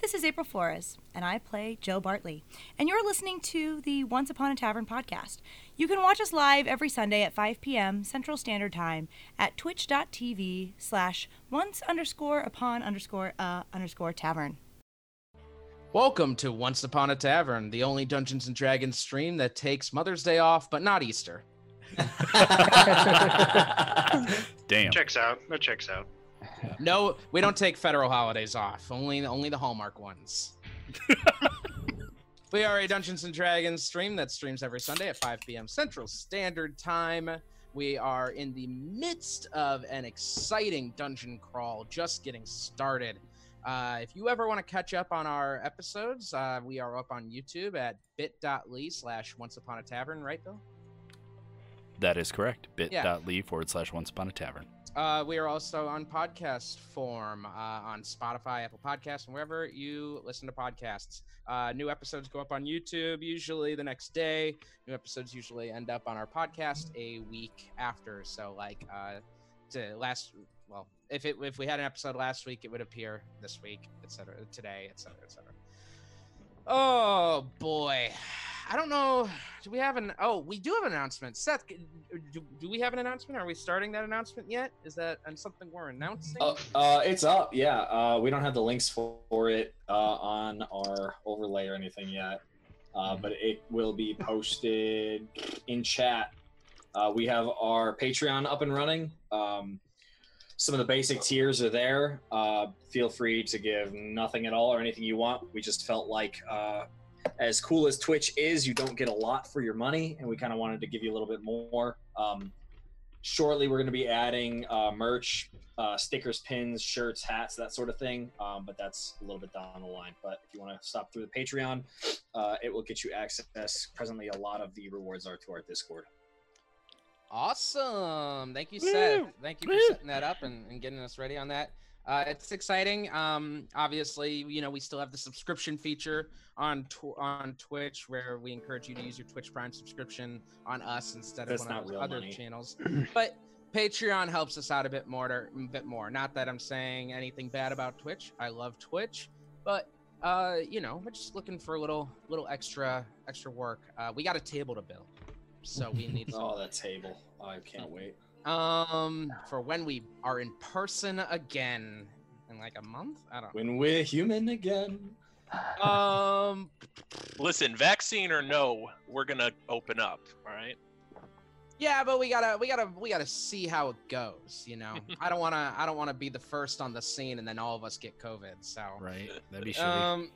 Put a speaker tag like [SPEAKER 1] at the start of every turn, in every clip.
[SPEAKER 1] This is April Flores, and I play Joe Bartley. And you're listening to the Once Upon a Tavern podcast. You can watch us live every Sunday at 5 p.m. Central Standard Time at twitch.tv slash once underscore upon underscore uh underscore tavern.
[SPEAKER 2] Welcome to Once Upon a Tavern, the only Dungeons and Dragons stream that takes Mother's Day off, but not Easter.
[SPEAKER 3] Damn.
[SPEAKER 4] Checks out. That checks out.
[SPEAKER 2] No, we don't take federal holidays off. Only only the Hallmark ones. we are a Dungeons and Dragons stream that streams every Sunday at 5 p.m. Central Standard Time. We are in the midst of an exciting dungeon crawl, just getting started. Uh, if you ever want to catch up on our episodes, uh, we are up on YouTube at bit.ly slash once upon a tavern, right, Bill?
[SPEAKER 3] That is correct.
[SPEAKER 2] Yeah.
[SPEAKER 3] Bit.ly forward slash once upon a tavern.
[SPEAKER 2] Uh, we are also on podcast form uh, on Spotify, Apple Podcasts, and wherever you listen to podcasts. Uh, new episodes go up on YouTube usually the next day. New episodes usually end up on our podcast a week after. So, like, uh, to last, well, if it if we had an episode last week, it would appear this week, etc. Today, etc. etc. Oh boy, I don't know. Do we have an? Oh, we do have an announcement. Seth, c- do, do we have an announcement? Are we starting that announcement yet? Is that and something we're announcing?
[SPEAKER 5] Uh, uh, it's up, yeah. Uh, we don't have the links for, for it uh, on our overlay or anything yet, uh, but it will be posted in chat. Uh, we have our Patreon up and running. Um, some of the basic tiers are there. Uh, feel free to give nothing at all or anything you want. We just felt like, uh, as cool as Twitch is, you don't get a lot for your money, and we kind of wanted to give you a little bit more. Um, shortly, we're going to be adding uh, merch uh, stickers, pins, shirts, hats, that sort of thing. Um, but that's a little bit down the line. But if you want to stop through the Patreon, uh, it will get you access presently. A lot of the rewards are to our Discord.
[SPEAKER 2] Awesome. Thank you,
[SPEAKER 3] Woo.
[SPEAKER 2] Seth. Thank you for
[SPEAKER 3] Woo.
[SPEAKER 2] setting that up and, and getting us ready on that. Uh, it's exciting. Um, obviously, you know, we still have the subscription feature on tw- on Twitch where we encourage you to use your Twitch Prime subscription on us instead
[SPEAKER 5] That's
[SPEAKER 2] of one
[SPEAKER 5] not
[SPEAKER 2] of those
[SPEAKER 5] real
[SPEAKER 2] other
[SPEAKER 5] money.
[SPEAKER 2] channels. But Patreon helps us out a bit more. To, a bit more. Not that I'm saying anything bad about Twitch. I love Twitch, but uh, you know, we're just looking for a little little extra extra work. Uh, we got a table to build, so we need some
[SPEAKER 5] Oh, that table! I can't wait.
[SPEAKER 2] um for when we are in person again in like a month i don't
[SPEAKER 5] When we're human again.
[SPEAKER 2] know um
[SPEAKER 6] Listen, vaccine or no, we're gonna open up. All right.
[SPEAKER 2] yeah but we gotta we gotta we gotta see how it goes you know i don't want to i don't want to be the first on the scene and then all of us get covid so
[SPEAKER 3] Right. That'd be shitty.
[SPEAKER 2] um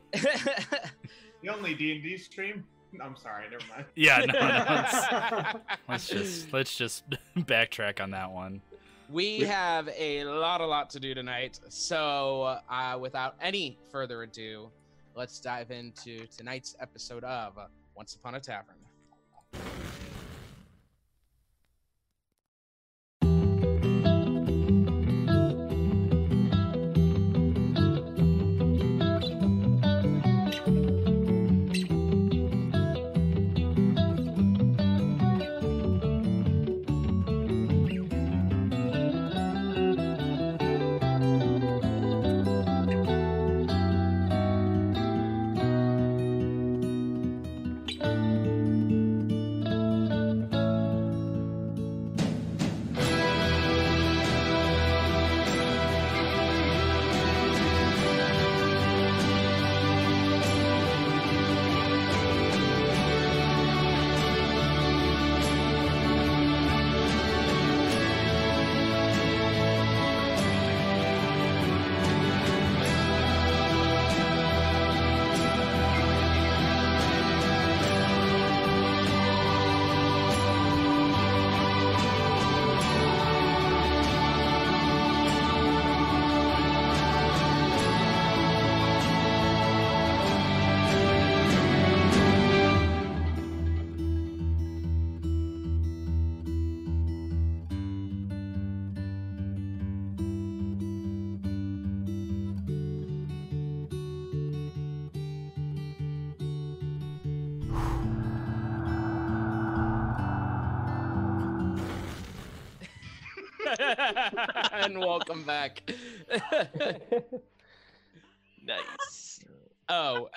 [SPEAKER 7] The only D and D stream. I'm sorry, never mind.
[SPEAKER 3] yeah, no, no. Let's, let's just let's just backtrack on that one.
[SPEAKER 2] we
[SPEAKER 5] We-
[SPEAKER 2] have a lot a lot to do tonight so uh without any further ado let's dive into tonight's episode of once upon a tavern and welcome back.
[SPEAKER 6] Nice.
[SPEAKER 2] Oh.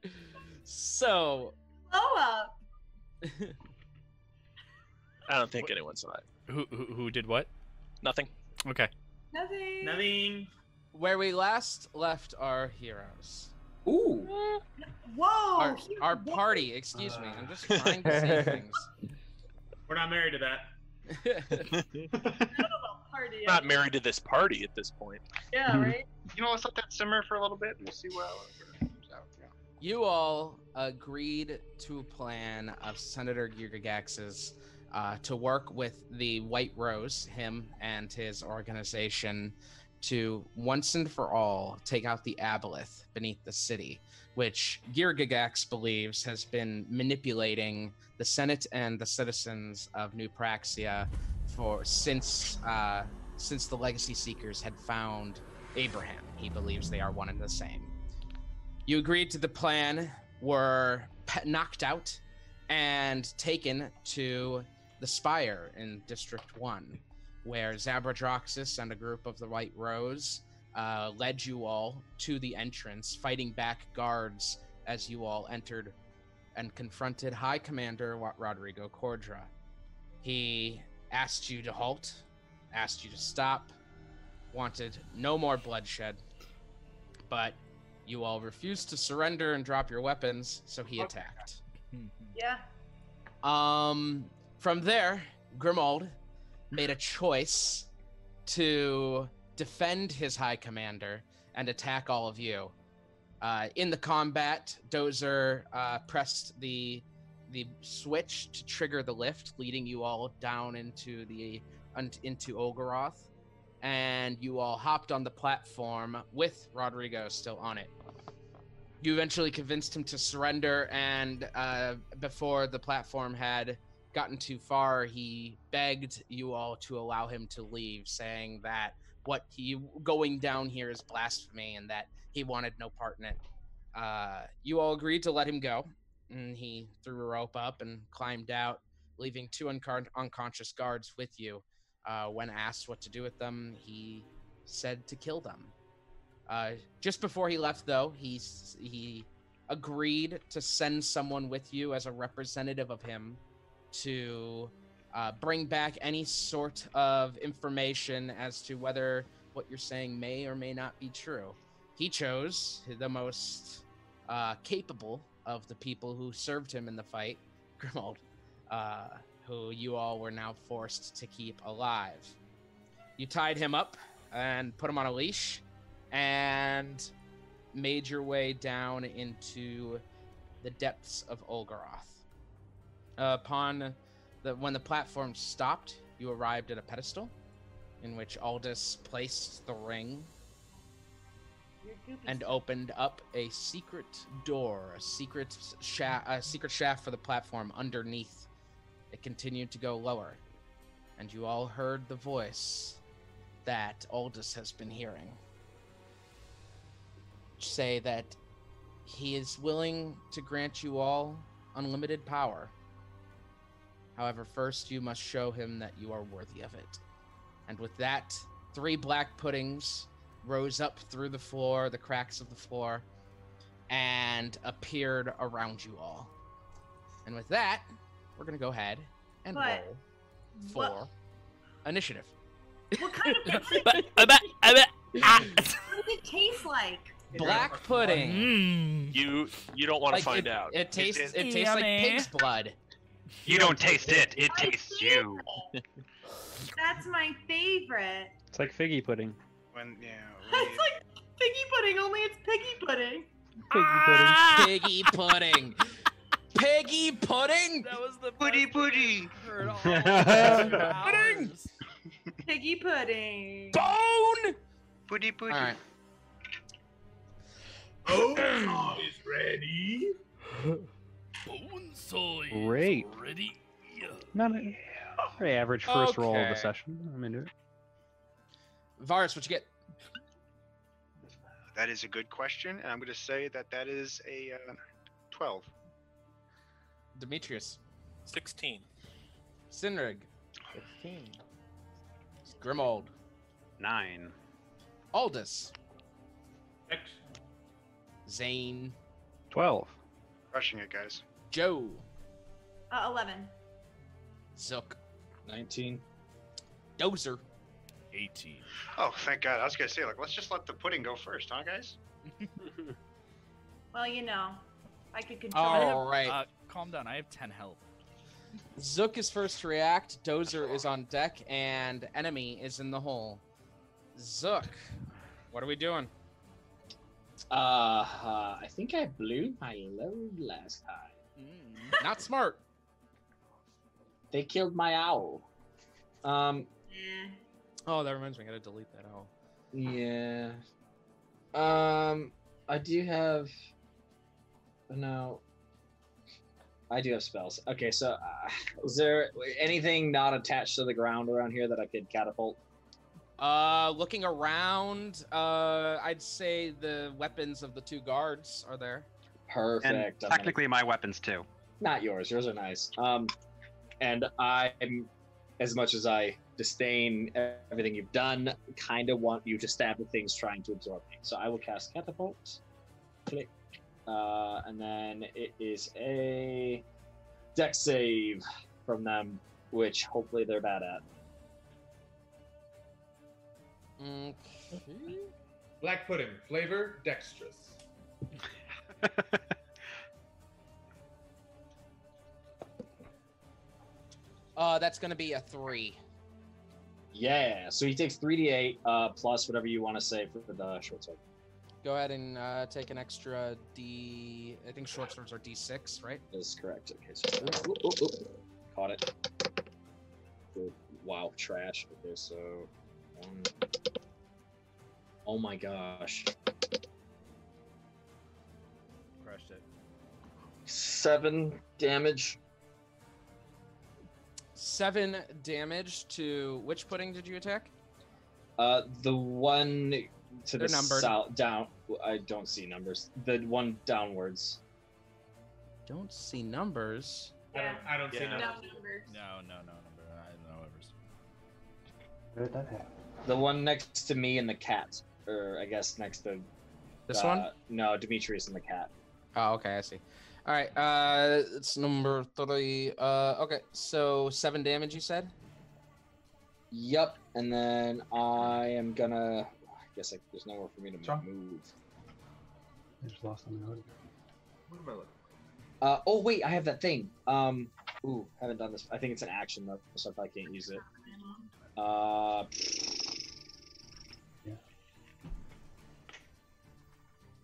[SPEAKER 2] so,
[SPEAKER 1] Blow up.
[SPEAKER 6] I don't think anyone saw that.
[SPEAKER 3] Who, who who did what?
[SPEAKER 6] Nothing.
[SPEAKER 3] Okay.
[SPEAKER 1] Nothing.
[SPEAKER 7] Nothing.
[SPEAKER 2] where we last left our heroes,
[SPEAKER 8] Ooh.
[SPEAKER 1] Whoa.
[SPEAKER 2] our,
[SPEAKER 1] he-
[SPEAKER 2] our party, excuse me. I'm just trying to
[SPEAKER 7] We're not married to that.
[SPEAKER 2] say things.
[SPEAKER 1] I don't know about party.
[SPEAKER 6] Not married to this party at this point.
[SPEAKER 1] Yeah,
[SPEAKER 4] Hmm.
[SPEAKER 1] right?
[SPEAKER 4] You know, let's let that simmer for a little bit. and We'll see what comes out. Yeah.
[SPEAKER 2] you all agreed to a plan of Senator Gigagax's uh, to work with the White Rose, him and his organization, to once and for all take out the Aboleth beneath the city, which Gigagax believes has been manipulating the Senate and the citizens of New Praxia for since uh, since the Legacy Seekers had found Abraham. He believes they are one and the same. You agreed to the plan, were pe- knocked out, and taken to the Spire in District 1, where Zabradroxus and a group of the White Rose uh, led you all to the entrance, fighting back guards as you all entered and confronted High Commander Wa- Rodrigo Cordra. He asked you to halt, asked you to stop, wanted no more bloodshed, but you all refused to surrender and drop your weapons, so he attacked.
[SPEAKER 1] Yeah.
[SPEAKER 2] Um, from there, Grimald made a choice to defend his high commander and attack all of you. Uh, in the combat, Dozer uh, pressed the the switch to trigger the lift, leading you all down into the un- into Olgaroth, and you all hopped on the platform with Rodrigo still on it you eventually convinced him to surrender and uh, before the platform had gotten too far he begged you all to allow him to leave saying that what he going down here is blasphemy and that he wanted no part in it uh, you all agreed to let him go and he threw a rope up and climbed out leaving two uncon- unconscious guards with you uh, when asked what to do with them he said to kill them uh, just before he left, though, he s- he agreed to send someone with you as a representative of him to uh, bring back any sort of information as to whether what you're saying may or may not be true. He chose the most uh, capable of the people who served him in the fight, Grimald, uh, who you all were now forced to keep alive. You tied him up and put him on a leash and made your way down into the depths of Olgaroth. upon the when the platform stopped, you arrived at a pedestal in which Aldous placed the ring
[SPEAKER 1] You're goopy.
[SPEAKER 2] and oh, opened up a secret door, a secret shaft, a secret shaft for the platform underneath. It continued to go lower, and you all heard the voice that Aldous has been hearing say that he is willing to grant you all unlimited power. However, first you must show him that you are worthy of it. And with that, three black puddings rose up through the floor, the cracks of the floor, and appeared around you all. And with that, we're going to go ahead and
[SPEAKER 1] But
[SPEAKER 2] roll for
[SPEAKER 1] What,
[SPEAKER 2] initiative.
[SPEAKER 1] what kind of things does
[SPEAKER 3] But- uh, but- uh, but- ah.
[SPEAKER 1] it taste like?
[SPEAKER 2] Black pudding.
[SPEAKER 3] Mm.
[SPEAKER 6] You you don't want to
[SPEAKER 2] Like,
[SPEAKER 6] find
[SPEAKER 2] it,
[SPEAKER 6] out.
[SPEAKER 2] It tastes
[SPEAKER 6] is-
[SPEAKER 2] it, tastes like
[SPEAKER 3] Yummy.
[SPEAKER 2] pig's blood.
[SPEAKER 4] You don't taste it. It
[SPEAKER 1] I
[SPEAKER 4] tastes
[SPEAKER 1] feel
[SPEAKER 4] you.
[SPEAKER 1] it. That's my favorite.
[SPEAKER 9] It's like figgy pudding.
[SPEAKER 4] When yeah.
[SPEAKER 10] Oh,
[SPEAKER 4] when
[SPEAKER 1] It's like piggy pudding, only it's piggy pudding.
[SPEAKER 9] Figgy pudding.
[SPEAKER 2] Piggy pudding. Piggy pudding?
[SPEAKER 3] That was the
[SPEAKER 4] Putty
[SPEAKER 3] best thing
[SPEAKER 4] putty.
[SPEAKER 3] I've heard all in hours.
[SPEAKER 1] Piggy pudding.
[SPEAKER 2] Bone?
[SPEAKER 4] Putty putty.
[SPEAKER 2] Alright.
[SPEAKER 7] Oh, is ready.
[SPEAKER 3] Bonesaw is
[SPEAKER 9] Great.
[SPEAKER 3] already here.
[SPEAKER 9] Not a pretty average first roll of the
[SPEAKER 2] Okay.
[SPEAKER 9] session. I'm into it.
[SPEAKER 2] Varus, what you get?
[SPEAKER 4] That is a good question, and I'm going to say that that is a uh, twelve.
[SPEAKER 2] Demetrius.
[SPEAKER 6] Sixteen.
[SPEAKER 2] Sinrig. 15. Grimold.
[SPEAKER 11] Nine.
[SPEAKER 2] Aldous.
[SPEAKER 7] Six.
[SPEAKER 2] Zane,
[SPEAKER 12] 12.
[SPEAKER 4] Crushing it, guys.
[SPEAKER 2] Joe,
[SPEAKER 1] Uh, 11.
[SPEAKER 2] Zook,
[SPEAKER 5] 19.
[SPEAKER 2] Dozer,
[SPEAKER 3] 18.
[SPEAKER 4] Oh, thank God. I was gonna say, like, let's just let the pudding go first, huh, guys?
[SPEAKER 1] Well, you know, I could control
[SPEAKER 2] All
[SPEAKER 3] I
[SPEAKER 1] it.
[SPEAKER 2] right,
[SPEAKER 3] have- Uh, calm down. I have 10 health.
[SPEAKER 2] Zook is first to react. Dozer is on deck, and enemy is in the hole. Zook, what are we doing?
[SPEAKER 5] Uh, uh, I think I blew my load last time. Mm.
[SPEAKER 2] Not smart.
[SPEAKER 5] They killed my owl. Um,
[SPEAKER 1] Yeah.
[SPEAKER 2] Oh, that reminds me. I gotta delete that. Oh,
[SPEAKER 5] yeah. Um, I do have. No. I do have spells. Okay, so uh, is there anything not attached to the ground around here that I could catapult?
[SPEAKER 2] Uh, looking around, uh, I'd say the weapons of the two guards are there.
[SPEAKER 5] Perfect.
[SPEAKER 10] And
[SPEAKER 5] I'm gonna-
[SPEAKER 10] technically, my weapons too.
[SPEAKER 5] not yours. Yours are nice. Um, and I'm, as much as I disdain everything you've done, kind of want you to stab at things trying to absorb me. So I will cast catapult. Click. Uh, and then it is a deck save from them, which hopefully they're bad at.
[SPEAKER 2] Okay.
[SPEAKER 8] Black pudding flavor dextrous.
[SPEAKER 2] Uh, that's gonna be a three.
[SPEAKER 5] Yeah. So he takes 3d8 uh, plus whatever you want to say for for the short sword.
[SPEAKER 2] Go ahead and uh, take an extra D. I think short swords are D6, right?
[SPEAKER 5] That is correct. Okay. So, uh, ooh, ooh, ooh, ooh. oh. Caught it. Good. Wow, trash. Okay, so. One. Oh my gosh.
[SPEAKER 10] Crushed it.
[SPEAKER 5] Seven damage.
[SPEAKER 2] Seven damage to which pudding did you attack?
[SPEAKER 5] Uh, the one to
[SPEAKER 2] They're
[SPEAKER 5] the
[SPEAKER 2] numbered.
[SPEAKER 5] south down. I don't see numbers. The one downwards.
[SPEAKER 2] Don't see numbers.
[SPEAKER 8] I don't, I don't see
[SPEAKER 7] Yeah.
[SPEAKER 1] No
[SPEAKER 8] no.
[SPEAKER 1] numbers.
[SPEAKER 3] No, no, no, no. bro. I know numbers.
[SPEAKER 12] Where did that happen?
[SPEAKER 5] The one next to me and the cat, or I guess next to
[SPEAKER 2] This
[SPEAKER 5] uh,
[SPEAKER 2] one?
[SPEAKER 5] No, Demetrius and the cat.
[SPEAKER 2] Oh, okay, I see. All right, uh, it's number three. Uh, okay, so seven damage, you said?
[SPEAKER 5] Yep, and then I am gonna. I guess I, there's nowhere for me to
[SPEAKER 10] Sure.
[SPEAKER 5] move.
[SPEAKER 10] just lost on
[SPEAKER 8] What am I looking?
[SPEAKER 5] Uh, oh wait, I have that thing. Um, ooh, haven't done this. I think it's an action though, so if I can't use it, uh,
[SPEAKER 10] Yeah.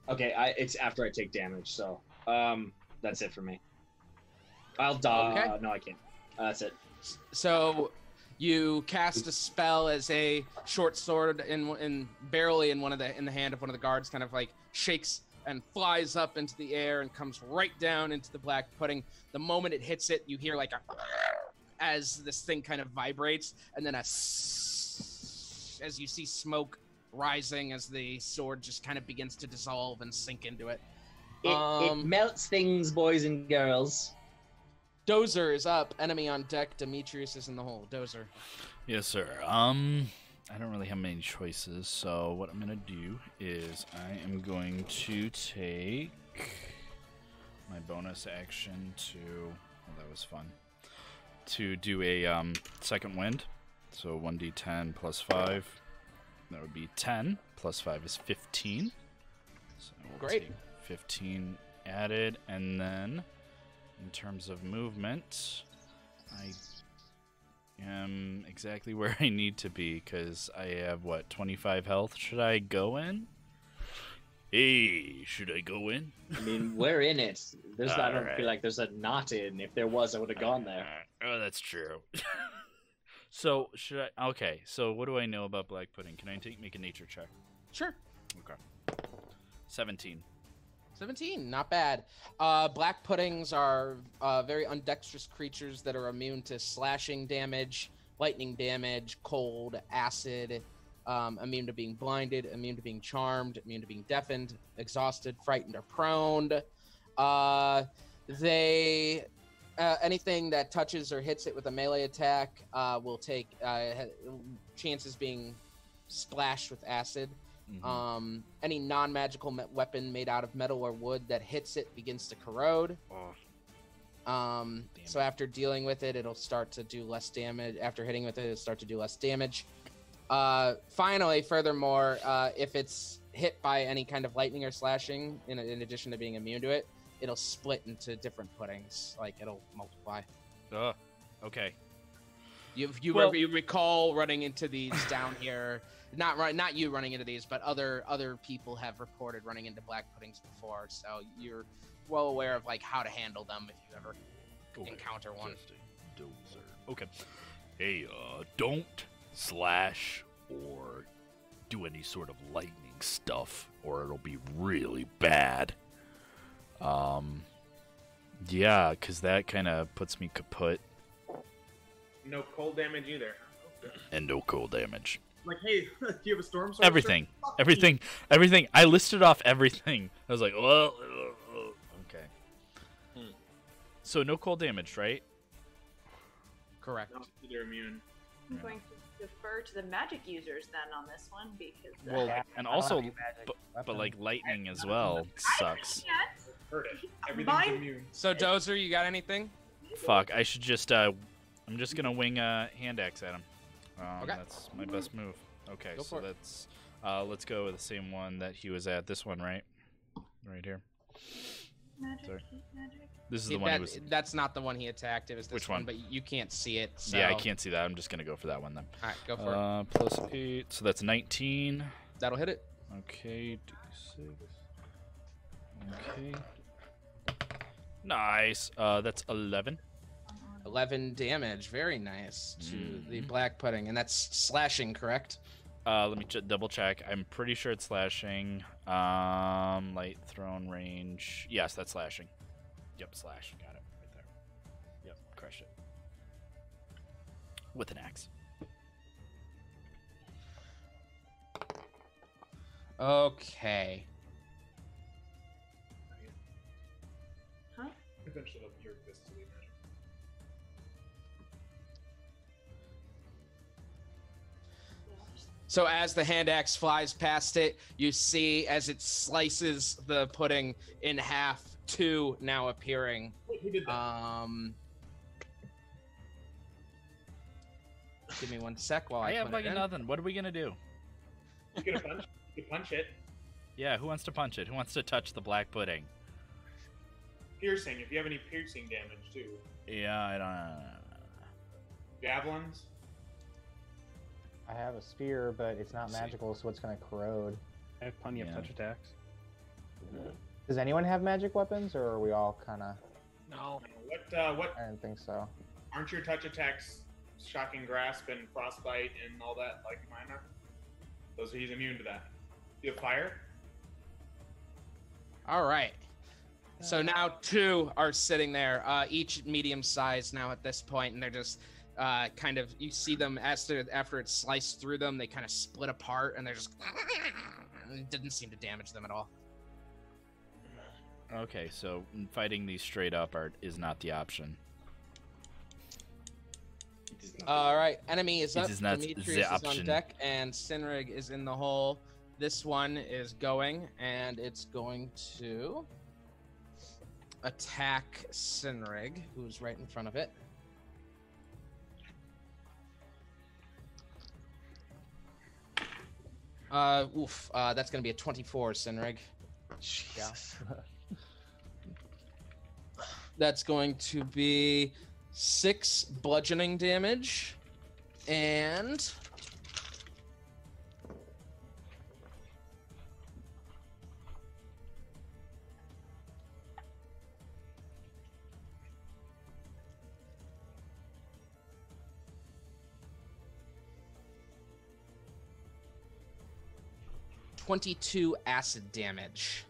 [SPEAKER 5] Okay, I it's after I take damage, so um, that's it for me. I'll die.
[SPEAKER 2] Okay.
[SPEAKER 5] No, I can't. Uh, that's it.
[SPEAKER 2] So you cast a spell as a short sword in in barely in one of the in the hand of one of the guards kind of like shakes and flies up into the air and comes right down into the black pudding. The moment it hits it, you hear like a as this thing kind of vibrates and then a as you see smoke rising as the sword just kind of begins to dissolve and sink into it.
[SPEAKER 5] It, it
[SPEAKER 2] Um,
[SPEAKER 5] melts things, boys and girls.
[SPEAKER 2] Dozer is up, enemy on deck, Demetrius is in the hole. Dozer.
[SPEAKER 3] Yes, sir. Um, I don't really have many choices, so what I'm gonna do is I am going to take my bonus action to. Well, that was fun. To do a um, second wind, so 1d10 plus five. That would be 10 plus five is 15. So we'll
[SPEAKER 2] Great.
[SPEAKER 3] take 15 added, and then in terms of movement, I am exactly where I need to be because I have what 25 health. Should I go in? Hey, should I go in?
[SPEAKER 5] I mean, we're in it. There's I don't
[SPEAKER 3] Alright.
[SPEAKER 5] feel like there's a knot in. If there was, I would have gone there.
[SPEAKER 3] Oh, that's true. so should I? Okay. So what do I know about black pudding? Can I take make a nature check?
[SPEAKER 2] Sure.
[SPEAKER 3] 17.
[SPEAKER 2] 17 not bad uh, black puddings are uh, very undexterous creatures that are immune to slashing damage lightning damage cold acid um, immune to being blinded immune to being charmed immune to being deafened exhausted frightened or prone uh, they uh, anything that touches or hits it with a melee attack uh, will take uh, ha- chances being splashed with acid Um, any non-magical me- weapon made out of metal or wood that hits it begins to corrode. Um, so after dealing with it, it'll start to do less damage. After hitting with it, it'll start to do less damage. Uh, finally, furthermore, uh, if it's hit by any kind of lightning or slashing, in, in addition to being immune to it, it'll split into different puddings. Like it'll multiply.
[SPEAKER 3] Ugh. Okay.
[SPEAKER 2] You you,
[SPEAKER 3] Well-
[SPEAKER 2] re- you recall running into these down here. Not right, not you running into these, but other other people have reported running into black puddings before. So you're well aware of like how to handle them if you ever encounter one.
[SPEAKER 3] Dozer. Okay. Hey, uh, don't slash or do any sort of lightning stuff, or it'll be really bad. Um, yeah, because that kind of puts me kaput
[SPEAKER 7] No cold damage either.
[SPEAKER 3] and no cold damage.
[SPEAKER 7] Like, hey, do you have a storm? Sorcerer?
[SPEAKER 3] Everything.
[SPEAKER 7] Fuck you.
[SPEAKER 3] Everything. Everything. I listed off everything. I was like, well, uh, uh, okay.
[SPEAKER 13] Hmm.
[SPEAKER 3] So no cold damage, right?
[SPEAKER 2] Correct.
[SPEAKER 7] No, they're immune.
[SPEAKER 1] I'm going to defer to the magic users then on this one because. uh,
[SPEAKER 3] Well,
[SPEAKER 1] I
[SPEAKER 3] and
[SPEAKER 1] don't have
[SPEAKER 3] also,
[SPEAKER 1] any
[SPEAKER 3] but, but like lightning as well sucks.
[SPEAKER 1] yet.
[SPEAKER 7] Heard it. Everything's
[SPEAKER 1] Mine-
[SPEAKER 7] immune.
[SPEAKER 2] So Dozer, you got anything?
[SPEAKER 3] Fuck, I should just, uh, I'm just gonna wing a hand axe at him. Um,
[SPEAKER 2] Okay.
[SPEAKER 3] That's my best move. Okay,
[SPEAKER 2] Go
[SPEAKER 3] so
[SPEAKER 2] for it.
[SPEAKER 3] that's, uh, let's go with the same one that he was at. This one, right? Right here.
[SPEAKER 1] Magic,
[SPEAKER 3] Sorry.
[SPEAKER 1] magic.
[SPEAKER 3] This is
[SPEAKER 2] Yeah,
[SPEAKER 3] the one he
[SPEAKER 2] that-
[SPEAKER 3] was.
[SPEAKER 2] That's not the one he attacked. It was this
[SPEAKER 3] Which
[SPEAKER 2] one?
[SPEAKER 3] one?
[SPEAKER 2] but you can't see it. So.
[SPEAKER 3] Yeah, I can't see that. I'm just gonna go for that one then.
[SPEAKER 2] All right, go for it.
[SPEAKER 3] Uh, plus eight, so that's 19.
[SPEAKER 2] That'll hit it.
[SPEAKER 3] Okay, d6. Okay. Nice. Uh, that's 11.
[SPEAKER 2] 11 damage. Very nice to the black pudding. And that's slashing, correct?
[SPEAKER 3] Uh, let me ch- double check. I'm pretty sure it's slashing. Um, light thrown range. Yes, that's slashing. Yep, slash. Got it right there. Yep, crush it with an axe. Mm.
[SPEAKER 2] Okay.
[SPEAKER 1] Huh?
[SPEAKER 7] Eventually, it'll be your fist to the magic.
[SPEAKER 2] So as the hand axe flies past it, you see as it slices the pudding in half, two now appearing.
[SPEAKER 7] Wait, who did that?
[SPEAKER 2] Um, give me one sec while I,
[SPEAKER 3] I have
[SPEAKER 2] put
[SPEAKER 3] like
[SPEAKER 2] it in.
[SPEAKER 3] nothing. What are we gonna do?
[SPEAKER 7] you get a punch. You can punch it.
[SPEAKER 3] Yeah, who wants to punch it? Who wants to touch the black pudding?
[SPEAKER 7] Piercing. If you have any piercing damage too.
[SPEAKER 3] Yeah, I don't.
[SPEAKER 7] Javelins.
[SPEAKER 14] I have a spear, but it's not
[SPEAKER 3] See.
[SPEAKER 14] magical, so it's going to corrode. Mm-hmm.
[SPEAKER 15] I have plenty of
[SPEAKER 3] Yeah.
[SPEAKER 15] touch attacks.
[SPEAKER 14] Does anyone have magic weapons, or are we all kind of?
[SPEAKER 13] No.
[SPEAKER 7] What? Uh, what?
[SPEAKER 14] I don't think so.
[SPEAKER 7] Aren't your touch attacks shocking grasp and frostbite and all that like mine are? Those he's immune to that. You have fire.
[SPEAKER 2] All right. So now two are sitting there, uh, each medium sized now at this point, and they're just uh, kind of you see them as after after it's sliced through them, they kind of split apart, and they're just it didn't seem to damage them at all.
[SPEAKER 3] Okay, so fighting these straight up are is not the option.
[SPEAKER 2] All right, enemy is
[SPEAKER 3] It
[SPEAKER 2] up.
[SPEAKER 3] is not the
[SPEAKER 2] Demetrius is on
[SPEAKER 3] option.
[SPEAKER 2] deck, and Sinrig is in the hole. This one is going, and it's going to attack Sinrig, who's right in front of it. Uh, oof. Uh, that's gonna be a twenty-four, Sinrig. That's going to be six bludgeoning damage and twenty-two acid damage.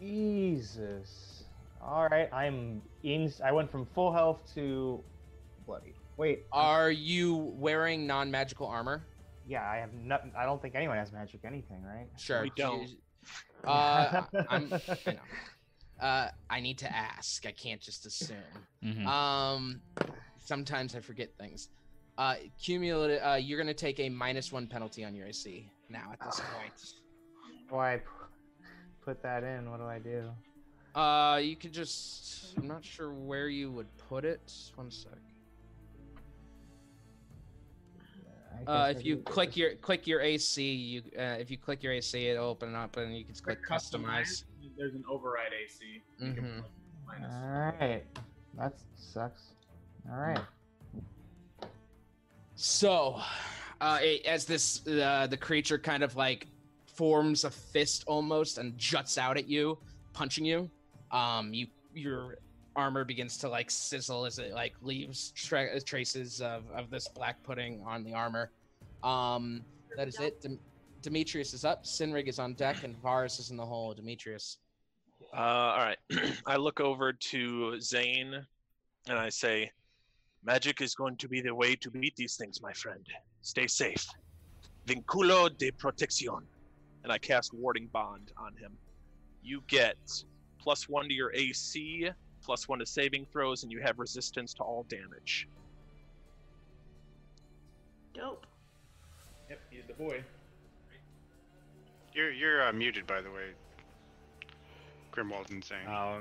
[SPEAKER 14] Jesus. All right, I'm in. I went from full health to bloody. Wait.
[SPEAKER 2] Are you wearing non-magical armor?
[SPEAKER 14] Yeah, I have not. I don't think anyone has magic anything, right?
[SPEAKER 2] Sure.
[SPEAKER 13] We don't.
[SPEAKER 2] Uh, I- I'm. I know. Uh, I need to ask. I can't just assume.
[SPEAKER 3] Mhm.
[SPEAKER 2] Um, sometimes I forget things. Uh, cumulative. Uh, you're gonna take a minus one penalty on your AC. now at this point.
[SPEAKER 14] Why put that in? What do I do?
[SPEAKER 2] Uh, you could just. I'm not sure where you would put it. One sec. Uh, if you click your click your AC, you uh, if you click your AC, it'll open up, and you can click customize.
[SPEAKER 7] There's an override AC. You can
[SPEAKER 2] Mhm.
[SPEAKER 7] put minus.
[SPEAKER 14] All right, Mm-hmm. that sucks. All right.
[SPEAKER 2] So, uh, it, as this uh, the creature kind of like forms a fist almost and juts out at you, punching you. Um, you your armor begins to like sizzle as it like leaves tra- traces of of this black pudding on the armor. Um, that is it. Dem- Demetrius is up. Sinrig is on deck, and Varus is in the hole. Demetrius.
[SPEAKER 6] Uh, all right. I look over to Zane and I say, Magic is going to be the way to beat these things, my friend. Stay safe. Vinculo de protección. And I cast Warding Bond on him. You get plus one to your AC, plus one to saving throws, and you have resistance to all damage.
[SPEAKER 1] Dope.
[SPEAKER 7] Yep, he's the boy.
[SPEAKER 4] You're you're uh, muted, by the way. Grimwald and Zane.
[SPEAKER 11] Oh,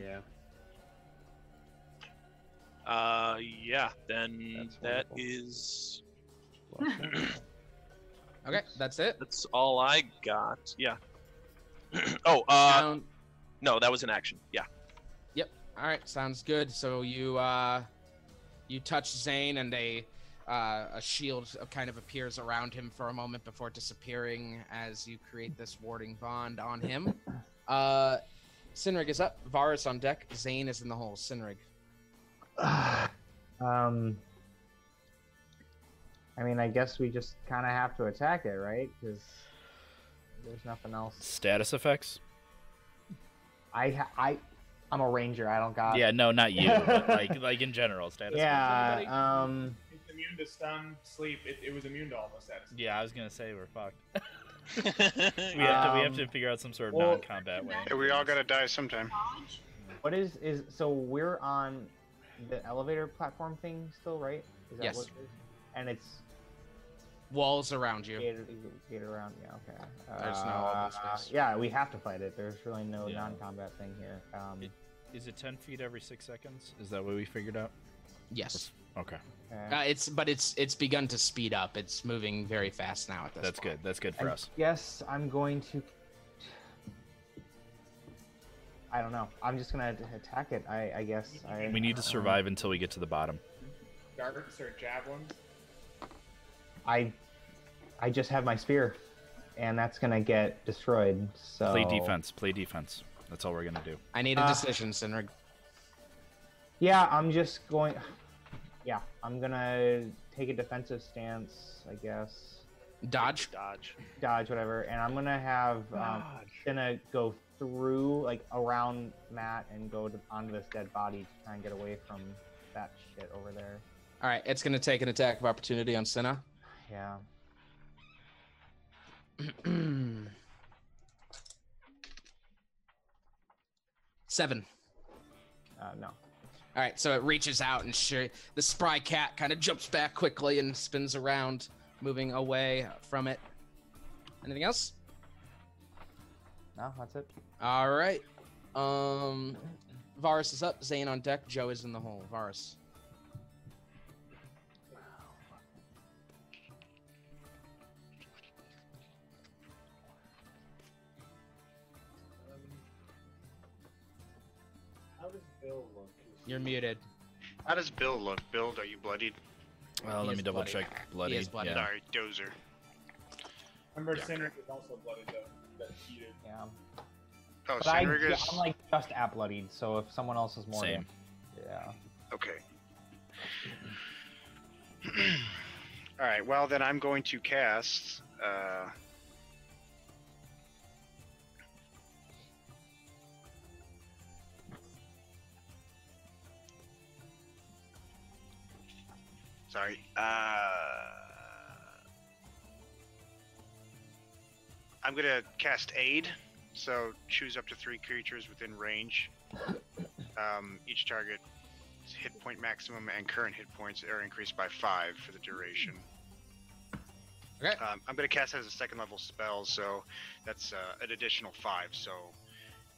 [SPEAKER 11] yeah.
[SPEAKER 6] Uh, yeah, then that is.
[SPEAKER 2] okay, that's it.
[SPEAKER 6] That's all I got. Yeah. oh, uh, no, that was an action. Yeah.
[SPEAKER 2] Yep. All right. Sounds good. So you uh, you touch Zane, and a uh, a shield kind of appears around him for a moment before disappearing as you create this warding bond on him. Uh, Sinrig is up. Varus on deck. Zane is in the hole. Sinrig.
[SPEAKER 14] Um. I mean, I guess we just kind of have to attack it, right? Because there's nothing else.
[SPEAKER 3] Status effects?
[SPEAKER 14] I ha- I I'm a ranger. I don't
[SPEAKER 2] Uh,
[SPEAKER 14] got.
[SPEAKER 3] yeah, no, not you. but like, like in general, status. effects.
[SPEAKER 14] Yeah. Um.
[SPEAKER 7] It's immune to stun, sleep. It, it was immune to all those status.
[SPEAKER 3] Yeah, I was gonna say we're fucked. we have to we have to
[SPEAKER 14] Um,
[SPEAKER 3] figure out some sort of
[SPEAKER 14] well-
[SPEAKER 3] non-combat way.
[SPEAKER 4] Yeah, we all gotta die sometime.
[SPEAKER 14] What is is so we're on the elevator platform thing still, right? Is
[SPEAKER 2] Yes.
[SPEAKER 14] What it is? And it's
[SPEAKER 2] Walls around you.
[SPEAKER 14] gated, gated around. Yeah. Okay.
[SPEAKER 2] There's no open
[SPEAKER 14] Uh,
[SPEAKER 2] space.
[SPEAKER 14] Yeah, we have to fight it. There's really no
[SPEAKER 3] Yeah.
[SPEAKER 14] non-combat thing here. Um,
[SPEAKER 3] Is it ten feet every six seconds? Is that what we figured out?
[SPEAKER 2] Yes.
[SPEAKER 3] Okay.
[SPEAKER 14] okay.
[SPEAKER 2] Uh, it's but it's it's begun to speed up. It's moving very fast now at this.
[SPEAKER 3] That's good. That's good for us.
[SPEAKER 14] Yes, I'm going to. I don't know. I'm just gonna at- attack it. I, I guess. I,
[SPEAKER 3] We need to survive until we get to the bottom.
[SPEAKER 7] Darts or javelins.
[SPEAKER 14] I, I just have my spear, and that's gonna get destroyed. So
[SPEAKER 3] Play defense. Play defense. That's all we're gonna do.
[SPEAKER 2] I need a
[SPEAKER 14] Uh,
[SPEAKER 2] decision, Sinrig.
[SPEAKER 14] Yeah, I'm just going. Yeah, I'm gonna take a defensive stance, I guess.
[SPEAKER 2] Dodge.
[SPEAKER 6] Dodge.
[SPEAKER 14] Dodge, whatever, and I'm gonna have um, gonna go through like around Matt and go to, onto this dead body to try and get away from that shit over there.
[SPEAKER 2] All right. It's gonna take an attack of opportunity on Senna.
[SPEAKER 14] Yeah.
[SPEAKER 2] Seven.
[SPEAKER 14] Uh, no.
[SPEAKER 2] All right, so it reaches out and sure, the spry cat kind of jumps back quickly and spins around, moving away from it. Anything else?
[SPEAKER 14] No, that's it.
[SPEAKER 2] All right. Um, Varus is up. Zane on deck. Joe is in the hole. Varus.
[SPEAKER 8] How does Bill look?
[SPEAKER 2] You're muted.
[SPEAKER 4] How does Bill look? Bill, are you bloodied?
[SPEAKER 3] Well,
[SPEAKER 2] He
[SPEAKER 3] let
[SPEAKER 2] is
[SPEAKER 3] me double
[SPEAKER 2] bloody.
[SPEAKER 3] check.
[SPEAKER 2] He
[SPEAKER 3] Bloody.
[SPEAKER 2] is bloody.
[SPEAKER 3] yeah.
[SPEAKER 4] Sorry, Dozer.
[SPEAKER 7] Remember,
[SPEAKER 4] Yeah.
[SPEAKER 7] Cindric is also blooded though. But he did.
[SPEAKER 14] Yeah.
[SPEAKER 4] Oh,
[SPEAKER 14] But I,
[SPEAKER 4] Sinrig is
[SPEAKER 14] I'm like just at bloodied, so if someone else is more,
[SPEAKER 3] Same.
[SPEAKER 14] damaged- yeah.
[SPEAKER 4] okay. All right. Well, then I'm going to cast. Uh... Sorry. Uh... I'm going to cast aid. So choose up to three creatures within range. Um, each target hit point maximum and current hit points are increased by five for the duration.
[SPEAKER 2] Okay.
[SPEAKER 4] Um, I'm going to cast it as a second level spell, so that's uh, an additional five. So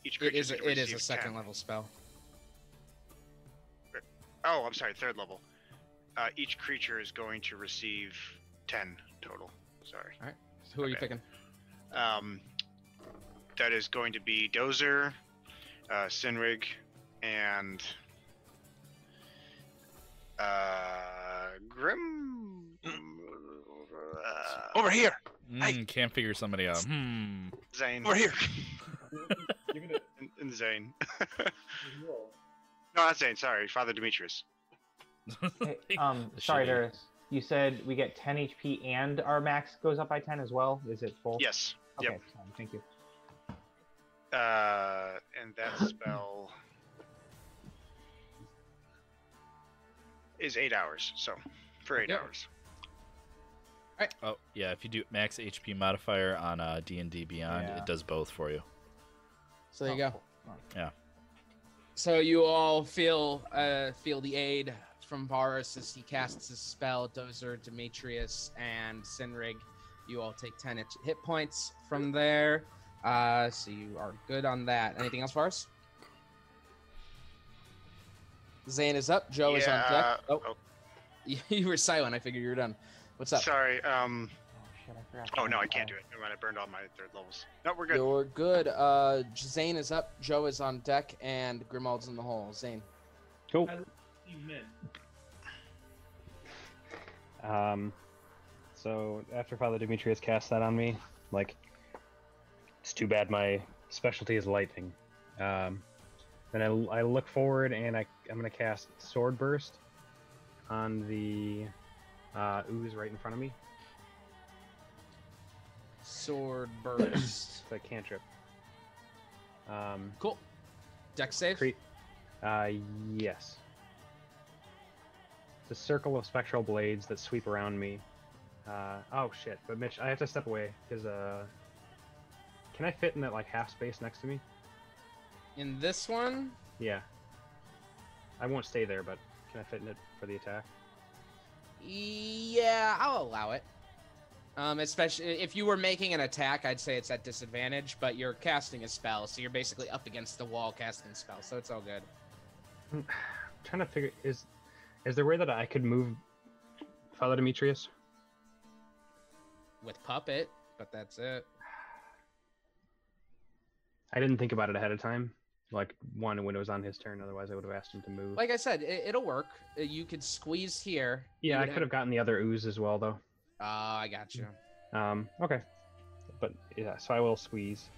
[SPEAKER 4] each
[SPEAKER 2] It
[SPEAKER 4] creature
[SPEAKER 2] is
[SPEAKER 4] that
[SPEAKER 2] a, it is a
[SPEAKER 4] receives
[SPEAKER 2] second
[SPEAKER 4] 10
[SPEAKER 2] level spell.
[SPEAKER 4] Oh, I'm sorry, third level. Uh, each creature is going to receive ten total. Sorry.
[SPEAKER 2] All right. Who are you picking?
[SPEAKER 4] Um, that is going to be Dozer, uh, Sinrig, and uh, Grim. uh,
[SPEAKER 6] Over here.
[SPEAKER 3] Mm, can't figure somebody out. Hmm.
[SPEAKER 4] Zane.
[SPEAKER 6] Over here.
[SPEAKER 4] And- and Zane. no, not Zane. Sorry, Father Demetrius.
[SPEAKER 14] Um,
[SPEAKER 4] The
[SPEAKER 14] sorry,
[SPEAKER 4] shitty-
[SPEAKER 14] Darius. You said we get 10 HP and our max goes up by 10 as well. Is it full?
[SPEAKER 4] Yes.
[SPEAKER 14] Okay. fine, Thank you.
[SPEAKER 4] Uh, and that spell is eight hours. So, for eight hours.
[SPEAKER 3] Oh yeah, if you do max HP modifier on uh, D and D Beyond,
[SPEAKER 2] Yeah.
[SPEAKER 3] it does both for you.
[SPEAKER 2] So there you go.
[SPEAKER 3] Yeah.
[SPEAKER 2] So you all feel uh, feel the aid from Varus as he casts his spell. Dozer, Demetrius, and Sinrig, you all take ten hit- hit points from there. Uh, so you are good on that. Anything else, Varus? Zane is up. Joe is on
[SPEAKER 4] Yeah,
[SPEAKER 2] deck. Oh, you were silent. I figured you were done. What's up?
[SPEAKER 4] Sorry. Um. Oh no, I can't do it. Never mind, I burned all my third levels. No, we're good.
[SPEAKER 2] You're good. Uh, Zane is up. Joe is on deck, and Grimald's in the hole. Zane.
[SPEAKER 10] Cool.
[SPEAKER 7] Amen.
[SPEAKER 10] Um, so after Father Demetrius cast that on me, like, it's too bad my specialty is lightning. Um, then I, I look forward and I, I'm going to cast Sword Burst on the uh, ooze right in front of me.
[SPEAKER 2] Sword burst.
[SPEAKER 10] it's a cantrip. Um,
[SPEAKER 2] cool. Deck save?
[SPEAKER 10] uh, yes. It's a circle of spectral blades that sweep around me. Uh, oh shit! But Mitch, I have to step away because uh, can I fit in that like half space next to me?
[SPEAKER 2] In this one,
[SPEAKER 10] Yeah. I won't stay there, but can I fit in it for the attack?
[SPEAKER 2] yeah, I'll allow it. Um, especially if you were making an attack, I'd say it's at disadvantage, but you're casting a spell, so you're basically up against the wall casting a spell, so it's all good.
[SPEAKER 10] I'm trying to figure is is there a way that I could move Father Demetrius?
[SPEAKER 2] With puppet, but that's it.
[SPEAKER 10] I didn't think about it ahead of time. Like one when it was on his turn, otherwise I would have asked him to move.
[SPEAKER 2] Like I said, it, it'll work. Uh, You could squeeze here.
[SPEAKER 10] yeah,
[SPEAKER 2] You
[SPEAKER 10] I
[SPEAKER 2] would
[SPEAKER 10] could have gotten the other ooze as well though.
[SPEAKER 2] Oh, I got you.
[SPEAKER 10] Um, okay. But yeah, so I will squeeze.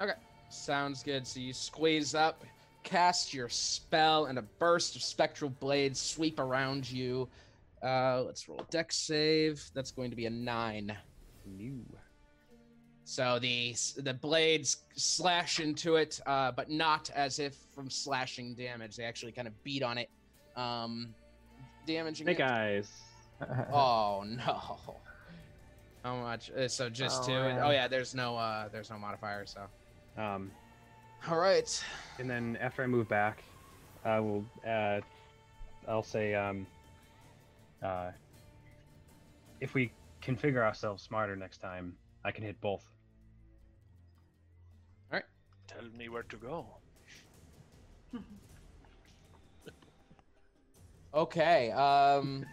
[SPEAKER 2] Okay. Sounds good. So you squeeze up, cast your spell, and a burst of spectral blades sweep around you. Uh, let's roll a dex save. That's going to be a nine.
[SPEAKER 10] New.
[SPEAKER 2] So the the blades slash into it, uh, but not as if from slashing damage. They actually kind of beat on it, um, damaging
[SPEAKER 10] Snake
[SPEAKER 2] it.
[SPEAKER 10] eyes.
[SPEAKER 2] Oh no. How much? Uh, so just
[SPEAKER 10] Oh,
[SPEAKER 2] two. and-
[SPEAKER 10] man.
[SPEAKER 2] oh yeah, there's no uh, there's no modifier. So
[SPEAKER 10] Um,
[SPEAKER 2] All right.
[SPEAKER 10] And then after I move back, I will. Uh, I'll say, um, uh, if we configure ourselves smarter next time, I can hit both.
[SPEAKER 6] Tell me where to go.
[SPEAKER 2] Okay. Um,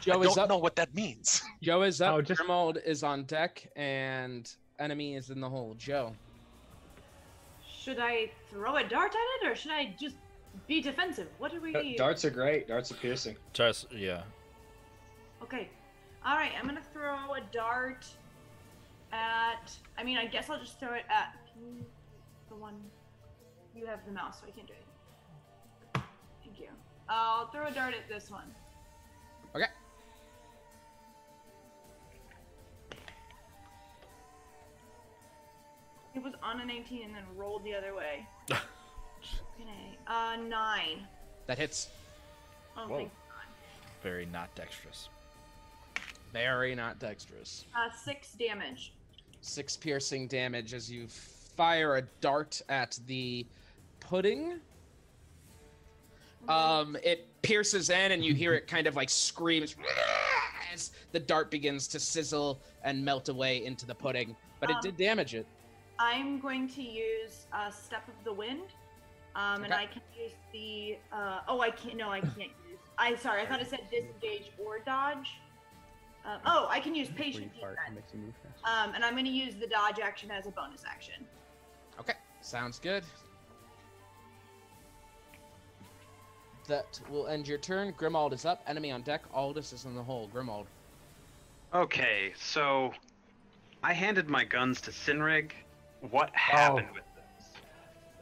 [SPEAKER 2] Joe
[SPEAKER 6] I
[SPEAKER 2] is
[SPEAKER 6] don't
[SPEAKER 2] up.
[SPEAKER 6] know what that means.
[SPEAKER 2] Joe is up. Grimald is on deck, and enemy is in the hole. Joe.
[SPEAKER 1] Should I throw a dart at it, or should I just be defensive? What do
[SPEAKER 3] Uh,
[SPEAKER 1] we?
[SPEAKER 16] Darts are great. Darts are piercing.
[SPEAKER 3] Just yeah.
[SPEAKER 1] Okay. All right. I'm gonna throw a dart at. I mean, I guess I'll just throw it at can you- the one. You have the mouse, so I can't do it. Thank you. I'll throw a dart at this one.
[SPEAKER 2] Okay.
[SPEAKER 1] It was on a 19 and then rolled the other way. okay. Uh, nine.
[SPEAKER 2] That hits.
[SPEAKER 1] Oh,
[SPEAKER 3] Whoa.
[SPEAKER 1] thank
[SPEAKER 3] Very not dexterous.
[SPEAKER 2] Very not dexterous.
[SPEAKER 1] Uh, six damage.
[SPEAKER 2] Six piercing damage as you fire a dart at the pudding.
[SPEAKER 1] Mm-hmm.
[SPEAKER 2] Um, it pierces in, and you hear it kind of like screams as the dart begins to sizzle and melt away into the pudding. But it
[SPEAKER 1] Um,
[SPEAKER 2] did damage it.
[SPEAKER 1] I'm going to use uh, Step of the Wind, um, and
[SPEAKER 2] Okay.
[SPEAKER 1] I can use the. Uh, oh, I can't. No, I can't use. I sorry, I thought it said disengage or dodge. Um, oh, I can use patient defense, um, and I'm going to use the dodge action as a bonus action.
[SPEAKER 2] Okay, sounds good. That will end your turn. Grimald is up. Enemy on deck. Aldous is in the hole. Grimald.
[SPEAKER 17] Okay, so I handed my guns to Sinrig. What
[SPEAKER 9] Oh,
[SPEAKER 17] happened with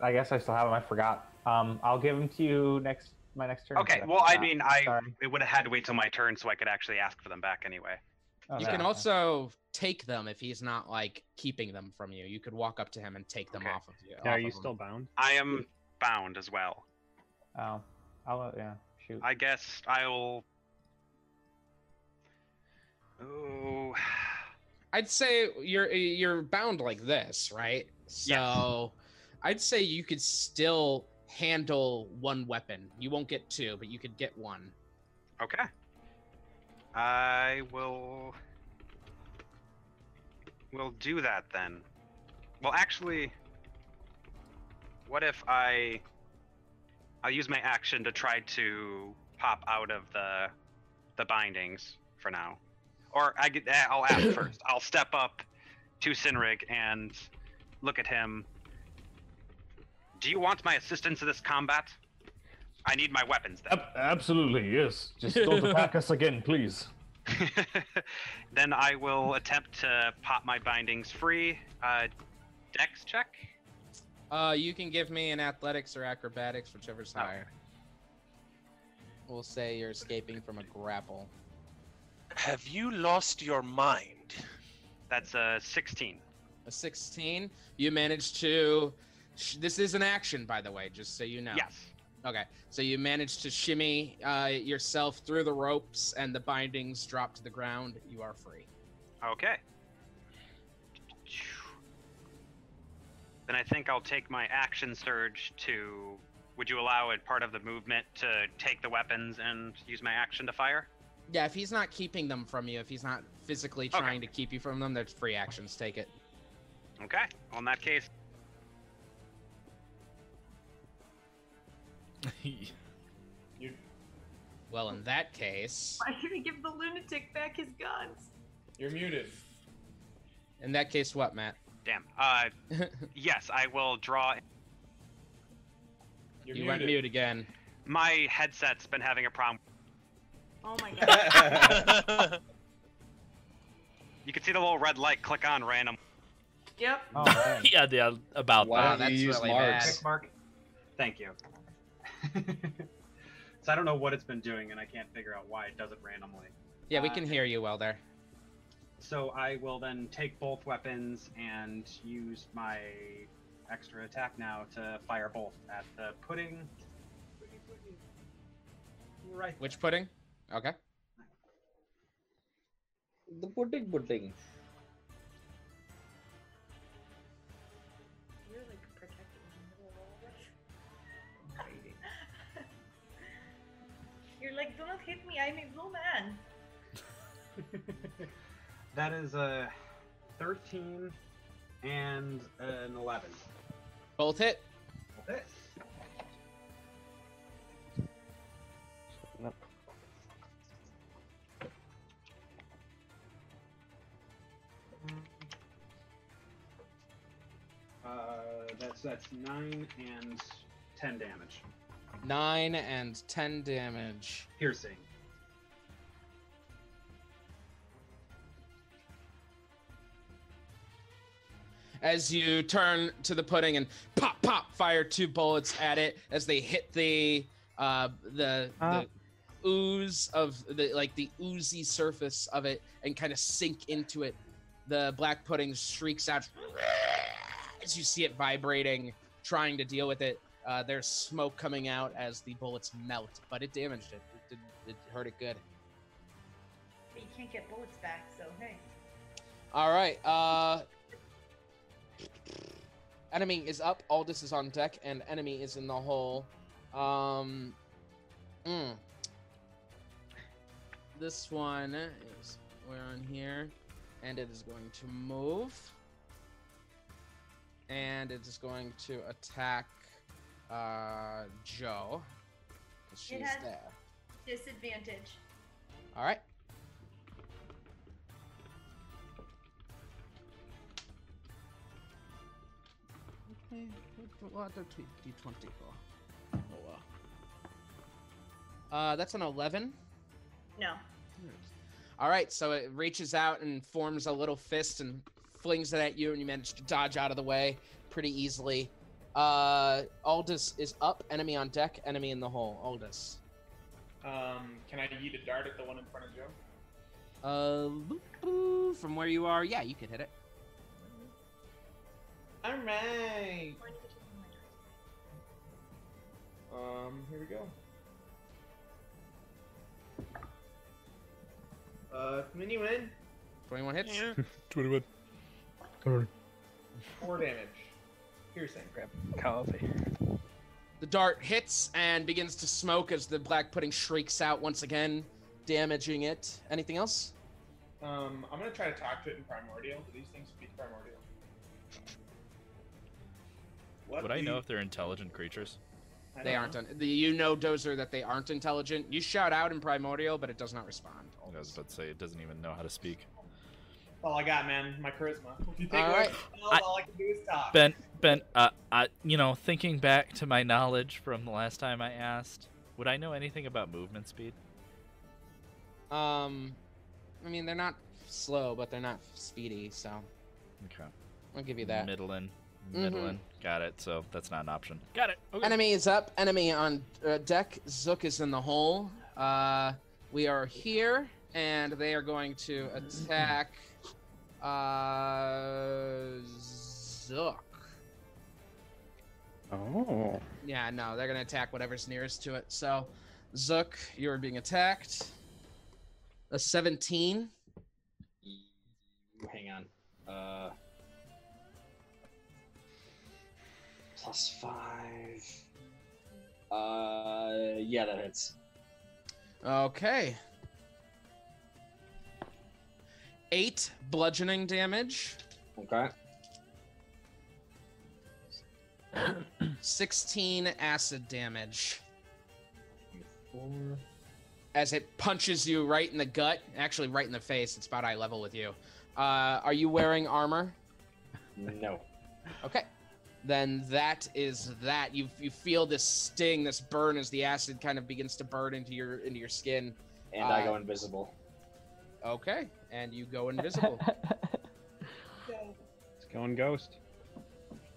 [SPEAKER 14] I guess I still have them. I forgot. Um, I'll give them to you next my next turn.
[SPEAKER 17] Okay,
[SPEAKER 14] but
[SPEAKER 17] well, I
[SPEAKER 14] forgot.
[SPEAKER 17] mean, I
[SPEAKER 14] Sorry.
[SPEAKER 17] it would have had to wait till my turn so I could actually ask for them back anyway.
[SPEAKER 9] Oh,
[SPEAKER 17] Oh,
[SPEAKER 2] you can also take them if he's not like keeping them from you. You could walk up to him and take them off of you.
[SPEAKER 17] Now, are
[SPEAKER 2] off
[SPEAKER 17] you
[SPEAKER 2] of him.
[SPEAKER 17] still
[SPEAKER 18] bound?
[SPEAKER 17] I am bound as well.
[SPEAKER 14] Oh, I'll uh, yeah. Shoot.
[SPEAKER 17] I guess I'll. Oh,
[SPEAKER 2] I'd say you're you're bound like this, right? So I'd say you could still handle one weapon. You won't get two, but you could get one.
[SPEAKER 17] Okay.
[SPEAKER 19] I
[SPEAKER 17] will. We'll do that then. Well, actually, what if I. I'll use my action to try to pop out of the the bindings for now. Or I get, eh, I'll act first. I'll step up to Sinrig and look at him. Do you want my assistance in this combat? I need my weapons then.
[SPEAKER 20] Absolutely, yes. Just don't attack us again, please.
[SPEAKER 17] Then I will attempt to pop my bindings free. Uh, dex check?
[SPEAKER 2] Uh, you can give me an athletics or acrobatics,
[SPEAKER 21] Oh.
[SPEAKER 2] whichever's higher. We'll say you're escaping from a grapple.
[SPEAKER 21] Have you lost your mind?
[SPEAKER 17] That's a 16.
[SPEAKER 2] A 16. You managed to. sh- This is an action, by the way, just so you know.
[SPEAKER 17] Yes.
[SPEAKER 2] Okay. So you managed to shimmy uh, yourself through the ropes, and the bindings drop to the ground. You are free.
[SPEAKER 17] Okay. Then I think I'll take my action surge to. Would you allow it part of the movement to take the weapons and use my action to fire?
[SPEAKER 2] Yeah, if he's not keeping them from you, if he's not physically
[SPEAKER 17] Okay.
[SPEAKER 2] trying to keep you from them, there's free actions. Take it.
[SPEAKER 17] Okay. Well, in that case,
[SPEAKER 2] Well, in that case,
[SPEAKER 1] Why should we give the lunatic back his guns?
[SPEAKER 22] You're muted.
[SPEAKER 2] in that case, what, Matt?
[SPEAKER 17] damn. Uh, yes, I will draw.
[SPEAKER 2] you went mute again.
[SPEAKER 17] My headset's been having a problem.
[SPEAKER 1] Oh my god.
[SPEAKER 17] You can see the little red light click on random.
[SPEAKER 1] yep.
[SPEAKER 3] yeah, yeah, about
[SPEAKER 17] Why
[SPEAKER 3] that.
[SPEAKER 17] don't you use
[SPEAKER 3] bad.
[SPEAKER 17] Mark's?
[SPEAKER 20] Mark.
[SPEAKER 17] Thank you.
[SPEAKER 20] So I don't know what it's been doing, and I can't figure out why it does it randomly.
[SPEAKER 2] Yeah, we
[SPEAKER 20] Uh,
[SPEAKER 2] can hear you well there.
[SPEAKER 20] So I will then take both weapons and use my extra attack now to fire both at the pudding. Right.
[SPEAKER 2] Which pudding? Okay.
[SPEAKER 5] The pudding pudding.
[SPEAKER 1] You're like protected in the middle of all this. Crazy. You're like, do not hit me, I'm a blue man.
[SPEAKER 20] That is a 13 and an 11.
[SPEAKER 2] Both hit.
[SPEAKER 20] Uh, that's that's nine and ten damage.
[SPEAKER 2] Nine and ten damage.
[SPEAKER 20] Piercing.
[SPEAKER 2] As you turn to the pudding and pop, pop, fire two bullets at it as they hit the uh, the,
[SPEAKER 14] Ah.
[SPEAKER 2] the ooze of the like the oozy surface of it and kind of sink into it. The black pudding shrieks out as you see it vibrating, trying to deal with it. Uh, there's smoke coming out as the bullets melt, but it damaged it. It, did, it hurt it good.
[SPEAKER 1] But you can't get bullets back, so hey.
[SPEAKER 2] All right. Uh, enemy is up. Aldous is on deck, and enemy is in the hole. Um, mm. this one is we're on here, and it is going to move, and it is going to attack uh, Joe. 'cause She's
[SPEAKER 1] it has
[SPEAKER 2] there.
[SPEAKER 1] disadvantage.
[SPEAKER 2] All right. Okay, what- what other t- d20 for? Oh, wow. Uh, that's an 11.
[SPEAKER 1] No.
[SPEAKER 2] All right, so it reaches out and forms a little fist and flings it at you, and you manage to dodge out of the way pretty easily. Uh, Aldous is up, enemy on deck, enemy in the hole. Aldous.
[SPEAKER 7] Um, can I yeet a dart at the one in front of Joe?
[SPEAKER 2] Uh, boop-boop, from where you are, yeah, you can hit it. All right.
[SPEAKER 7] Um, here we go. Uh, mini win.
[SPEAKER 2] 21 hits.
[SPEAKER 3] 21.
[SPEAKER 7] Four damage. Piercing. Crap.
[SPEAKER 2] Coffee. The dart hits and begins to smoke as the black pudding shrieks out once again, damaging it. Anything else?
[SPEAKER 7] Um, I'm gonna try to talk to it in primordial. Do these things speak primordial? What
[SPEAKER 23] Would I
[SPEAKER 7] do
[SPEAKER 23] know
[SPEAKER 7] you-
[SPEAKER 23] if they're intelligent creatures?
[SPEAKER 7] I
[SPEAKER 2] They
[SPEAKER 7] don't
[SPEAKER 2] aren't.
[SPEAKER 7] know.
[SPEAKER 2] Un- the- you know, Dozer, that they aren't intelligent. You shout out in Primordial, but it does not respond.
[SPEAKER 23] I was about to say it doesn't even know how to speak.
[SPEAKER 7] All I got, man. My charisma. If you take
[SPEAKER 2] All
[SPEAKER 7] away
[SPEAKER 2] right.
[SPEAKER 7] my spells,
[SPEAKER 2] I-
[SPEAKER 7] all I can do is talk.
[SPEAKER 3] Ben, Ben, uh, I, you know, thinking back to my knowledge from the last time I asked, would I know anything about movement speed?
[SPEAKER 2] Um, I mean, they're not slow, but they're not speedy, so
[SPEAKER 3] Okay.
[SPEAKER 2] I'll give you that.
[SPEAKER 3] Middling,
[SPEAKER 2] Mhm.
[SPEAKER 3] middling. Got it. So that's not an option. Got it.
[SPEAKER 2] Enemy is up. Enemy on uh, deck. Zook is in the hole. Uh, we are here, and they are going to attack. Uh, Zook.
[SPEAKER 12] Oh.
[SPEAKER 2] Yeah, no, they're gonna attack whatever's nearest to it. So, Zook, you're being attacked. A 17.
[SPEAKER 5] Hang on. Uh, plus five. Uh, yeah, that hits.
[SPEAKER 2] Okay. Eight bludgeoning damage.
[SPEAKER 5] Okay.
[SPEAKER 2] 16 acid damage. As it punches you right in the gut, actually, right in the face, it's about eye level with you. Uh, are you wearing armor?
[SPEAKER 5] No.
[SPEAKER 2] Okay. Then that is that. You you feel this sting, this burn as the acid kind of begins to burn into your into your skin.
[SPEAKER 5] And I go
[SPEAKER 2] Uh,
[SPEAKER 5] invisible.
[SPEAKER 2] Okay, and you go invisible.
[SPEAKER 12] It's going ghost.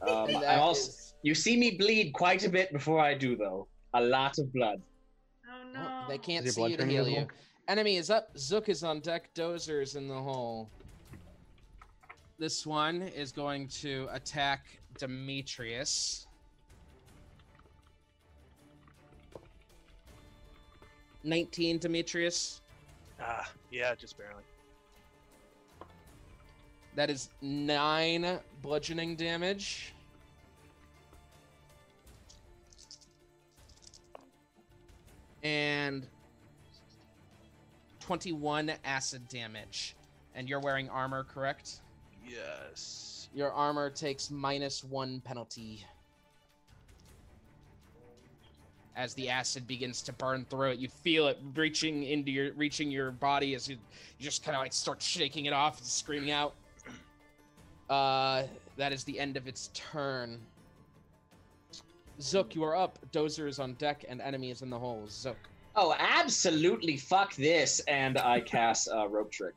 [SPEAKER 5] Um,
[SPEAKER 2] That
[SPEAKER 5] I'm also, You see me bleed quite a bit before I do, though. A lot of blood.
[SPEAKER 1] Oh no.
[SPEAKER 2] Well, they can't
[SPEAKER 5] Is your
[SPEAKER 2] see
[SPEAKER 5] blood
[SPEAKER 2] you to
[SPEAKER 5] turning
[SPEAKER 2] heal you.
[SPEAKER 5] invisible?
[SPEAKER 2] Enemy is up. Zook is on deck. Dozer is in the hole. This one is going to attack Demetrius. Nineteen, Demetrius.
[SPEAKER 6] Ah, yeah, just barely.
[SPEAKER 2] That is nine bludgeoning damage. And 21 acid damage. And you're wearing armor, correct?
[SPEAKER 6] Yes.
[SPEAKER 2] Your armor takes minus one penalty. As the acid begins to burn through it, you feel it reaching into your reaching your body as you, you just kind of like start shaking it off and screaming out. Uh, that is the end of its turn. Zook, you are up. Dozer is on deck, and enemy is in the hole. Zook.
[SPEAKER 5] Oh, absolutely! Fuck this! And I cast uh, rope trick.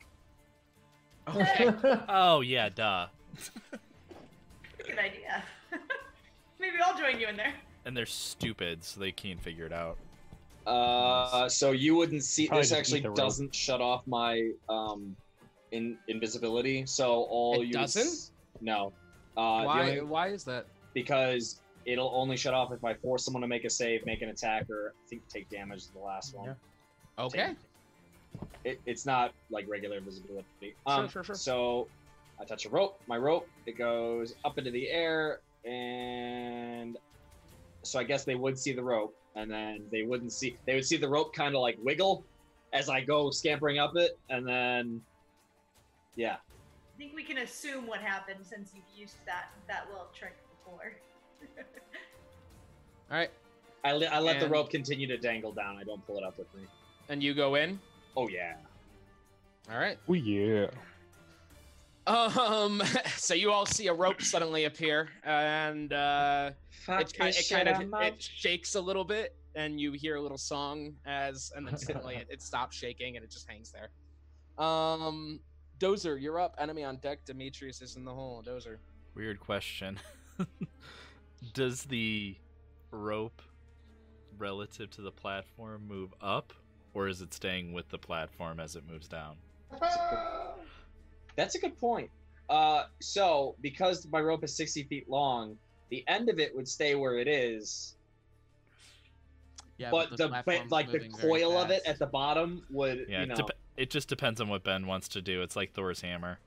[SPEAKER 3] oh yeah, duh.
[SPEAKER 1] Good idea. Maybe I'll join you in there.
[SPEAKER 3] And they're stupid, so they can't figure it out.
[SPEAKER 5] Uh, so you wouldn't see.
[SPEAKER 3] Probably
[SPEAKER 5] this
[SPEAKER 3] just eat
[SPEAKER 5] actually
[SPEAKER 3] the rope.
[SPEAKER 5] doesn't shut off my um, in invisibility. So all
[SPEAKER 2] It
[SPEAKER 5] you
[SPEAKER 2] doesn't?
[SPEAKER 5] no. Uh, the
[SPEAKER 2] why?
[SPEAKER 5] only-
[SPEAKER 2] Why is that?
[SPEAKER 5] because it'll only shut off if I force someone to make a save, make an attack, or I think take damage to the last one.
[SPEAKER 2] Okay.
[SPEAKER 5] It, it's not like regular invisibility. Um,
[SPEAKER 2] sure, sure.
[SPEAKER 5] So I touch a rope, my rope, it goes up into the air, and so I guess they would see the rope, and then they wouldn't see, they would see the rope kind of like wiggle, as I go scampering up it, and then yeah,
[SPEAKER 1] I think we can assume what happened since you've used that that little trick before.
[SPEAKER 2] All right.
[SPEAKER 5] I, le- I let the
[SPEAKER 2] And-
[SPEAKER 5] rope continue to dangle down. I don't pull it up with me.
[SPEAKER 2] And you go in?
[SPEAKER 5] Oh yeah.
[SPEAKER 2] All right.
[SPEAKER 10] Oh yeah.
[SPEAKER 2] Um, so you all see a rope suddenly appear, and uh, it, ki-
[SPEAKER 24] this
[SPEAKER 2] it
[SPEAKER 24] shit,
[SPEAKER 2] kind
[SPEAKER 24] I'm
[SPEAKER 2] of
[SPEAKER 24] out.
[SPEAKER 2] it shakes a little bit, and you hear a little song as, and then suddenly it, it stops shaking and it just hangs there. Um, Dozer, you're up. Enemy on deck. Demetrius is in the hole. Dozer.
[SPEAKER 3] Weird question. Does the rope relative to the platform move up, or is it staying with the platform as it moves down?
[SPEAKER 5] That's a good point. Uh, so because my rope is sixty feet long, the end of it would stay where it is.
[SPEAKER 3] Yeah,
[SPEAKER 5] but,
[SPEAKER 3] but the
[SPEAKER 5] the but
[SPEAKER 3] platform's
[SPEAKER 5] like the
[SPEAKER 3] moving very
[SPEAKER 5] coil of it at the bottom would
[SPEAKER 3] Yeah,
[SPEAKER 5] you know
[SPEAKER 3] it, dep- it just depends on what Ben wants to do. It's like Thor's hammer.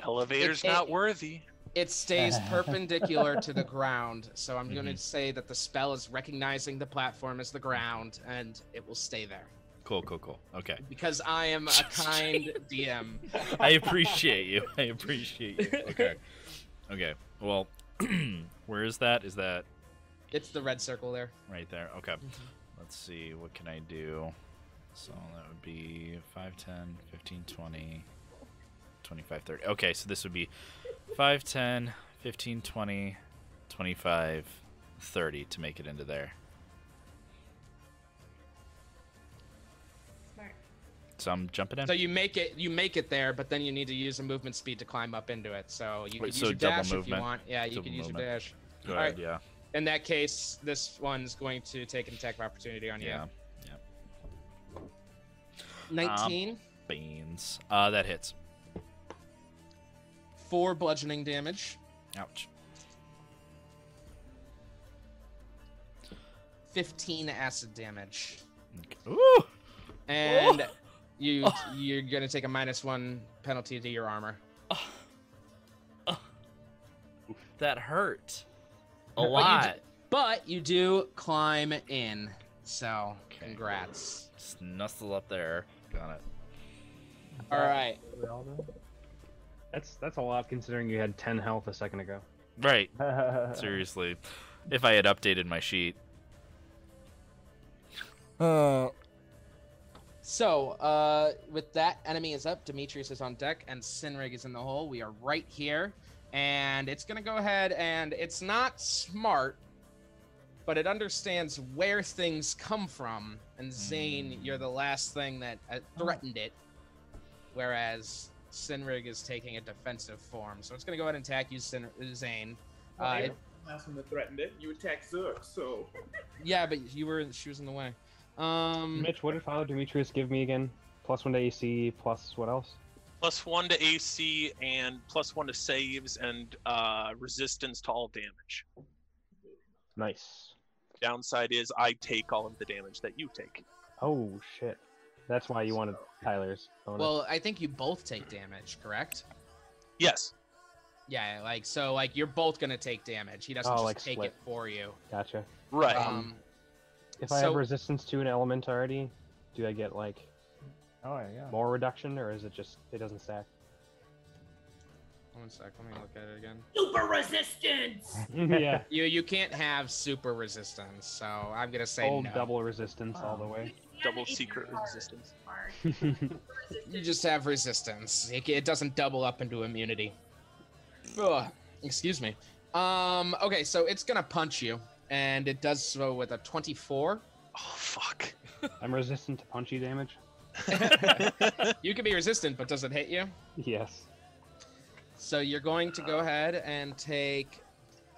[SPEAKER 6] Elevator's
[SPEAKER 2] It- it-
[SPEAKER 6] not worthy.
[SPEAKER 2] It stays perpendicular to the ground, so I'm
[SPEAKER 3] Mm-hmm.
[SPEAKER 2] going to say that the spell is recognizing the platform as the ground, and it will stay there.
[SPEAKER 3] Cool, cool, cool. Okay.
[SPEAKER 2] Because I am a kind DM.
[SPEAKER 3] I appreciate you. I appreciate you. Okay. Okay. Well, where is that? Is that
[SPEAKER 2] It's the red circle there. Mm-hmm.
[SPEAKER 3] right there? Okay. Let's see. What can I do? So that would be 5, 10, 15, 20, 25, 30. Okay. So this would be 5, 10, 15, 20, 25, 30 to make it into there.
[SPEAKER 1] Smart.
[SPEAKER 3] So I'm jumping in.
[SPEAKER 2] So you make it, you make it there, but then you need to use a movement speed to climb up into it. So you
[SPEAKER 3] Wait,
[SPEAKER 2] could
[SPEAKER 3] so
[SPEAKER 2] use your
[SPEAKER 3] double
[SPEAKER 2] dash if you
[SPEAKER 3] movement.
[SPEAKER 2] want. Yeah, you
[SPEAKER 3] Double
[SPEAKER 2] could use your
[SPEAKER 3] movement.
[SPEAKER 2] dash.
[SPEAKER 3] Good
[SPEAKER 2] Alright.
[SPEAKER 3] idea.
[SPEAKER 2] In that case, this one's going to take an attack of opportunity on
[SPEAKER 3] Yeah.
[SPEAKER 2] you.
[SPEAKER 3] Yeah.
[SPEAKER 2] Nineteen.
[SPEAKER 3] Um, beans. Uh, that hits.
[SPEAKER 2] Four bludgeoning damage.
[SPEAKER 3] Ouch.
[SPEAKER 2] Fifteen acid damage.
[SPEAKER 3] Ooh.
[SPEAKER 2] And you you're gonna take a minus one penalty to your armor.
[SPEAKER 3] That hurt. A
[SPEAKER 2] But you
[SPEAKER 3] lot.
[SPEAKER 2] d- But you do climb in. So congrats.
[SPEAKER 3] Just nuzzle up there. Got it.
[SPEAKER 2] All right.
[SPEAKER 10] That's that's a lot considering you had ten health a second ago.
[SPEAKER 3] Right. Seriously. If I had updated my sheet.
[SPEAKER 2] Uh. So, uh, with that, enemy is up. Demetrius is on deck, and Sinrig is in the hole. We are right here, and it's gonna go ahead and it's not smart, but it understands where things come from. And Zane, you're the last thing that uh,
[SPEAKER 7] Oh.
[SPEAKER 2] threatened it, whereas Sinrig is taking a defensive form. So it's gonna go ahead and attack you, Sin- uh, Zane.
[SPEAKER 7] Well,
[SPEAKER 2] Uh,
[SPEAKER 7] they
[SPEAKER 2] it-
[SPEAKER 7] were the last one that threatened it. You attacked Zerk, so.
[SPEAKER 2] yeah, but you were she was in the way. Um,
[SPEAKER 10] Mitch, what did Father Demetrius give me again? Plus one to AC, plus what else?
[SPEAKER 6] Plus one to AC and plus one to saves and uh, resistance to all damage.
[SPEAKER 10] Nice.
[SPEAKER 6] Downside is I take all of the damage that you take.
[SPEAKER 10] Oh shit. That's why you wanted Tyler's bonus.
[SPEAKER 2] Well, I think you both take damage, correct?
[SPEAKER 6] Yes.
[SPEAKER 2] Yeah, like so, like you're both gonna take damage. He doesn't
[SPEAKER 10] Oh,
[SPEAKER 2] just
[SPEAKER 10] like
[SPEAKER 2] take
[SPEAKER 10] split.
[SPEAKER 2] it for you.
[SPEAKER 10] gotcha.
[SPEAKER 6] Right.
[SPEAKER 2] Um,
[SPEAKER 10] If I have
[SPEAKER 2] so-
[SPEAKER 10] resistance to an element already, do I get like
[SPEAKER 25] Oh yeah.
[SPEAKER 10] more reduction or is it just it doesn't stack?
[SPEAKER 2] One sec, let me look at it again.
[SPEAKER 1] Super resistance.
[SPEAKER 10] yeah.
[SPEAKER 2] You you can't have super resistance, so I'm gonna say
[SPEAKER 10] Old
[SPEAKER 2] no.
[SPEAKER 10] double resistance all the way.
[SPEAKER 6] Double secret resistance.
[SPEAKER 2] You just have resistance. It, it doesn't double up into immunity. Ugh, excuse me. Um. Okay, so it's gonna punch you, and it does so with a 24.
[SPEAKER 6] Oh fuck.
[SPEAKER 10] I'm resistant to punchy damage.
[SPEAKER 2] You can be resistant, but does it hit you?
[SPEAKER 10] Yes.
[SPEAKER 2] So you're going to go ahead and take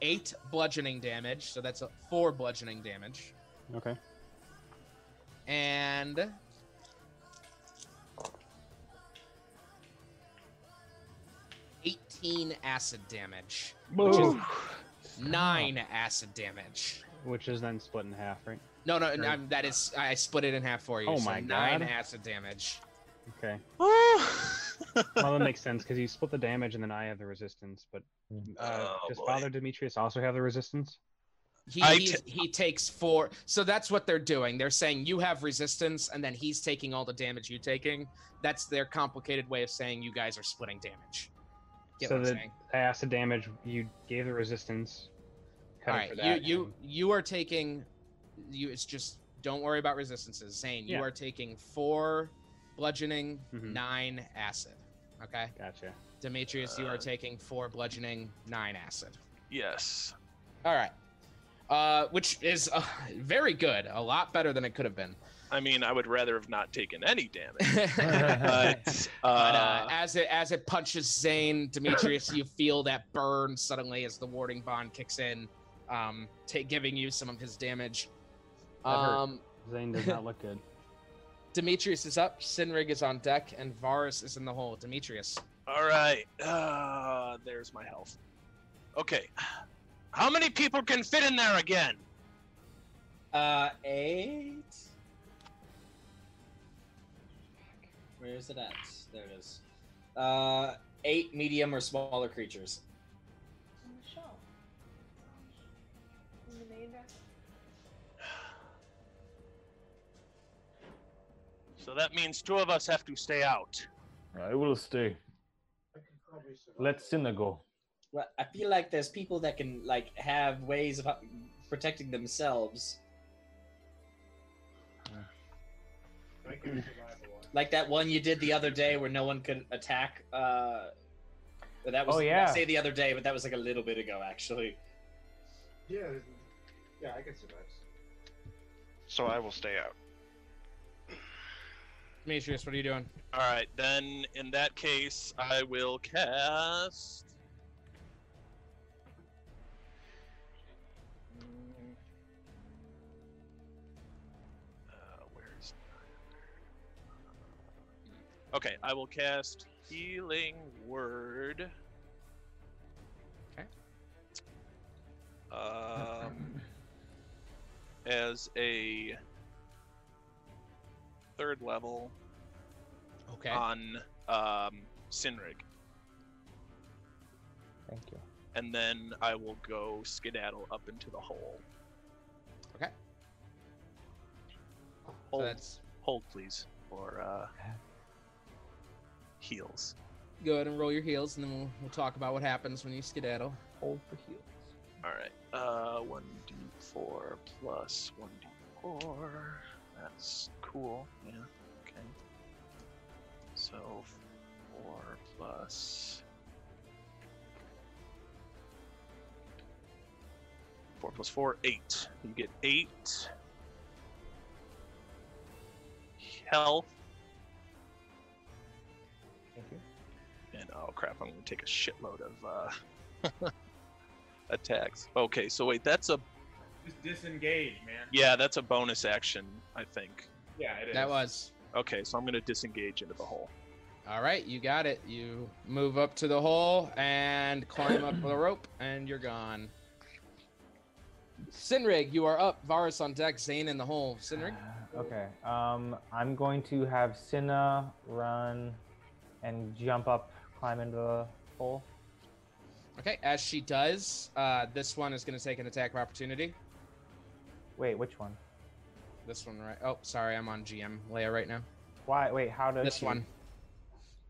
[SPEAKER 2] eight bludgeoning damage. So that's a four bludgeoning damage.
[SPEAKER 10] Okay.
[SPEAKER 2] And eighteen acid damage. Which is
[SPEAKER 10] Boo.
[SPEAKER 2] nine acid damage.
[SPEAKER 10] Which is then split in half, right?
[SPEAKER 2] No, no, no,
[SPEAKER 10] Right.
[SPEAKER 2] I'm- that is I split it in half for you.
[SPEAKER 10] Oh
[SPEAKER 2] so
[SPEAKER 10] my
[SPEAKER 2] Nine
[SPEAKER 10] God.
[SPEAKER 2] acid damage.
[SPEAKER 10] Okay. well, that makes sense because you split the damage and then I have the resistance. But uh,
[SPEAKER 6] Oh,
[SPEAKER 10] does
[SPEAKER 6] boy.
[SPEAKER 10] Father Demetrius also have the resistance?
[SPEAKER 2] He,
[SPEAKER 6] I
[SPEAKER 2] he's- he takes four. So that's what they're doing. They're saying you have resistance, and then he's taking all the damage you're taking. That's their complicated way of saying you guys are splitting damage. Get
[SPEAKER 9] so
[SPEAKER 2] what I'm
[SPEAKER 9] the
[SPEAKER 2] saying?
[SPEAKER 9] acid damage you gave the resistance. Cut
[SPEAKER 2] All
[SPEAKER 9] it
[SPEAKER 2] right,
[SPEAKER 9] for that.
[SPEAKER 2] you you you are taking. You it's just don't worry about resistances. Zane,
[SPEAKER 9] Yeah.
[SPEAKER 2] you are taking four bludgeoning,
[SPEAKER 9] Mhm.
[SPEAKER 2] nine acid. Okay.
[SPEAKER 9] Gotcha.
[SPEAKER 2] Demetrius,
[SPEAKER 6] Uh,
[SPEAKER 2] you are taking four bludgeoning, nine acid.
[SPEAKER 6] Yes.
[SPEAKER 2] All right. Uh, which is uh, very good. A lot better than it could have been.
[SPEAKER 6] I mean, I would rather have not taken any damage. but, uh,
[SPEAKER 2] But uh, as it as it punches Zane, Demetrius, you feel that burn suddenly as the warding bond kicks in, um, ta- giving you some of his damage.
[SPEAKER 9] That hurt.
[SPEAKER 2] Um,
[SPEAKER 9] Zane does not look good.
[SPEAKER 2] Demetrius is up, Sinrig is on deck, and Varus is in the hole. Demetrius,
[SPEAKER 6] all right. Uh, there's my health. Okay. How many people can fit in there again?
[SPEAKER 5] Uh, eight. Where is it at? There it is.
[SPEAKER 8] Uh, eight medium or smaller creatures.
[SPEAKER 1] On the show. In the main deck.
[SPEAKER 6] So that means two of us have to stay out.
[SPEAKER 20] I will stay. Let Cinna go.
[SPEAKER 5] Well, I feel like there's people that can like have ways of uh, protecting themselves. Like that one you did the other day where no one could attack. Uh, but that was
[SPEAKER 14] Oh, yeah.
[SPEAKER 5] I say the other day, but that was like a little bit ago actually.
[SPEAKER 7] Yeah, yeah, I can survive.
[SPEAKER 4] So I will stay out.
[SPEAKER 2] Demetrius, what are you doing?
[SPEAKER 6] All right, then in that case, I will cast. Uh, where is? Okay, I will cast Healing Word.
[SPEAKER 2] Okay.
[SPEAKER 6] Um, as a third level
[SPEAKER 2] okay.
[SPEAKER 6] on um, Sinrig,
[SPEAKER 14] Thank you.
[SPEAKER 6] and then I will go skedaddle up into the hole.
[SPEAKER 2] Okay.
[SPEAKER 6] Hold,
[SPEAKER 2] that's-
[SPEAKER 6] hold please, for uh, heals.
[SPEAKER 2] go ahead and roll your heels, and then we'll, we'll talk about what happens when you skedaddle.
[SPEAKER 5] Hold for heal.
[SPEAKER 6] All right. Uh, one d four plus one d four. That's cool. Yeah. Okay. So four plus four plus four eight. You get eight health.
[SPEAKER 14] Thank you.
[SPEAKER 6] And oh crap, I'm gonna take a shitload of uh, attacks. Okay, so wait, that's a
[SPEAKER 7] Just disengage, man.
[SPEAKER 6] yeah, that's a bonus action, I think.
[SPEAKER 7] Yeah, it is.
[SPEAKER 2] That was
[SPEAKER 6] Okay, so I'm gonna disengage into the hole.
[SPEAKER 2] all right. You got it. You move up to the hole and climb up the rope, and you're gone. Sinrig, you are up. Varus on deck. Zane in the hole. Sinrig.
[SPEAKER 14] Okay. Um, I'm going to have Cinna run and jump up, climb into the hole.
[SPEAKER 2] Okay. As she does, uh, this one is going to take an attack of opportunity.
[SPEAKER 14] Wait, which one?
[SPEAKER 2] This one, right? Oh, sorry, I'm on GM Leia right now.
[SPEAKER 14] Why? Wait, how does
[SPEAKER 2] This
[SPEAKER 14] she-
[SPEAKER 2] one,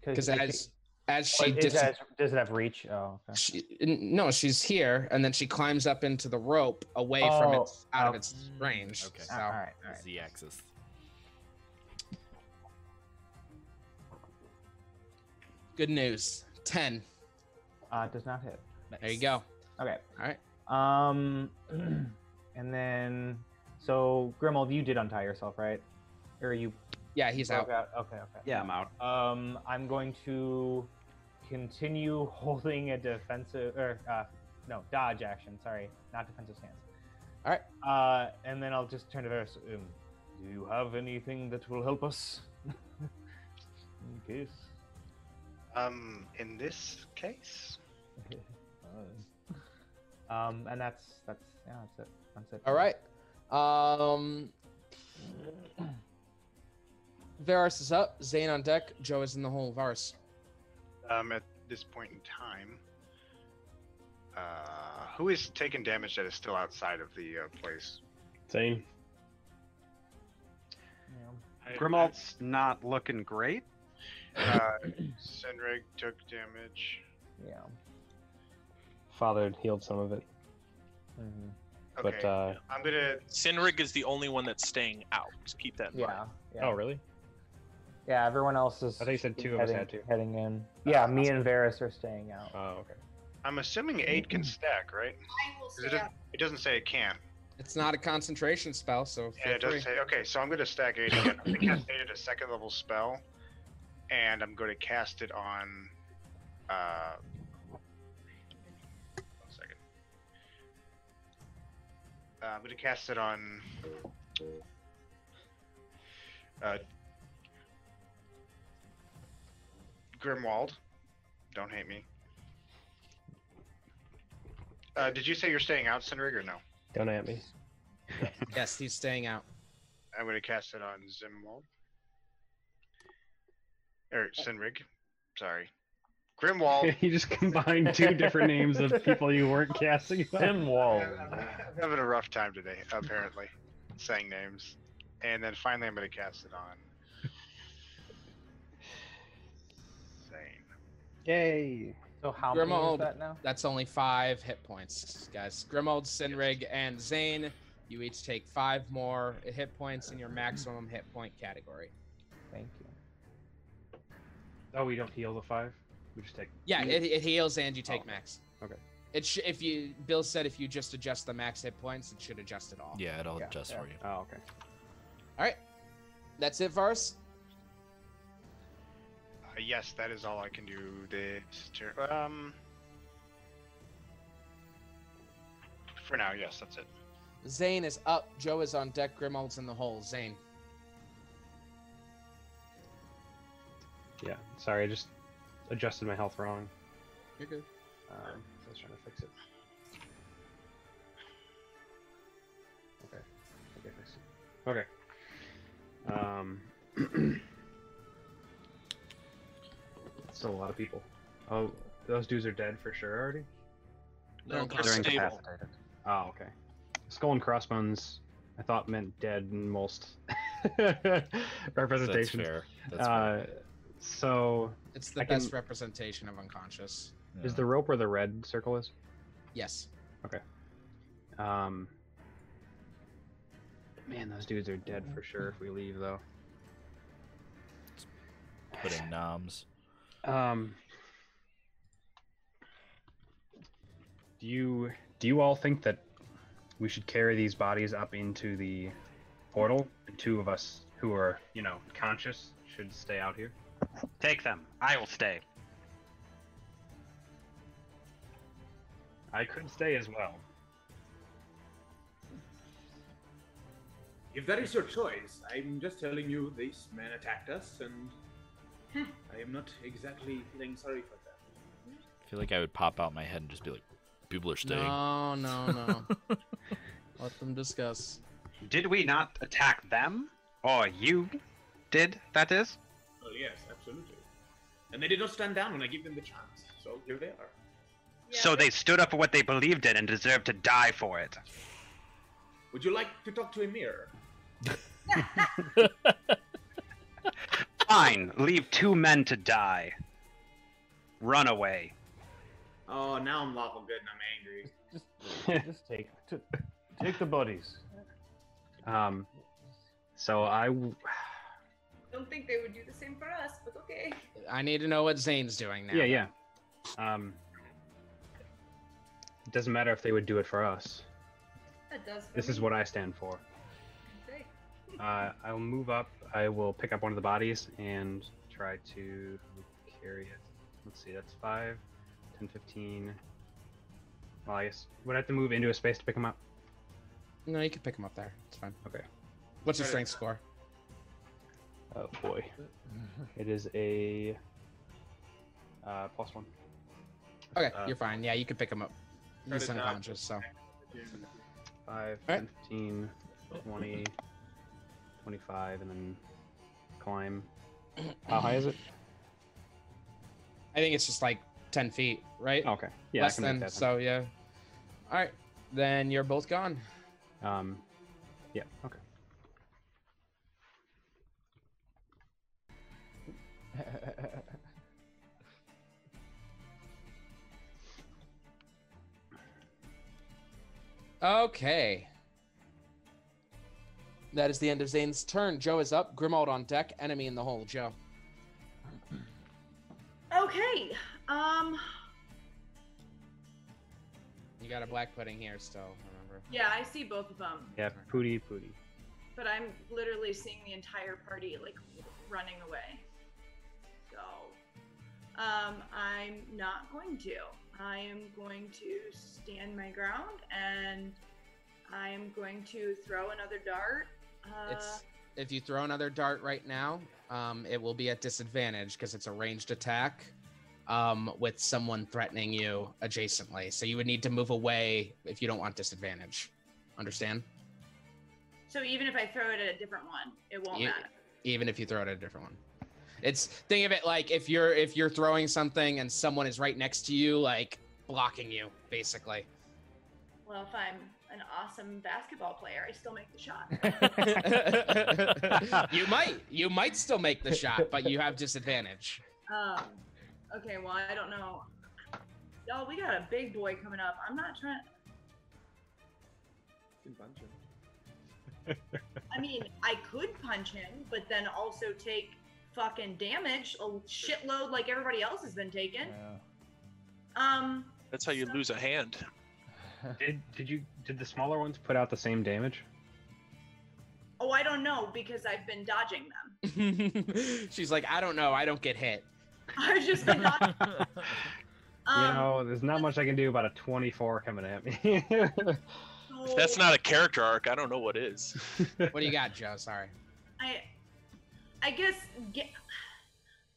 [SPEAKER 14] 'cause
[SPEAKER 2] because
[SPEAKER 14] I
[SPEAKER 2] as
[SPEAKER 14] think-
[SPEAKER 2] as she
[SPEAKER 14] Oh, is
[SPEAKER 2] dis-
[SPEAKER 14] that- does it have reach? Oh, okay.
[SPEAKER 2] she- n- no, she's here, and then she climbs up into the rope away from
[SPEAKER 14] Oh,
[SPEAKER 2] it, out of
[SPEAKER 14] oh.
[SPEAKER 2] its range.
[SPEAKER 3] Okay.
[SPEAKER 2] So.
[SPEAKER 14] Alright, alright.
[SPEAKER 3] Z axis.
[SPEAKER 2] Good news. Ten.
[SPEAKER 14] Uh, it does not hit.
[SPEAKER 2] There you go.
[SPEAKER 14] Okay.
[SPEAKER 2] All right.
[SPEAKER 14] Um, and then so Grimald, you did untie yourself, right? Or you?
[SPEAKER 2] Yeah, he's
[SPEAKER 14] broke
[SPEAKER 2] out.
[SPEAKER 14] Okay, okay.
[SPEAKER 11] Yeah, I'm out.
[SPEAKER 14] Um, I'm going to continue holding a defensive or uh, no dodge action. Sorry, not defensive stance.
[SPEAKER 2] All right.
[SPEAKER 14] Uh, and then I'll just turn to Varus. Um, do you have anything that will help us? In case.
[SPEAKER 4] Um, in this case,
[SPEAKER 14] um, and that's that's yeah, that's it. That's it.
[SPEAKER 2] All right. Um. Varus is up. Zane on deck. Joe is in the hole. Varus.
[SPEAKER 4] um, at this point in time, uh, Who is taking damage that is still outside of the uh, place?
[SPEAKER 10] Zane.
[SPEAKER 26] Grimald's not looking great.
[SPEAKER 4] Uh, Senreg took damage.
[SPEAKER 14] Yeah.
[SPEAKER 10] Father had healed some of it. Mm-hmm.
[SPEAKER 4] Okay.
[SPEAKER 10] But uh,
[SPEAKER 4] I'm gonna.
[SPEAKER 6] Sinrig is the only one that's staying out. Keep that in
[SPEAKER 14] Yeah.
[SPEAKER 6] mind.
[SPEAKER 14] yeah.
[SPEAKER 10] Oh, really?
[SPEAKER 14] Yeah, everyone else is.
[SPEAKER 10] I thought you said two of us
[SPEAKER 14] heading,
[SPEAKER 10] had to.
[SPEAKER 14] Heading in. Yeah, me and Varus are staying out.
[SPEAKER 10] Oh, okay.
[SPEAKER 4] I'm assuming aid can stack, right? Is It, it doesn't say it can.
[SPEAKER 2] It's not a concentration spell, so
[SPEAKER 4] Yeah,
[SPEAKER 2] feel
[SPEAKER 4] it doesn't
[SPEAKER 2] free.
[SPEAKER 4] say. Okay, so I'm going to stack eight again. I'm going to cast eight at a second level spell, and I'm going to cast it on. Uh, one second. Uh, I'm going to cast it on. Uh, Grimwald. Don't hate me. Uh, did you say you're staying out, Cindrig, or no?
[SPEAKER 10] Don't at me.
[SPEAKER 2] Yes, he's staying out.
[SPEAKER 4] I'm gonna cast it on Zimwald. Or Sinrig. Sorry. Grimwald.
[SPEAKER 10] you just combined two different names of people you weren't casting.
[SPEAKER 4] I'm having a rough time today, apparently. saying names. And then finally I'm gonna cast it on Zane.
[SPEAKER 10] Yay.
[SPEAKER 14] So how many is
[SPEAKER 2] Grimald,
[SPEAKER 14] that now?
[SPEAKER 2] that's only five hit points, guys. Grimold, Sinrig, and Zane, you each take five more hit points in your maximum hit point category.
[SPEAKER 14] Thank you.
[SPEAKER 10] Oh, we don't heal the five. We just take.
[SPEAKER 2] Yeah, it, it heals and you take
[SPEAKER 10] Oh.
[SPEAKER 2] max.
[SPEAKER 10] Okay.
[SPEAKER 2] It sh- if you Bill said if you just adjust the max hit points, it should adjust it all.
[SPEAKER 3] Yeah, it'll
[SPEAKER 2] Yeah,
[SPEAKER 3] adjust
[SPEAKER 2] yeah.
[SPEAKER 3] for you.
[SPEAKER 10] Oh, okay.
[SPEAKER 2] All right, that's it for us.
[SPEAKER 4] Uh, yes, that is all I can do this turn. Um For now, yes, that's it.
[SPEAKER 2] Zane is up. Joe is on deck. Grimold's in the hole. Zane.
[SPEAKER 10] Yeah. Sorry, I just adjusted my health wrong.
[SPEAKER 2] You're good.
[SPEAKER 10] Um, so I was trying to fix it. Okay. Okay, fixed it. Okay. Um. still a lot of people. Oh, those dudes are dead for sure already.
[SPEAKER 6] No, they're stable.
[SPEAKER 10] Oh, okay. Skull and crossbones, I thought meant dead in most representations.
[SPEAKER 3] fair. That's
[SPEAKER 10] uh, So,
[SPEAKER 2] It's the
[SPEAKER 10] I can-
[SPEAKER 2] best representation of unconscious.
[SPEAKER 10] is the rope where the red circle is?
[SPEAKER 2] Yes.
[SPEAKER 10] Okay. Um. Man, those dudes are dead for sure if we leave, though.
[SPEAKER 3] Put in noms.
[SPEAKER 10] Um. Do you do you all think that we should carry these bodies up into the portal? The two of us who are, you know, conscious should stay out here.
[SPEAKER 17] Take them. I will stay.
[SPEAKER 10] I could stay as well.
[SPEAKER 8] If that is your choice, I'm just telling you these men attacked us, and hmm, I am not exactly feeling sorry for them.
[SPEAKER 3] I feel like I would pop out my head and just be like, people are staying.
[SPEAKER 2] No, no, no. Let them discuss.
[SPEAKER 17] Did we not attack them?
[SPEAKER 20] Oh,
[SPEAKER 17] Or you did, that is?
[SPEAKER 8] Well, yes, absolutely. And they did not stand down when I gave them the chance, so here they are.
[SPEAKER 17] so they stood up for what they believed in and deserved to die for it.
[SPEAKER 8] Would you like to talk to Emir?
[SPEAKER 17] Fine, leave two men to die. Run away.
[SPEAKER 8] Oh, now I'm lawful good and I'm angry.
[SPEAKER 7] Just take, t- take the bodies.
[SPEAKER 10] Um. So I. w-
[SPEAKER 1] Don't think they would do the same for us, but okay.
[SPEAKER 2] I need to know what Zane's doing now.
[SPEAKER 10] Yeah, yeah. Um. It doesn't matter if they would do it for us.
[SPEAKER 1] That does.
[SPEAKER 10] This is what I stand for. Uh, I will move up. I will pick up one of the bodies and try to carry it. Let's see, that's 5, 10, 15. Well, I guess would I have to move into a space to pick him up?
[SPEAKER 2] No, you can pick him up there. It's fine.
[SPEAKER 10] Okay.
[SPEAKER 2] What's your
[SPEAKER 10] Right.
[SPEAKER 2] strength score?
[SPEAKER 10] Oh boy. It is a uh, plus one.
[SPEAKER 2] Okay,
[SPEAKER 10] Uh,
[SPEAKER 2] you're fine. Yeah, you can pick him up.
[SPEAKER 10] Try
[SPEAKER 2] He's
[SPEAKER 10] to dodge.
[SPEAKER 2] unconscious, so.
[SPEAKER 10] 5, 15, 20, 25, and then climb. How high is it?
[SPEAKER 2] I think it's just like 10 feet, right?
[SPEAKER 10] Okay. Yeah, I
[SPEAKER 2] Less
[SPEAKER 10] can make
[SPEAKER 2] than,
[SPEAKER 10] that then.
[SPEAKER 2] so yeah. All right, then you're both gone.
[SPEAKER 9] Um, yeah. Okay.
[SPEAKER 2] Okay. That is the end of Zane's turn. Joe is up. Grimald on deck. Enemy in the hole. Joe.
[SPEAKER 1] Okay. Um.
[SPEAKER 2] You got a black pudding here still, remember?
[SPEAKER 1] Yeah, I see both of them,
[SPEAKER 9] Yeah. Pooty pooty.
[SPEAKER 1] but I'm literally seeing the entire party like running away. So, um, I'm not going to. I am going to stand my ground, and I am going to throw another dart. Uh,
[SPEAKER 2] It's if you throw another dart right now, um, it will be at disadvantage because it's a ranged attack um, with someone threatening you adjacently. So you would need to move away if you don't want disadvantage. Understand?
[SPEAKER 1] so even if I throw it at a different one, it won't
[SPEAKER 2] E-
[SPEAKER 1] matter.
[SPEAKER 2] Even if you throw it at a different one. It's think of it like if you're if you're throwing something and someone is right next to you, like blocking you, basically.
[SPEAKER 1] Well, if I'm an awesome basketball player, I still make the shot.
[SPEAKER 2] you might you might still make the shot, but you have disadvantage.
[SPEAKER 1] Um, okay, well, I don't know. Y'all, we got a big boy coming up. I'm not trying. I mean, I could punch him, but then also take fucking damage, a shitload like everybody else has been taking. Um,
[SPEAKER 6] That's how you lose a hand.
[SPEAKER 9] did did you did the smaller ones put out the same damage?
[SPEAKER 1] oh, I don't know because I've been dodging them.
[SPEAKER 2] She's like, I don't know, I don't get hit.
[SPEAKER 1] I've just been dodging.
[SPEAKER 9] you know, there's not much I can do about a 24 coming at me.
[SPEAKER 6] If that's not a character arc, I don't know what is.
[SPEAKER 2] what do you got, Joe? Sorry.
[SPEAKER 1] I, I guess ge-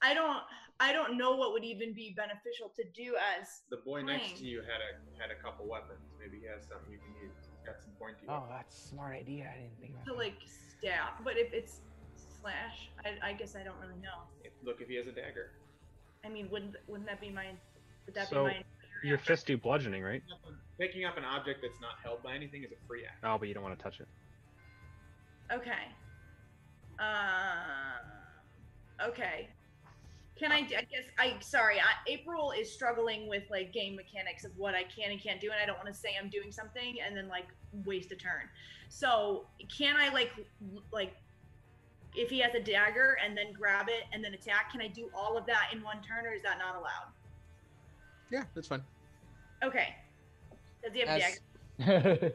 [SPEAKER 1] I don't. I don't know what would even be beneficial to do as
[SPEAKER 7] The boy
[SPEAKER 1] playing.
[SPEAKER 7] next to you had a had a couple weapons. Maybe he has something you can use. He's got some pointy.
[SPEAKER 20] Oh,
[SPEAKER 7] weapons.
[SPEAKER 20] that's a smart idea. I didn't think
[SPEAKER 1] to
[SPEAKER 20] about
[SPEAKER 1] like stab, but if it's slash, I, I guess I don't really know.
[SPEAKER 7] If- Look if he has a dagger.
[SPEAKER 1] I mean, wouldn't wouldn't that be my? Would that
[SPEAKER 9] so
[SPEAKER 1] be my?
[SPEAKER 9] your fists do bludgeoning, right?
[SPEAKER 7] Picking up an object that's not held by anything is a free action.
[SPEAKER 9] Oh, but you don't want to touch it.
[SPEAKER 1] Okay. Um. Okay. Can I? I guess I. Sorry, I, April is struggling with like game mechanics of what I can and can't do, and I don't want to say I'm doing something and then like waste a turn. So can I like l- like if he has a dagger and then grab it and then attack? Can I do all of that in one turn, or is that not allowed?
[SPEAKER 2] Yeah, that's fine.
[SPEAKER 1] Okay. Does he have a
[SPEAKER 2] As-
[SPEAKER 1] dagger?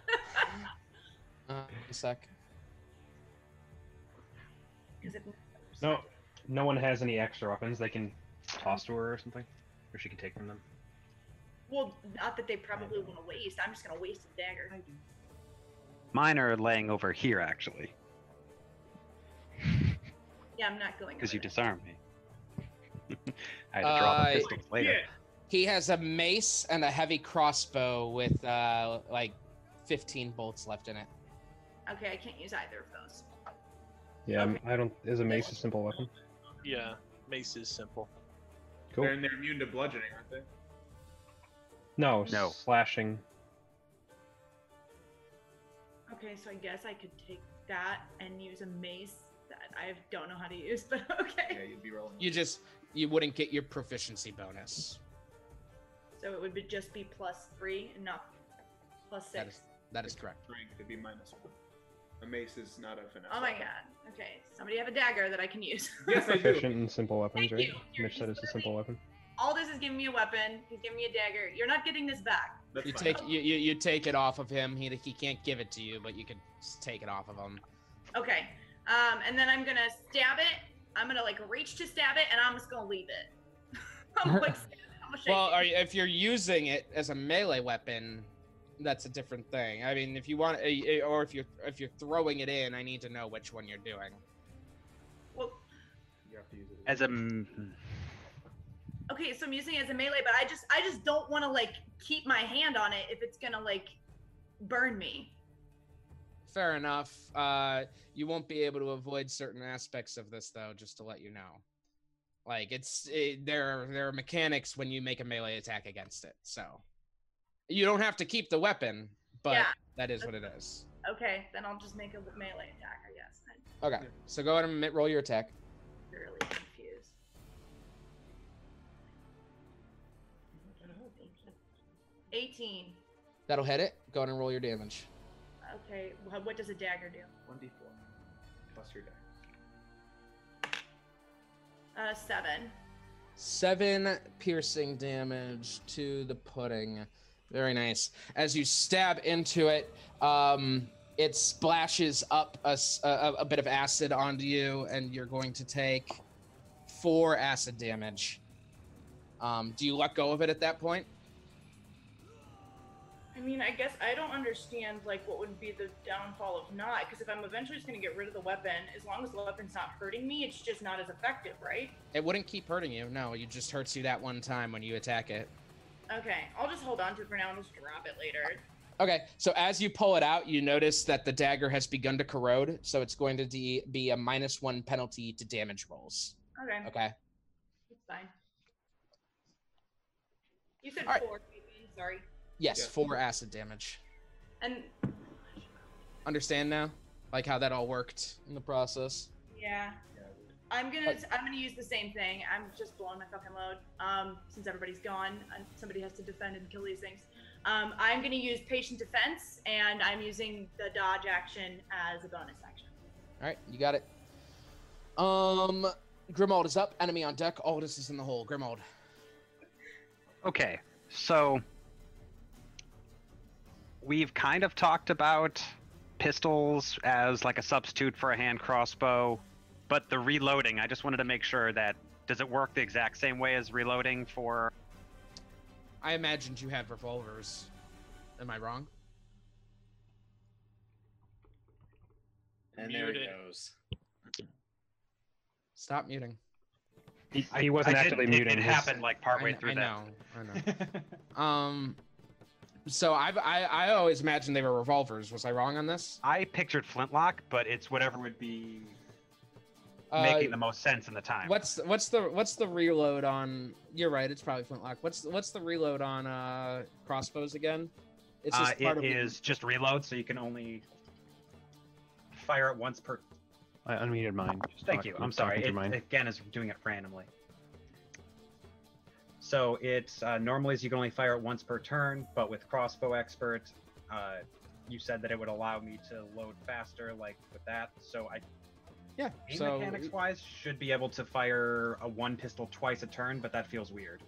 [SPEAKER 2] Uh, a sec.
[SPEAKER 1] 'Cause if-
[SPEAKER 9] No, no one has any extra weapons they can toss to her or something, or she can take from them.
[SPEAKER 1] Well, not that they probably want to waste. I'm just gonna waste a dagger.
[SPEAKER 11] Mine are laying over here, actually,
[SPEAKER 1] Yeah, I'm not going.
[SPEAKER 11] because you disarmed me. I had to draw the
[SPEAKER 2] Uh,
[SPEAKER 11] pistols later.
[SPEAKER 2] He has a mace and a heavy crossbow with uh, like 15 bolts left in it.
[SPEAKER 1] Okay, I can't use either of those.
[SPEAKER 9] Yeah, I'm- I don't. Is a mace a simple weapon?
[SPEAKER 6] Yeah, mace is simple.
[SPEAKER 9] Cool.
[SPEAKER 7] And they're immune to bludgeoning, aren't they?
[SPEAKER 9] No,
[SPEAKER 6] No.
[SPEAKER 9] slashing.
[SPEAKER 1] Okay, so I guess I could take that and use a mace that I don't know how to use, but okay.
[SPEAKER 7] Yeah, you'd be rolling.
[SPEAKER 2] You just you wouldn't get your proficiency bonus.
[SPEAKER 1] So it would be, just be plus three, and not plus six.
[SPEAKER 2] That is that is correct.
[SPEAKER 7] Strength would be minus one. A mace is not a finesse.
[SPEAKER 1] oh my
[SPEAKER 7] weapon.
[SPEAKER 1] god. Okay, somebody have a dagger that I can use.
[SPEAKER 7] Yes, I do.
[SPEAKER 9] Proficient in simple weapons,
[SPEAKER 1] Thank
[SPEAKER 9] right?
[SPEAKER 1] you.
[SPEAKER 9] Mitch said it's a simple weapon.
[SPEAKER 1] All this is giving me a weapon. He's giving me a dagger. You're not getting this back.
[SPEAKER 2] you take you, you you take it off of him. He he can't give it to you, but you could just take it off of him.
[SPEAKER 1] Okay. Um, and then I'm gonna stab it. I'm gonna like reach to stab it, and I'm just gonna leave it. I'm like, stab it. I'm gonna shake
[SPEAKER 2] Well,
[SPEAKER 1] it.
[SPEAKER 2] are you, if you're using it as a melee weapon, that's a different thing. I mean, if you want, eh, eh, or if you're if you're throwing it in, I need to know which one you're doing.
[SPEAKER 1] Well,
[SPEAKER 7] You have to use it.
[SPEAKER 11] As a m-
[SPEAKER 1] okay, so I'm using it as a melee, but I just I just don't want to like keep my hand on it if it's gonna like burn me.
[SPEAKER 2] Fair enough. Uh, you won't be able to avoid certain aspects of this, though. Just to let you know, like it's eh, there are there are mechanics when you make a melee attack against it. So You don't have to keep the weapon, but
[SPEAKER 1] Yeah.
[SPEAKER 2] that is what it is.
[SPEAKER 1] Okay, then I'll just make a melee attack, I guess. I'm
[SPEAKER 2] Okay, so go ahead and mi- roll your attack.
[SPEAKER 1] really confused. Eighteen.
[SPEAKER 2] That'll hit it. Go ahead and roll your damage.
[SPEAKER 1] Okay, wh- what does a dagger do?
[SPEAKER 7] One d four plus your die.
[SPEAKER 1] Uh, seven.
[SPEAKER 2] Seven piercing damage to the pudding. Very nice. As you stab into it, um, it splashes up a, s- a- a bit of acid onto you, and you're going to take four acid damage. Um, do you let go of it at that point?
[SPEAKER 1] I mean, I guess I don't understand like what would be the downfall of not because if I'm eventually just gonna get rid of the weapon, as long as the weapon's not hurting me, it's just not as effective, right?
[SPEAKER 2] It wouldn't keep hurting you. No, it just hurts you that one time when you attack it.
[SPEAKER 1] Okay, I'll just hold on to it for now and just drop it later.
[SPEAKER 2] Okay, so as you pull it out, you notice that the dagger has begun to corrode, so it's going to de- be a minus one penalty to damage rolls.
[SPEAKER 1] Okay.
[SPEAKER 2] Okay.
[SPEAKER 1] It's fine. You said
[SPEAKER 2] Alright.
[SPEAKER 1] four, maybe. Sorry.
[SPEAKER 2] Yes, four acid damage.
[SPEAKER 1] And
[SPEAKER 2] Understand now? Like how that all worked in the process?
[SPEAKER 1] yeah, I'm gonna
[SPEAKER 2] Oh.
[SPEAKER 1] I'm gonna use the same thing. I'm just blowing my fucking load. Um, since everybody's gone, and somebody has to defend and kill these things. Um, I'm gonna use patient defense, and I'm using the dodge action as a bonus action.
[SPEAKER 2] All right, you got it. Um, Grimald is up. Enemy on deck. Aldous is in the hole. Grimald.
[SPEAKER 27] Okay, so we've kind of talked about pistols as like a substitute for a hand crossbow, but the reloading, I just wanted to make sure that does it work the exact same way as reloading for
[SPEAKER 2] I imagined you had revolvers. Am I wrong?
[SPEAKER 12] And there he
[SPEAKER 2] Muted.
[SPEAKER 12] goes.
[SPEAKER 2] Stop muting.
[SPEAKER 10] He, he wasn't
[SPEAKER 27] I did-
[SPEAKER 10] actively
[SPEAKER 27] it-
[SPEAKER 10] muting.
[SPEAKER 27] it
[SPEAKER 10] he's-
[SPEAKER 27] happened, like, partway
[SPEAKER 2] I, kn-
[SPEAKER 27] through
[SPEAKER 2] I
[SPEAKER 27] that.
[SPEAKER 2] know. I know. um, so I've, I I always imagined they were revolvers. Was I wrong on this?
[SPEAKER 27] I pictured flintlock, but it's whatever would be
[SPEAKER 2] Uh,
[SPEAKER 27] making the most sense in the time.
[SPEAKER 2] What's what's the what's the reload on? You're right. It's probably flintlock. What's what's the reload on uh crossbows again? It's
[SPEAKER 17] Uh,
[SPEAKER 2] just part of
[SPEAKER 17] it
[SPEAKER 2] the-
[SPEAKER 17] is just reload, so you can only fire it once per.
[SPEAKER 10] I unmuted mine. Just
[SPEAKER 17] Thank
[SPEAKER 10] talk-
[SPEAKER 17] you. I'm
[SPEAKER 10] talking
[SPEAKER 17] sorry.
[SPEAKER 10] through
[SPEAKER 17] It,
[SPEAKER 10] mine.
[SPEAKER 17] again, is doing it randomly. So it's uh, normally is you can only fire it once per turn, but with crossbow expert, uh, you said that it would allow me to load faster, like with that. So I
[SPEAKER 2] yeah.
[SPEAKER 17] aim
[SPEAKER 2] So
[SPEAKER 17] mechanics wise should be able to fire a one pistol twice a turn, but that feels weird.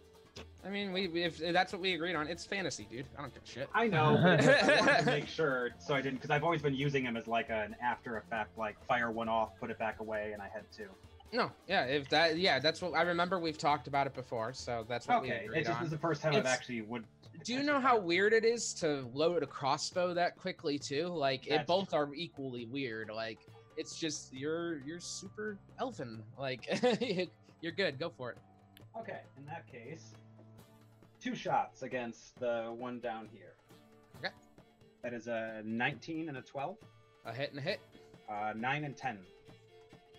[SPEAKER 2] I mean, we we- if that's what we agreed on, it's fantasy, dude. I don't give a shit.
[SPEAKER 17] I know. but I wanted to make sure, so I didn't, because I've always been using them as like an after effect, like fire one off, put it back away, and I had two.
[SPEAKER 2] no, yeah. If that, yeah, that's what I remember. We've talked about it before, so that's what we
[SPEAKER 17] Okay,
[SPEAKER 2] agreed
[SPEAKER 17] it just
[SPEAKER 2] on.
[SPEAKER 17] is the first time I've
[SPEAKER 2] It's-
[SPEAKER 17] actually would.
[SPEAKER 2] Do you know how weird it is to load a crossbow that quickly too? Like it
[SPEAKER 17] That's
[SPEAKER 2] both are equally weird. Like it's just you're you're super elfin. Like you're good. Go for it.
[SPEAKER 17] Okay, in that case, two shots against the one down here.
[SPEAKER 2] Okay.
[SPEAKER 17] That is a 19 and a 12.
[SPEAKER 2] A hit and a hit.
[SPEAKER 17] Uh, nine and ten.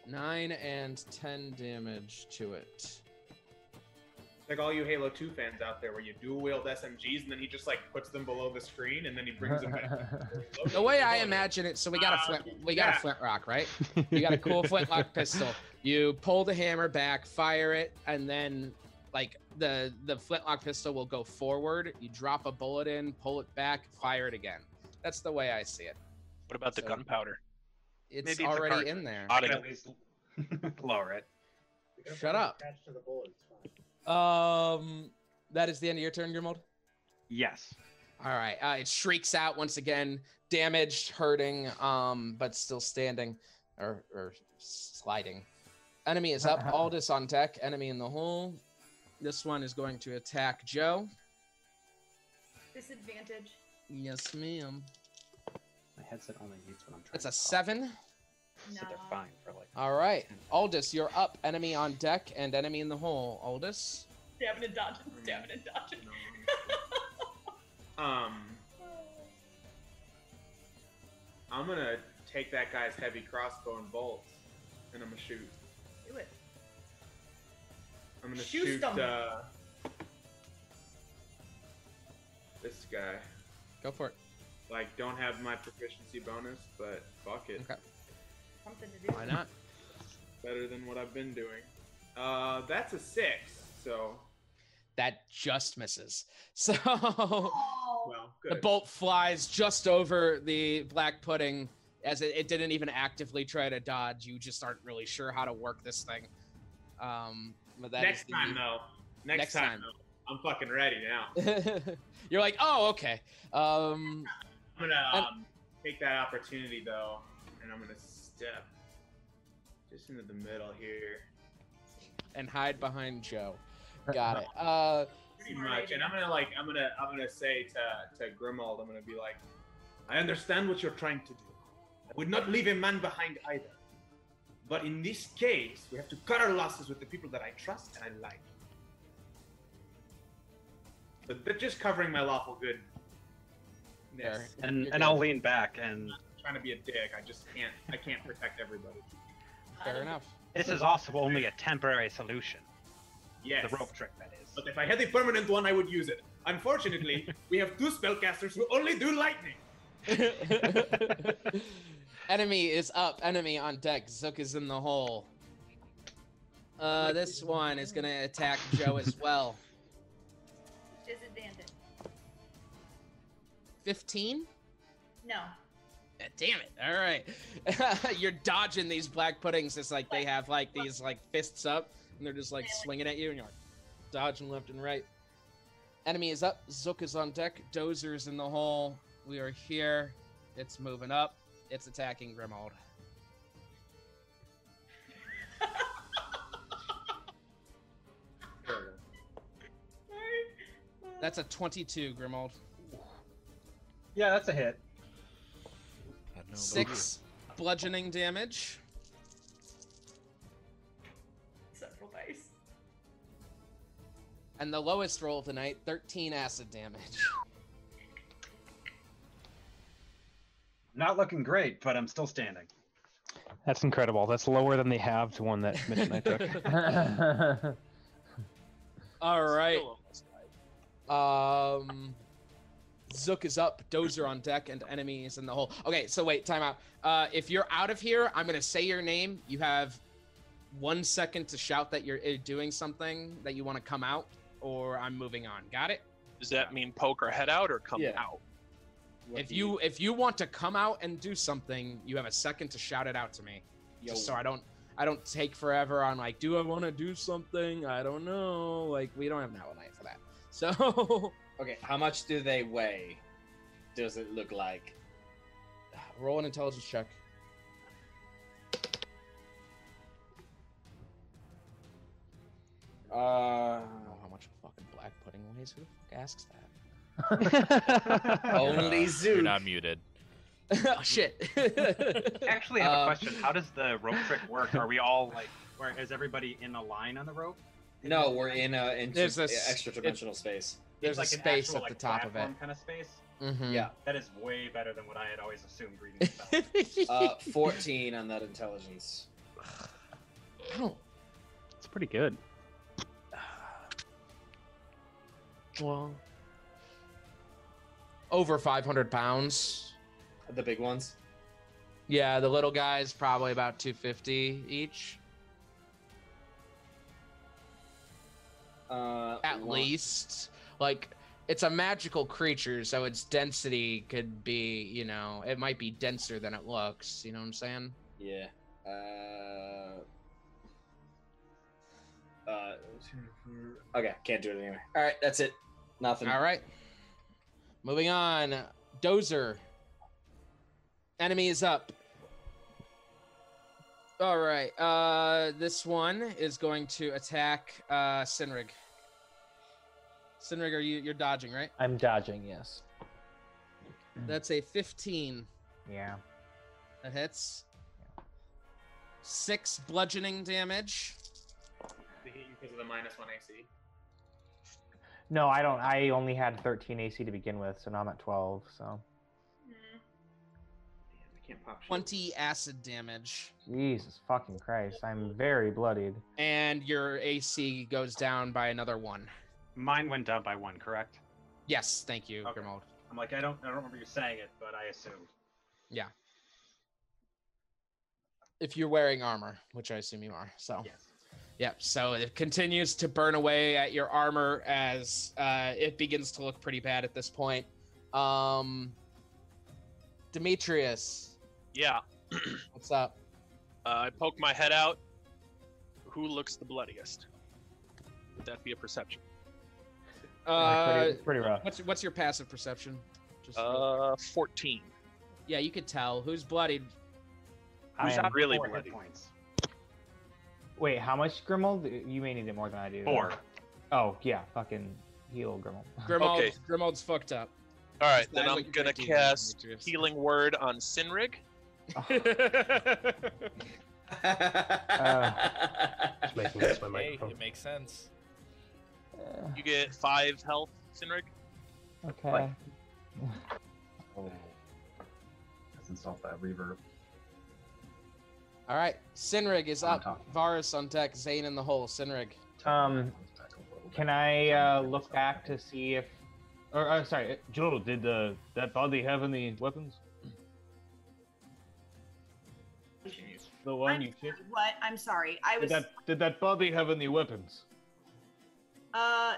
[SPEAKER 2] Nine and ten damage to it.
[SPEAKER 7] Like all you Halo 2 fans out there, where you dual wield SMGs and then he just like puts them below the screen and then he brings them back.
[SPEAKER 2] The way I imagine it, so we got a
[SPEAKER 7] Uh,
[SPEAKER 2] flint, we got
[SPEAKER 7] yeah.
[SPEAKER 2] a flint rock, right? You got a cool flintlock pistol. You pull the hammer back, fire it, and then like the the flintlock pistol will go forward. You drop a bullet in, pull it back, fire it again. That's the way I see it.
[SPEAKER 4] What about the
[SPEAKER 2] So-
[SPEAKER 4] gunpowder?
[SPEAKER 2] It's
[SPEAKER 4] Maybe it's a
[SPEAKER 2] already
[SPEAKER 4] cartridge.
[SPEAKER 2] in there.
[SPEAKER 4] Oughta go.
[SPEAKER 17] Lower it.
[SPEAKER 2] Shut up. Um, that is the end of your turn, Grimald.
[SPEAKER 17] Yes.
[SPEAKER 2] All right. Uh, it shrieks out once again, damaged, hurting, um, but still standing, or or sliding. Enemy is up. Aldous on deck. Enemy in the hole. This one is going to attack Joe.
[SPEAKER 1] Disadvantage.
[SPEAKER 2] Yes, ma'am.
[SPEAKER 17] My headset only mutes when I'm trying.
[SPEAKER 2] That's a seven.
[SPEAKER 17] So they're fine for like.
[SPEAKER 2] All right, Aldous, you're up. Enemy on deck and enemy in the hole. Aldous.
[SPEAKER 1] Stabbing and dodging. Stabbing and dodging.
[SPEAKER 7] Um, I'm gonna take that guy's heavy crossbow and bolts, and I'm gonna shoot.
[SPEAKER 1] Do it.
[SPEAKER 7] I'm gonna uh,
[SPEAKER 1] Shoot
[SPEAKER 7] shoot.
[SPEAKER 1] them.
[SPEAKER 7] Uh, this guy.
[SPEAKER 2] Go for it.
[SPEAKER 7] Like, don't have my proficiency bonus, but fuck it.
[SPEAKER 28] Something to do.
[SPEAKER 2] Why not?
[SPEAKER 7] Better than what I've been doing. Uh, that's a six. So
[SPEAKER 2] That just misses. So
[SPEAKER 1] Oh.
[SPEAKER 7] well,
[SPEAKER 2] the bolt flies just over the black pudding as it, it didn't even actively try to dodge. You just aren't really sure how to work this thing. Um, but that is
[SPEAKER 7] next
[SPEAKER 2] the-
[SPEAKER 7] time though. Next,
[SPEAKER 2] Next
[SPEAKER 7] time,
[SPEAKER 2] time.
[SPEAKER 7] though, I'm fucking ready now.
[SPEAKER 2] You're like, oh, okay. Um,
[SPEAKER 7] I'm gonna um, take that opportunity though, and I'm gonna step just into the middle here,
[SPEAKER 2] and hide behind Joe. Got it. Uh,
[SPEAKER 7] pretty much. And I'm gonna like, I'm gonna, I'm gonna say to to Grimald, I'm gonna be like, I understand what you're trying to do. I would not leave a man behind either. But in this case, we have to cut our losses with the people that I trust and I like. But they're just covering my lawful good.
[SPEAKER 10] And and I'll lean back and
[SPEAKER 7] trying to be a dick. I just can't. I can't protect everybody.
[SPEAKER 2] Fair enough.
[SPEAKER 10] this is also only a temporary solution.
[SPEAKER 7] Yes.
[SPEAKER 10] The rope trick that is.
[SPEAKER 7] But if I had a permanent one, I would use it. Unfortunately, we have two spellcasters who only do lightning.
[SPEAKER 2] enemy is up. Enemy on deck. Zook is in the hole. Uh, this one is gonna attack Joe as well.
[SPEAKER 28] Disadvantage.
[SPEAKER 2] Fifteen.
[SPEAKER 28] No.
[SPEAKER 2] Damn it! All right, you're dodging these black puddings. It's like they have like these like fists up, and they're just like swinging at you, and you're like dodging left and right. Enemy is up. Zook is on deck. Dozer is in the hole. We are here. It's moving up. It's attacking Grimald. That's a 22, Grimald.
[SPEAKER 10] Yeah, that's a hit.
[SPEAKER 2] Six bludgeoning damage.
[SPEAKER 28] Several dice.
[SPEAKER 2] And the lowest roll of the night, 13 acid damage.
[SPEAKER 10] Not looking great, but I'm still standing.
[SPEAKER 9] That's incredible. That's lower than the halved one that Mitch and I took.
[SPEAKER 2] All right. Um, Zook is up, Dozer on deck, and enemy is in the hole. Okay, so wait, time out. Uh, if you're out of here, I'm gonna say your name. You have one second to shout that you're uh, doing something that you want to come out, or I'm moving on. Got it?
[SPEAKER 6] Does that mean poke our head out or come
[SPEAKER 2] Yeah.
[SPEAKER 6] out?
[SPEAKER 2] if you if you want to come out and do something, you have a second to shout it out to me, just
[SPEAKER 6] Yo.
[SPEAKER 2] so I don't I don't take forever on like, do I want to do something? I don't know. Like we don't have an hour night for that. So
[SPEAKER 5] okay, how much do they weigh? Does it look like?
[SPEAKER 2] Roll an intelligence check.
[SPEAKER 5] Uh, I
[SPEAKER 2] don't know how much fucking black pudding weighs. Who the fuck asks
[SPEAKER 5] that? Only
[SPEAKER 29] Uh,
[SPEAKER 5] Zoo.
[SPEAKER 29] You're not muted.
[SPEAKER 2] oh shit.
[SPEAKER 10] Actually, I have
[SPEAKER 5] Um,
[SPEAKER 10] a question. How does the rope trick work? Are we all like, or is everybody in a line on the rope?
[SPEAKER 5] No, we're in a in
[SPEAKER 10] There's a s-
[SPEAKER 5] extra dimensional
[SPEAKER 10] it's-
[SPEAKER 5] space.
[SPEAKER 10] It's like an actual, like, platform Kind of space.
[SPEAKER 17] Mm-hmm.
[SPEAKER 2] Mhm.
[SPEAKER 5] Yeah.
[SPEAKER 10] That is way better than what I had always assumed reading the spell.
[SPEAKER 5] uh, fourteen on that intelligence. Oh.
[SPEAKER 9] it's pretty good.
[SPEAKER 2] Well, over 500 pounds.
[SPEAKER 5] The big ones.
[SPEAKER 2] Yeah, the little guys probably about 250 each,
[SPEAKER 5] Uh,
[SPEAKER 2] at
[SPEAKER 5] one-
[SPEAKER 2] least. Like, it's a magical creature, so its density could be, you know, it might be denser than it looks. You know what I'm saying?
[SPEAKER 5] Yeah. Uh, uh, okay, can't do it anyway. All right, that's it. Nothing.
[SPEAKER 2] All right. Moving on. Dozer. Enemy is up. All right. Uh, this one is going to attack uh, Sinrig. Sinrig, are you you're dodging, right?
[SPEAKER 30] I'm dodging, yes.
[SPEAKER 2] That's a 15.
[SPEAKER 30] Yeah.
[SPEAKER 2] That hits. Six bludgeoning damage.
[SPEAKER 7] They hit you because of the minus one AC.
[SPEAKER 30] No, I don't. I only had 13 AC to begin with, so now I'm at 12. So,
[SPEAKER 7] I can't pop.
[SPEAKER 2] 20 acid damage.
[SPEAKER 30] Jesus fucking Christ, I'm very bloodied.
[SPEAKER 2] And your AC goes down by another one.
[SPEAKER 10] Mine went down by one, correct?
[SPEAKER 2] Yes, thank you, Grimald.
[SPEAKER 10] I'm like, I don't, I don't remember you saying it, but I assumed.
[SPEAKER 2] Yeah. If you're wearing armor, which I assume you are, so. Yep. So it continues to burn away at your armor as uh, it begins to look pretty bad at this point. Um, Demetrius,
[SPEAKER 6] Yeah.
[SPEAKER 2] what's up?
[SPEAKER 6] Uh, I poke my head out. Who looks the bloodiest? Would that be a perception?
[SPEAKER 2] Uh,
[SPEAKER 6] pretty- pretty rough.
[SPEAKER 2] What's what's your passive perception? Just
[SPEAKER 6] Uh, 14.
[SPEAKER 2] yeah, you could tell who's bloodied.
[SPEAKER 14] I
[SPEAKER 6] Who's
[SPEAKER 14] am
[SPEAKER 6] not really
[SPEAKER 14] four hit
[SPEAKER 6] bloody?
[SPEAKER 14] points. Wait, how much Grimmel? You may need it more than I do.
[SPEAKER 6] Four.
[SPEAKER 14] Oh yeah, fucking heal Grimmel.
[SPEAKER 2] Grimald's, Grimald's fucked up.
[SPEAKER 6] All right, then
[SPEAKER 2] Decide
[SPEAKER 6] I'm
[SPEAKER 2] what you're
[SPEAKER 6] gonna
[SPEAKER 2] gonna do when you
[SPEAKER 6] cast Healing Word on Sinrig.
[SPEAKER 31] Ah. Just making this my
[SPEAKER 3] Hey,
[SPEAKER 31] microphone.
[SPEAKER 3] it makes sense.
[SPEAKER 6] You get five health, Sinrig.
[SPEAKER 14] Okay.
[SPEAKER 10] Oh. Doesn't
[SPEAKER 3] Uh,
[SPEAKER 10] solve that reverb.
[SPEAKER 2] All right, Sinrig is up. Varus on deck. Zane in the hole. Sinrig.
[SPEAKER 14] Um, can I uh, look back to see if, or uh, sorry,
[SPEAKER 20] Joe, did uh, that body have any weapons? The one you kicked.
[SPEAKER 1] What? I'm sorry. I
[SPEAKER 20] Did
[SPEAKER 1] was.
[SPEAKER 20] that did that body have any weapons?
[SPEAKER 1] Uh,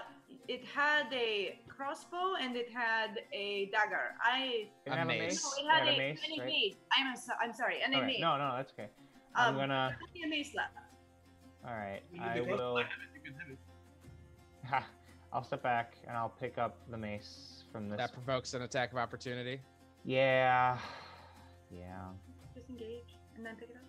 [SPEAKER 1] it had a crossbow and it had a dagger. I.
[SPEAKER 14] Didn't it have a
[SPEAKER 1] No,
[SPEAKER 14] mace?
[SPEAKER 1] it had
[SPEAKER 14] It had
[SPEAKER 1] a,
[SPEAKER 14] a mace,
[SPEAKER 1] and a
[SPEAKER 14] right?
[SPEAKER 1] mace. I'm, so, I'm sorry. And a
[SPEAKER 14] Okay,
[SPEAKER 1] mace.
[SPEAKER 14] no, no, that's okay. I'm
[SPEAKER 1] Um,
[SPEAKER 14] gonna.
[SPEAKER 1] Only a mace left.
[SPEAKER 14] All right,
[SPEAKER 1] You
[SPEAKER 14] I
[SPEAKER 1] can take-
[SPEAKER 14] will. Ha, I'll step back and I'll pick up the mace from this.
[SPEAKER 2] That provokes an attack of opportunity.
[SPEAKER 14] Yeah, yeah.
[SPEAKER 1] Disengage and then pick it up.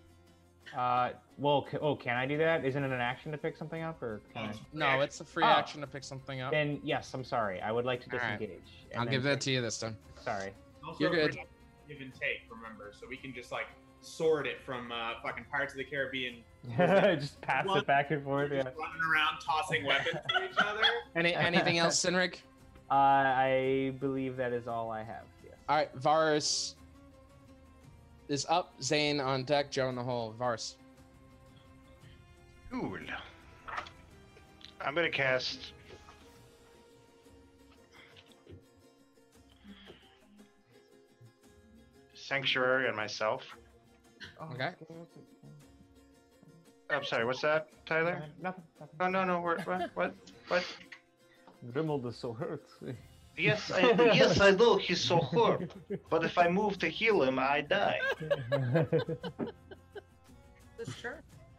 [SPEAKER 14] Uh, well, c- oh, can I do that? Isn't it an action to pick something up, or can I?
[SPEAKER 2] Um, No, it's a free
[SPEAKER 14] Oh,
[SPEAKER 2] action to pick something up.
[SPEAKER 14] Then yes, I'm sorry. I would like to
[SPEAKER 2] All right.
[SPEAKER 14] disengage. and
[SPEAKER 2] I'll
[SPEAKER 14] then
[SPEAKER 2] give that
[SPEAKER 14] pick-
[SPEAKER 2] to you this time.
[SPEAKER 14] Sorry.
[SPEAKER 7] Also,
[SPEAKER 2] You're good.
[SPEAKER 7] pretty Give and take, remember, so we can just like sort it from uh, fucking Pirates of the Caribbean.
[SPEAKER 14] Just pass
[SPEAKER 7] One-
[SPEAKER 14] it back and forth. Yeah.
[SPEAKER 7] running around tossing weapons to each other.
[SPEAKER 2] Any, anything else, Sinrig?
[SPEAKER 14] Uh, I believe that is all I have. Yes.
[SPEAKER 2] All right, Varus is up. Zane on deck. Joe in the hole. Varus.
[SPEAKER 4] Cool. I'm gonna cast. Sanctuary on myself. Oh,
[SPEAKER 2] Okay.
[SPEAKER 4] I'm sorry. What's that, Tyler? Oh,
[SPEAKER 14] Nothing.
[SPEAKER 4] No, no, no. What? What? What? what?
[SPEAKER 20] Grimmel is so hurt.
[SPEAKER 4] Yes, I, yes, I know he's so hurt. But if I move to heal him, I die.
[SPEAKER 1] That's true.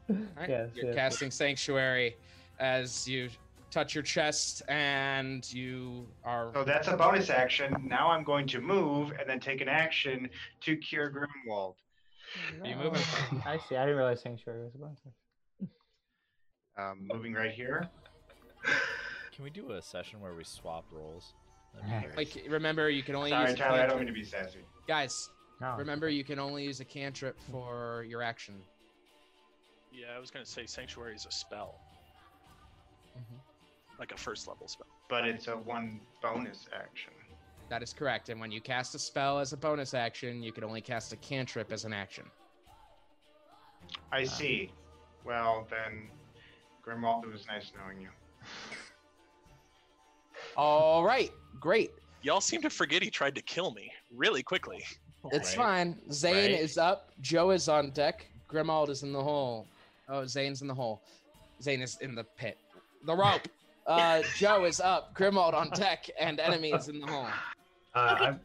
[SPEAKER 2] All right.
[SPEAKER 14] Yes,
[SPEAKER 2] You're
[SPEAKER 14] yes.
[SPEAKER 2] casting Sanctuary as you touch your chest and you are.
[SPEAKER 4] So that's a bonus action. Now I'm going to move and then take an action to cure Grimwald.
[SPEAKER 2] Are you moving?
[SPEAKER 14] I see. I didn't realize sanctuary was a bonus.
[SPEAKER 4] Um, moving right here.
[SPEAKER 3] Can we do a session where we swap roles?
[SPEAKER 2] Like, remember, you can only
[SPEAKER 4] Sorry,
[SPEAKER 2] use. a
[SPEAKER 4] Tyler. I don't mean
[SPEAKER 2] cantrip-
[SPEAKER 4] to be sassy.
[SPEAKER 2] Guys,
[SPEAKER 14] No.
[SPEAKER 2] remember, you can only use a cantrip for your action.
[SPEAKER 6] Yeah, I was gonna say Sanctuary is a spell, Mm-hmm. like a first level spell.
[SPEAKER 4] But it's a one bonus action.
[SPEAKER 2] That is correct. And when you cast a spell as a bonus action, you can only cast a cantrip as an action.
[SPEAKER 4] I see. Well, then, Grimwald, it was nice knowing you.
[SPEAKER 2] All right, great.
[SPEAKER 6] Y'all seem to forget he tried to kill me really quickly.
[SPEAKER 2] It's fine. Zane
[SPEAKER 6] Right.
[SPEAKER 2] is up. Joe is on deck. Grimald is in the hole. Oh, Zane's in the hole. Zane is in the pit. The rope. Uh, Joe is up. Grimald on deck, and enemy is in the hole.
[SPEAKER 10] Uh, I've-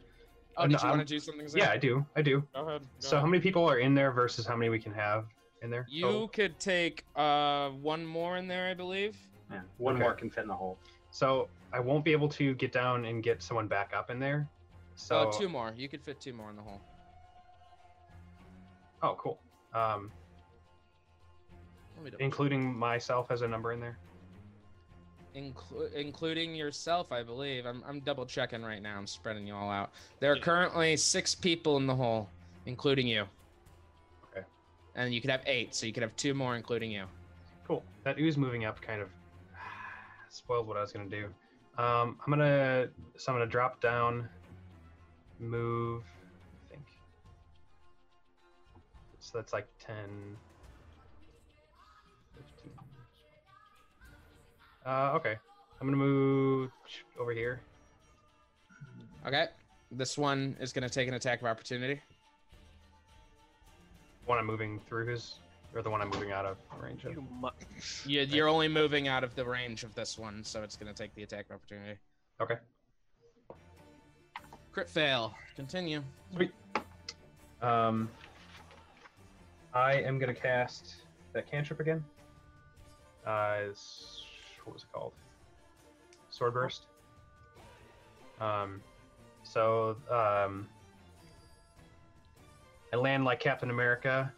[SPEAKER 2] Oh,
[SPEAKER 10] I'm-
[SPEAKER 2] did you
[SPEAKER 10] I'm-
[SPEAKER 2] want to do something? Zane?
[SPEAKER 10] Yeah, I do. I do.
[SPEAKER 2] Go ahead.
[SPEAKER 10] So how many people are in there versus how many we can have in there?
[SPEAKER 2] You
[SPEAKER 10] Oh,
[SPEAKER 2] could take uh, one more in there, I believe. Oh,
[SPEAKER 10] yeah.
[SPEAKER 2] one more
[SPEAKER 10] can fit in the hole. So I won't be able to get down and get someone back up in there.
[SPEAKER 2] So
[SPEAKER 10] So
[SPEAKER 2] Uh, two more. You could fit two more in the hole.
[SPEAKER 10] Oh, cool. Um,
[SPEAKER 2] Let me double-
[SPEAKER 10] including myself as a number in there.
[SPEAKER 2] Inclu- including yourself, I believe. I'm, I'm double checking right now. I'm spreading you all out. There are currently six people in the hole, including you.
[SPEAKER 10] Okay.
[SPEAKER 2] And you could have eight, so you could have two more, including you.
[SPEAKER 10] Cool. That ooze moving up kind of spoiled what I was gonna do. Um, I'm gonna so I'm gonna drop down, move. I think. So that's like 10, 15. Uh, okay. I'm gonna move over here.
[SPEAKER 2] Okay. This one is going to take an attack of opportunity.
[SPEAKER 10] One I'm moving through his, or the one I'm moving out of range of.
[SPEAKER 2] You, you're only moving out of the range of this one, so it's going to take the attack of opportunity.
[SPEAKER 10] Okay.
[SPEAKER 2] Crit fail. Continue.
[SPEAKER 10] Sweet. Um, I am gonna cast that cantrip again. Uh, it's, what was it called? Sword burst. Um, so um, I land like Captain America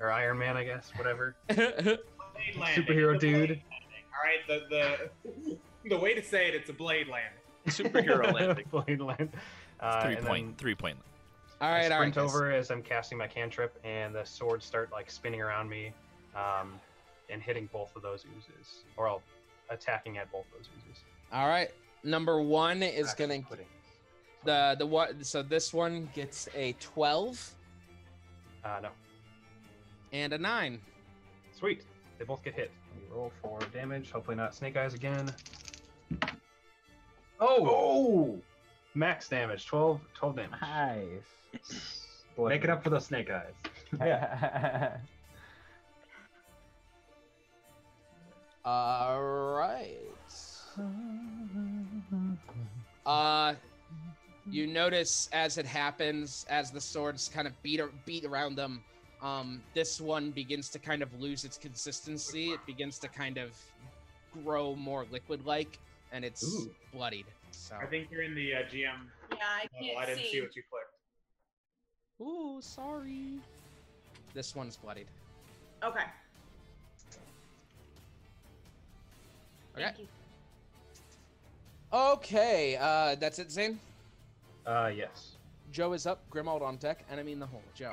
[SPEAKER 10] or Iron Man, I guess, whatever.
[SPEAKER 7] landing.
[SPEAKER 10] Superhero
[SPEAKER 7] It's a blade
[SPEAKER 10] dude.
[SPEAKER 7] landing. All right, the the the way to say it, it's a blade landing.
[SPEAKER 10] Blade land. Uh,
[SPEAKER 3] three
[SPEAKER 10] and
[SPEAKER 3] point,
[SPEAKER 10] then
[SPEAKER 3] three point.
[SPEAKER 2] All
[SPEAKER 10] I
[SPEAKER 2] right, all right,
[SPEAKER 10] sprint
[SPEAKER 2] guys.
[SPEAKER 10] over as I'm casting my cantrip, and the swords start like spinning around me, um, and hitting both of those oozes, or I'll attacking at both those oozes.
[SPEAKER 2] All right. Number one is going to the the what? So this one gets a twelve.
[SPEAKER 10] Uh, no.
[SPEAKER 2] And a nine.
[SPEAKER 10] Sweet. They both get hit. Let me roll for damage. Hopefully not snake eyes again. Oh! Max damage. 12, 12 damage. Nice. Make it up for the snake eyes.
[SPEAKER 32] Yeah.
[SPEAKER 2] All right. Uh, you notice as it happens, as the swords kind of beat ar- beat around them, um, this one begins to kind of lose its consistency. It begins to kind of grow more liquid-like, and it's
[SPEAKER 7] Ooh.
[SPEAKER 2] bloodied. So
[SPEAKER 7] I think you're in the uh, GM.
[SPEAKER 1] Yeah, I
[SPEAKER 7] level.
[SPEAKER 1] can't
[SPEAKER 7] I didn't see.
[SPEAKER 1] see.
[SPEAKER 7] what you clicked.
[SPEAKER 2] Ooh, sorry. this one's bloodied.
[SPEAKER 1] Okay.
[SPEAKER 2] Okay. Okay. Uh, that's it, Zane.
[SPEAKER 10] Uh, yes.
[SPEAKER 2] Joe is up. Grimald on deck. Enemy in the hole. Joe.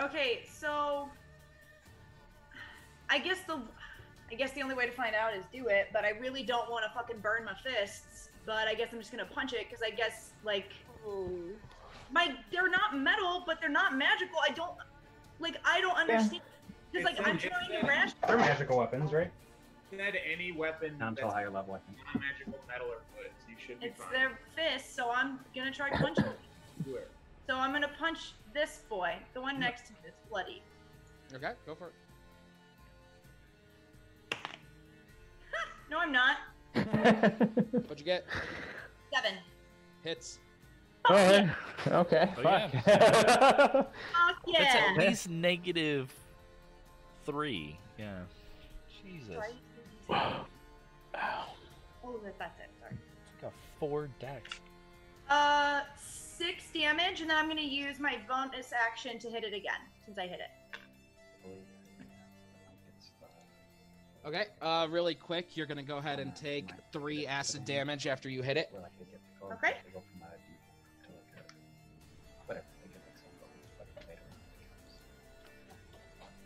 [SPEAKER 1] Okay, so I guess the I guess the only way to find out is do it, but I really don't want to fucking burn my fists. But I guess I'm just gonna punch it because I guess like my they're not metal, but they're not magical. I don't like I don't understand because like I'm trying to ration.
[SPEAKER 10] They're magical weapons, right?
[SPEAKER 7] Said any weapon
[SPEAKER 10] Not until
[SPEAKER 7] that's
[SPEAKER 10] higher level, I think.
[SPEAKER 7] not magical metal or wood, you should be
[SPEAKER 1] It's
[SPEAKER 7] fine.
[SPEAKER 1] their fist, so I'm gonna try punching. it.
[SPEAKER 7] Do it.
[SPEAKER 1] So I'm gonna punch this boy, the one next to me. It's bloody.
[SPEAKER 2] Okay, go for it.
[SPEAKER 1] No, I'm not.
[SPEAKER 2] What'd you get?
[SPEAKER 1] Seven.
[SPEAKER 2] Hits.
[SPEAKER 12] Oh, okay. fuck.
[SPEAKER 1] Fuck
[SPEAKER 3] That's
[SPEAKER 1] yeah.
[SPEAKER 3] at least negative three. Yeah. Jesus.
[SPEAKER 1] Right? Oh, that- that's it. Sorry.
[SPEAKER 3] It's like a four deck.
[SPEAKER 1] Uh, six damage, and then I'm gonna use my bonus action to hit it again since I hit it.
[SPEAKER 2] Okay, uh, really quick, you're gonna go ahead and take three acid damage after you hit it.
[SPEAKER 1] Okay.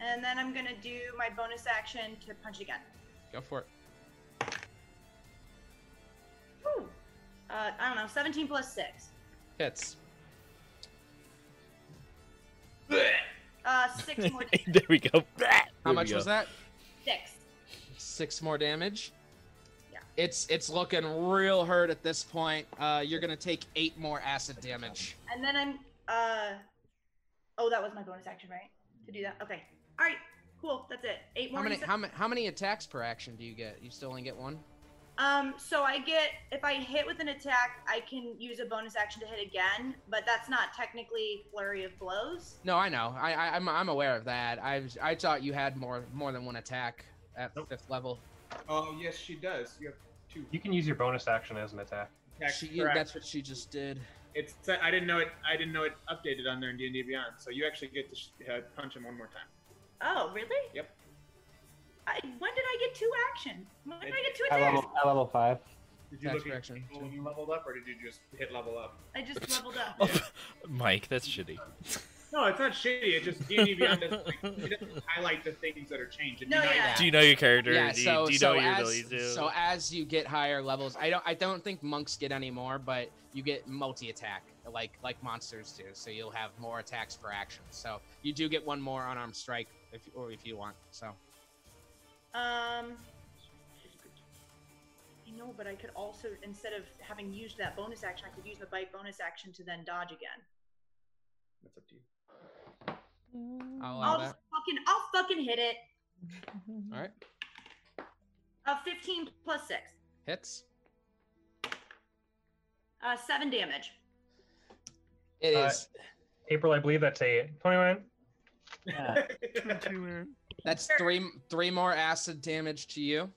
[SPEAKER 1] And then I'm gonna do my bonus action to punch again.
[SPEAKER 2] Go for it.
[SPEAKER 1] Whew. Uh, I don't know, 17 plus six.
[SPEAKER 2] Hits.
[SPEAKER 1] Uh, six more. damage.
[SPEAKER 3] there we go.
[SPEAKER 2] How much was that?
[SPEAKER 1] Six.
[SPEAKER 2] Six more damage.
[SPEAKER 1] Yeah.
[SPEAKER 2] It's it's looking real hurt at this point. Uh, you're gonna take eight more acid damage.
[SPEAKER 1] And then I'm uh, oh, that was my bonus action, right? To do that. Okay. All right. Cool. That's it. Eight more.
[SPEAKER 2] How many
[SPEAKER 1] insta-
[SPEAKER 2] how many how many attacks per action do you get? You still only get one.
[SPEAKER 1] Um, so I get if I hit with an attack, I can use a bonus action to hit again, but that's not technically flurry of blows.
[SPEAKER 2] No, I know. I, I I'm I'm aware of that. I was- I thought you had more more than one attack at fifth level.
[SPEAKER 7] Oh yes, she does. You have two.
[SPEAKER 10] You can use your bonus action as an attack.
[SPEAKER 7] attacks
[SPEAKER 2] She,
[SPEAKER 7] per
[SPEAKER 2] that's what she just did.
[SPEAKER 7] It's I didn't know it. I didn't know it updated on there in D and D Beyond. So you actually get to sh- uh, punch him one more time.
[SPEAKER 1] Oh, really?
[SPEAKER 7] Yep.
[SPEAKER 1] I, when did I get two action? When did I get two
[SPEAKER 12] At
[SPEAKER 1] attacks?
[SPEAKER 12] level, at level five.
[SPEAKER 7] Did you look at your table when you leveled up, or did you just hit level up?
[SPEAKER 1] I just leveled up.
[SPEAKER 3] Mike, that's shitty.
[SPEAKER 7] No, it's not shitty. It just D and D Beyond doesn't, like, it doesn't highlight the things that are changed. And
[SPEAKER 2] No,
[SPEAKER 7] you know
[SPEAKER 2] yeah.
[SPEAKER 3] Do you know your character?
[SPEAKER 2] Yeah,
[SPEAKER 3] do you,
[SPEAKER 2] so,
[SPEAKER 3] do you
[SPEAKER 2] so
[SPEAKER 3] know what your
[SPEAKER 2] as,
[SPEAKER 3] abilities do?
[SPEAKER 2] so as you get higher levels, I don't I don't think monks get any more, but you get multi attack like like monsters do. So you'll have more attacks per action. So you do get one more unarmed strike if or if you want. So
[SPEAKER 1] Um. I know, but I could also, instead of having used that bonus action, I could use the bite bonus action to then dodge again.
[SPEAKER 7] That's up to you.
[SPEAKER 2] I'll allow
[SPEAKER 1] I'll
[SPEAKER 2] that.
[SPEAKER 1] just fucking, I'll fucking hit it.
[SPEAKER 2] All right.
[SPEAKER 1] Uh, 15 plus 6.
[SPEAKER 2] Hits.
[SPEAKER 1] Uh, 7 damage.
[SPEAKER 2] It
[SPEAKER 10] is. Uh, April, I believe that's a 21.
[SPEAKER 2] That's three three more acid damage to you.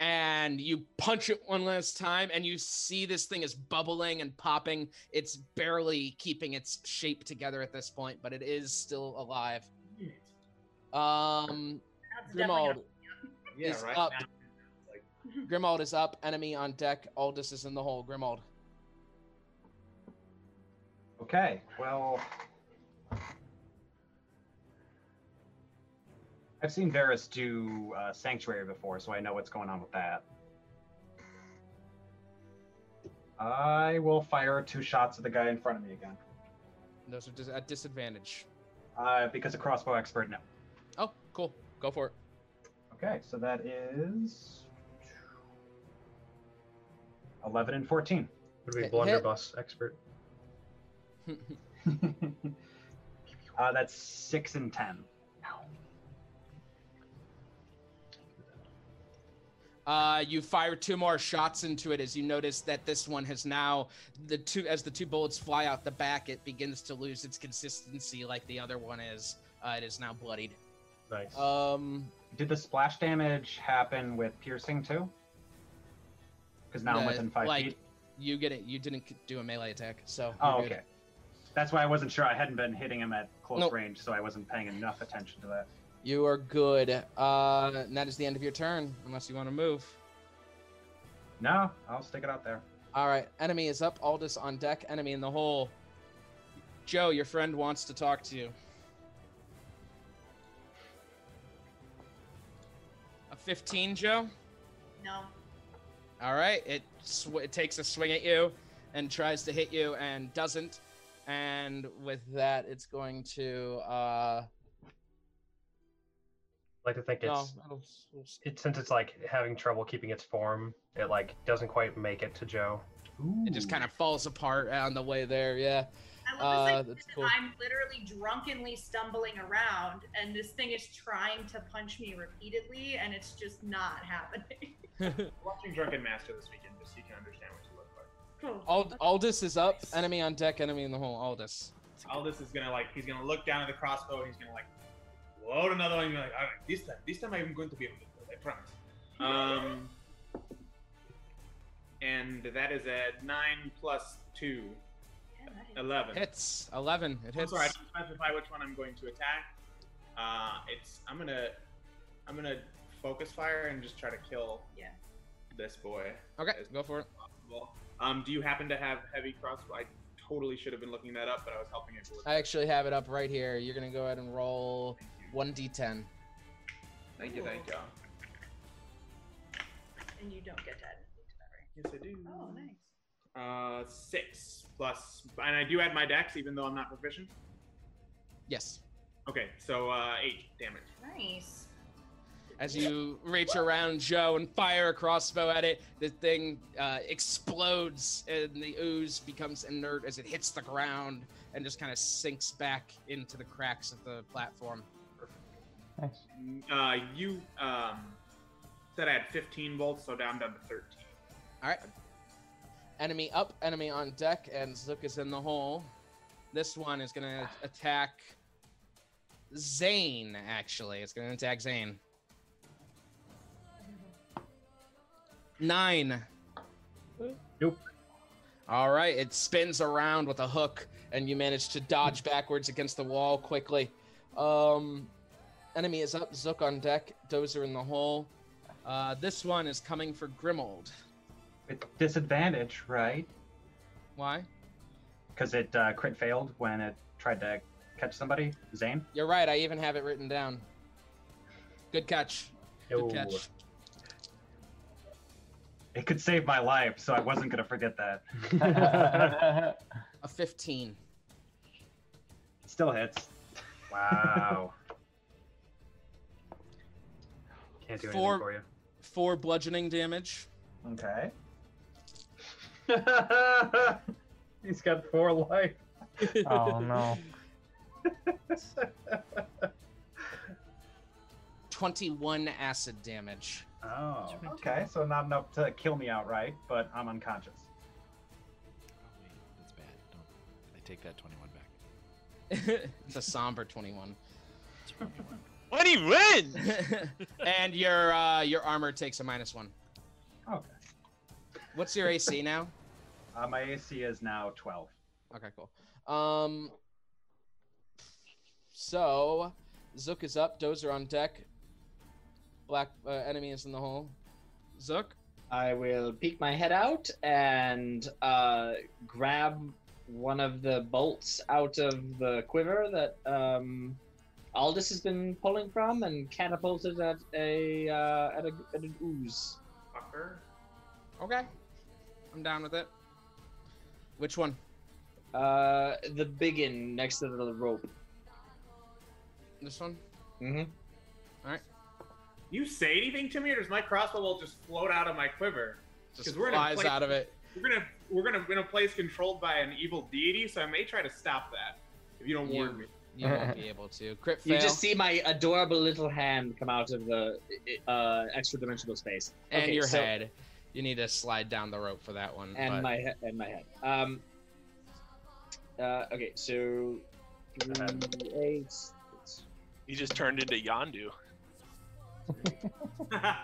[SPEAKER 2] And you punch it one last time, and you see this thing is bubbling and popping. It's barely keeping its shape together at this point, but it is still alive. Um,
[SPEAKER 1] That's definitely
[SPEAKER 2] Grimald
[SPEAKER 7] Yeah,
[SPEAKER 2] is
[SPEAKER 7] right
[SPEAKER 2] up.
[SPEAKER 7] now,
[SPEAKER 2] Grimald is up. Enemy on deck. Aldous is in the hole. Grimald.
[SPEAKER 17] Okay, well. I've seen Varus do uh, Sanctuary before, so I know what's going on with that. I will fire two shots at the guy in front of me again.
[SPEAKER 2] Those are dis- at disadvantage.
[SPEAKER 17] Uh, because a crossbow expert, no.
[SPEAKER 2] Oh, cool. Go for it.
[SPEAKER 17] Okay, so that is 11 and 14.
[SPEAKER 10] Would be
[SPEAKER 17] Hit-
[SPEAKER 10] blunderbuss expert.
[SPEAKER 17] Uh, that's 6 and 10.
[SPEAKER 2] Uh, you fire two more shots into it as you notice that this one has now the two as the two bullets fly out the back, it begins to lose its consistency like the other one is. Uh, it is now bloodied.
[SPEAKER 10] Nice.
[SPEAKER 2] Um,
[SPEAKER 17] Did the splash damage happen with piercing too? Because now I'm
[SPEAKER 2] Uh,
[SPEAKER 17] within 5
[SPEAKER 2] like,
[SPEAKER 17] feet.
[SPEAKER 2] You get it. You didn't c- do a melee attack, so.
[SPEAKER 17] Oh,
[SPEAKER 2] you're good.
[SPEAKER 17] okay. That's why I wasn't sure. I hadn't been hitting him at close
[SPEAKER 2] Nope.
[SPEAKER 17] range, so I wasn't paying enough attention to that.
[SPEAKER 2] You are good. Uh, and that is the end of your turn, unless you want to move.
[SPEAKER 17] No, I'll stick it out there.
[SPEAKER 2] All right. Enemy is up. Aldous on deck. Enemy in the hole. Joe, your friend wants to talk to you. A 15, Joe?
[SPEAKER 1] No.
[SPEAKER 2] All right, it sw- it takes a swing at you and tries to hit you and doesn't. And with that, it's going to. Uh,
[SPEAKER 10] like to think
[SPEAKER 2] No,
[SPEAKER 10] it's
[SPEAKER 2] I don't-
[SPEAKER 10] it since it's like having trouble keeping its form, it like doesn't quite make it to Joe.
[SPEAKER 2] It just kind of falls apart on the way there. Yeah.
[SPEAKER 1] I love this
[SPEAKER 2] Uh,
[SPEAKER 1] idea
[SPEAKER 2] that's
[SPEAKER 1] that
[SPEAKER 2] cool.
[SPEAKER 1] I'm literally drunkenly stumbling around, and this thing is trying to punch me repeatedly, and it's just not happening.
[SPEAKER 7] Watching Drunken Master this weekend, just so you can understand what you look like.
[SPEAKER 1] cool.
[SPEAKER 2] Ald- Aldous is up. Enemy on deck. Enemy in the hole. Aldous.
[SPEAKER 7] Aldous is gonna like he's gonna look down at the crossbow and he's gonna like load another one. And be like, all right, this time, this time I'm going to be able to do it. I promise. Um, and that is a nine plus two, eleven.
[SPEAKER 2] Hits. Eleven. It
[SPEAKER 7] I'm
[SPEAKER 2] hits.
[SPEAKER 7] sorry, I didn't specify which one I'm going to attack. Uh, it's I'm gonna I'm gonna focus fire and just try to kill
[SPEAKER 1] yeah.
[SPEAKER 7] this boy.
[SPEAKER 2] Okay, go for it.
[SPEAKER 7] Possible. Um, do you happen to have heavy crossbow? I totally should have been looking that up, but I was helping it with
[SPEAKER 2] I actually have it up right here. You're gonna go ahead and roll one d10.
[SPEAKER 7] Thank you, thank you.
[SPEAKER 1] And you don't get to add anything to that, right?
[SPEAKER 7] Yes, I do.
[SPEAKER 1] Oh, nice.
[SPEAKER 7] Uh, six plus, and I do add my dex, even though I'm not proficient.
[SPEAKER 2] Yes.
[SPEAKER 7] Okay, so uh, eight damage.
[SPEAKER 1] Nice.
[SPEAKER 2] As you reach around Joe and fire a crossbow at it, the thing uh, explodes and the ooze becomes inert as it hits the ground and just kind of sinks back into the cracks of the platform.
[SPEAKER 7] Uh, you um, said I had 15 volts, so down down to 13.
[SPEAKER 2] All right. Enemy up, enemy on deck, and Zook is in the hole. This one is going to attack Zane, actually. It's going to attack Zane. Nine.
[SPEAKER 17] Nope.
[SPEAKER 2] All right, it spins around with a hook, and you manage to dodge backwards against the wall quickly. Um, enemy is up, Zook on deck, Dozer in the hole. Uh, this one is coming for Grimold.
[SPEAKER 17] With disadvantage, right?
[SPEAKER 2] Why?
[SPEAKER 17] Because it uh, crit failed when it tried to catch somebody. Zane?
[SPEAKER 2] You're right. I even have it written down. Good catch. Good
[SPEAKER 17] Yo.
[SPEAKER 2] catch.
[SPEAKER 17] It could save my life, so I wasn't going to forget that.
[SPEAKER 2] A 15.
[SPEAKER 17] Still hits. Wow. Can't do anything
[SPEAKER 2] Four-
[SPEAKER 17] for you.
[SPEAKER 2] Four bludgeoning damage.
[SPEAKER 14] Okay.
[SPEAKER 10] He's got four life.
[SPEAKER 30] Oh, no.
[SPEAKER 2] 21 acid damage.
[SPEAKER 10] Oh, okay. So not enough to kill me outright, but I'm unconscious.
[SPEAKER 3] That's bad. Don't, I take that 21 back.
[SPEAKER 2] it's a somber 21.
[SPEAKER 6] 21.
[SPEAKER 2] and your uh, your armor takes a minus one.
[SPEAKER 10] Okay.
[SPEAKER 2] What's your AC now?
[SPEAKER 10] Uh, my AC is now 12.
[SPEAKER 2] Okay, cool. Um. So, Zook is up. Dozer on deck. Black uh, enemy is in the hole. Zook.
[SPEAKER 5] I will peek my head out and uh, grab one of the bolts out of the quiver that um, Aldous has been pulling from and catapulted at a uh, at a at an ooze.
[SPEAKER 7] Fucker.
[SPEAKER 2] Okay. I'm down with it. Which one?
[SPEAKER 5] Uh, the biggin next to the rope.
[SPEAKER 2] This one.
[SPEAKER 5] Mm-hmm.
[SPEAKER 2] All right.
[SPEAKER 7] You say anything to me, or does my crossbow bolt just float out of my quiver?
[SPEAKER 2] Just
[SPEAKER 7] 'Cause we're in a
[SPEAKER 2] flies
[SPEAKER 7] place-
[SPEAKER 2] out of it.
[SPEAKER 7] We're gonna we're gonna in a place controlled by an evil deity, so I may try to stop that if you don't warn me.
[SPEAKER 2] You won't be able to. Crit fail.
[SPEAKER 5] You just see my adorable little hand come out of the uh, extra dimensional space.
[SPEAKER 2] and
[SPEAKER 5] Okay,
[SPEAKER 2] your
[SPEAKER 5] so-
[SPEAKER 2] head. You need to slide down the rope for that one.
[SPEAKER 5] And
[SPEAKER 2] but-
[SPEAKER 5] my head. And my head. Um. Uh, okay, so three, eight.
[SPEAKER 6] He just turned into Yandu.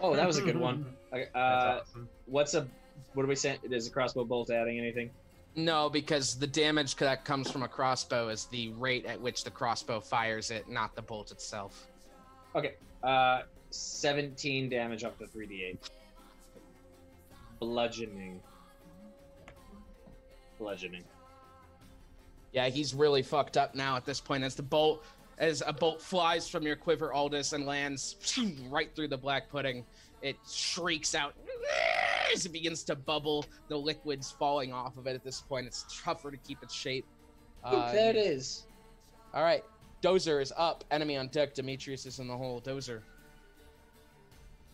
[SPEAKER 5] Oh, that was a good one. Okay, uh, What's a? What are we saying? Is a crossbow bolt adding anything?
[SPEAKER 2] No, because the damage that comes from a crossbow is the rate at which the crossbow fires it, not the bolt itself.
[SPEAKER 5] Okay. Uh, 17 damage up to 3d8. Bludgeoning. Bludgeoning.
[SPEAKER 2] Yeah, he's really fucked up now at this point. As the bolt, as a bolt flies from your quiver, Aldous, and lands right through the black pudding, it shrieks out as it begins to bubble. The liquid's falling off of it at this point. It's tougher to keep its shape. Uh,
[SPEAKER 5] Look, there it is.
[SPEAKER 2] All right, Dozer is up. Enemy on deck. Demetrius is in the hole. Dozer.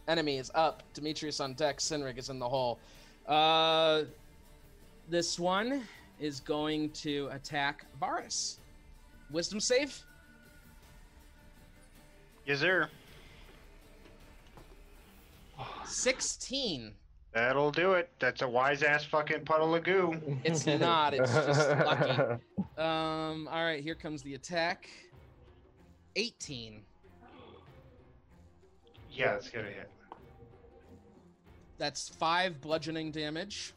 [SPEAKER 2] Enemy is up. Demetrius on deck. Sinrig is in the hole. Uh, this one is going to attack Varus. Wisdom save.
[SPEAKER 4] Yes, sir.
[SPEAKER 2] Sixteen.
[SPEAKER 4] That'll do it. That's a wise ass fucking puddle of goo.
[SPEAKER 2] It's not. It's just lucky. Um. All right. Here comes the attack. Eighteen.
[SPEAKER 4] Yeah, it's gonna hit.
[SPEAKER 2] That's five bludgeoning damage.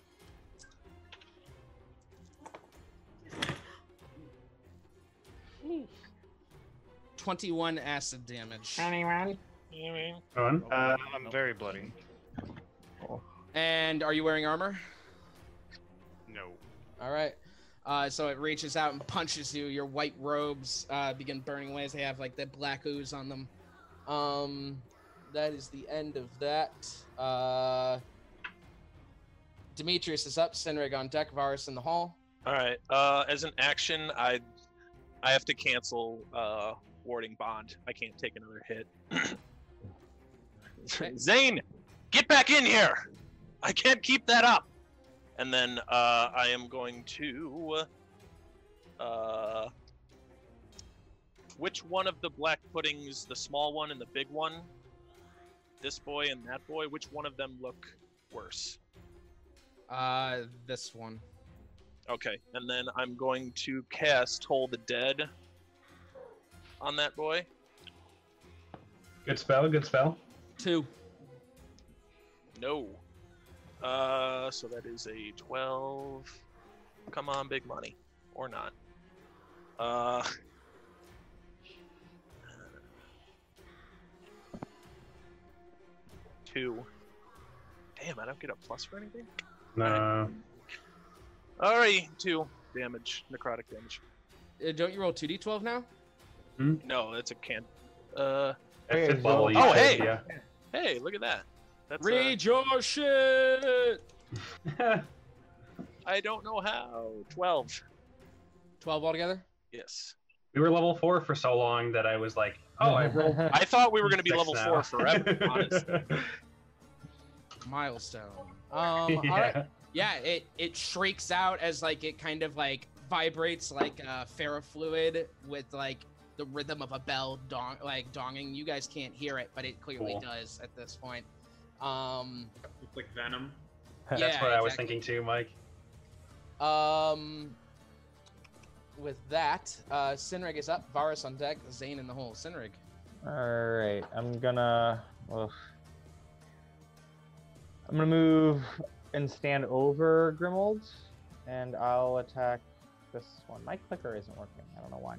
[SPEAKER 2] Twenty-one acid damage.
[SPEAKER 5] Anyone?
[SPEAKER 4] Uh, I'm very bloody.
[SPEAKER 2] And are you wearing armor?
[SPEAKER 4] No.
[SPEAKER 2] All right. Uh, so it reaches out and punches you. Your white robes uh, begin burning away as they have like that black ooze on them. Um, that is the end of that. Uh, Demetrius is up. Sinrig on deck. Varus in the hall.
[SPEAKER 6] All right. Uh, as an action, I I have to cancel uh, warding bond. I can't take another hit. Zane, get back in here! I can't keep that up. And then uh, I am going to. Uh, which one of the black puddings, the small one and the big one, this boy and that boy, which one of them look worse?
[SPEAKER 2] Uh, this one.
[SPEAKER 6] Okay, and then I'm going to cast Toll the Dead on that boy.
[SPEAKER 10] Good spell, good spell.
[SPEAKER 2] Two.
[SPEAKER 6] No. Uh, so that is a 12. Come on, big money. Or not. Uh. Two. Damn, I don't get a plus for anything?
[SPEAKER 10] No.
[SPEAKER 6] Alright, two damage, necrotic damage.
[SPEAKER 2] Uh, don't you roll two d twelve now?
[SPEAKER 10] Hmm?
[SPEAKER 6] No, that's a can. Uh.
[SPEAKER 2] That's
[SPEAKER 10] a bubble, you
[SPEAKER 6] oh,
[SPEAKER 10] said,
[SPEAKER 6] hey!
[SPEAKER 10] yeah.
[SPEAKER 6] Hey, look at that. That's uh,
[SPEAKER 2] Read your shit.
[SPEAKER 6] I I don't know how. Twelve.
[SPEAKER 2] Twelve altogether.
[SPEAKER 6] Yes.
[SPEAKER 10] We were level four for so long that I was like, oh, I rolled.
[SPEAKER 6] I thought we were going to be
[SPEAKER 10] six
[SPEAKER 6] level
[SPEAKER 10] now.
[SPEAKER 6] four forever. honestly.
[SPEAKER 2] milestone. Um,
[SPEAKER 20] Yeah.
[SPEAKER 2] all right. Yeah, it it shrieks out as like it kind of like vibrates like uh, ferrofluid with like the rhythm of a bell dong like donging. You guys can't hear it, but it clearly
[SPEAKER 7] Cool.
[SPEAKER 2] does at this point. Um,
[SPEAKER 7] It's like venom.
[SPEAKER 2] Yeah,
[SPEAKER 10] That's what I was
[SPEAKER 2] exactly.
[SPEAKER 10] thinking too, Mike.
[SPEAKER 2] um, with that, uh, Sinrig is up. Varus on deck. Zane in the hole. Sinrig.
[SPEAKER 14] All right, I'm gonna. Ugh. I'm gonna move and stand over Grimold, and I'll attack this one. My clicker isn't working. I don't know why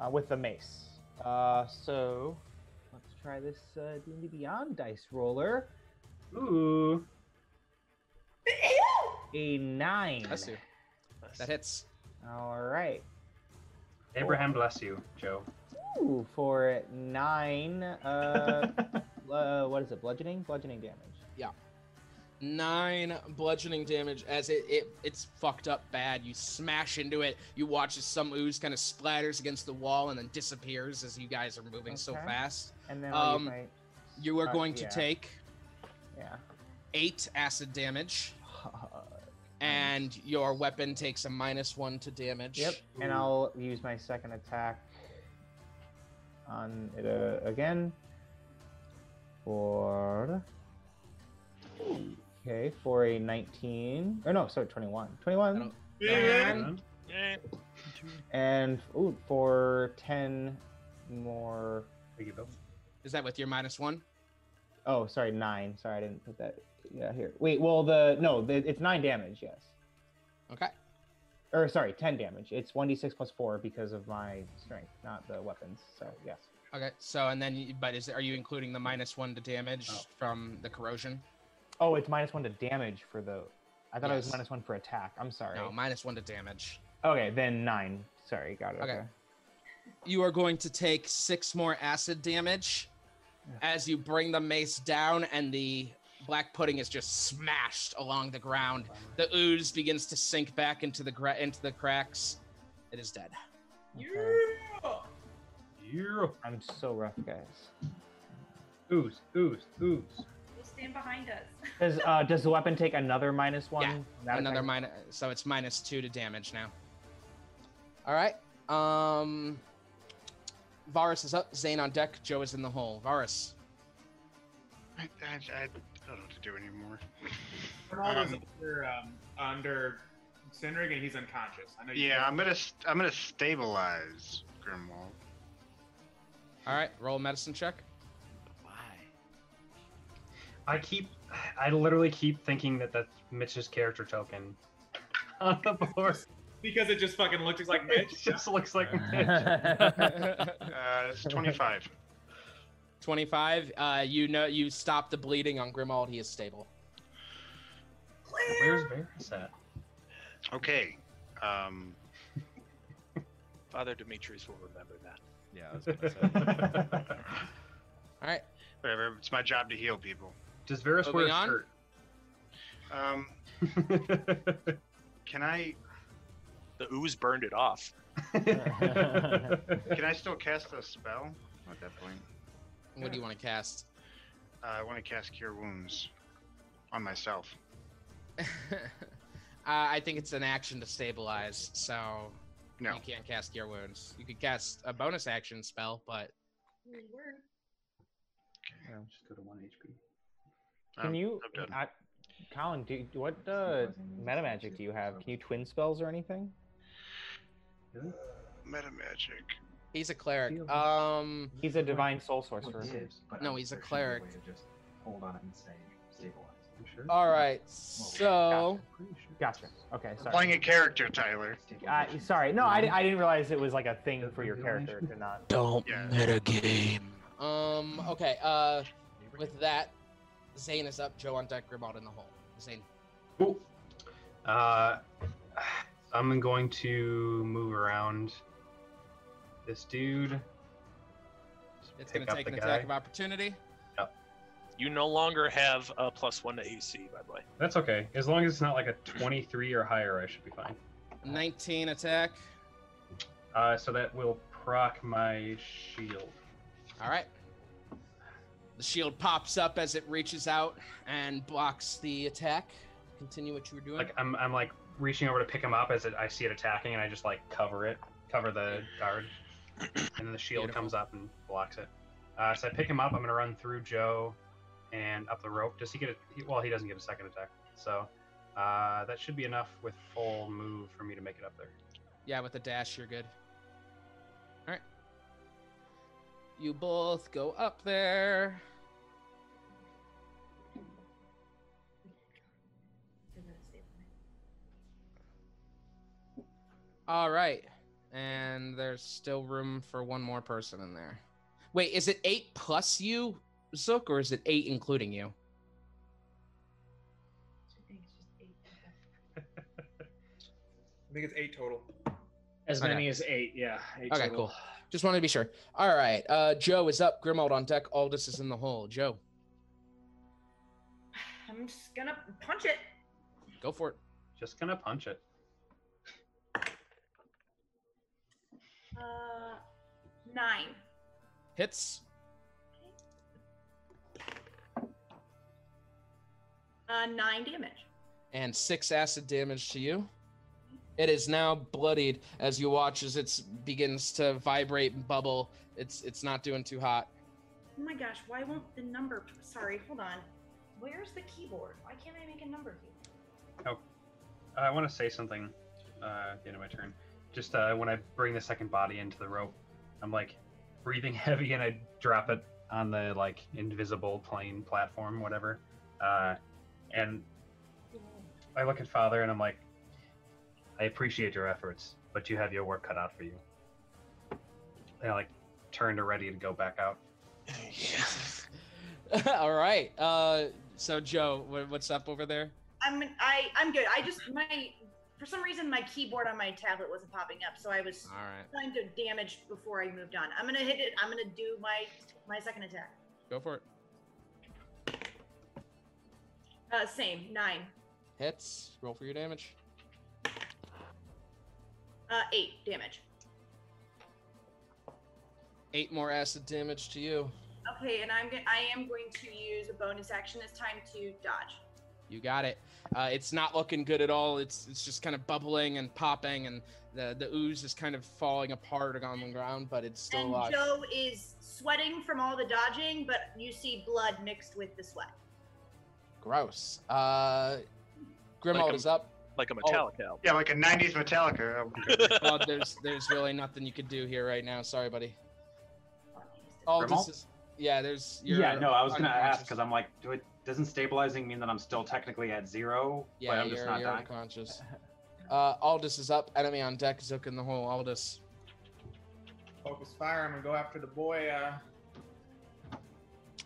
[SPEAKER 14] not. Uh, with the mace. Uh, so let's try this uh, D&D Beyond dice roller. Ooh. A nine.
[SPEAKER 2] Bless you. That hits.
[SPEAKER 14] All right. Oh.
[SPEAKER 10] Abraham, bless you, Joe.
[SPEAKER 14] Ooh, for nine. Uh, uh, what is it? Bludgeoning. Bludgeoning damage.
[SPEAKER 2] Yeah. Nine bludgeoning damage as it, it it's fucked up bad. You smash into it. You watch as some ooze kind of splatters against the wall and then disappears as you guys are moving so
[SPEAKER 14] Okay.
[SPEAKER 2] fast.
[SPEAKER 14] And then I'll use
[SPEAKER 2] um,
[SPEAKER 14] my-
[SPEAKER 2] you are
[SPEAKER 14] uh,
[SPEAKER 2] going to
[SPEAKER 14] yeah.
[SPEAKER 2] take
[SPEAKER 14] yeah
[SPEAKER 2] eight acid damage, and your weapon takes a minus one to damage.
[SPEAKER 14] Yep. And I'll use my second attack on it uh, again. For okay, for a nineteen. Or no, sorry, twenty-one. Twenty-one. And, and ooh, for ten more.
[SPEAKER 2] Is that with your minus one?
[SPEAKER 14] Oh, sorry, nine. Sorry, I didn't put that. Yeah, here. Wait, well, the no, the, it's nine damage. Yes.
[SPEAKER 2] Okay.
[SPEAKER 14] Or sorry, ten damage. It's one d six plus four because of my strength, not the weapons. So yes.
[SPEAKER 2] Okay. So and then, you- but is are you including the minus one to damage from the corrosion?
[SPEAKER 14] Oh, it's minus one to damage for the. I thought it was
[SPEAKER 2] Yes.
[SPEAKER 14] minus one for attack. I'm sorry.
[SPEAKER 2] No, minus one to damage.
[SPEAKER 14] okay, then nine. Sorry, got it.
[SPEAKER 2] Okay.
[SPEAKER 14] Okay.
[SPEAKER 2] You are going to take six more acid damage as you bring the mace down, and the black pudding is just smashed along the ground. The ooze begins to sink back into the gra- into the cracks. It is dead.
[SPEAKER 10] Yeah.
[SPEAKER 14] I'm so rough, guys.
[SPEAKER 10] Ooze, ooze, ooze.
[SPEAKER 1] We'll stand behind us.
[SPEAKER 14] Does uh does the weapon take another minus one?
[SPEAKER 2] Yeah, another minus. So it's minus two to damage now. All right. Um, Varus is up. Zane on deck. Joe is in the hole. Varus.
[SPEAKER 4] I, I, I don't know what to do anymore.
[SPEAKER 7] Ronaldo's under, um, under Cindrig and he's unconscious. I know you
[SPEAKER 4] Yeah, I'm gonna st- I'm gonna stabilize Grimwald.
[SPEAKER 2] All right. Roll a medicine check.
[SPEAKER 10] I keep, I literally keep thinking that that's Mitch's character token on the board.
[SPEAKER 7] because it just fucking looks like Mitch.
[SPEAKER 10] just looks like Mitch.
[SPEAKER 4] Uh, it's 25.
[SPEAKER 2] 25. Uh, you know, you stop the bleeding on Grimald. He is stable.
[SPEAKER 10] Where's Varus at?
[SPEAKER 4] Okay. Um,
[SPEAKER 6] Father Demetrius will remember that.
[SPEAKER 3] Yeah.
[SPEAKER 2] All right.
[SPEAKER 4] Whatever. It's my job to heal people.
[SPEAKER 10] Does Varus wear
[SPEAKER 4] Moving
[SPEAKER 10] a
[SPEAKER 4] on.
[SPEAKER 10] shirt?
[SPEAKER 4] Um, can I?
[SPEAKER 6] The ooze burned it off.
[SPEAKER 4] Can I still cast a spell at that point?
[SPEAKER 2] What do you want to cast?
[SPEAKER 4] Uh, I want to cast Cure Wounds on myself.
[SPEAKER 2] Uh, I think it's an action to stabilize, so
[SPEAKER 4] No.
[SPEAKER 2] you can't cast your wounds. You could cast a bonus action spell, but
[SPEAKER 10] I'll just go to one HP.
[SPEAKER 14] Can
[SPEAKER 10] Um,
[SPEAKER 14] you,
[SPEAKER 10] I'm done.
[SPEAKER 14] I, Colin? Do what uh, meta magic do you have? Can you twin spells or anything?
[SPEAKER 4] Meta magic.
[SPEAKER 2] he's a cleric. Um,
[SPEAKER 14] he's a divine soul sorcerer.
[SPEAKER 2] no, he's a cleric.
[SPEAKER 14] Hold on and say stabilize.
[SPEAKER 2] All right, so
[SPEAKER 14] Gotcha. Okay, sorry.
[SPEAKER 4] Playing a character, Tyler.
[SPEAKER 14] Uh, sorry, no, I, di- I didn't realize it was like a thing for your character to not.
[SPEAKER 6] Don't meta
[SPEAKER 4] game.
[SPEAKER 2] Um. Okay. Uh. With that, Zane is up. Joe on deck. Grimald in the hole. Zane.
[SPEAKER 10] Uh, I'm going to move around this dude.
[SPEAKER 2] It's
[SPEAKER 10] Pick
[SPEAKER 2] gonna
[SPEAKER 10] up
[SPEAKER 2] take
[SPEAKER 10] the
[SPEAKER 2] an attack
[SPEAKER 10] guy.
[SPEAKER 2] of opportunity.
[SPEAKER 6] You no longer have a plus one to AC, by the way.
[SPEAKER 10] That's okay. As long as it's not like a 23 or higher, I should be fine.
[SPEAKER 2] 19 attack.
[SPEAKER 10] Uh, so that will proc my shield.
[SPEAKER 2] All right. The shield pops up as it reaches out and blocks the attack. Continue what you were doing.
[SPEAKER 10] Like I'm, I'm like reaching over to pick him up as it, I see it attacking, and I just like cover it, cover the guard, and then the shield comes up and blocks it. Uh, so I pick him up. I'm gonna run through Joe, and up the rope. Does he get a? He, well, he doesn't get a second attack. So uh, that should be enough with full move for me to make it up there.
[SPEAKER 2] Yeah, with the dash, you're good. All right. You both go up there. All right. And there's still room for one more person in there. Wait, is it eight plus you, Zook, or is it eight including you?
[SPEAKER 7] I think it's eight total.
[SPEAKER 8] As
[SPEAKER 2] Okay.
[SPEAKER 8] many as eight, yeah. Eight
[SPEAKER 2] Okay,
[SPEAKER 8] total.
[SPEAKER 2] cool. Just wanted to be sure. All right. Uh, Joe is up. Grimald on deck. Aldous is in the hole. Joe,
[SPEAKER 1] I'm just gonna punch it.
[SPEAKER 2] go for it.
[SPEAKER 10] Just gonna punch it.
[SPEAKER 1] Uh, nine.
[SPEAKER 2] Hits.
[SPEAKER 1] Uh, nine damage.
[SPEAKER 2] and six acid damage to you. It is now bloodied as you watch as it begins to vibrate and bubble. It's it's not doing too hot.
[SPEAKER 1] Oh my gosh, why won't the number? Sorry, hold on. Where's the keyboard? Why can't I make a number here?
[SPEAKER 10] Oh, I want to say something uh, at the end of my turn. Just uh, when I bring the second body into the rope, I'm like breathing heavy and I drop it on the like invisible plane platform, whatever. Uh, and I look at Father and I'm like, I appreciate your efforts, but you have your work cut out for you. And I like turn to ready to go back out.
[SPEAKER 2] All right. Uh, so Joe, wha- what's up over there?
[SPEAKER 1] I'm I I'm good. I just my for some reason my keyboard on my tablet wasn't popping up, so I was
[SPEAKER 2] All right.
[SPEAKER 1] trying to damage before I moved on. I'm gonna hit it. I'm gonna do my my second attack.
[SPEAKER 2] Go for it.
[SPEAKER 1] Uh, same nine.
[SPEAKER 2] Hits. Roll for your damage.
[SPEAKER 1] Uh, eight damage.
[SPEAKER 2] Eight more acid damage to you.
[SPEAKER 1] Okay, and I'm go- I am going to use a bonus action this time to dodge.
[SPEAKER 2] You got it. Uh, it's not looking good at all. It's it's just kind of bubbling and popping, and the the ooze is kind of falling apart on the ground, but it's still
[SPEAKER 1] and
[SPEAKER 2] alive.
[SPEAKER 1] Joe is sweating from all the dodging, but you see blood mixed with the sweat.
[SPEAKER 2] Gross. Uh, Grimald
[SPEAKER 6] Like a-
[SPEAKER 2] is up.
[SPEAKER 6] Like a
[SPEAKER 2] Oh.
[SPEAKER 6] Metallica album.
[SPEAKER 4] Yeah, like a '90s Metallica. Oh,
[SPEAKER 2] well, there's there's really nothing you could do here right now. Sorry, buddy. All Oh, this
[SPEAKER 10] Grimald?
[SPEAKER 2] is yeah. There's
[SPEAKER 10] yeah,
[SPEAKER 2] you're
[SPEAKER 10] no, I was gonna
[SPEAKER 2] unconscious.
[SPEAKER 10] ask because I'm like, do it doesn't stabilizing mean that I'm still technically at zero,
[SPEAKER 2] Yeah,
[SPEAKER 10] but I'm
[SPEAKER 2] you're,
[SPEAKER 10] just not
[SPEAKER 2] you're
[SPEAKER 10] dying?
[SPEAKER 2] unconscious. Uh, Aldous is up. Enemy on deck. Zook in the hole. Aldous.
[SPEAKER 7] Focus fire. I'm gonna go after the boy. Uh,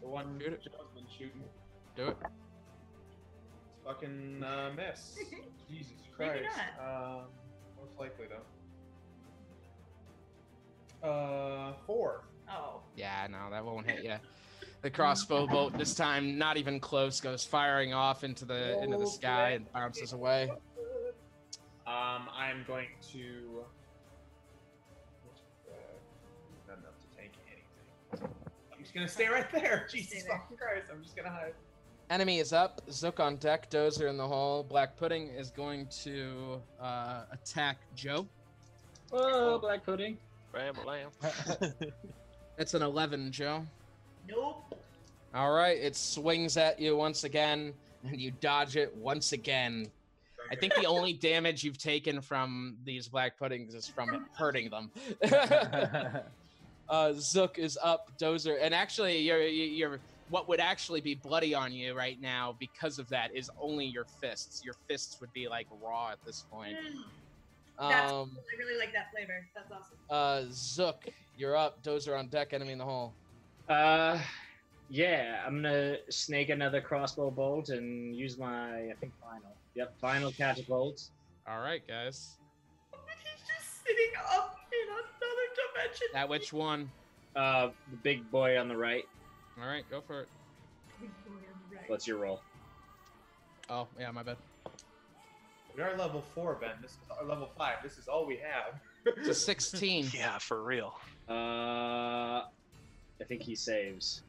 [SPEAKER 7] the one Joe's been shooting.
[SPEAKER 2] Do it.
[SPEAKER 7] Fucking uh, miss. Jesus
[SPEAKER 1] Maybe
[SPEAKER 7] Christ. Um, most likely though. Uh, four.
[SPEAKER 1] Oh.
[SPEAKER 2] Yeah, no, that won't hit you. The crossbow bolt this time, not even close, goes firing off into the into the sky and bounces away.
[SPEAKER 7] Um, I'm going to. Uh, not enough to tank anything. I'm just gonna stay right there. Jesus fucking Christ! I'm just gonna hide.
[SPEAKER 2] Enemy is up. Zook on deck. Dozer in the hole. Black Pudding is going to uh, attack Joe.
[SPEAKER 8] Whoa, black pudding.
[SPEAKER 6] Ram lamb.
[SPEAKER 2] That's an 11, Joe.
[SPEAKER 1] Nope.
[SPEAKER 2] All right, it swings at you once again, and you dodge it once again. I think the only damage you've taken from these black puddings is from it hurting them. uh, Zook is up, Dozer, and actually, your your what would actually be bloody on you right now because of that is only your fists. Your fists would be like raw at this point.
[SPEAKER 1] Mm. That's
[SPEAKER 2] Um,
[SPEAKER 1] I really like that flavor. That's awesome.
[SPEAKER 2] uh, Zook, you're up. Dozer on deck. Enemy in the hole.
[SPEAKER 5] Uh, yeah, I'm gonna snake another crossbow bolt and use my, I think, final. Yep, final catapult.
[SPEAKER 2] All right, guys.
[SPEAKER 1] He's just sitting up in another dimension.
[SPEAKER 2] At which one?
[SPEAKER 5] Uh, the big boy on the right.
[SPEAKER 2] All right, go for it.
[SPEAKER 5] What's your roll?
[SPEAKER 2] Oh, yeah, my bad.
[SPEAKER 7] We are level four, Ben. This is our level five. This is all we have.
[SPEAKER 2] It's a 16.
[SPEAKER 6] yeah, for real.
[SPEAKER 5] Uh, I think he saves.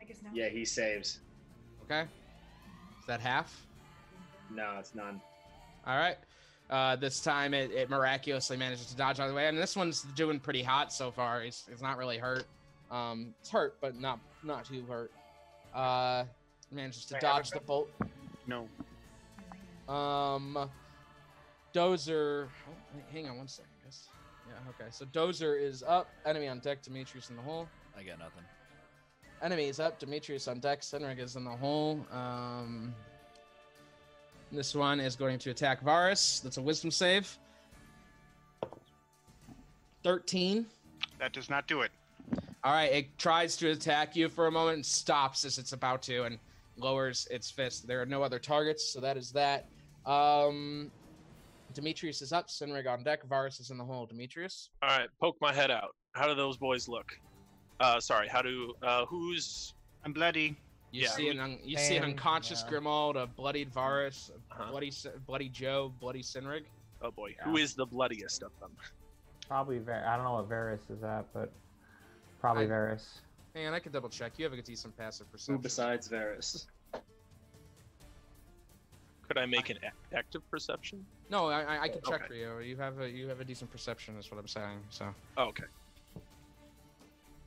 [SPEAKER 28] I guess not.
[SPEAKER 8] Yeah, he saves.
[SPEAKER 2] Okay. Is that half?
[SPEAKER 8] No, it's none.
[SPEAKER 2] All right. Uh, this time it, it miraculously manages to dodge out of the way. And this one's doing pretty hot so far. It's, it's not really hurt. Um, it's hurt, but not not too hurt. Uh, manages to
[SPEAKER 6] Wait,
[SPEAKER 2] dodge the
[SPEAKER 6] Avatar?
[SPEAKER 2] bolt.
[SPEAKER 6] No.
[SPEAKER 2] Um, Dozer. Oh, wait, hang on one second, guys. Yeah, okay. So Dozer is up. Enemy on deck. Demetrius in the hole.
[SPEAKER 3] I got nothing.
[SPEAKER 2] Enemy is up. Demetrius on deck. Senrig is in the hole. Um, this one is going to attack Varus. That's a wisdom save. 13.
[SPEAKER 4] That does not do it.
[SPEAKER 2] All right, it tries to attack you for a moment and stops as it's about to and lowers its fist. There are no other targets, so that is that. Um, Demetrius is up, Sinrig on deck, Varus is in the hole. Demetrius?
[SPEAKER 6] All right, poke my head out. How do those boys look? Uh, sorry, how do uh, who's?
[SPEAKER 4] I'm bloody.
[SPEAKER 2] You see an un- you see an unconscious Grimald, a bloodied Varus, a bloody S- bloody Joe, bloody Sinrig.
[SPEAKER 6] Uh-huh. Oh boy, Who is the bloodiest of them?
[SPEAKER 14] Probably Ver- I don't know what Varus is at, but probably
[SPEAKER 2] I-
[SPEAKER 14] Varus.
[SPEAKER 2] Hang on, I could double check. You have a decent passive perception.
[SPEAKER 8] besides Varus?
[SPEAKER 6] Could I make an a- active perception?
[SPEAKER 2] No, I, I, I can check
[SPEAKER 6] Okay.
[SPEAKER 2] for you. You have a you have a decent perception, is what I'm saying. So
[SPEAKER 6] Oh, okay.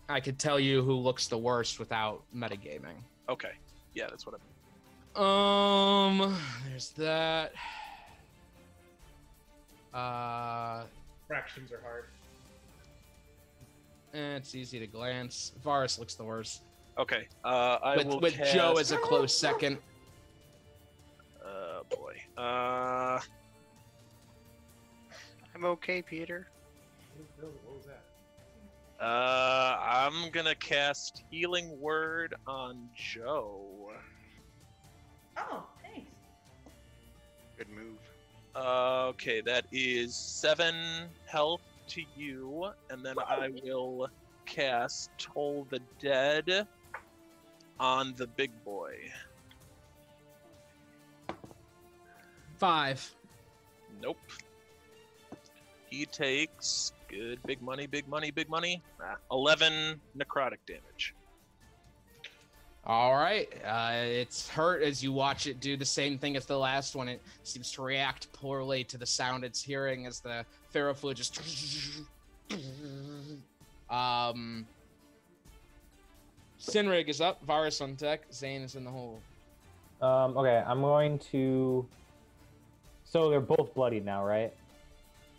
[SPEAKER 2] I could tell you who looks the worst without metagaming.
[SPEAKER 6] Okay. Yeah, that's what I mean.
[SPEAKER 2] Um, there's that. Uh,
[SPEAKER 7] Fractions are hard.
[SPEAKER 2] eh, it's easy to glance. Varus looks the worst.
[SPEAKER 6] Okay. Uh, I
[SPEAKER 2] with
[SPEAKER 6] will
[SPEAKER 2] with Joe
[SPEAKER 6] cast-
[SPEAKER 2] as a close second.
[SPEAKER 6] Oh boy. Uh,
[SPEAKER 4] I'm okay, Peter.
[SPEAKER 20] What was that?
[SPEAKER 6] uh, I'm gonna cast Healing Word on Joe.
[SPEAKER 28] Oh, thanks.
[SPEAKER 4] Good move.
[SPEAKER 6] Uh, Okay, that is seven health to you, and then I will cast Toll the Dead on the big boy.
[SPEAKER 2] Five.
[SPEAKER 6] Nope. He takes good big money, big money, big money. Ah, Eleven necrotic damage.
[SPEAKER 2] All right. Uh, it's hurt as you watch it do the same thing as the last one. It seems to react poorly to the sound it's hearing as the ferrofluid just. Um. Sinrig is up. Varus on deck. Zane is in the hole.
[SPEAKER 14] Um, okay, I'm going to. So they're both bloodied now, right?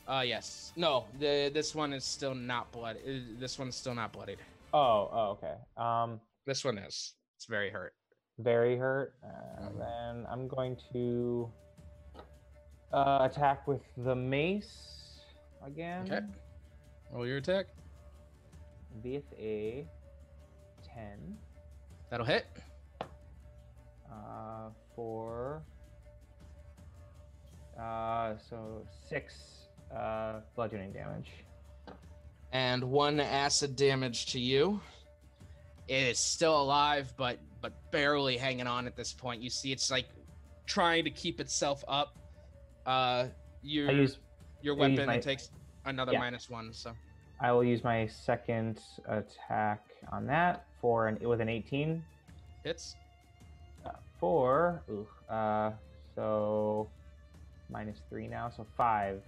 [SPEAKER 2] Uh, yes. No, the this one is still not blood. uh, This one's still not bloodied.
[SPEAKER 14] Oh, oh, okay. Um,
[SPEAKER 2] this one is. It's very hurt.
[SPEAKER 14] Very hurt. Uh, then I'm going to uh, attack with the mace again.
[SPEAKER 2] Okay. Roll your attack.
[SPEAKER 14] With a ten.
[SPEAKER 2] That'll hit.
[SPEAKER 14] Uh, for. Uh, so six uh, bludgeoning damage.
[SPEAKER 2] And one acid damage to you. It is still alive, but but barely hanging on at this point. You see, it's like trying to keep itself up. Uh, your
[SPEAKER 14] use-
[SPEAKER 2] your
[SPEAKER 14] I use
[SPEAKER 2] weapon
[SPEAKER 14] my-
[SPEAKER 2] takes another
[SPEAKER 14] Yeah.
[SPEAKER 2] minus one. So
[SPEAKER 14] I will use my second attack on that for an with an 18
[SPEAKER 2] hits.
[SPEAKER 14] for ooh, uh so minus 3 now so 5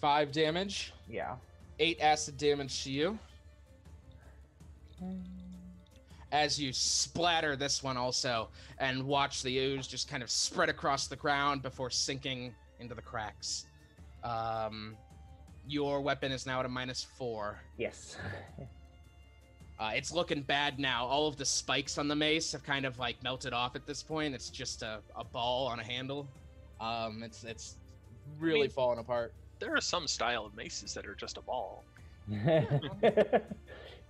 [SPEAKER 2] Five damage.
[SPEAKER 14] Yeah.
[SPEAKER 2] Eight acid damage to you. As you splatter this one also and watch the ooze just kind of spread across the ground before sinking into the cracks. Um, your weapon is now at a minus four.
[SPEAKER 14] Yes.
[SPEAKER 2] Uh, it's looking bad now. All of the spikes on the mace have kind of like melted off at this point. It's just a, a ball on a handle. Um, it's it's really
[SPEAKER 6] mean-
[SPEAKER 2] falling apart.
[SPEAKER 6] There are some style of maces that are just a ball.
[SPEAKER 14] It's like a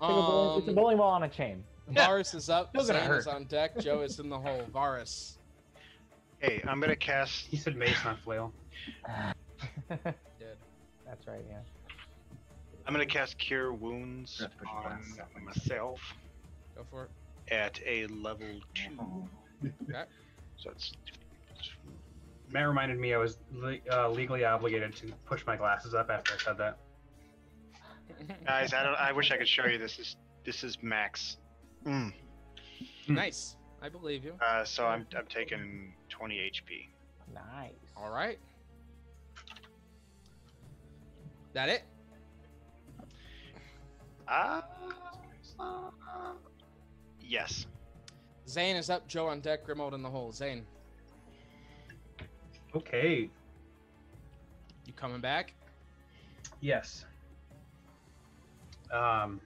[SPEAKER 14] bowling- it's a
[SPEAKER 2] Um,
[SPEAKER 14] bowling ball on a chain
[SPEAKER 2] Varus is up.
[SPEAKER 14] Still gonna
[SPEAKER 2] Zane is
[SPEAKER 14] hurt.
[SPEAKER 2] on deck. Joe is in the hole. Varus.
[SPEAKER 4] Hey, I'm gonna cast.
[SPEAKER 10] He said mace, not flail.
[SPEAKER 2] Dead.
[SPEAKER 14] that's right yeah
[SPEAKER 4] I'm gonna cast Cure Wounds
[SPEAKER 14] That's what you
[SPEAKER 4] on
[SPEAKER 14] asked, that
[SPEAKER 4] myself
[SPEAKER 2] Go for it.
[SPEAKER 4] at a level two.
[SPEAKER 2] Okay.
[SPEAKER 4] So it's
[SPEAKER 10] Matt reminded me I was le- uh, legally obligated to push my glasses up after I said that.
[SPEAKER 4] Guys, I don't. I wish I could show you this. Is this is max? Mm.
[SPEAKER 2] Nice. I believe you.
[SPEAKER 4] Uh, so I'm I'm taking 20 HP.
[SPEAKER 14] Nice.
[SPEAKER 2] All right. That it?
[SPEAKER 4] Uh, yes.
[SPEAKER 2] Zane is up. Joe on deck. Grimold in the hole. Zane,
[SPEAKER 10] Okay.
[SPEAKER 2] you coming back?
[SPEAKER 10] Yes. Um,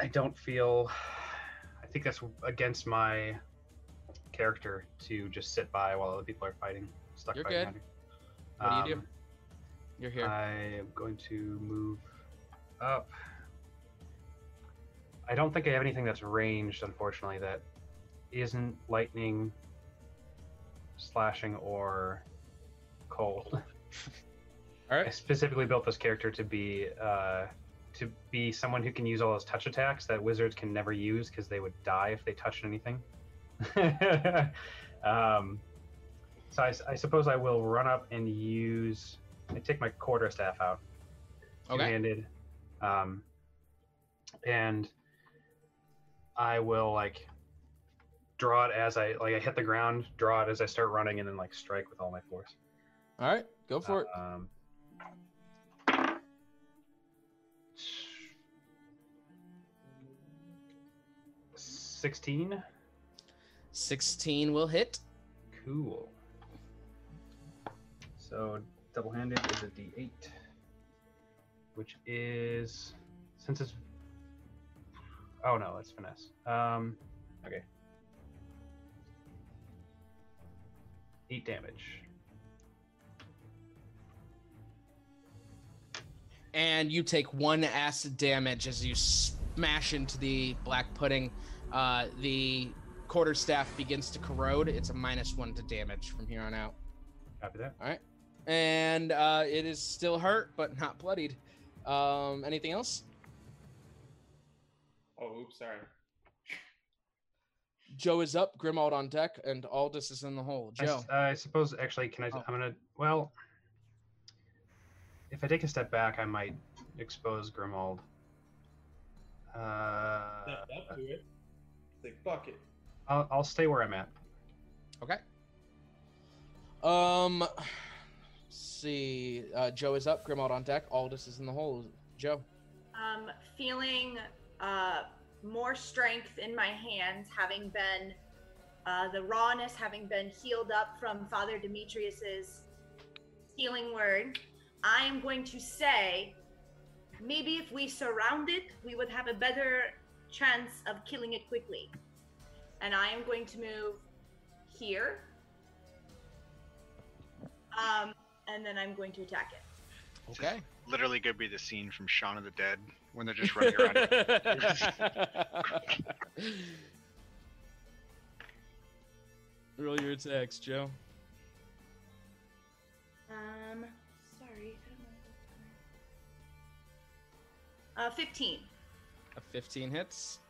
[SPEAKER 10] I don't feel. I think that's against my character to just sit by while other people are fighting. Stuck
[SPEAKER 2] You're
[SPEAKER 10] fighting. Um,
[SPEAKER 2] good. What
[SPEAKER 17] Um,
[SPEAKER 2] do you do? You're here.
[SPEAKER 10] I am going to move up. I don't think I have anything that's ranged, unfortunately, that isn't lightning, slashing, or cold.
[SPEAKER 2] All right.
[SPEAKER 10] I specifically built this character to be uh, to be someone who can use all those touch attacks that wizards can never use because they would die if they touched anything. um, so I, s- I suppose I will run up and use. I take my quarter staff out,
[SPEAKER 2] Okay.
[SPEAKER 10] two-handed, um, and I will like draw it as I like I hit the ground, draw it as I start running, and then like strike with all my force.
[SPEAKER 2] All right, go
[SPEAKER 10] for it. Um, Sixteen.
[SPEAKER 2] 16 will hit.
[SPEAKER 10] Cool. So double-handed is a D8, which is since it's. Oh no, that's finesse. Um, okay. Eight damage.
[SPEAKER 2] and you take one acid damage as you smash into the black pudding. Uh, the quarterstaff begins to corrode. It's a minus one to damage from here on out.
[SPEAKER 10] Copy that.
[SPEAKER 2] All right, and uh, it is still hurt but not bloodied. Um, anything else?
[SPEAKER 7] Oh, oops, sorry.
[SPEAKER 2] Joe is up, Grimald on deck, and Aldous is in the hole.
[SPEAKER 10] I s-
[SPEAKER 2] Joe,
[SPEAKER 10] uh, I, suppose actually, can I?
[SPEAKER 14] Oh.
[SPEAKER 10] I'm gonna. Well, if I take a step back, I might expose Grimald. Uh,
[SPEAKER 7] Stepped up to it. Say, fuck it.
[SPEAKER 10] I'll, I'll stay where I'm at.
[SPEAKER 2] okay. Um, let's see, uh, Joe is up, Grimald on deck, Aldous is in the hole. Joe,
[SPEAKER 1] Um, feeling uh, more strength in my hands, having been uh, the rawness, having been healed up from Father Demetrius's healing word. I am going to say, maybe if we surround it, we would have a better chance of killing it quickly. And I am going to move here. Um, and then I'm going to attack it.
[SPEAKER 2] Okay.
[SPEAKER 4] Literally could be the scene from Shaun of the Dead when they're just running around.
[SPEAKER 2] roll your attacks, Joe.
[SPEAKER 1] Um, sorry. I don't know. Uh, 15.
[SPEAKER 2] A 15 hits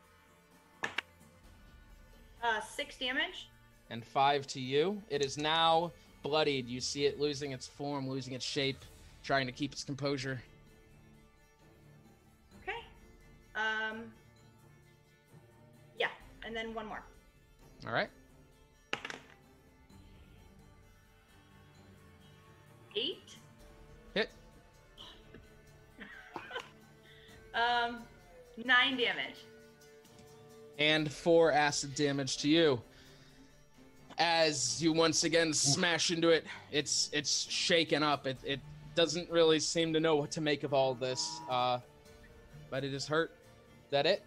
[SPEAKER 1] Uh, 6 damage.
[SPEAKER 2] and 5 to you. It is now bloodied. You see it losing its form, losing its shape, trying to keep its composure.
[SPEAKER 1] Okay. Um, yeah, and then one more.
[SPEAKER 2] All right.
[SPEAKER 1] 8.
[SPEAKER 2] Hit.
[SPEAKER 1] Um, 9 damage.
[SPEAKER 2] And 4 acid damage to you. As you once again smash into it, it's it's shaken up. It, it doesn't really seem to know what to make of all this. Uh, but it is hurt. That it?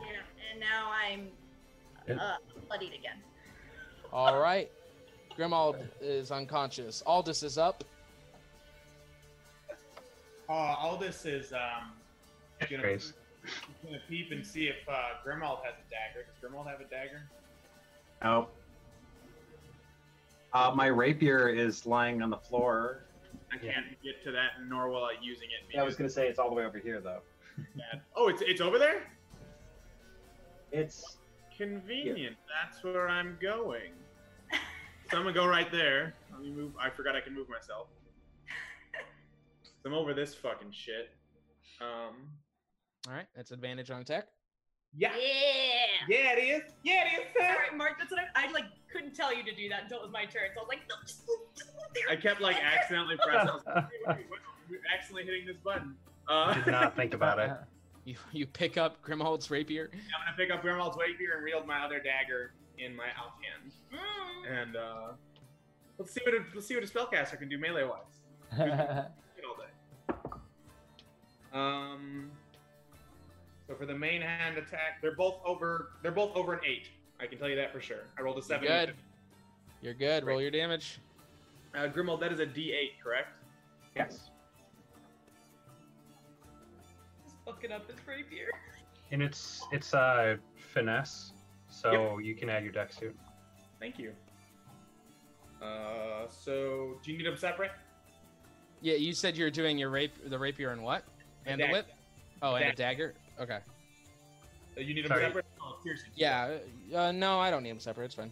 [SPEAKER 1] Yeah, and now I'm uh, bloodied again.
[SPEAKER 2] All right. Grimald is unconscious. Aldous is up.
[SPEAKER 7] Uh, all this is um, gonna,
[SPEAKER 10] Grace.
[SPEAKER 7] gonna peep and see if uh, Grimald has a dagger. Does Grimald have a dagger?
[SPEAKER 17] Oh. Uh, my rapier is lying on the floor.
[SPEAKER 7] I can't get to that, nor will I using it.
[SPEAKER 17] Yeah, I was gonna say it's all the way over here though.
[SPEAKER 7] Bad. Oh, it's it's over there.
[SPEAKER 17] It's
[SPEAKER 7] Convenient. That's where I'm going. So I'm gonna go right there. Let me move. I forgot I can move myself. I'm over this fucking shit. Um,
[SPEAKER 2] All right, that's advantage on attack.
[SPEAKER 7] yeah. Yeah, it is. Yeah, it is.
[SPEAKER 28] All right, Mark. That's what I, I like. Couldn't tell you to do that until it was my turn. So I was like, no, just move, just move there.
[SPEAKER 7] I kept like accidentally pressing. I was like, wait, wait, wait, wait, accidentally hitting this button. Uh,
[SPEAKER 2] You, you pick up Grimhold's rapier.
[SPEAKER 7] I'm gonna pick up Grimald's rapier and wield my other dagger in my out hand. And uh, let's see what a, let's see what a spellcaster can do melee wise. all day. Um, so for the main hand attack, they're both over. They're both over an eight. I can tell you that for sure. I rolled a seven.
[SPEAKER 2] You're good. You're good. Roll your damage.
[SPEAKER 7] Uh, Grimald, that is a D8, correct? Yes.
[SPEAKER 28] Just fucking up his rapier.
[SPEAKER 10] And it's it's uh finesse, so you can add your dex to it.
[SPEAKER 7] Thank you. Uh, so do you need them separate?
[SPEAKER 2] Yeah, you said you were doing your rape, the rapier, and what? And the
[SPEAKER 7] dagger.
[SPEAKER 2] whip. Oh, and a dagger.
[SPEAKER 7] Dagger.
[SPEAKER 2] Okay.
[SPEAKER 7] Uh, You need them
[SPEAKER 2] Sorry.
[SPEAKER 7] separate. Oh, piercing.
[SPEAKER 2] Yeah. Uh, no, I don't need them separate. It's fine.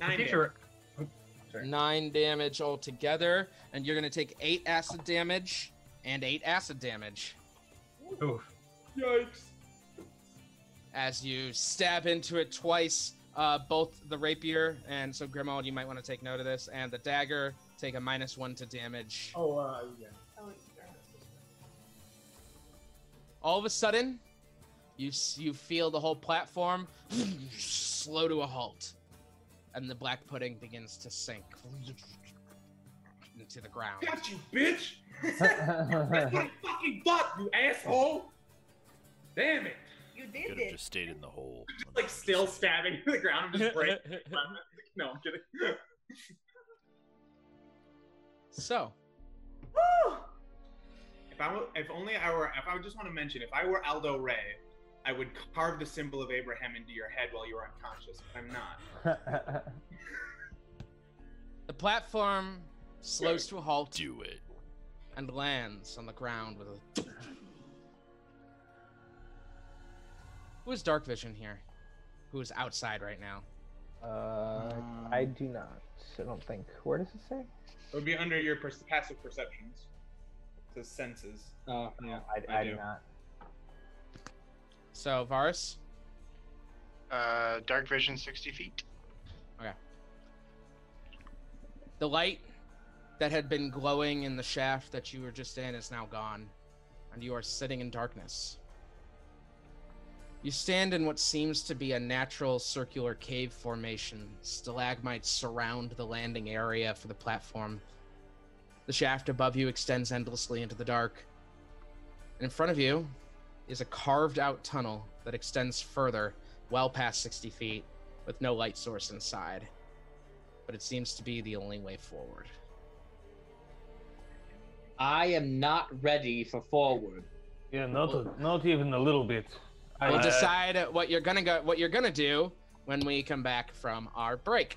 [SPEAKER 7] Nine
[SPEAKER 10] Future-
[SPEAKER 2] Nine damage altogether, and you're gonna take eight acid damage and eight acid damage.
[SPEAKER 7] Yikes.
[SPEAKER 2] as you stab into it twice. Uh, both the rapier and so Grimald, you might want to take note of this, and the dagger take a minus one to damage.
[SPEAKER 20] Oh, uh, yeah.
[SPEAKER 2] All of a sudden, you s- you feel the whole platform slow to a halt, and the black pudding begins to sink into the ground.
[SPEAKER 7] Got you, bitch. That's what I fucking thought, you asshole. Damn it.
[SPEAKER 28] You
[SPEAKER 29] Could have just stayed in the hole.
[SPEAKER 7] Like still stabbing the ground. I'm just breaking. no, I'm kidding.
[SPEAKER 2] So.
[SPEAKER 7] If I were, if only I were, if I would just want to mention, if I were Aldo Ray, I would carve the symbol of Abraham into your head while you were unconscious. But I'm not.
[SPEAKER 2] The platform slows to a halt. Do it. And lands on the ground with a. Who is Dark Vision here? Who is outside right now?
[SPEAKER 14] Uh, I do not. I don't think. Where does it say?
[SPEAKER 7] It would be under your pers- passive perceptions, the senses.
[SPEAKER 14] Oh, yeah. I,
[SPEAKER 7] I
[SPEAKER 14] I, do
[SPEAKER 7] do.
[SPEAKER 14] not.
[SPEAKER 2] So Varus.
[SPEAKER 4] Uh, dark vision, sixty feet.
[SPEAKER 2] Okay. The light that had been glowing in the shaft that you were just in is now gone, and you are sitting in darkness. You stand in what seems to be a natural circular cave formation. Stalagmites surround the landing area for the platform. The shaft above you extends endlessly into the dark. And in front of you is a carved out tunnel that extends further, well past 60 feet, with no light source inside. But it seems to be the only way forward.
[SPEAKER 5] I am not ready for forward.
[SPEAKER 20] Yeah, not a, not even a little bit. I-
[SPEAKER 4] Uh,
[SPEAKER 2] we'll decide what you're gonna go, what you're gonna do when we come back from our break.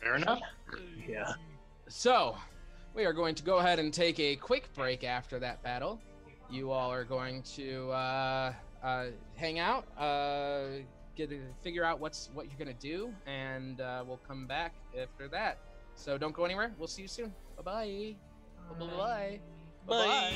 [SPEAKER 4] Fair enough.
[SPEAKER 6] Yeah.
[SPEAKER 2] So, we are going to go ahead and take a quick break after that battle. You all are going to uh, uh, hang out, uh, get a, figure out what's what you're gonna do, and uh, we'll come back after that. So don't go anywhere. We'll see you soon. Bye bye. Bye bye.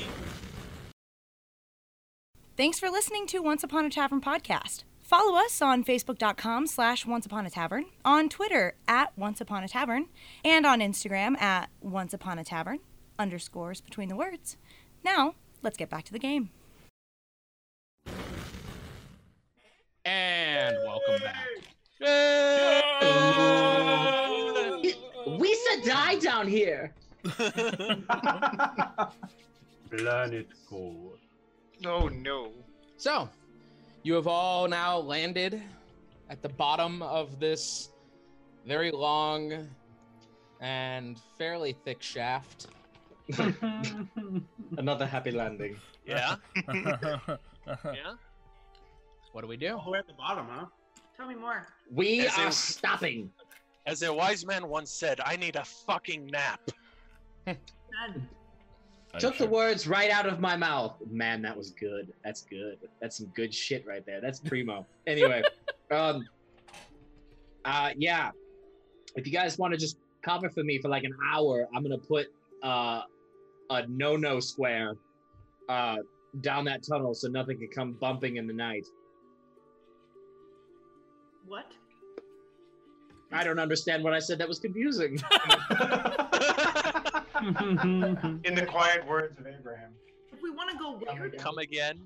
[SPEAKER 33] Thanks for listening to Once Upon a Tavern podcast. Follow us on Facebook.com slash Once Upon a Tavern, on Twitter at Once Upon a Tavern, and on Instagram at Once Upon a Tavern, underscores between the words. Now, let's get back to the game.
[SPEAKER 2] And welcome back.
[SPEAKER 5] We said die down here.
[SPEAKER 10] Planet gold.
[SPEAKER 4] No, no.
[SPEAKER 2] So, you have all now landed at the bottom of this very long and fairly thick shaft.
[SPEAKER 5] Another happy landing.
[SPEAKER 6] Yeah.
[SPEAKER 2] yeah. What do we do?
[SPEAKER 7] Oh, we're at the bottom, huh?
[SPEAKER 1] Tell me more.
[SPEAKER 5] We
[SPEAKER 6] As
[SPEAKER 5] are
[SPEAKER 6] in-
[SPEAKER 5] stopping.
[SPEAKER 6] As a wise man once said, I need a fucking nap.
[SPEAKER 5] Took the words right out of my mouth. Man, that was good. That's good. That's some good shit right there. That's primo. anyway, um, uh, yeah. if you guys want to just cover for me for like an hour, I'm gonna put uh, a no-no square uh, down that tunnel so nothing can come bumping in the night.
[SPEAKER 1] What?
[SPEAKER 5] I don't understand what I said. That was confusing.
[SPEAKER 4] In the quiet words of Abraham.
[SPEAKER 1] If we want to go weird,
[SPEAKER 6] Come again.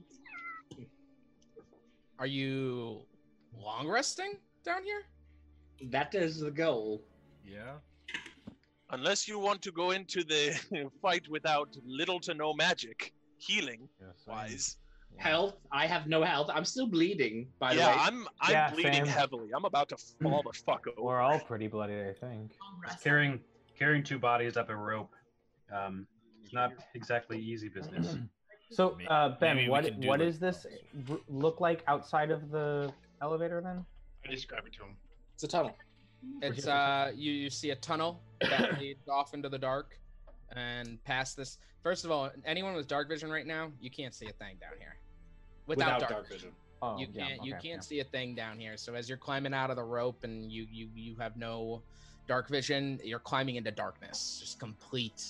[SPEAKER 2] Are you long resting down here?
[SPEAKER 5] That is the goal.
[SPEAKER 3] Yeah.
[SPEAKER 6] Unless you want to go into the fight without little to no magic, healing wise.
[SPEAKER 5] Health. I have no health. I'm still bleeding. By the
[SPEAKER 6] yeah,
[SPEAKER 5] way.
[SPEAKER 6] I'm I'm
[SPEAKER 14] Yeah,
[SPEAKER 6] bleeding
[SPEAKER 14] same.
[SPEAKER 6] heavily. I'm about to fall the fuck over.
[SPEAKER 14] We're all pretty bloody, I think.
[SPEAKER 10] Just carrying carrying two bodies up a rope. Um, it's not exactly easy business.
[SPEAKER 14] So, uh, Ben,
[SPEAKER 10] maybe we
[SPEAKER 14] what
[SPEAKER 10] can do
[SPEAKER 14] what
[SPEAKER 10] like-
[SPEAKER 14] does this r- look like outside of the elevator? Then
[SPEAKER 4] I describe it to him.
[SPEAKER 5] It's a tunnel.
[SPEAKER 2] It's uh, you you see a tunnel that leads off into the dark, and past this. First of all, anyone with dark vision right now, you can't see a thing down here. Without, dark, vision,
[SPEAKER 14] Oh,
[SPEAKER 2] you
[SPEAKER 14] yeah,
[SPEAKER 2] can't you
[SPEAKER 14] okay,
[SPEAKER 2] can't
[SPEAKER 14] yeah.
[SPEAKER 2] see a thing down here. So as you're climbing out of the rope and you you you have no dark vision, you're climbing into darkness, just complete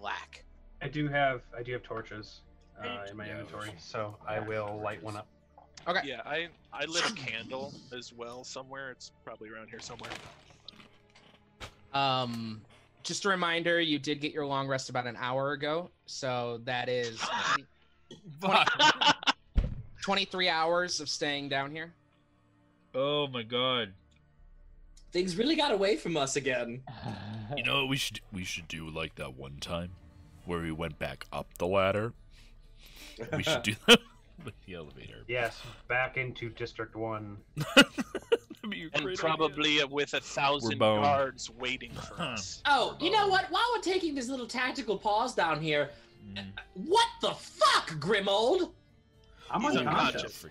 [SPEAKER 2] black.
[SPEAKER 10] I do have I do have torches uh,
[SPEAKER 6] Right.
[SPEAKER 10] in my
[SPEAKER 6] Yeah,
[SPEAKER 10] inventory,
[SPEAKER 6] there's-
[SPEAKER 10] so I
[SPEAKER 6] yeah,
[SPEAKER 10] will
[SPEAKER 6] torches.
[SPEAKER 10] light one up.
[SPEAKER 2] Okay.
[SPEAKER 6] Yeah, I I lit a candle as well somewhere. It's probably around here somewhere.
[SPEAKER 2] Um, just a reminder, you did get your long rest about an hour ago, so that is 20 23 hours of staying down here.
[SPEAKER 3] Oh my god.
[SPEAKER 5] Things really got away from us again.
[SPEAKER 29] You know what we should we should do like that one time where we went back up the ladder. We should do that with the elevator.
[SPEAKER 10] Yes, back into District One.
[SPEAKER 6] And probably with a thousand
[SPEAKER 29] boned.
[SPEAKER 6] guards waiting for us.
[SPEAKER 5] Oh, you know what? While we're taking this little tactical pause down here, what the fuck, Grimold?
[SPEAKER 10] I'm
[SPEAKER 6] He's unconscious.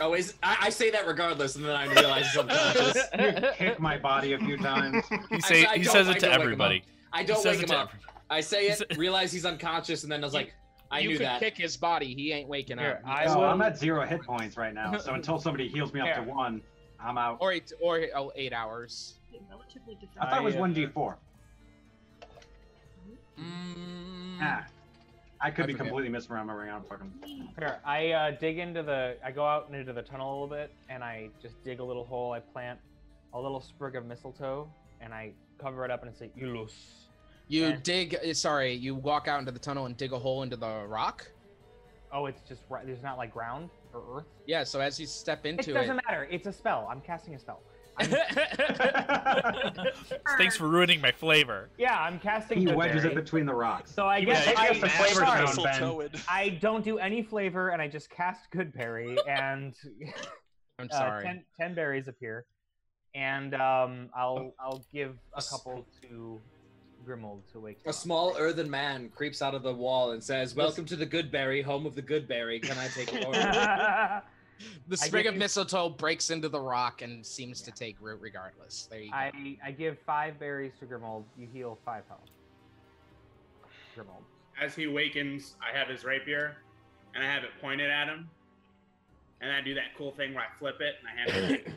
[SPEAKER 5] Oh, is I, I say that regardless, and then I realize he's unconscious.
[SPEAKER 10] You kick my body a few times.
[SPEAKER 5] I-
[SPEAKER 29] He say
[SPEAKER 5] I
[SPEAKER 29] he
[SPEAKER 5] don't-
[SPEAKER 29] says it to
[SPEAKER 5] I don't wake him
[SPEAKER 29] everybody.
[SPEAKER 5] up. I
[SPEAKER 29] He
[SPEAKER 5] don't
[SPEAKER 29] says
[SPEAKER 5] wake
[SPEAKER 29] it
[SPEAKER 5] him
[SPEAKER 29] to
[SPEAKER 5] up. I say it, realize he's unconscious, and then I was like, I
[SPEAKER 2] you
[SPEAKER 5] knew
[SPEAKER 2] could
[SPEAKER 5] that.
[SPEAKER 2] kick his body. He ain't waking
[SPEAKER 5] Here,
[SPEAKER 2] up.
[SPEAKER 5] I
[SPEAKER 2] So-
[SPEAKER 17] Oh, I'm at zero hit points right now, so until somebody heals me up to
[SPEAKER 2] Fair.
[SPEAKER 17] one, I'm out.
[SPEAKER 2] Or eight, or oh, eight hours.
[SPEAKER 1] relatively defensive.
[SPEAKER 17] I uh, thought it was
[SPEAKER 2] uh,
[SPEAKER 17] one d four.
[SPEAKER 2] Ah,
[SPEAKER 17] I could
[SPEAKER 14] I
[SPEAKER 17] be
[SPEAKER 14] forget.
[SPEAKER 17] completely misremembering. I don't fucking.
[SPEAKER 14] Here, I uh, dig into the. I go out into the tunnel a little bit, and I just dig a little hole. I plant a little sprig of mistletoe, and I cover it up, and I say, "Yulus."
[SPEAKER 2] You dig. eh, Sorry, you walk out into the tunnel and dig a hole into the rock.
[SPEAKER 14] Oh, it's just right. There's not like ground or earth.
[SPEAKER 2] Yeah. So as you step into
[SPEAKER 14] it doesn't matter. It's a spell. I'm casting a spell.
[SPEAKER 29] Thanks for ruining my flavor.
[SPEAKER 14] Yeah, I'm casting.
[SPEAKER 17] He
[SPEAKER 14] Goodberry.
[SPEAKER 17] wedges it between the rocks.
[SPEAKER 14] So I
[SPEAKER 17] He
[SPEAKER 14] guess
[SPEAKER 17] was
[SPEAKER 14] I,
[SPEAKER 17] taking the flavors
[SPEAKER 14] sorry,
[SPEAKER 17] down, Ben. Mistletoed.
[SPEAKER 14] I don't do any flavor, and I just cast Goodberry, and
[SPEAKER 2] I'm
[SPEAKER 14] uh,
[SPEAKER 2] sorry.
[SPEAKER 14] ten, ten berries appear, and um, I'll I'll give a couple to Grimold to wake.
[SPEAKER 5] A small earthen man creeps out of the wall and says, "Welcome to the Goodberry, home of the Goodberry. Can I take it over?"
[SPEAKER 2] the
[SPEAKER 14] I
[SPEAKER 2] sprig
[SPEAKER 14] give
[SPEAKER 2] of
[SPEAKER 14] you-
[SPEAKER 2] mistletoe breaks into the rock and seems to take root regardless. There you go.
[SPEAKER 14] I I give five berries to Grimold. You heal five health. Grimold.
[SPEAKER 7] As he wakens, I have his rapier, and I have it pointed at him, and I do that cool thing where I flip it and I hand it.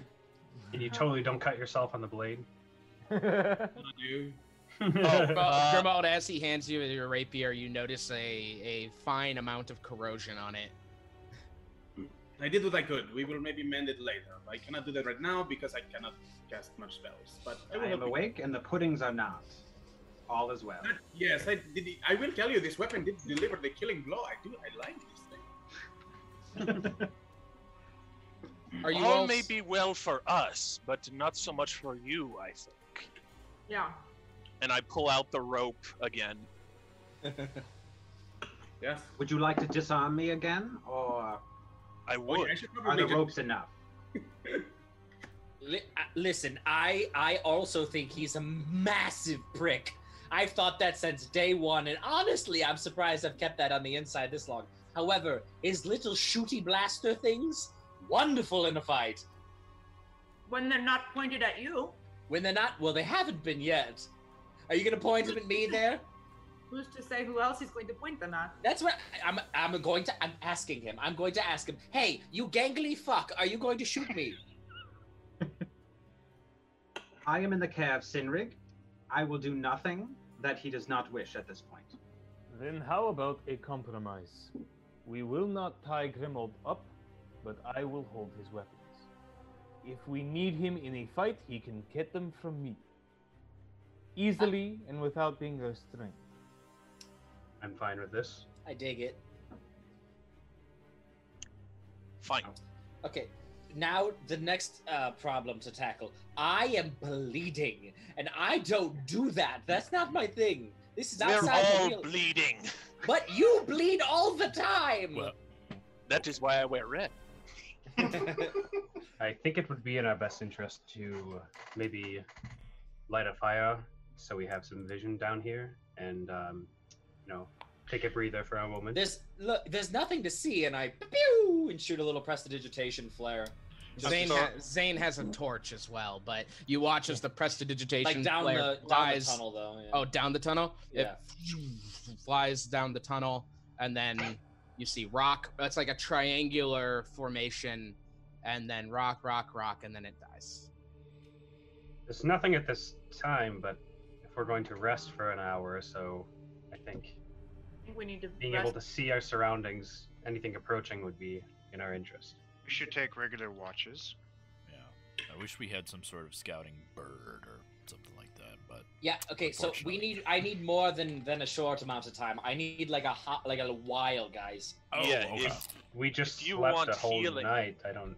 [SPEAKER 10] And you totally don't cut yourself on the blade.
[SPEAKER 7] Dude.
[SPEAKER 2] Oh, Grim- Grimald, as he hands you your rapier, you notice a, a fine amount of corrosion on it.
[SPEAKER 7] I did what I could. We will maybe mend it later. I cannot do that right now because I cannot cast much spells. But I will
[SPEAKER 17] I am
[SPEAKER 7] help you.
[SPEAKER 17] awake, and the puddings are not. All is well.
[SPEAKER 7] Yes, I did. I will tell you, this weapon did deliver the killing blow. I do. I like this thing.
[SPEAKER 2] Are you
[SPEAKER 6] all
[SPEAKER 2] all
[SPEAKER 6] may
[SPEAKER 2] s-
[SPEAKER 6] be well for us, but not so much for you, I think.
[SPEAKER 1] Yeah.
[SPEAKER 6] And I pull out the rope again.
[SPEAKER 7] Yes.
[SPEAKER 17] Would you like to disarm me again, or
[SPEAKER 6] I would.
[SPEAKER 17] are the ropes enough?
[SPEAKER 5] Li- uh, Listen, I I also think he's a massive prick. I've thought that since day one, and honestly, I'm surprised I've kept that on the inside this long. However, his little shooty blaster things wonderful in a fight.
[SPEAKER 1] When they're not pointed at you,
[SPEAKER 5] When they're not, well, they haven't been yet. Are you gonna point them at me there?
[SPEAKER 1] who's to say who else he's going to point them at?
[SPEAKER 5] That's what I'm. I'm going to. I'm asking him. I'm going to ask him. Hey, you gangly fuck! Are you going to shoot me?
[SPEAKER 17] I am in the care of Sinrig. I will do nothing that he does not wish at this point.
[SPEAKER 20] Then how about a compromise? We will not tie Grimold up, but I will hold his weapons. If we need him in a fight, he can get them from me. Easily and without being restrained.
[SPEAKER 10] I'm fine with this.
[SPEAKER 5] I dig it.
[SPEAKER 6] Fine.
[SPEAKER 5] Okay, now the next uh, problem to tackle. I am bleeding, and I don't do that. That's not my thing. This is
[SPEAKER 6] We're
[SPEAKER 5] outside the
[SPEAKER 6] all
[SPEAKER 5] real-
[SPEAKER 6] bleeding.
[SPEAKER 5] But you bleed all the time.
[SPEAKER 6] Well, that is why I wear red.
[SPEAKER 10] I think it would be in our best interest to maybe light a fire so we have some vision down here and, um, you know, take a breather for a moment.
[SPEAKER 5] There's look. There's nothing to see, and I pew and shoot a little prestidigitation flare.
[SPEAKER 2] Zane, ha- Zane has a torch as well, but you watch as the prestidigitation
[SPEAKER 5] Like down
[SPEAKER 2] flare
[SPEAKER 5] the- down the
[SPEAKER 2] flies.
[SPEAKER 5] tunnel, though, yeah.
[SPEAKER 2] Oh, down the tunnel.
[SPEAKER 5] Yeah.
[SPEAKER 2] It flies down the tunnel, and then you see rock. That's like a triangular formation, and then rock, rock, rock, and then it dies.
[SPEAKER 10] There's nothing at this time, but if we're going to rest for an hour or so, I think
[SPEAKER 28] I think we need to
[SPEAKER 10] being
[SPEAKER 28] rest.
[SPEAKER 10] able to see our surroundings, anything approaching would be in our interest.
[SPEAKER 4] We should take regular watches.
[SPEAKER 29] I wish we had some sort of scouting bird or something like that, but
[SPEAKER 5] Yeah. Okay. So we need. I need more than than a short amount of time. I need like a hot, like a while, guys.
[SPEAKER 10] Oh, we just
[SPEAKER 5] Oh, you
[SPEAKER 10] slept
[SPEAKER 5] want
[SPEAKER 10] a whole
[SPEAKER 5] healing-
[SPEAKER 10] night. I don't.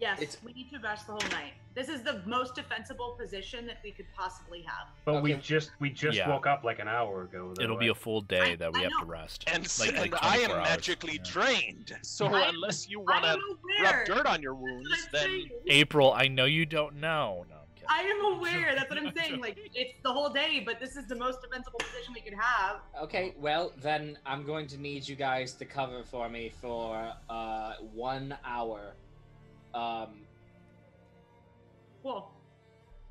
[SPEAKER 28] Yes, we need to rest the whole night. This is the most defensible position that we could possibly have.
[SPEAKER 10] But we just we just
[SPEAKER 29] Yeah.
[SPEAKER 10] woke up like an hour ago. Though,
[SPEAKER 29] it'll be a
[SPEAKER 10] right?
[SPEAKER 29] full day that we
[SPEAKER 28] I
[SPEAKER 29] have to
[SPEAKER 28] know.
[SPEAKER 29] rest.
[SPEAKER 6] And, s-
[SPEAKER 29] like, like
[SPEAKER 6] and I am
[SPEAKER 29] 24 hours.
[SPEAKER 6] magically drained. So
[SPEAKER 29] I-
[SPEAKER 6] unless you
[SPEAKER 29] I
[SPEAKER 6] want to
[SPEAKER 29] am aware.
[SPEAKER 6] rub dirt on your wounds, then
[SPEAKER 29] April, I know you don't know. No, I'm kidding.
[SPEAKER 28] I am aware. That's what I'm saying. Like it's the whole day, but this is the most defensible position we could have.
[SPEAKER 5] Okay. Well, then I'm going to need you guys to cover for me for uh one hour. Um.
[SPEAKER 28] Cool.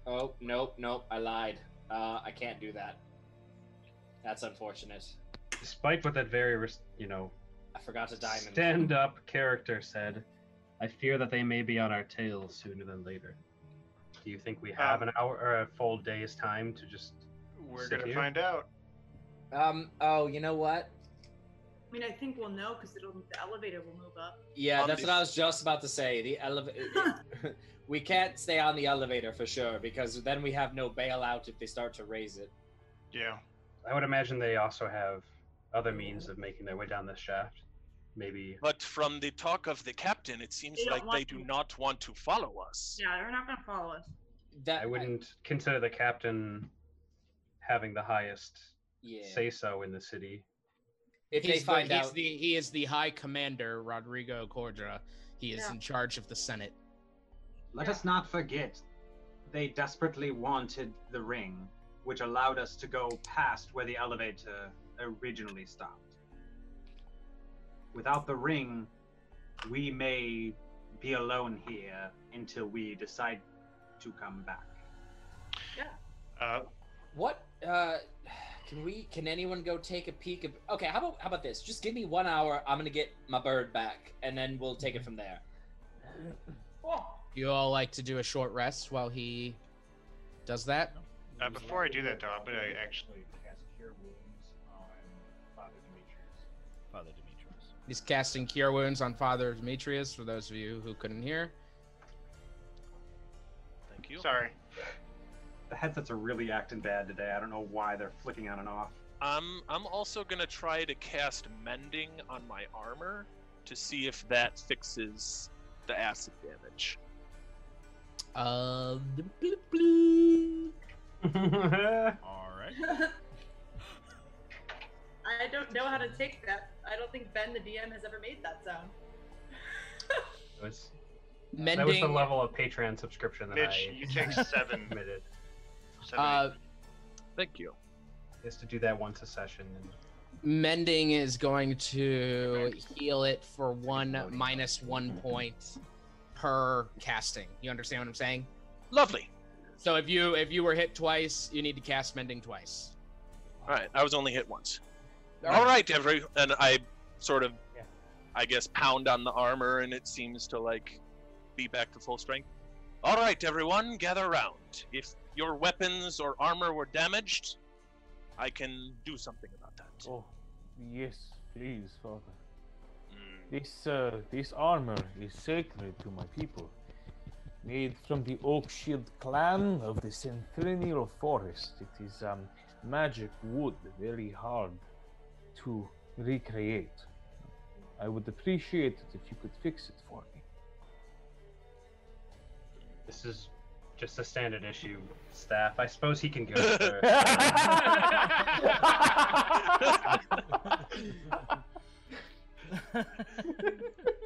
[SPEAKER 5] Oh nope, nope. I lied. Uh, I can't do that. That's unfortunate.
[SPEAKER 10] Despite what that very res- you know
[SPEAKER 5] I forgot a diamond.
[SPEAKER 10] stand up character said, I fear that they may be on our tails sooner than later. Do you think we have an hour or a full day's time to just?
[SPEAKER 4] Um, We're
[SPEAKER 10] sit
[SPEAKER 4] gonna
[SPEAKER 10] here?
[SPEAKER 4] find out.
[SPEAKER 5] Um. Oh, you know what?
[SPEAKER 28] I mean, I think we'll know because it'll the elevator will move up.
[SPEAKER 5] Yeah, that's what I was just about to say. The elevator. we can't stay on the elevator for sure because then we have no bailout if they start to raise it.
[SPEAKER 4] Yeah.
[SPEAKER 10] I would imagine they also have other means of making their way down this shaft. Maybe
[SPEAKER 6] But from the talk of the captain, it seems
[SPEAKER 28] They don't
[SPEAKER 6] like they
[SPEAKER 28] want
[SPEAKER 6] do
[SPEAKER 28] to.
[SPEAKER 6] not want to follow us.
[SPEAKER 28] Yeah, they're not gonna follow us.
[SPEAKER 5] That
[SPEAKER 10] I wouldn't consider the captain having the highest
[SPEAKER 5] Yeah.
[SPEAKER 10] say so in the city.
[SPEAKER 2] He's the- he's the, he is the High Commander Rodrigo Cordra. He is
[SPEAKER 17] Yeah.
[SPEAKER 2] in charge of the Senate.
[SPEAKER 17] Let us not forget, they desperately wanted the ring, which allowed us to go past where the elevator originally stopped. Without the ring, we may be alone here until we decide to come back.
[SPEAKER 4] Uh,
[SPEAKER 5] What? Uh, can we? Can anyone go take a peek? Of, okay. How about how about this? Just give me one hour. I'm gonna get my bird back, and then we'll
[SPEAKER 2] Mm-hmm.
[SPEAKER 5] take it from there.
[SPEAKER 2] Do You all like to do a short rest while he does that.
[SPEAKER 4] Uh, before I do that, though, I'm gonna actually.
[SPEAKER 29] Father Demetrius.
[SPEAKER 2] He's casting Cure Wounds on Father Demetrius. For those of you who couldn't hear,
[SPEAKER 6] Thank you.
[SPEAKER 4] Sorry.
[SPEAKER 17] The headsets are really acting bad today. I don't know why they're flicking on and off.
[SPEAKER 6] I'm I'm also gonna try to cast mending on my armor to see if that fixes the acid damage.
[SPEAKER 2] uh,
[SPEAKER 29] All right.
[SPEAKER 28] I don't know how to take that. I don't think Ben, the DM, has ever made that sound.
[SPEAKER 10] It was,
[SPEAKER 2] mending.
[SPEAKER 10] That was the level of Patreon subscription that
[SPEAKER 4] Mitch,
[SPEAKER 10] I
[SPEAKER 4] you take seven.
[SPEAKER 10] committed.
[SPEAKER 4] seven
[SPEAKER 6] Thank you.
[SPEAKER 10] Is to do that once a session. And
[SPEAKER 2] Mending is going to heal it for one minus one point per casting. You understand what I'm saying?
[SPEAKER 6] Lovely.
[SPEAKER 2] So if you if you were hit twice, you need to cast mending twice.
[SPEAKER 6] All right, I was only hit once.
[SPEAKER 2] All
[SPEAKER 6] All right, every and I sort of, I guess, pound on the armor, and it seems to like be back to full strength. All right, everyone, gather around. If your weapons or armor were damaged, I can do something about that.
[SPEAKER 34] Oh, yes, please, Father. This uh, this armor is sacred to my people. Made from the Oak Shield clan of the Centennial Forest. It is um, magic wood, very hard to recreate. I would appreciate it if you could fix it for me.
[SPEAKER 10] This is just a standard issue staff. I suppose he can go. for-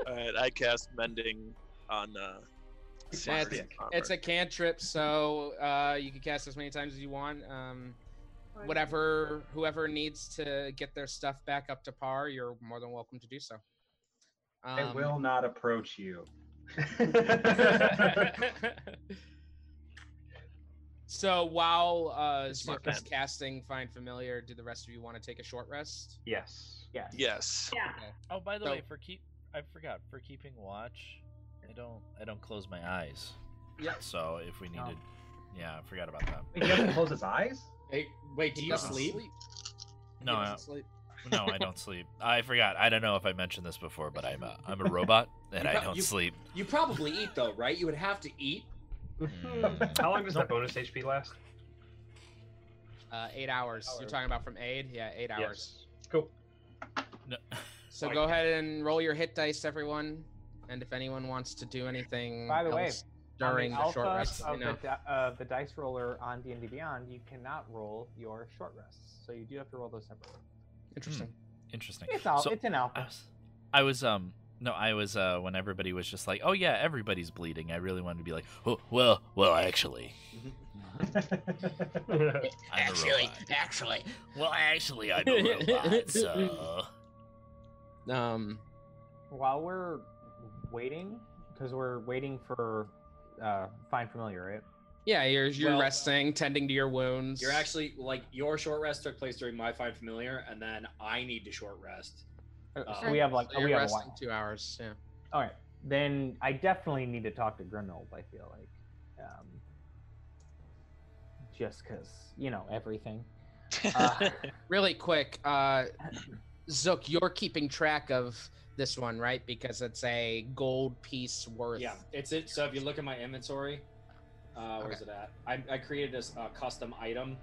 [SPEAKER 6] All right, I cast mending on. Uh,
[SPEAKER 2] Yeah, it's,
[SPEAKER 6] Sandric armor.
[SPEAKER 2] it's a cantrip, so uh, you can cast as many times as you want. Um,
[SPEAKER 6] Or-
[SPEAKER 2] whatever, whoever needs to get their stuff back up to par, you're more than welcome to do so.
[SPEAKER 17] I
[SPEAKER 2] Um,
[SPEAKER 17] will not approach you.
[SPEAKER 2] So while uh,
[SPEAKER 6] Smart
[SPEAKER 2] Zook is
[SPEAKER 6] man.
[SPEAKER 2] casting Find Familiar, do the rest of you want to take a short rest?
[SPEAKER 10] Yes.
[SPEAKER 35] Yes.
[SPEAKER 6] Yes.
[SPEAKER 3] Oh, by the
[SPEAKER 2] So-
[SPEAKER 3] way, for keep I forgot for keeping watch, I don't I don't close my eyes.
[SPEAKER 2] Yeah.
[SPEAKER 3] So if we
[SPEAKER 2] No.
[SPEAKER 3] needed, yeah, I forgot about that.
[SPEAKER 17] He doesn't close his eyes?
[SPEAKER 2] Wait, wait do
[SPEAKER 3] He
[SPEAKER 2] you
[SPEAKER 3] doesn't
[SPEAKER 2] sleep?
[SPEAKER 3] sleep. No,
[SPEAKER 2] He
[SPEAKER 3] I,
[SPEAKER 2] doesn't sleep.
[SPEAKER 3] no, I don't sleep. I forgot. I don't know if I mentioned this before, but I'm a I'm a robot and I
[SPEAKER 5] prob-
[SPEAKER 3] don't
[SPEAKER 5] you-
[SPEAKER 3] sleep.
[SPEAKER 5] You probably eat though, right? You would have to eat.
[SPEAKER 2] Hmm.
[SPEAKER 3] Mm.
[SPEAKER 10] How long does that bonus HP last?
[SPEAKER 2] Uh, eight hours. You're
[SPEAKER 10] Hours.
[SPEAKER 2] talking about from aid? Yeah, eight
[SPEAKER 10] Yes.
[SPEAKER 2] hours.
[SPEAKER 10] Cool.
[SPEAKER 3] No.
[SPEAKER 2] So
[SPEAKER 10] Like-
[SPEAKER 2] go ahead and roll your hit dice, everyone. And if anyone wants to do anything
[SPEAKER 14] By the way,
[SPEAKER 2] else Mm, during
[SPEAKER 14] on
[SPEAKER 2] the,
[SPEAKER 14] the,
[SPEAKER 2] short
[SPEAKER 14] alpha
[SPEAKER 2] rest,
[SPEAKER 14] of
[SPEAKER 2] you know.
[SPEAKER 14] the, di- of the dice roller on D and D Beyond, you cannot roll your short rests, so you do have to roll those separately.
[SPEAKER 2] Interesting.
[SPEAKER 3] Hmm. Interesting.
[SPEAKER 14] It's all
[SPEAKER 3] So-
[SPEAKER 14] it's an alpha.
[SPEAKER 3] I was um no, I was uh when everybody was just like, "Oh yeah, everybody's bleeding." I really wanted to be like, "Oh, well, well, actually." I'm a
[SPEAKER 5] Actually,
[SPEAKER 3] robot.
[SPEAKER 5] actually.
[SPEAKER 3] Well, actually, I'm a robot, so.
[SPEAKER 2] Um,
[SPEAKER 14] While we're waiting, because we're waiting for uh, find familiar, right?
[SPEAKER 2] Yeah, you're you're
[SPEAKER 5] Well-
[SPEAKER 2] resting, tending to your wounds.
[SPEAKER 5] You're actually like your short rest took place during my find familiar, and then I need to short rest. Um,
[SPEAKER 14] Uh, so we have like
[SPEAKER 2] So
[SPEAKER 14] we have
[SPEAKER 2] you're
[SPEAKER 14] a
[SPEAKER 2] resting
[SPEAKER 14] while.
[SPEAKER 2] two hours. Yeah.
[SPEAKER 14] All right, then I definitely need to talk to Grenold. I feel like, um, just because you know everything. Uh,
[SPEAKER 2] Really quick, uh, Zook, you're keeping track of this one, right? Because it's a gold piece worth.
[SPEAKER 5] Yeah, it's it. So if you look at my inventory, uh, where's it at? I, I created this uh, custom item.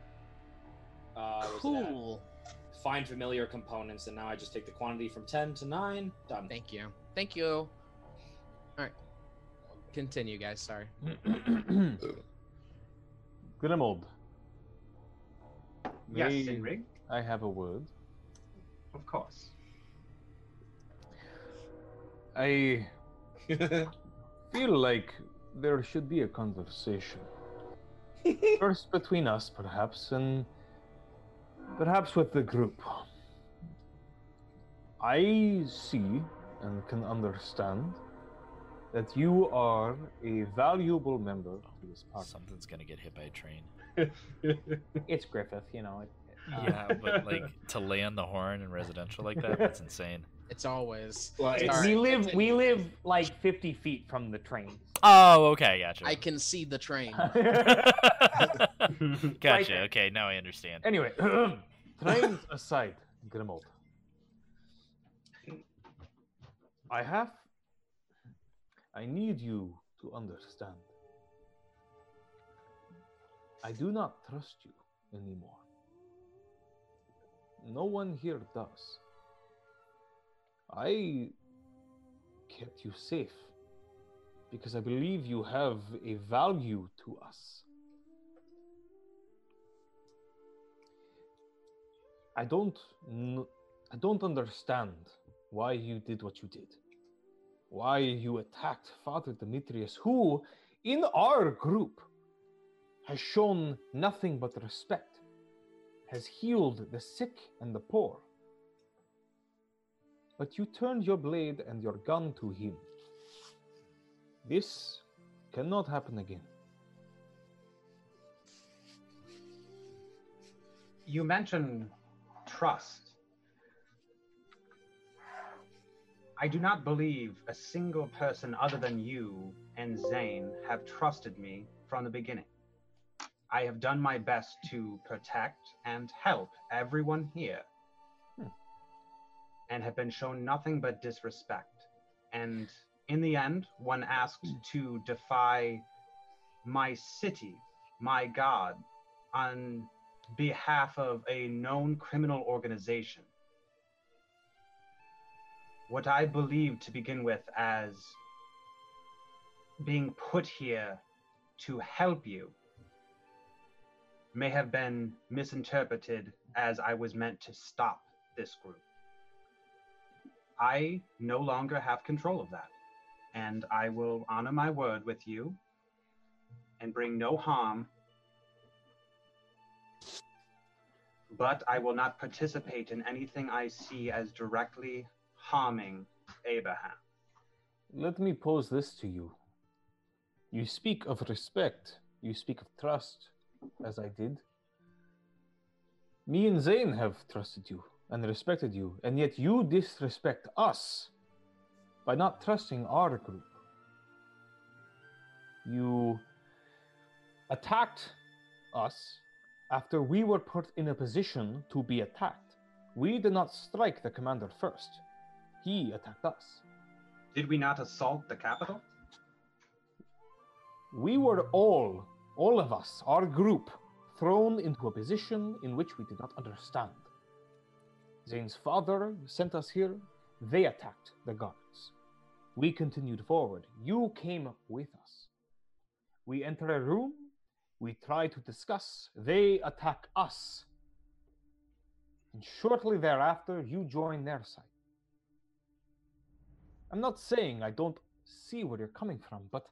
[SPEAKER 5] Uh, cool. Find familiar components, and now I just take the quantity from ten to nine. Done.
[SPEAKER 2] Thank you. Thank you. All right. Continue, guys. Sorry.
[SPEAKER 20] Grimold.
[SPEAKER 17] Yes,
[SPEAKER 20] May
[SPEAKER 17] Ingrid?
[SPEAKER 20] I have a word.
[SPEAKER 17] Of course.
[SPEAKER 20] I feel like there should be a conversation. First between us, perhaps, and perhaps with the group. I see and can understand that you are a valuable member to this party.
[SPEAKER 3] Something's gonna get hit by a train.
[SPEAKER 14] it's Griffith, you know. It, uh,
[SPEAKER 3] Yeah, but like to lay on the horn in residential like that, that's insane.
[SPEAKER 2] It's always.
[SPEAKER 14] we live we live like 50 feet from the train.
[SPEAKER 3] Oh, okay, gotcha.
[SPEAKER 2] I can see the train.
[SPEAKER 3] Gotcha. okay, now I understand.
[SPEAKER 20] Anyway, trains aside, Grimold. I have. I need you to understand. I do not trust you anymore. No one here does. I kept you safe because I believe you have a value to us. I don't kn- I don't understand why you did what you did. Why you attacked Father Demetrius, who in our group has shown nothing but respect, has healed the sick and the poor. But you turned your blade and your gun to him. This cannot happen again.
[SPEAKER 17] You mentioned trust. I do not believe a single person other than you and Zane have trusted me from the beginning. I have done my best to protect and help everyone here and have been shown nothing but disrespect. And in the end, when asked to defy my city, my god, on behalf of a known criminal organization, what I believe to begin with as being put here to help you may have been misinterpreted as I was meant to stop this group. I no longer have control of that, and I will honor my word with you and bring no harm. But I will not participate in anything I see as directly harming Abraham.
[SPEAKER 20] Let me pose this to you. You speak of respect, you speak of trust, as I did. Me and Zane have trusted you and respected you, and yet you disrespect us by not trusting our group. You attacked us after we were put in a position to be attacked. We did not strike the commander first, he attacked us.
[SPEAKER 17] Did we not assault the capital?
[SPEAKER 20] We were all, all of us, our group, thrown into a position in which we did not understand. Zane's father sent us here. They attacked the guards. We continued forward. You came with us. We enter a room. We try to discuss. They attack us. And shortly thereafter, you join their side. I'm not saying I don't see where you're coming from, but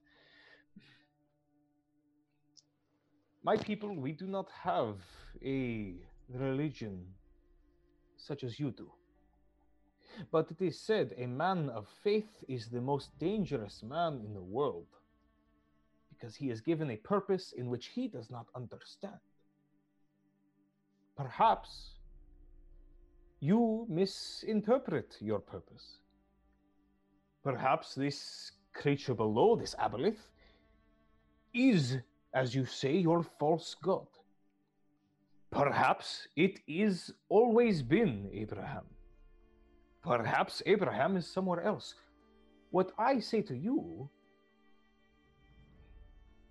[SPEAKER 20] my people, we do not have a religion such as you do. But it is said a man of faith is the most dangerous man in the world because he is given a purpose in which he does not understand. Perhaps you misinterpret your purpose. Perhaps this creature below, this Aboleth, is, as you say, your false god. Perhaps it is always been Abraham. Perhaps Abraham is somewhere else. What I say to you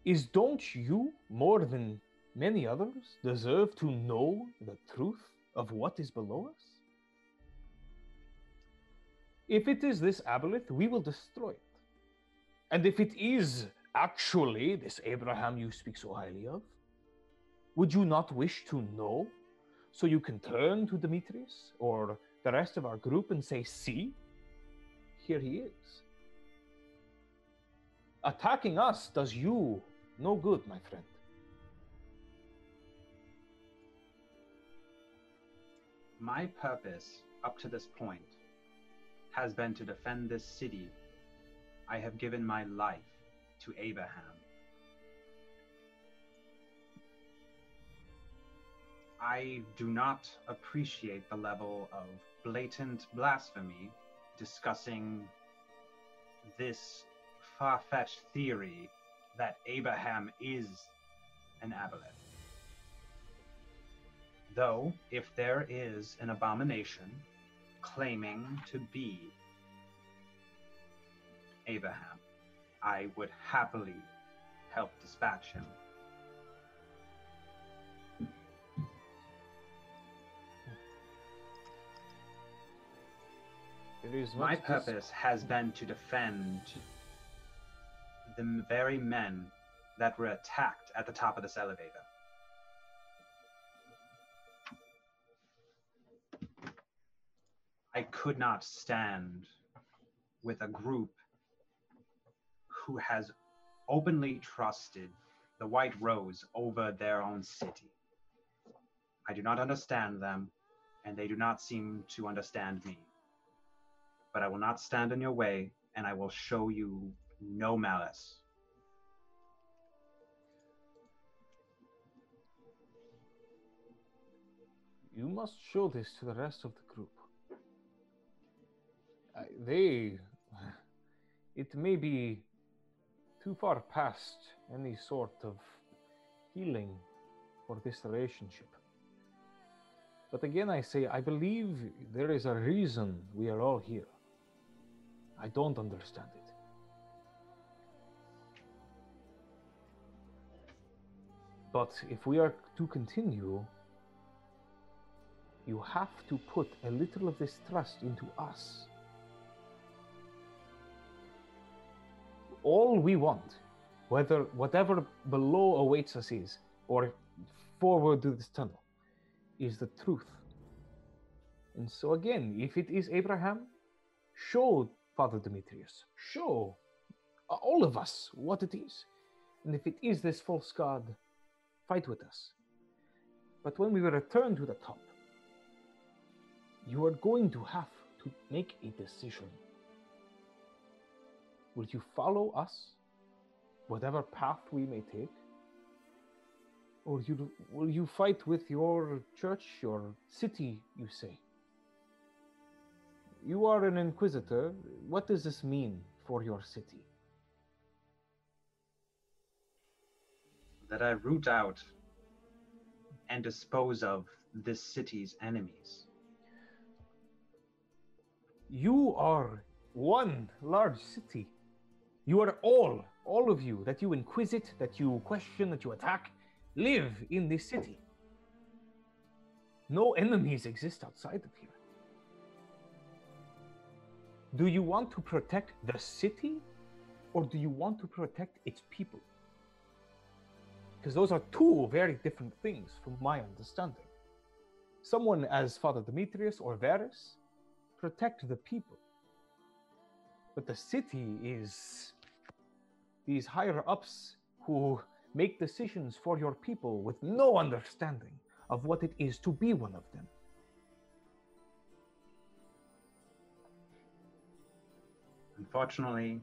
[SPEAKER 20] is don't you, more than many others, deserve to know the truth of what is below us? If it is this aboleth, we will destroy it. And if it is actually this Abraham you speak so highly of, would you not wish to know so you can turn to Demetrius or the rest of our group and say, See, here he is? Attacking us does you no good, my friend.
[SPEAKER 17] My purpose up to this point has been to defend this city. I have given my life to Abraham. I do not appreciate the level of blatant blasphemy discussing this far fetched theory that Abraham is an aboleth. Though, if there is an abomination claiming to be Abraham, I would happily help dispatch him.
[SPEAKER 20] It is
[SPEAKER 17] My
[SPEAKER 20] not this-
[SPEAKER 17] purpose has been to defend the m- very men that were attacked at the top of this elevator. I could not stand with a group who has openly trusted the White Rose over their own city. I do not understand them, and they do not seem to understand me but I will not stand in your way, and I will show you no malice.
[SPEAKER 20] You must show this to the rest of the group. uh, they. It may be too far past any sort of healing for this relationship. But again, I say, I believe there is a reason we are all here. I don't understand it. But if we are to continue, you have to put a little of this trust into us. All we want, whether whatever below awaits us is, or forward through this tunnel, is the truth. And so again, if it is Abraham, show Father Demetrius, show all of us what it is. And if it is this false god, fight with us. But when we return to the top, you are going to have to make a decision. Will you follow us, whatever path we may take? Or you, will you fight with your church, your city, you say? You are an inquisitor. What does this mean for your city?
[SPEAKER 17] that I root out and dispose of this city's enemies.
[SPEAKER 20] You are one large city. You are all, all of you, that you inquisit, that you question, that you attack, live in this city. No enemies exist outside of here. Do you want to protect the city or do you want to protect its people? Because those are two very different things from my understanding. Someone as Father Demetrius or Verus protect the people. But the city is these higher ups who make decisions for your people with no understanding of what it is to be one of them.
[SPEAKER 17] Unfortunately,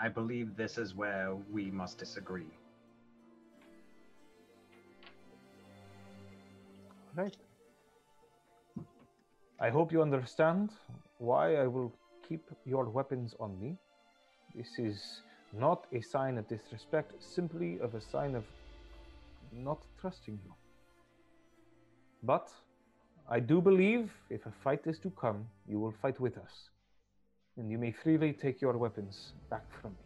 [SPEAKER 17] I believe this is where we must disagree.
[SPEAKER 20] Right. I hope you understand why I will keep your weapons on me. This is not a sign of disrespect, simply of a sign of not trusting you. But I do believe if a fight is to come, you will fight with us. And you may freely take your weapons back from me.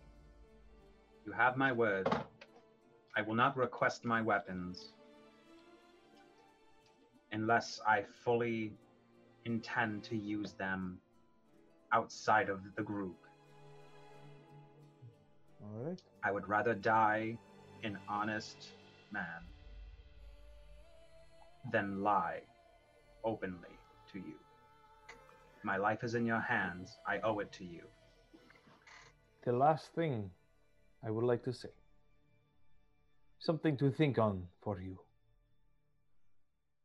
[SPEAKER 17] You have my word. I will not request my weapons unless I fully intend to use them outside of the group.
[SPEAKER 20] All right.
[SPEAKER 17] I would rather die an honest man than lie openly to you. My life is in your hands. I owe it to you.
[SPEAKER 20] The last thing I would like to say something to think on for you.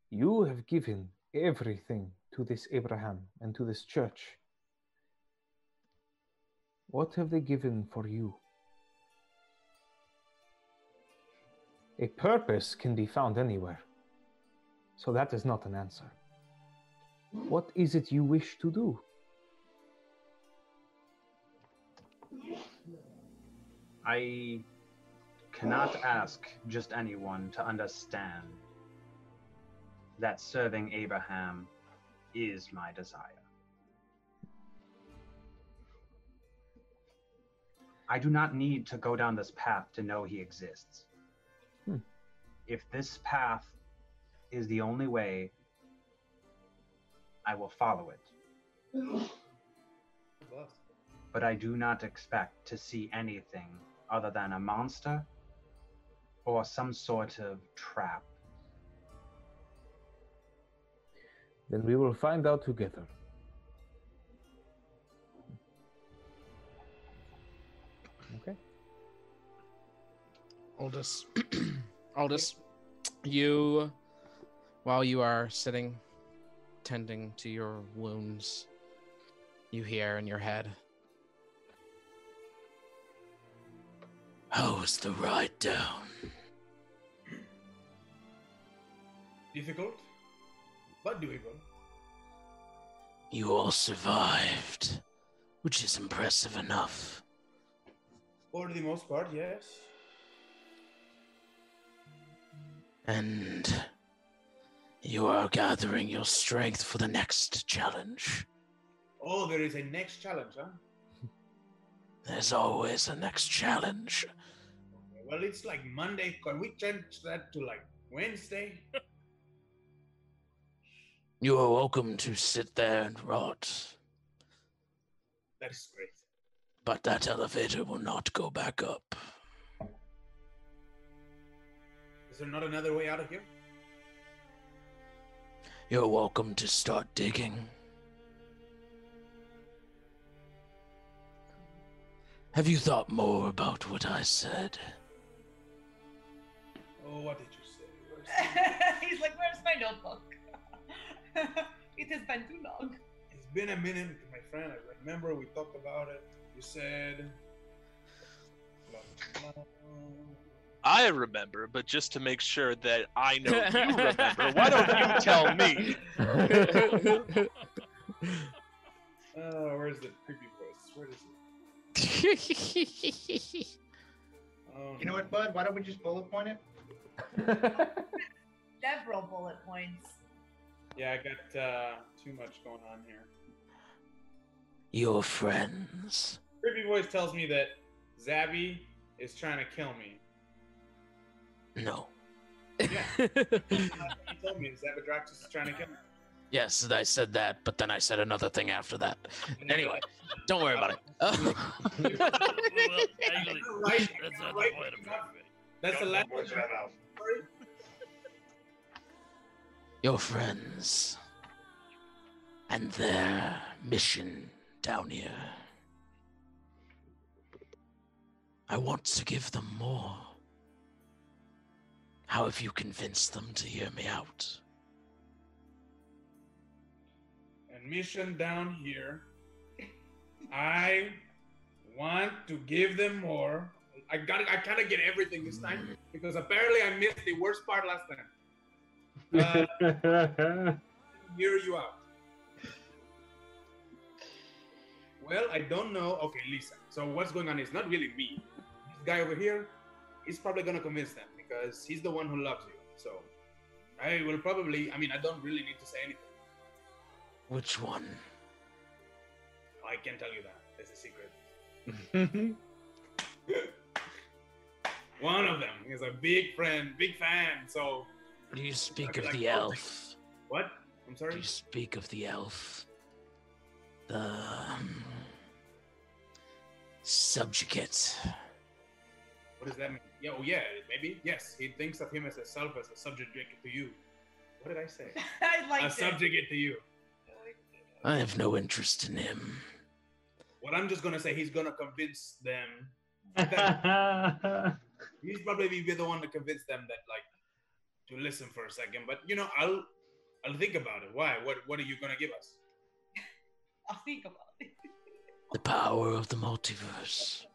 [SPEAKER 20] You have given everything to this Abraham and to this church. What have they given for you? A purpose can be found anywhere. So that is not an answer. What is it you wish to do?
[SPEAKER 17] I cannot ask just anyone to understand that serving Abraham is my desire. I do not need to go down this path to know he exists.
[SPEAKER 20] Hmm.
[SPEAKER 17] If this path is the only way, I will follow it. But I do not expect to see anything other than a monster or some sort of trap.
[SPEAKER 20] Then we will find out together. Okay.
[SPEAKER 2] Aldous, Aldous, you, while you are sitting, tending to your wounds, you hear in your head,
[SPEAKER 12] Oh,
[SPEAKER 2] How was the ride down?
[SPEAKER 7] Difficult, but doable.
[SPEAKER 12] You all survived. which is impressive enough.
[SPEAKER 8] For the most part, yes.
[SPEAKER 12] And you are gathering your strength for the next challenge.
[SPEAKER 8] Oh, there is a next challenge, huh?
[SPEAKER 12] There's always a next challenge.
[SPEAKER 8] Well, it's like Monday. Can we change that to like Wednesday?
[SPEAKER 12] You are welcome to sit there and rot,
[SPEAKER 8] That is great.
[SPEAKER 12] but that elevator will not go back up.
[SPEAKER 8] Is there not another way out of here?
[SPEAKER 12] You're welcome to start digging. Have you thought more about what I said?
[SPEAKER 8] Oh, what did you say?
[SPEAKER 1] He's like, where's my notebook? it has been too long.
[SPEAKER 8] It's been a minute, my friend. I remember we talked about it. You said.
[SPEAKER 6] I remember, but just to make sure that I know you remember, why don't you tell me?
[SPEAKER 8] Oh, where's the creepy voice? Where is it? Oh,
[SPEAKER 7] you know what, Bud? Why don't we just bullet point it?
[SPEAKER 1] Several bullet points.
[SPEAKER 8] Yeah, I got uh, too much going on here.
[SPEAKER 12] Your friends.
[SPEAKER 8] Creepy voice tells me that Zabby is trying to kill me.
[SPEAKER 12] No.
[SPEAKER 8] Yeah. he told me Zabadraxis is trying to kill me.
[SPEAKER 12] Yes, I said that, but then I said another thing after that. Anyway, don't worry about it.
[SPEAKER 8] Right, right, That's the last one.
[SPEAKER 12] Your friends. And their mission down here. I want to give them more. How have you convinced them to hear me out?
[SPEAKER 8] And mission down here. I want to give them more. I got. I kind of get everything this time because apparently I missed the worst part last time. Hear you out. Well, I don't know. Okay, Lisa. So what's going on is not really me. This guy over here is probably gonna convince them because he's the one who loves you. So I will probably. I mean, I don't really need to say anything.
[SPEAKER 12] Which one?
[SPEAKER 8] Oh, I can tell you that. That's a secret. One of them is a big friend, big fan. So
[SPEAKER 12] Do you speak of
[SPEAKER 8] Like,
[SPEAKER 12] the
[SPEAKER 8] oh,
[SPEAKER 12] elf?
[SPEAKER 8] What? I'm sorry?
[SPEAKER 12] Do you speak of the elf? The um, subjugate.
[SPEAKER 8] what does that mean? Yeah, oh yeah, maybe. Yes, he thinks of him as a self, as a subject to you. What did I say?
[SPEAKER 1] I liked
[SPEAKER 8] a
[SPEAKER 1] it.
[SPEAKER 8] subjugate to you.
[SPEAKER 12] I have no interest in him.
[SPEAKER 8] Well, I'm just gonna say he's gonna convince them. that- he's probably be the one to convince them that like to listen for a second. But you know, I'll I'll think about it. Why? What What are you gonna give us?
[SPEAKER 1] I'll think about it.
[SPEAKER 12] The power of the multiverse.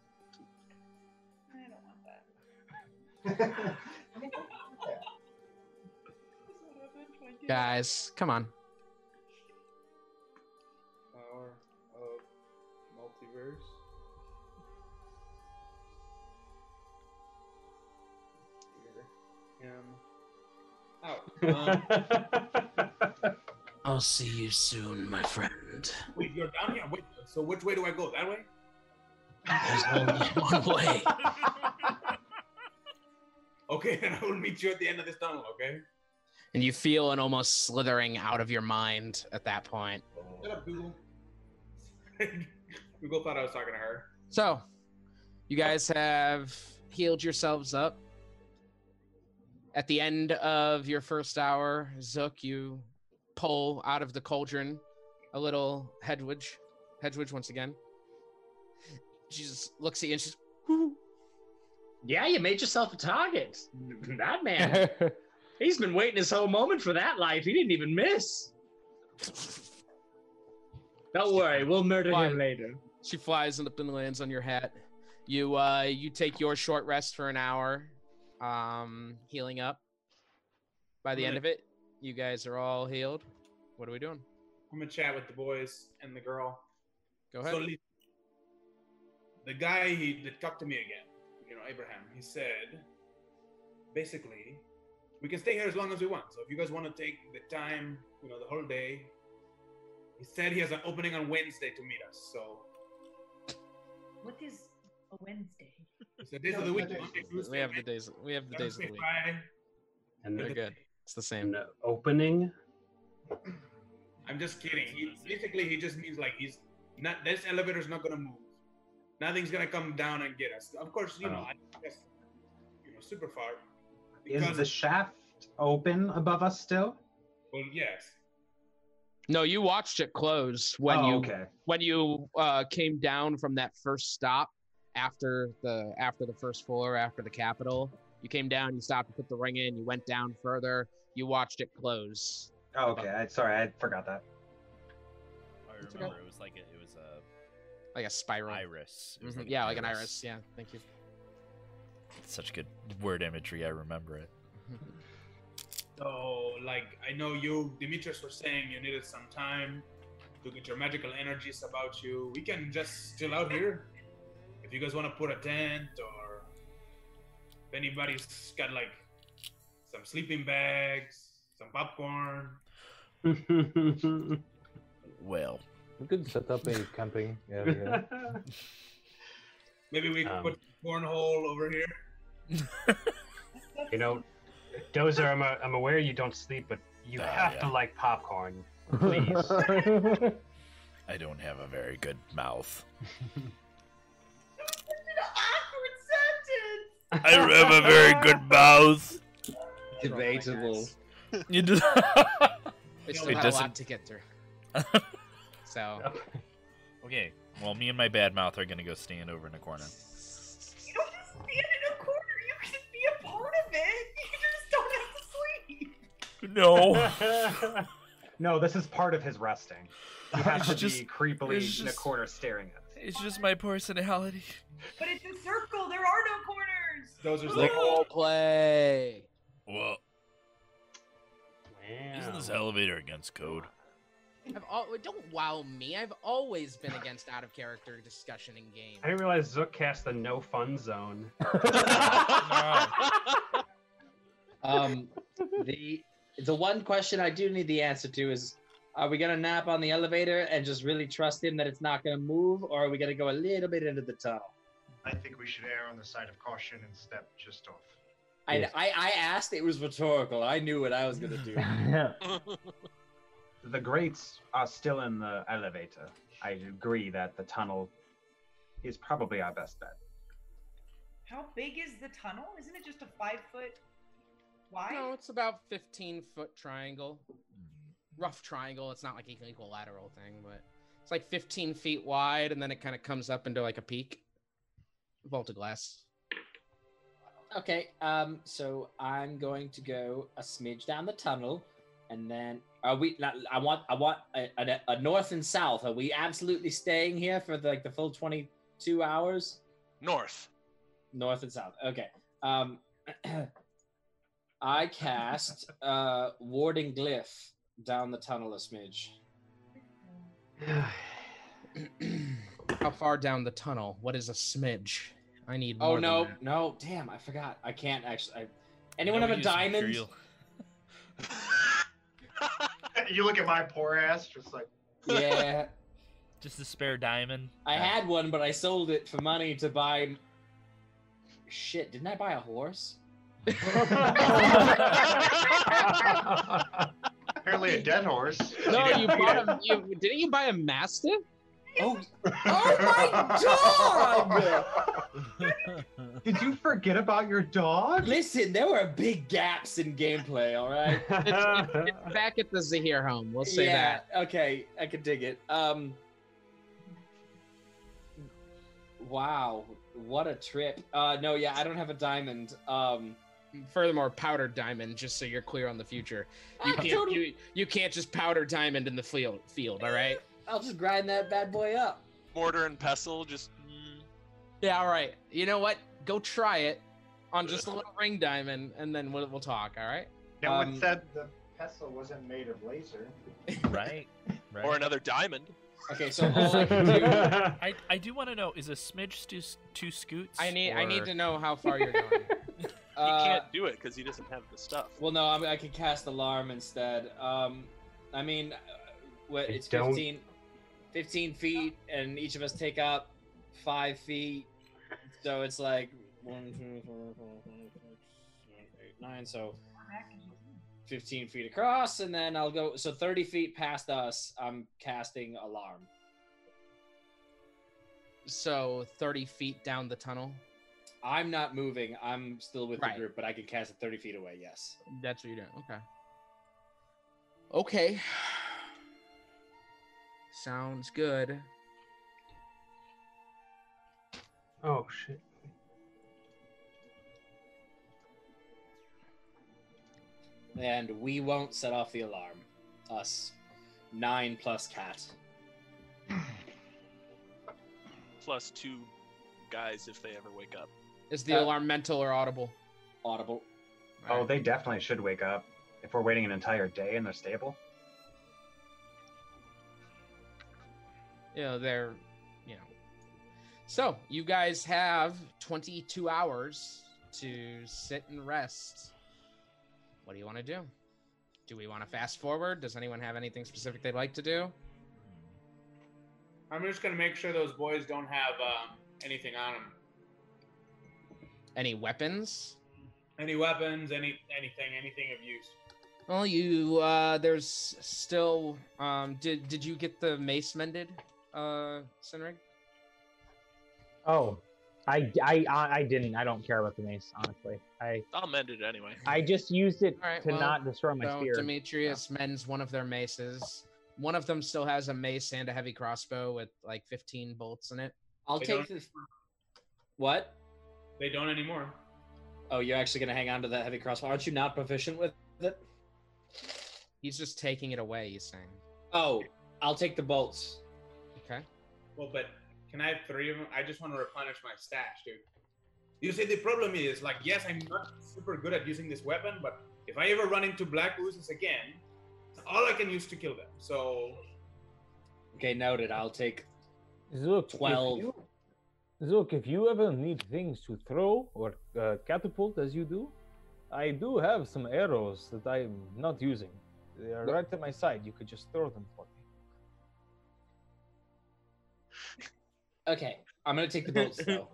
[SPEAKER 1] I don't want that.
[SPEAKER 2] Guys, come on.
[SPEAKER 8] Power of multiverse. Hear him Oh, out. Um,
[SPEAKER 12] I'll see you soon, my friend.
[SPEAKER 8] wait, you're down here. Wait, so which way do I go? That way?
[SPEAKER 12] There's only one way.
[SPEAKER 8] Okay, and I will meet you at the end of this tunnel. Okay.
[SPEAKER 2] And you feel an almost slithering out of your mind at that point.
[SPEAKER 8] Shut up, Google. Google thought I was talking to her.
[SPEAKER 2] So, you guys have healed yourselves up. At the end of your first hour, Zook, you pull out of the cauldron a little Hedwidge. Hedwidge once again. She just looks at you and she's
[SPEAKER 12] Yeah, you made yourself a target. That man. He's been waiting his whole moment for that life. He didn't even miss. Don't worry, we'll murder him later.
[SPEAKER 2] She flies up and lands on your hat. You uh you take your short rest for an hour, um, healing up. By the end of it, you guys are all healed. What are we doing?
[SPEAKER 8] I'm gonna chat with the boys and the girl.
[SPEAKER 2] Go ahead.
[SPEAKER 8] So Lisa, the guy he that talked to me again, you know, Abraham, he said, basically, we can stay here as long as we want. So if you guys want to take the time, you know, the whole day, he said he has an opening on Wednesday to meet us. So
[SPEAKER 1] What is a Wednesday?
[SPEAKER 8] he said, days of the week. Monday, Tuesday,
[SPEAKER 2] We have the days. We have the days of the
[SPEAKER 8] Thursday,
[SPEAKER 2] week.
[SPEAKER 8] Friday.
[SPEAKER 2] And they're
[SPEAKER 8] the-
[SPEAKER 2] good. It's the same.
[SPEAKER 10] Opening.
[SPEAKER 8] I'm just kidding. He, basically, he just means like he's not. This elevator's not gonna move. Nothing's gonna come down and get us. Of course, you know, I guess, you know, super far.
[SPEAKER 17] Is the shaft open above us still?
[SPEAKER 8] Well, yes.
[SPEAKER 2] No, you watched it close when
[SPEAKER 17] Oh,
[SPEAKER 2] you
[SPEAKER 17] okay.
[SPEAKER 2] when you uh, came down from that first stop after the after the first floor after the Capitol. You came down, you stopped, you put the ring in, you went down further, you watched it close.
[SPEAKER 17] Oh, okay. I, sorry, I forgot that.
[SPEAKER 36] I
[SPEAKER 2] It's okay.
[SPEAKER 36] remember it was like a, it was a
[SPEAKER 2] like a spiral
[SPEAKER 36] iris. It was
[SPEAKER 2] Mhm.
[SPEAKER 36] like
[SPEAKER 2] yeah, like an iris. Yeah, thank you.
[SPEAKER 3] Such good word imagery. I remember it.
[SPEAKER 8] So, like, I know you, Demetrius, were saying you needed some time to get your magical energies about you. We can just chill out here. If you guys want to put a tent or if anybody's got, like, some sleeping bags, some popcorn.
[SPEAKER 3] Well,
[SPEAKER 20] we could set up a camping area.
[SPEAKER 8] Maybe we could
[SPEAKER 10] Um,
[SPEAKER 8] put cornhole over here.
[SPEAKER 10] You know, Dozer, I'm, a, I'm aware you don't sleep, but you
[SPEAKER 3] Ah,
[SPEAKER 10] have
[SPEAKER 3] yeah.
[SPEAKER 10] to like popcorn.
[SPEAKER 3] I don't have a very good mouth.
[SPEAKER 1] awkward
[SPEAKER 3] I don't have a very good mouth.
[SPEAKER 5] Debatable.
[SPEAKER 3] You just.
[SPEAKER 2] We still
[SPEAKER 3] It
[SPEAKER 2] had a
[SPEAKER 3] doesn't-
[SPEAKER 2] lot to get through. so
[SPEAKER 3] Okay. Well, me and my bad mouth are gonna go stand over in a corner.
[SPEAKER 1] You don't just stand in a corner. You can be a part of it. You just don't have to sleep.
[SPEAKER 3] No.
[SPEAKER 17] no, this is part of his resting. You have
[SPEAKER 3] It's
[SPEAKER 17] to
[SPEAKER 3] just-
[SPEAKER 17] be creepily
[SPEAKER 3] it's
[SPEAKER 17] in a
[SPEAKER 3] just-
[SPEAKER 17] corner staring at.
[SPEAKER 3] It's just my personality.
[SPEAKER 1] But it's a circle. There are no corners.
[SPEAKER 8] Those
[SPEAKER 1] are
[SPEAKER 2] role play.
[SPEAKER 3] Well, isn't this elevator against code?
[SPEAKER 2] I've al- don't wow me. I've always been against out of character discussion in games.
[SPEAKER 10] I didn't realize Zook cast the no fun zone.
[SPEAKER 5] Um, the the one question I do need the answer to is: Are we gonna nap on the elevator and just really trust in that it's not gonna move, or are we gonna go a little bit into the tunnel?
[SPEAKER 12] I think we should err on the side of caution and step just off.
[SPEAKER 5] I, I, I asked. It was rhetorical. I knew what I was gonna do.
[SPEAKER 17] The grates are still in the elevator. I agree that the tunnel is probably our best bet.
[SPEAKER 1] How big is the tunnel? Isn't it just a five foot wide?
[SPEAKER 2] No, it's about fifteen foot triangle,
[SPEAKER 5] Mm.
[SPEAKER 2] rough triangle. It's not like an equilateral thing, but it's like fifteen feet wide, and then it kind of comes up into like a peak. Vault of glass.
[SPEAKER 5] Okay, um, so I'm going to go a smidge down the tunnel, and then are we? not- I want, I want a, a, a north and south. Are we absolutely staying here for like the full twenty-two hours?
[SPEAKER 6] North,
[SPEAKER 5] north and south. Okay. Um, I cast uh, warding glyph down the tunnel a smidge.
[SPEAKER 2] How far down the tunnel? What is a smidge? I need.
[SPEAKER 5] Oh
[SPEAKER 2] more than
[SPEAKER 5] no,
[SPEAKER 2] that.
[SPEAKER 5] no! Damn, I forgot. I can't actually. I, anyone
[SPEAKER 2] No,
[SPEAKER 5] have a
[SPEAKER 2] use material.
[SPEAKER 5] diamond?
[SPEAKER 4] you look at my poor ass, just like.
[SPEAKER 5] Yeah.
[SPEAKER 3] Just a spare diamond.
[SPEAKER 5] I had one, but I sold it for money to buy. Shit! Didn't I buy a horse?
[SPEAKER 12] Apparently, a dead horse.
[SPEAKER 2] No, you bought a. You, didn't you buy a mastiff?
[SPEAKER 5] Oh,
[SPEAKER 1] oh
[SPEAKER 5] my god!
[SPEAKER 17] Did you forget about your dog?
[SPEAKER 5] Listen, there were big gaps in gameplay. All right.
[SPEAKER 2] It's, it's- it's back at the Zahir home. We'll say
[SPEAKER 5] yeah,
[SPEAKER 2] that.
[SPEAKER 5] Okay, I could dig it. Um Wow, what a trip. Uh no, yeah, I don't have a diamond. Um
[SPEAKER 2] Furthermore, powdered diamond. Just so you're clear on the future, you
[SPEAKER 5] Ah,
[SPEAKER 2] can't
[SPEAKER 5] totally.
[SPEAKER 2] you, you can't just powder diamond in the field. Field, all right?
[SPEAKER 5] I'll just grind that bad boy up.
[SPEAKER 6] mortar and pestle. Just mm.
[SPEAKER 2] Yeah, all right. You know what? Go try it on just a little ring diamond, and then we'll, we'll talk. All right? Um,
[SPEAKER 4] No one said the pestle wasn't made of laser.
[SPEAKER 3] Right.
[SPEAKER 6] or another diamond.
[SPEAKER 5] Okay, so all I can do.
[SPEAKER 3] I, I do want to know is a smidge two, two scoots?
[SPEAKER 2] I need I need
[SPEAKER 3] or-
[SPEAKER 2] to know how far you're going.
[SPEAKER 5] Uh,
[SPEAKER 6] he can't do it because he doesn't have the stuff.
[SPEAKER 5] Well, no, I, mean, I could cast alarm instead. Um, I mean, uh, what
[SPEAKER 37] I
[SPEAKER 5] it's
[SPEAKER 37] don't-
[SPEAKER 5] 15, 15 feet, and each of us take up five feet, so it's like one, two, four, five, six, seven, eight, nine, so fifteen feet across, and then I'll go so thirty feet past us. I'm casting alarm.
[SPEAKER 2] So thirty feet down the tunnel.
[SPEAKER 5] I'm not moving. I'm still with
[SPEAKER 2] Right.
[SPEAKER 5] the group, but I can cast it thirty feet away. Yes.
[SPEAKER 2] That's what you're doing. Okay. Okay. Sounds good.
[SPEAKER 17] Oh shit.
[SPEAKER 5] and we won't set off the alarm. Us, nine plus cat.
[SPEAKER 6] Plus two guys if they ever wake up.
[SPEAKER 2] Is the
[SPEAKER 6] Uh,
[SPEAKER 2] alarm mental or audible?
[SPEAKER 5] Audible.
[SPEAKER 17] Oh, they definitely should wake up if we're waiting an entire day and they're stable.
[SPEAKER 2] You know, they're, you know. So you guys have 22 hours to sit and rest. What do you want to do? Do we want to fast forward? Does anyone have anything specific they'd like to do?
[SPEAKER 8] I'm just gonna make sure those boys don't have um, anything on them.
[SPEAKER 2] Any weapons?
[SPEAKER 8] Any weapons, any anything, anything of use.
[SPEAKER 2] Well, you uh there's still um did did you get the mace mended, uh Sinrig?
[SPEAKER 14] Oh, I, I, I I didn't. I don't care about the mace, honestly. I
[SPEAKER 6] I'll mend it anyway.
[SPEAKER 14] I just used it
[SPEAKER 2] All right,
[SPEAKER 14] to
[SPEAKER 2] well,
[SPEAKER 14] not destroy my
[SPEAKER 2] so
[SPEAKER 14] spear.
[SPEAKER 2] Demetrius mends one of their maces. One of them still has a mace and a heavy crossbow with like 15 bolts in it.
[SPEAKER 5] I'll take the what?
[SPEAKER 8] They don't anymore.
[SPEAKER 5] Oh, you're actually gonna hang on to that heavy crossbow? Aren't you not proficient with it?
[SPEAKER 2] He's just taking it away. He's saying.
[SPEAKER 5] Oh, I'll take the bolts.
[SPEAKER 2] Okay.
[SPEAKER 8] Well, but can I have three of them? I just want to replenish my stash, dude. You see, the problem is, like, yes, I'm not super good at using this weapon, but if I ever run into black oozes again, it's all I can use to kill them. So
[SPEAKER 5] Okay, noted. I'll take
[SPEAKER 20] Zook, if
[SPEAKER 5] 12.
[SPEAKER 20] you- Zook, if you ever need things to throw or uh, catapult, as you do, I do have some arrows that I'm not using. They are right at my side. You could just throw them for me.
[SPEAKER 5] Okay, I'm gonna take the bolts though.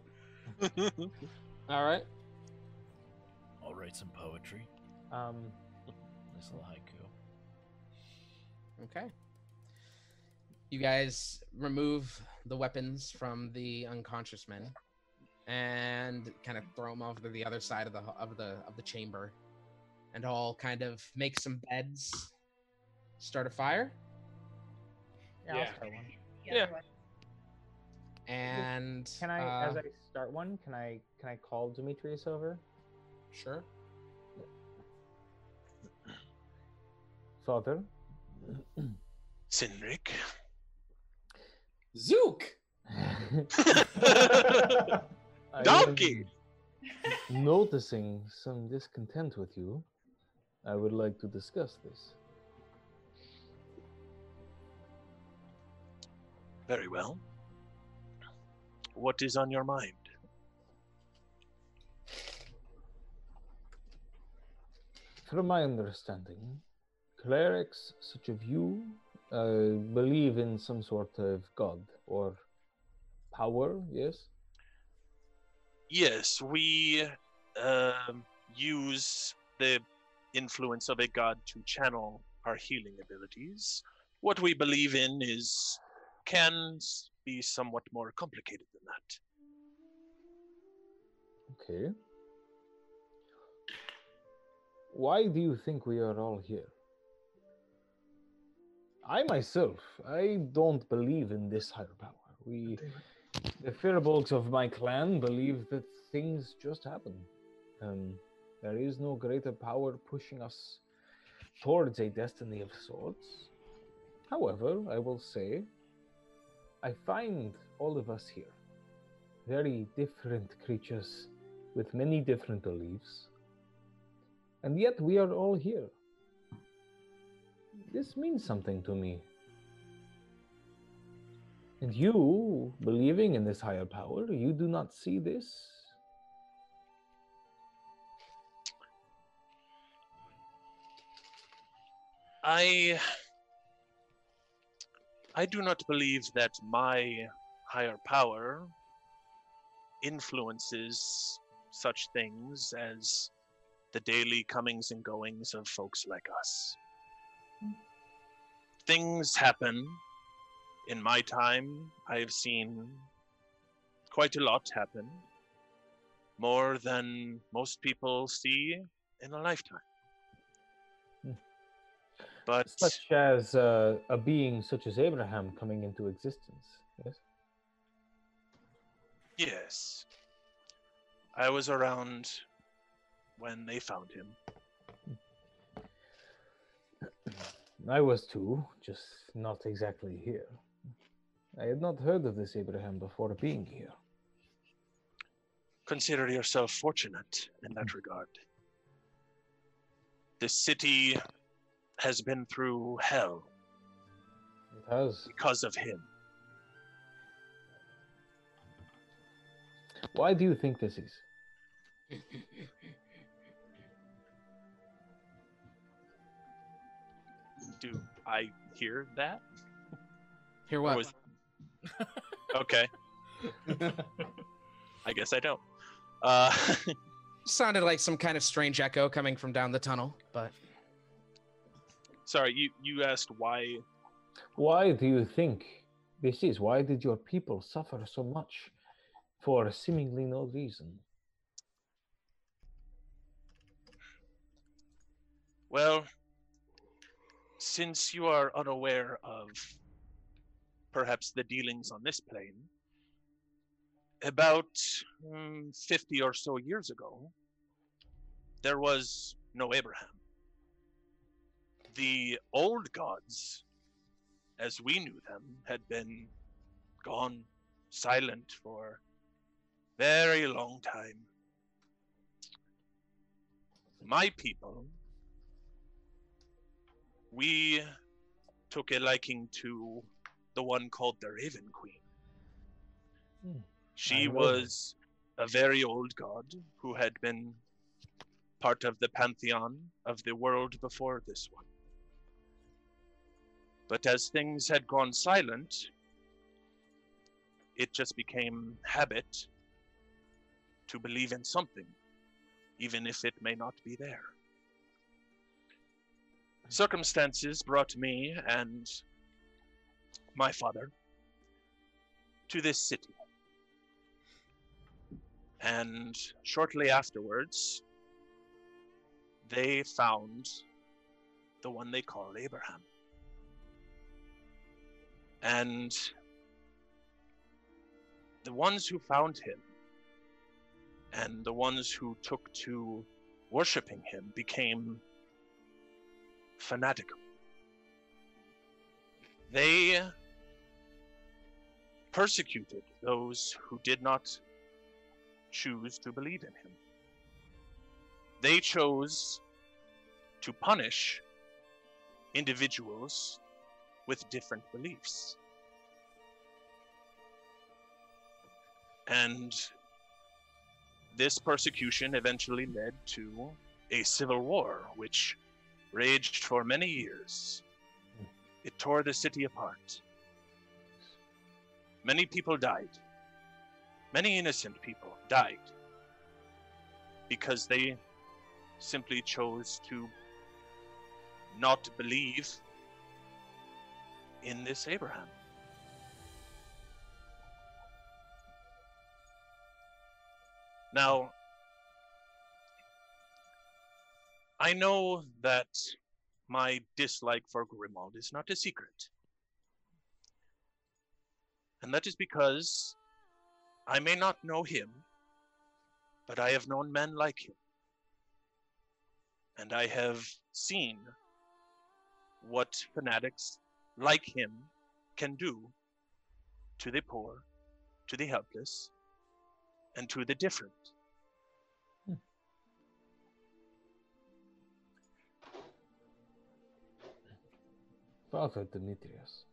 [SPEAKER 2] All right.
[SPEAKER 3] I'll write some poetry.
[SPEAKER 14] Um,
[SPEAKER 3] Nice little haiku.
[SPEAKER 2] Okay. You guys remove the weapons from the unconscious men and kind of throw them over to the other side of the of the of the chamber and all kind of make some beds, start a fire.
[SPEAKER 14] Yeah, I'll Yeah. start one.
[SPEAKER 6] Yeah.
[SPEAKER 2] And
[SPEAKER 14] Can I, as
[SPEAKER 2] uh,
[SPEAKER 14] I start one, can I can I call Demetrius over?
[SPEAKER 2] Sure.
[SPEAKER 20] Father,
[SPEAKER 6] Sinric.
[SPEAKER 5] Zook.
[SPEAKER 20] I Donkey! noticing some discontent with you, I would like to discuss this.
[SPEAKER 6] Very well. What is on your mind?
[SPEAKER 20] From my understanding, clerics such as you uh, believe in some sort of god or power, yes?
[SPEAKER 6] Yes, we um, use the influence of a god to channel our healing abilities. What we believe in is can s- be somewhat more complicated than that.
[SPEAKER 20] Okay. Why do you think we are all here? I myself, I don't believe in this higher power. We, the firbolgs of my clan, believe that things just happen. Um, there is no greater power pushing us towards a destiny of sorts. However, I will say, I find all of us here very different creatures with many different beliefs. And yet we are all here. This means something to me.
[SPEAKER 11] And you, believing in this higher power, you do not see this?
[SPEAKER 6] I I do not believe that my higher power influences such things as the daily comings and goings of folks like us. Things happen. In my time, I have seen quite a lot happen, more than most people see in a lifetime. But
[SPEAKER 11] Such as uh, a being such as Abraham coming into existence. Yes?
[SPEAKER 6] Yes. I was around when they found him.
[SPEAKER 11] I was too, just not exactly here. I had not heard of this Abraham before being here.
[SPEAKER 6] Consider yourself fortunate in
[SPEAKER 11] Hmm.
[SPEAKER 6] that regard. This city has been through hell.
[SPEAKER 11] It has.
[SPEAKER 6] Because of him.
[SPEAKER 11] Why do you think this is?
[SPEAKER 6] Do I hear that?
[SPEAKER 2] Hear what?
[SPEAKER 6] Okay. I guess I don't. Uh,
[SPEAKER 2] Sounded like some kind of strange echo coming from down the tunnel, but
[SPEAKER 6] Sorry, you, you asked why
[SPEAKER 11] Why do you think this is? Why did your people suffer so much for seemingly no reason?
[SPEAKER 6] Well, since you are unaware of perhaps the dealings on this plane, about mm, 50 or so years ago, there was no Abraham. The old gods, as we knew them, had been gone silent for very long time. My people we took a liking to the one called the Raven Queen.
[SPEAKER 11] Hmm. love
[SPEAKER 6] She
[SPEAKER 11] her.
[SPEAKER 6] was a very old god who had been part of the pantheon of the world before this one. But as things had gone silent, it just became habit to believe in something, even if it may not be there circumstances brought me and my father to this city. And shortly afterwards, they found the one they call Abraham. And the ones who found him and the ones who took to worshiping him became fanatical. They persecuted those who did not choose to believe in him. They chose to punish individuals with different beliefs. And this persecution eventually led to a civil war, which raged for many years. It tore the city apart. Many people died. Many innocent people died because they simply chose to not believe in this Abraham. Now, I know that my dislike for Grimald is not a secret. And that is because I may not know him, but I have known men like him. And I have seen what fanatics like him can do to the poor, to the helpless, and to the different.
[SPEAKER 11] Father Demetrius,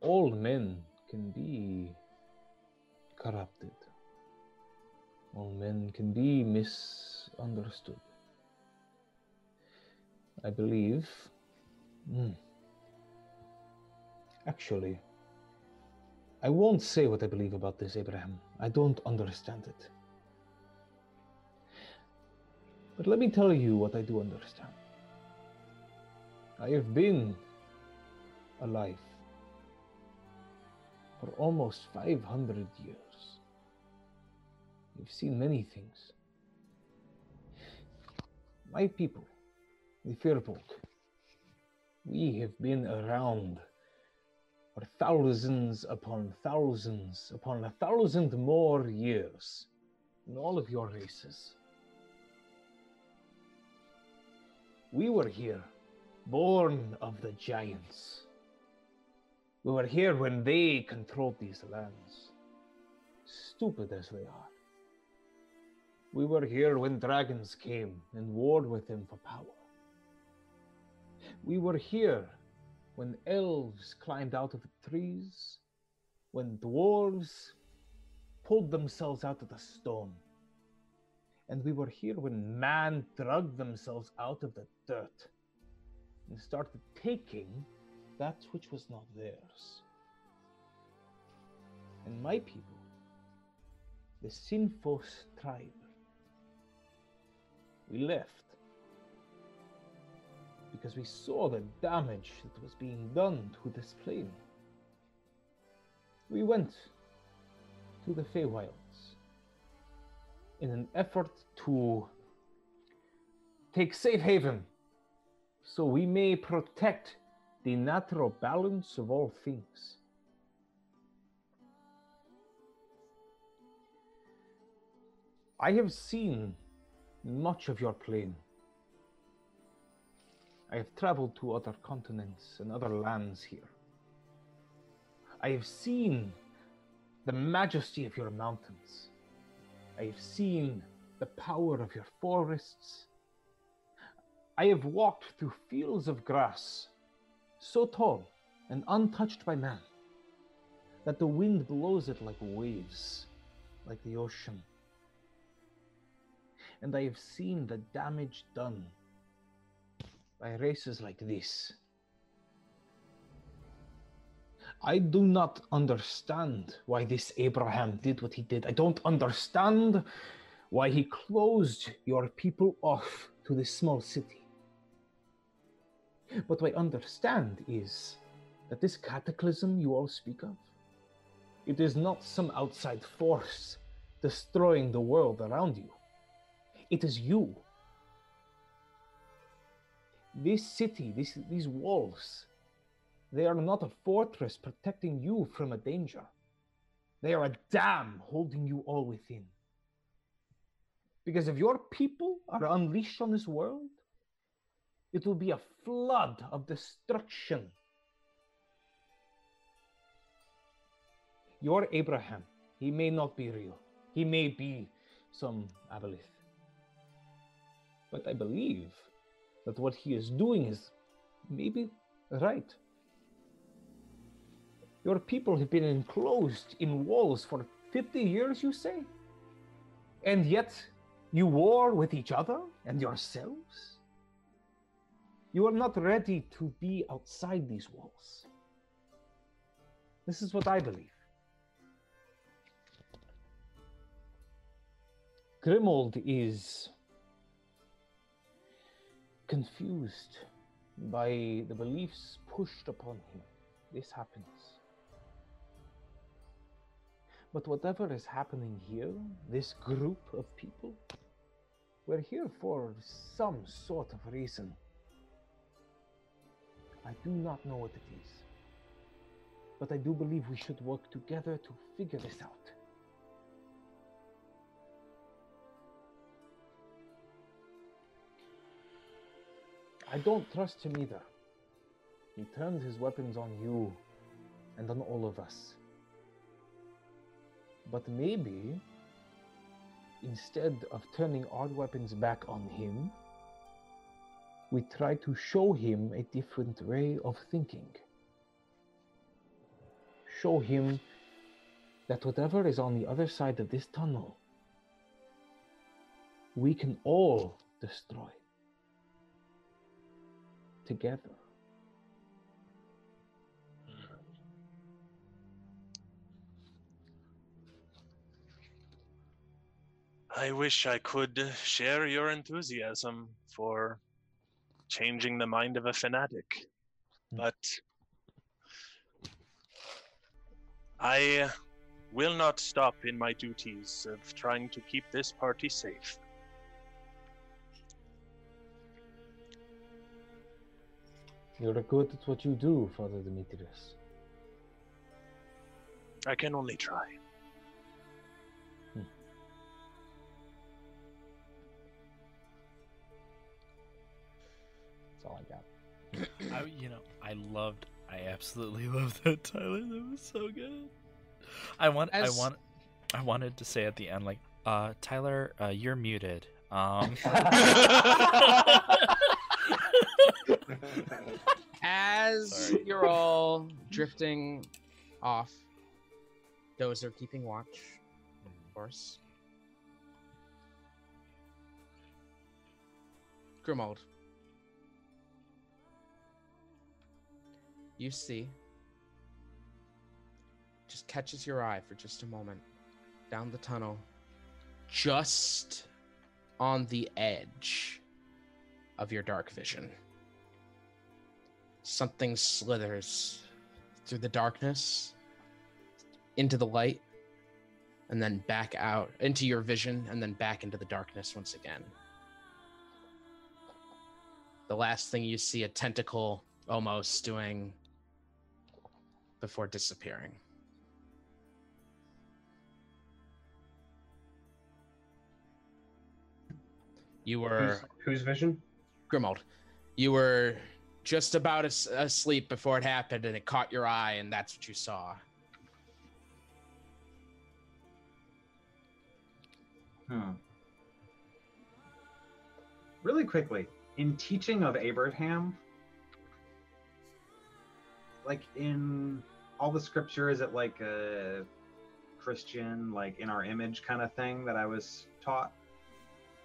[SPEAKER 20] all men can be corrupted. All men can be misunderstood. I believe. Hmm. Actually, I won't say what I believe about this, Abraham. I don't understand it. But let me tell you what I do understand. I have been alive for almost 500 years. I've seen many things. My people, the Firbolg, we have been around for thousands upon thousands upon a thousand more years in all of your races. We were here, born of the giants. We were here when they controlled these lands, stupid as they are. We were here when dragons came and warred with them for power. We were here when elves climbed out of the trees, when dwarves pulled themselves out of the stone. And we were here when man dragged themselves out of the dirt and started taking that which was not theirs. And my people, the Sinfos tribe, we left because we saw the damage that was being done to this plane. We went to the Feywilds in an effort to take safe haven so we may protect the natural balance of all things. I have seen much of your plane. I have traveled to other continents and other lands here. I have seen the majesty of your mountains. I have seen the power of your forests. I have walked through fields of grass so tall and untouched by man that the wind blows it like waves, like the ocean. And I have seen the damage done by races like this. I do not understand why this Abraham did what he did. I don't understand why he closed your people off to this small city. What I understand is that this cataclysm you all speak of, it is not some outside force destroying the world around you. It is you this city, this, these walls, they are not a fortress protecting you from a danger. They are a dam holding you all within. Because if your people are unleashed on this world, it will be a flood of destruction. Your Abraham, he may not be real. He may be some Aboleth. But I believe that what he is doing is maybe right. Your people have been enclosed in walls for 50 years, you say? And yet you war with each other and yourselves? You are not ready to be outside these walls. This is what I believe. Grimold is confused by the beliefs pushed upon him. This happens. But whatever is happening here, this group of people, we're here for some sort of reason. I do not know what it is. But I do believe we should work together to figure this out. I don't trust him either. He turned his weapons on you and on all of us. But maybe, instead of turning our weapons back on him, we try to show him a different way of thinking.
[SPEAKER 11] show him that whatever is on the other side of this tunnel, we can all destroy together.
[SPEAKER 6] I wish I could share your enthusiasm for changing the mind of a fanatic, but I will not stop in my duties of trying to keep this party safe.
[SPEAKER 11] You're good at what you do, Father Demetrius.
[SPEAKER 6] I can only try.
[SPEAKER 14] That's all I got.
[SPEAKER 3] I, you know, I loved. I absolutely loved that, Tyler. That was so good. I want.
[SPEAKER 2] As-
[SPEAKER 3] I want. I wanted to say at the end, like, uh, Tyler, uh, you're muted. Um.
[SPEAKER 2] As you're all drifting off, those are keeping watch, of course. Grimold. You see, just catches your eye for just a moment down the tunnel, just on the edge of your dark vision something slithers through the darkness into the light and then back out into your vision and then back into the darkness once again. The last thing you see a tentacle almost doing before disappearing. You were
[SPEAKER 10] Whose vision?
[SPEAKER 2] Grimold, you were just about as- asleep before it happened, and it caught your eye, and that's what you saw.
[SPEAKER 17] Hmm. Really quickly, in teaching of Abraham, like in all the scripture, is it like a Christian, like in our image kind of thing that I was taught?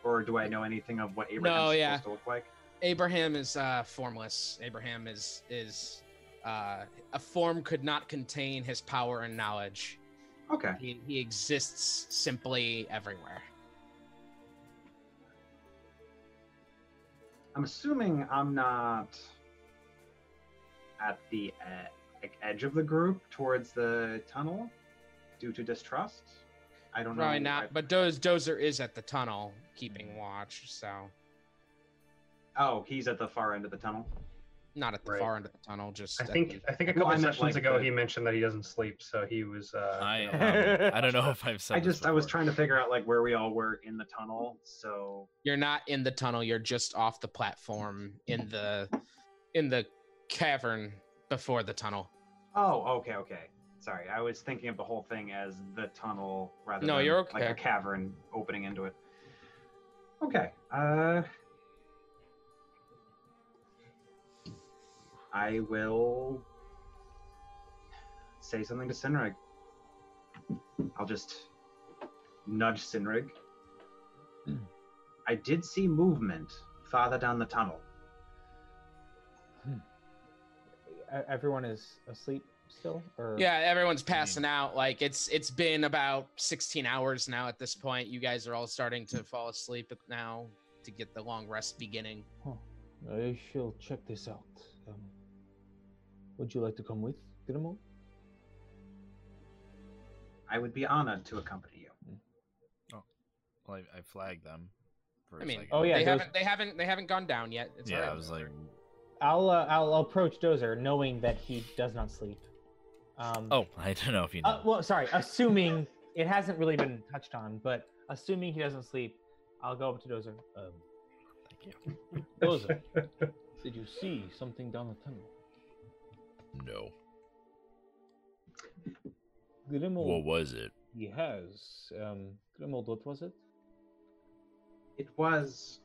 [SPEAKER 17] Or do I know anything of what Abraham's
[SPEAKER 2] No,
[SPEAKER 17] supposed
[SPEAKER 2] yeah.
[SPEAKER 17] to look like?
[SPEAKER 2] Abraham is uh, formless. Abraham is is uh, a form could not contain his power and knowledge.
[SPEAKER 17] Okay.
[SPEAKER 2] He, he exists simply everywhere.
[SPEAKER 17] I'm assuming I'm not at the uh, like edge of the group towards the tunnel due to distrust. I don't
[SPEAKER 2] Probably
[SPEAKER 17] know. Mm.
[SPEAKER 2] not. But Doz Dozer is at the tunnel, keeping watch. So
[SPEAKER 17] Oh, he's at the far end of the tunnel.
[SPEAKER 2] not at the
[SPEAKER 10] Right.
[SPEAKER 2] far end of the tunnel. Just
[SPEAKER 10] I
[SPEAKER 2] at
[SPEAKER 10] think
[SPEAKER 2] the-
[SPEAKER 10] I think a couple
[SPEAKER 17] I meant,
[SPEAKER 10] sessions
[SPEAKER 17] like,
[SPEAKER 10] ago
[SPEAKER 17] the-
[SPEAKER 10] he mentioned that he doesn't sleep, so he was. Uh,
[SPEAKER 3] I,
[SPEAKER 10] you know-
[SPEAKER 3] um, I don't know if I've said.
[SPEAKER 17] I
[SPEAKER 3] this
[SPEAKER 17] just I was trying to figure out like where we all were in the tunnel. So
[SPEAKER 2] you're not in the tunnel you're just off the platform in the in the cavern before the tunnel
[SPEAKER 17] oh okay okay sorry I was thinking of the whole thing as the tunnel rather
[SPEAKER 2] No,
[SPEAKER 17] than
[SPEAKER 2] you're
[SPEAKER 17] like a
[SPEAKER 2] okay.
[SPEAKER 17] cavern opening into it. Okay. Uh, I will say something to Sinrig. I'll just nudge Sinrig. I did see movement farther down the tunnel.
[SPEAKER 14] E- Everyone is asleep still, or
[SPEAKER 2] yeah everyone's passing out like it's it's been about 16 hours now at this point you guys are all starting to fall asleep now to get the long rest beginning
[SPEAKER 11] I shall check this out. Um, would you like to come with, Grimold?
[SPEAKER 17] I would be honored to accompany you.
[SPEAKER 3] Well, I, I flagged them. For
[SPEAKER 2] i mean
[SPEAKER 3] a second.
[SPEAKER 2] they haven't they haven't they haven't gone down yet it's
[SPEAKER 3] yeah,
[SPEAKER 2] all right.
[SPEAKER 3] I was like,
[SPEAKER 14] I'll uh, I'll approach Dozer knowing that he does not sleep. Um,
[SPEAKER 3] oh, I don't know if you know.
[SPEAKER 14] Uh, well, sorry. Assuming it hasn't really been touched on, but assuming he doesn't sleep, I'll go up to Dozer. Um,
[SPEAKER 11] Dozer, did you see something down the tunnel?
[SPEAKER 29] No.
[SPEAKER 11] Grimold.
[SPEAKER 29] What was it?
[SPEAKER 11] Yes. Um, Grimold, what was it?
[SPEAKER 17] It was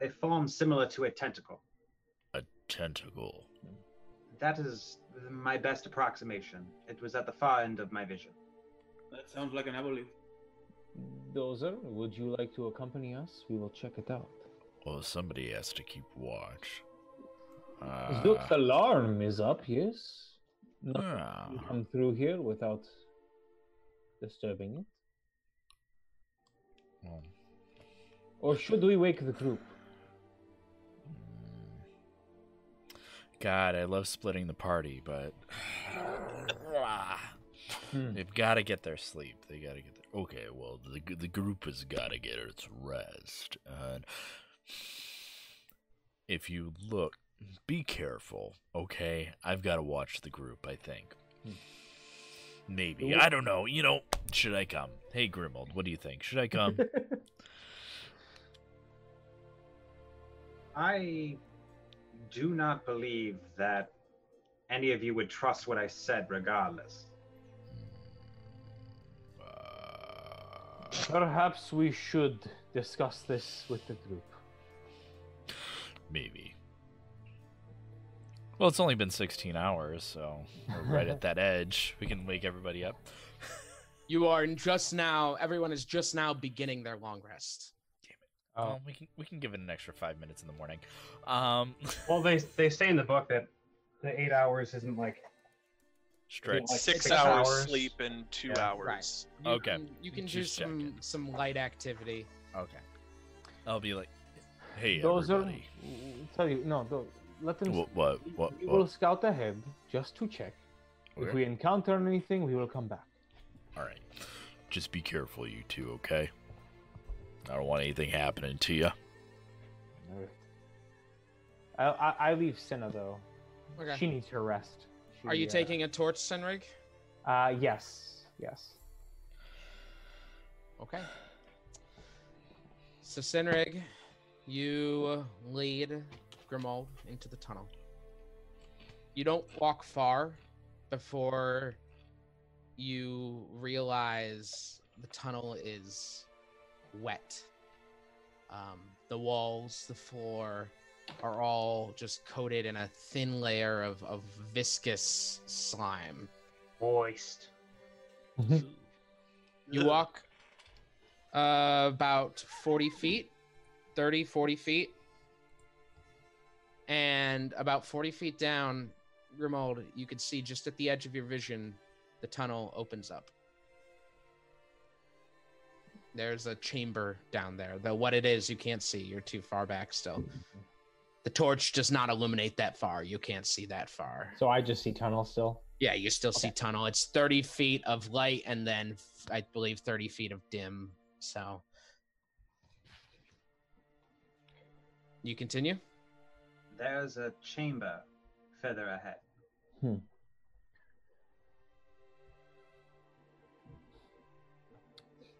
[SPEAKER 17] a form similar to a tentacle.
[SPEAKER 29] Tentacle.
[SPEAKER 17] That is my best approximation. It was at the far end of my vision.
[SPEAKER 7] That sounds like an abolition.
[SPEAKER 20] Dozer, would you like to accompany us? We will check it out.
[SPEAKER 29] Oh, somebody has to keep watch.
[SPEAKER 3] Uh,
[SPEAKER 20] Zook's alarm is up, yes? Nothing can come through here without disturbing it.
[SPEAKER 29] Well,
[SPEAKER 20] Or should we wake the group?
[SPEAKER 3] God, I love splitting the party, but
[SPEAKER 10] Hmm.
[SPEAKER 3] they've got to get their sleep. They got to get their. Okay, well, the, g- the group has got to get its rest. And if you look, be careful, okay? I've got to watch the group, I think.
[SPEAKER 10] Hmm.
[SPEAKER 3] Maybe. I don't know. You know, should I come? Hey, Grimald, what do you think? Should I come?
[SPEAKER 17] I do not believe that any of you would trust what I said, regardless.
[SPEAKER 3] uh,
[SPEAKER 20] Perhaps we should discuss this with the group.
[SPEAKER 3] Maybe. Well, it's only been 16 hours, so we're right at that edge. We can wake everybody up.
[SPEAKER 2] You are just now. Everyone is just now beginning their long rest.
[SPEAKER 3] Oh, we can we can give it an extra five minutes in the morning. Um,
[SPEAKER 10] well, they they say in the book that the eight hours isn't like
[SPEAKER 3] Strict.
[SPEAKER 10] like
[SPEAKER 6] Six, hours, sleep and two
[SPEAKER 10] Yeah.
[SPEAKER 6] hours.
[SPEAKER 2] You
[SPEAKER 3] Okay.
[SPEAKER 2] can- you can do
[SPEAKER 3] Just check
[SPEAKER 2] some some light activity.
[SPEAKER 3] Okay. I'll be like, hey,
[SPEAKER 20] Those are-
[SPEAKER 3] everybody.
[SPEAKER 20] Tell you, no, do let them.
[SPEAKER 3] What? What? What?
[SPEAKER 20] We will
[SPEAKER 3] what?
[SPEAKER 20] scout ahead just to check. If
[SPEAKER 3] Okay.
[SPEAKER 20] we encounter anything, we will come back.
[SPEAKER 29] All right. Just be careful, you two, okay? I don't want anything happening to you.
[SPEAKER 30] I, I, I leave Cinna though.
[SPEAKER 2] Okay.
[SPEAKER 30] She needs her rest. She,
[SPEAKER 2] Are you
[SPEAKER 30] uh,
[SPEAKER 2] taking a torch, Senrig?
[SPEAKER 30] Uh, yes, yes.
[SPEAKER 2] Okay. So Senrig, you lead Grimald into the tunnel. You don't walk far before you realize the tunnel is wet. Um, the walls, the floor are all just coated in a thin layer of, of viscous slime.
[SPEAKER 17] Moist.
[SPEAKER 2] You walk uh, about 40 feet, 30, 40 feet. And about 40 feet down, Grimald, you could see just at the edge of your vision, the tunnel opens up. There's a chamber down there, though what it is, you can't see. You're too far back still. The torch does not illuminate that far. You can't see that far.
[SPEAKER 30] So I just see tunnel still.
[SPEAKER 2] Yeah, you still see tunnel. It's 30 feet of light and then f- I believe 30 feet of dim. So you continue?
[SPEAKER 17] There's a chamber further ahead.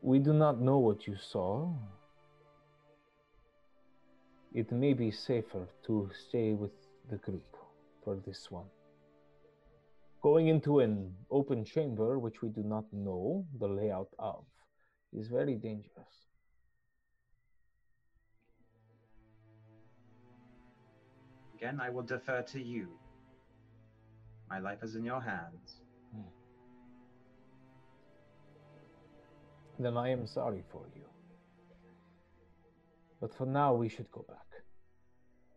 [SPEAKER 20] We do not know what you saw. It may be safer to stay with the group for this one. Going into an open chamber, which we do not know the layout of, is very dangerous.
[SPEAKER 17] Again, I will defer to you. My life is in your hands.
[SPEAKER 20] Then I am sorry for you. But for now, we should go back.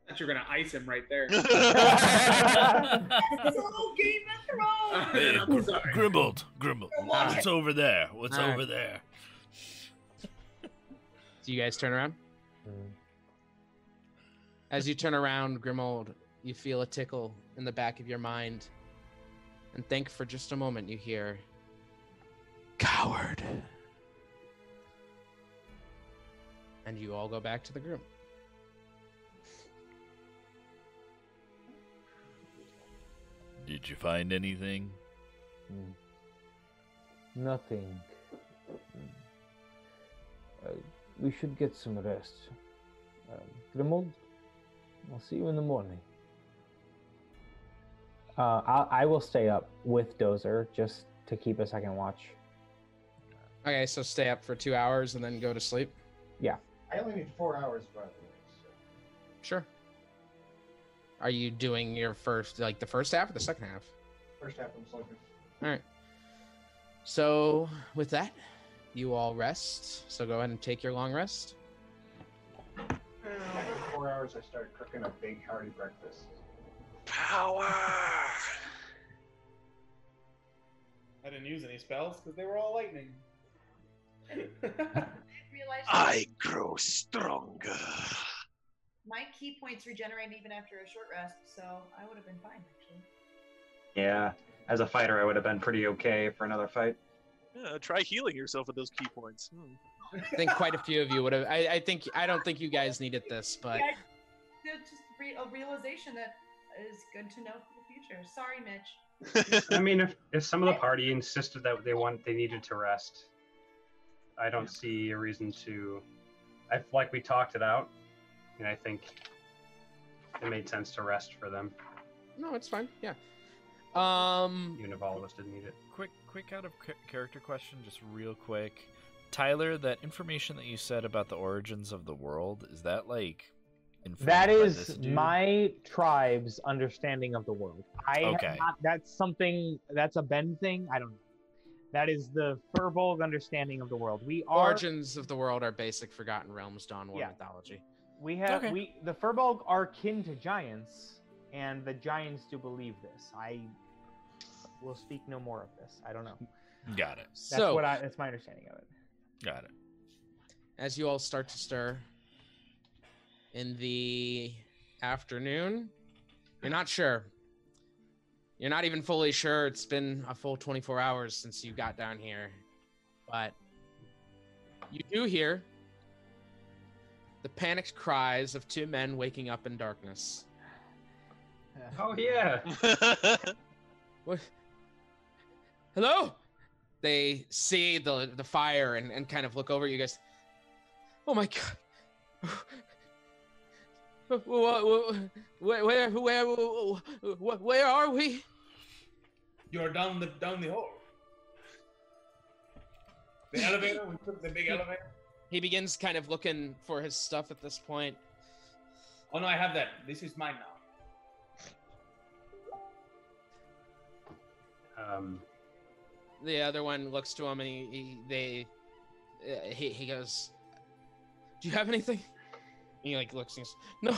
[SPEAKER 7] That you're gonna ice him right there.
[SPEAKER 8] It's all Oh, Game of Thrones.
[SPEAKER 29] Hey, Gr- Grimbled, Grimbled. What's over there? What's
[SPEAKER 2] All right.
[SPEAKER 29] over there?
[SPEAKER 2] Do you guys turn around? As you turn around, Grimold, you feel a tickle in the back of your mind. And think for just a moment, you hear, Coward. And you all go back to the group.
[SPEAKER 29] Did you find anything?
[SPEAKER 3] Hmm.
[SPEAKER 20] Nothing. Hmm. Uh, we should get some rest. Um, Grimold, I'll see you in the morning.
[SPEAKER 30] Uh, I, I will stay up with Dozer just to keep a second watch.
[SPEAKER 2] Okay, so stay up for two hours and then go to sleep.
[SPEAKER 30] Yeah.
[SPEAKER 38] I only need four hours, by the way.
[SPEAKER 2] Sure. Are you doing your first, like the first half or the second half?
[SPEAKER 4] First half I'm sleeping.
[SPEAKER 2] All right. So with that, you all rest. So go ahead and take your long rest.
[SPEAKER 4] After four hours, I started cooking a big hearty breakfast.
[SPEAKER 6] Power.
[SPEAKER 8] I didn't use any spells because they were all lightning.
[SPEAKER 2] Ah.
[SPEAKER 6] I grow stronger.
[SPEAKER 1] My key points regenerate even after a short rest, so I would have been fine actually.
[SPEAKER 10] Yeah, as a fighter, I would have been pretty okay for another fight.
[SPEAKER 6] Yeah, try healing yourself with those key points. Hmm.
[SPEAKER 2] I think quite a few of you would have. I, I think I don't think you guys needed this, but
[SPEAKER 1] Yeah, it's just re- a realization that is good to know for the future. Sorry, Mitch.
[SPEAKER 10] I mean, if, if some of the party insisted that they want they needed to rest, I don't see a reason to. I feel like we talked it out, and I think it made sense to rest for them,
[SPEAKER 2] no, it's fine. Yeah. Um.
[SPEAKER 10] even if all of us didn't need it.
[SPEAKER 3] Quick, quick out of cha- character question, just real quick. Tyler, that information that you said about the origins of the world is that like informed
[SPEAKER 14] That
[SPEAKER 3] by
[SPEAKER 14] is
[SPEAKER 3] this dude?
[SPEAKER 14] my tribe's understanding of the world. I have
[SPEAKER 3] Okay.
[SPEAKER 14] not- that's something that's a Ben thing. I don't know. That is the Furbolg understanding of the world. We are
[SPEAKER 2] Origins of the world are basic Forgotten Realms Dawn War
[SPEAKER 14] Yeah.
[SPEAKER 2] mythology.
[SPEAKER 14] we have
[SPEAKER 2] Okay.
[SPEAKER 14] we the Furbolg are kin to giants, and the giants do believe this. I will speak no more of this. I don't know.
[SPEAKER 3] Got it.
[SPEAKER 14] That's what I that's my understanding of it.
[SPEAKER 3] Got it.
[SPEAKER 2] as you all start to stir in the afternoon, you're not sure. You're not even fully sure. It's been a full 24 hours since you got down here. But you do hear the panicked cries of two men waking up in darkness.
[SPEAKER 10] Oh yeah.
[SPEAKER 2] What? Hello? They see the the fire and, and kind of look over at you guys. Oh my god. Where where where where, where are we?
[SPEAKER 8] You're down the down the hole. The elevator. We took the big elevator.
[SPEAKER 2] He begins kind of looking for his stuff at this point.
[SPEAKER 8] Oh no, I have that. This is mine now.
[SPEAKER 10] Um,
[SPEAKER 2] The other one looks to him and he, he they uh, he, he goes, "Do you have anything?" And he like looks and goes, "No."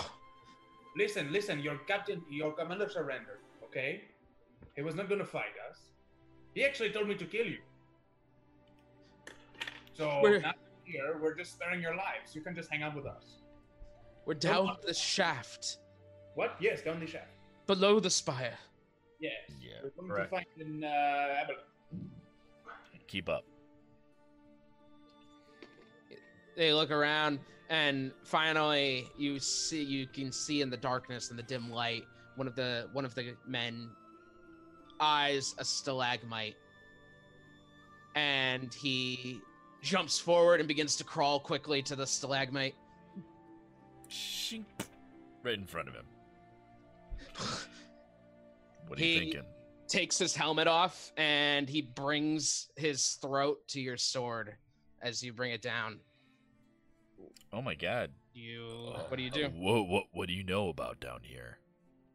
[SPEAKER 8] Listen, listen. Your captain, your commander surrendered. Okay, he was not gonna fight us. He actually told me to kill you. So
[SPEAKER 2] Where-
[SPEAKER 8] now we're here, we're just sparing your lives. You can just hang out with us.
[SPEAKER 2] We're down the shaft,
[SPEAKER 8] What? Yes, down the shaft.
[SPEAKER 2] below the spire.
[SPEAKER 8] Yes. Yeah. We're going
[SPEAKER 3] right.
[SPEAKER 8] to fight in uh, Abaddon.
[SPEAKER 3] Keep up.
[SPEAKER 2] they look around and finally you see you can see in the darkness and the dim light one of the one of the men eyes a stalagmite and he jumps forward and begins to crawl quickly to the stalagmite
[SPEAKER 3] Shink. Right in front of him. What are you
[SPEAKER 2] He-
[SPEAKER 3] thinking?
[SPEAKER 2] takes his helmet off and he brings his throat to your sword as you bring it down
[SPEAKER 3] Oh my god.
[SPEAKER 2] You. what do you do?
[SPEAKER 3] Whoa, what? What do you know about down here?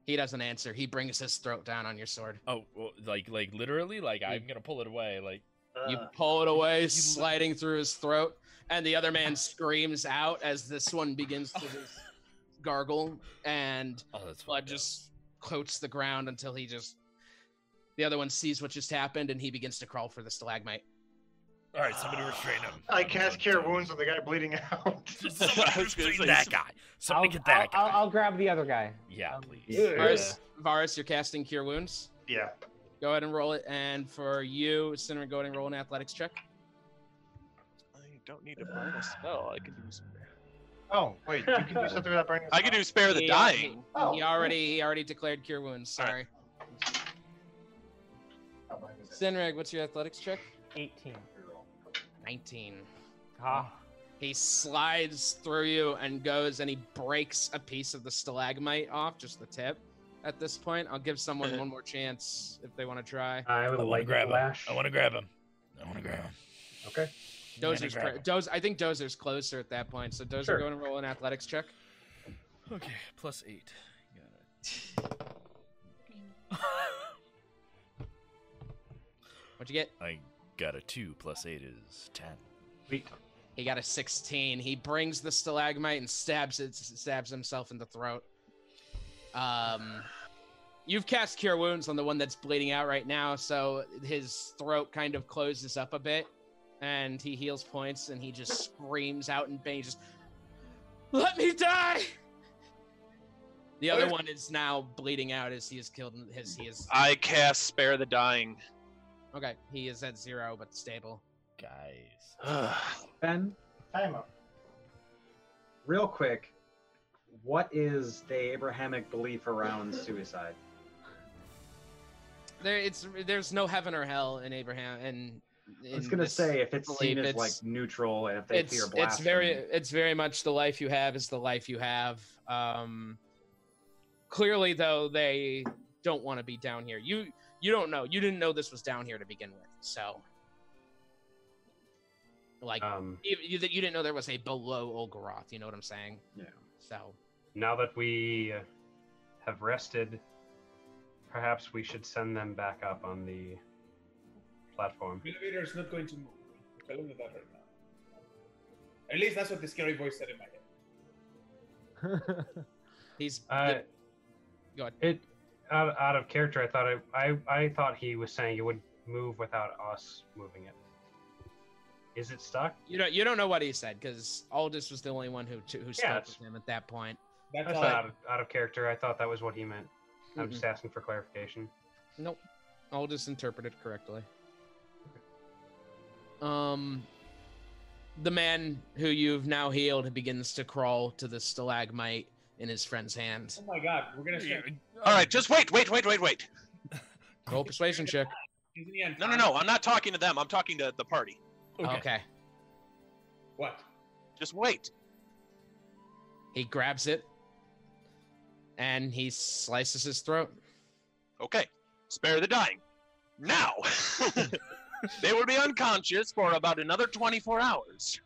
[SPEAKER 2] he doesn't answer he brings his throat down on your sword
[SPEAKER 3] Oh, well, like, like literally, like I'm gonna pull it away. Like
[SPEAKER 2] You pull it away, sliding through his throat, and the other man screams out as this one begins to just gargle, and
[SPEAKER 3] Oh,
[SPEAKER 2] blood just coats the ground until he just. The other one sees what just happened, and he begins to crawl for the stalagmite.
[SPEAKER 3] All right, somebody restrain him.
[SPEAKER 39] I cast Cure Wounds on the guy bleeding out. that
[SPEAKER 3] guy.
[SPEAKER 39] Somebody
[SPEAKER 14] I'll,
[SPEAKER 39] get that
[SPEAKER 14] I'll, I'll, I'll grab the other guy.
[SPEAKER 3] Yeah,
[SPEAKER 2] Varus, Varus, Um, you're casting Cure Wounds.
[SPEAKER 39] Yeah.
[SPEAKER 2] Go ahead and roll it, and for you, Cinnamon, go ahead and roll an athletics check.
[SPEAKER 6] I don't need to burn a spell. I can do some.
[SPEAKER 39] Oh wait, you can do something without burning. Oh.
[SPEAKER 6] I can do spare the
[SPEAKER 2] He
[SPEAKER 6] dying.
[SPEAKER 2] already- He already he already declared Cure Wounds. Sorry. Sinreg, what's your athletics check?
[SPEAKER 14] 18.
[SPEAKER 2] 19. He slides through you and goes and he breaks a piece of the stalagmite off, just the tip. At this point, I'll give someone one more chance if they want to try.
[SPEAKER 3] I
[SPEAKER 10] I would
[SPEAKER 3] want to
[SPEAKER 10] like
[SPEAKER 3] grab him.
[SPEAKER 10] lash.
[SPEAKER 3] I want to grab him. I want to grab him.
[SPEAKER 10] Okay.
[SPEAKER 2] Dozer's pre- Doz- I think Dozer's closer at that point, so Dozer,
[SPEAKER 3] Sure.
[SPEAKER 2] go and roll an athletics check.
[SPEAKER 3] Okay, plus eight. Got
[SPEAKER 2] What'd you get?
[SPEAKER 3] I got a 2 plus 8 is 10.
[SPEAKER 2] He got a 16. He brings the stalagmite and stabs it, stabs himself in the throat. Um, you've cast Cure Wounds on the one that's bleeding out right now, so his throat kind of closes up a bit, and he heals points, and he just screams out in pain, just let me die. The other one is now bleeding out as he is killed. As he is,
[SPEAKER 6] I cast Spare the Dying.
[SPEAKER 2] okay, he is at zero but stable.
[SPEAKER 3] Guys.
[SPEAKER 17] Ben,
[SPEAKER 40] time up.
[SPEAKER 17] real quick, what is the Abrahamic belief around suicide?
[SPEAKER 2] There, it's there's no heaven or hell in Abraham, and
[SPEAKER 17] I was gonna say if it's seen as like neutral and if they
[SPEAKER 2] it's,
[SPEAKER 17] fear
[SPEAKER 2] it's
[SPEAKER 17] blasphemy,
[SPEAKER 2] very it's very much the life you have is the life you have um clearly though they don't want to be down here you you don't know you didn't know this was down here to begin with so like
[SPEAKER 10] Um,
[SPEAKER 2] you, you, you didn't know there was a below Olgaroth, you know what I'm saying?
[SPEAKER 17] Yeah.
[SPEAKER 2] So
[SPEAKER 10] Now that we uh, have rested, perhaps we should send them back up on the platform.
[SPEAKER 8] The elevator is not going to move. Tell him that right now. At least that's what the scary voice said in my head.
[SPEAKER 2] He's
[SPEAKER 10] uh,
[SPEAKER 2] go ahead.
[SPEAKER 10] It out, out of character. I thought it, I I thought he was saying it would move without us moving it. Is it stuck?
[SPEAKER 2] you don't you don't know what he said because Aldous was the only one who who spoke
[SPEAKER 10] it's-
[SPEAKER 2] with him at that point.
[SPEAKER 10] That's
[SPEAKER 2] all I-
[SPEAKER 10] out, of, out of character. I thought that was what he meant. I'm just
[SPEAKER 2] Mhm.
[SPEAKER 10] asking for clarification.
[SPEAKER 2] Nope. I'll just interpret it correctly. Um, the man who you've now healed begins to crawl to the stalagmite in his friend's hand.
[SPEAKER 8] Oh my god, we're gonna start.
[SPEAKER 6] All right, just wait, wait, wait, wait, wait.
[SPEAKER 2] Roll persuasion check.
[SPEAKER 8] Isn't he on
[SPEAKER 6] No, no, no. I'm not talking to them. I'm talking to the party.
[SPEAKER 2] Okay.
[SPEAKER 8] What?
[SPEAKER 6] Just wait.
[SPEAKER 2] He grabs it and he slices his throat.
[SPEAKER 6] Okay. Spare the dying. Now. they will be unconscious for about another 24 hours.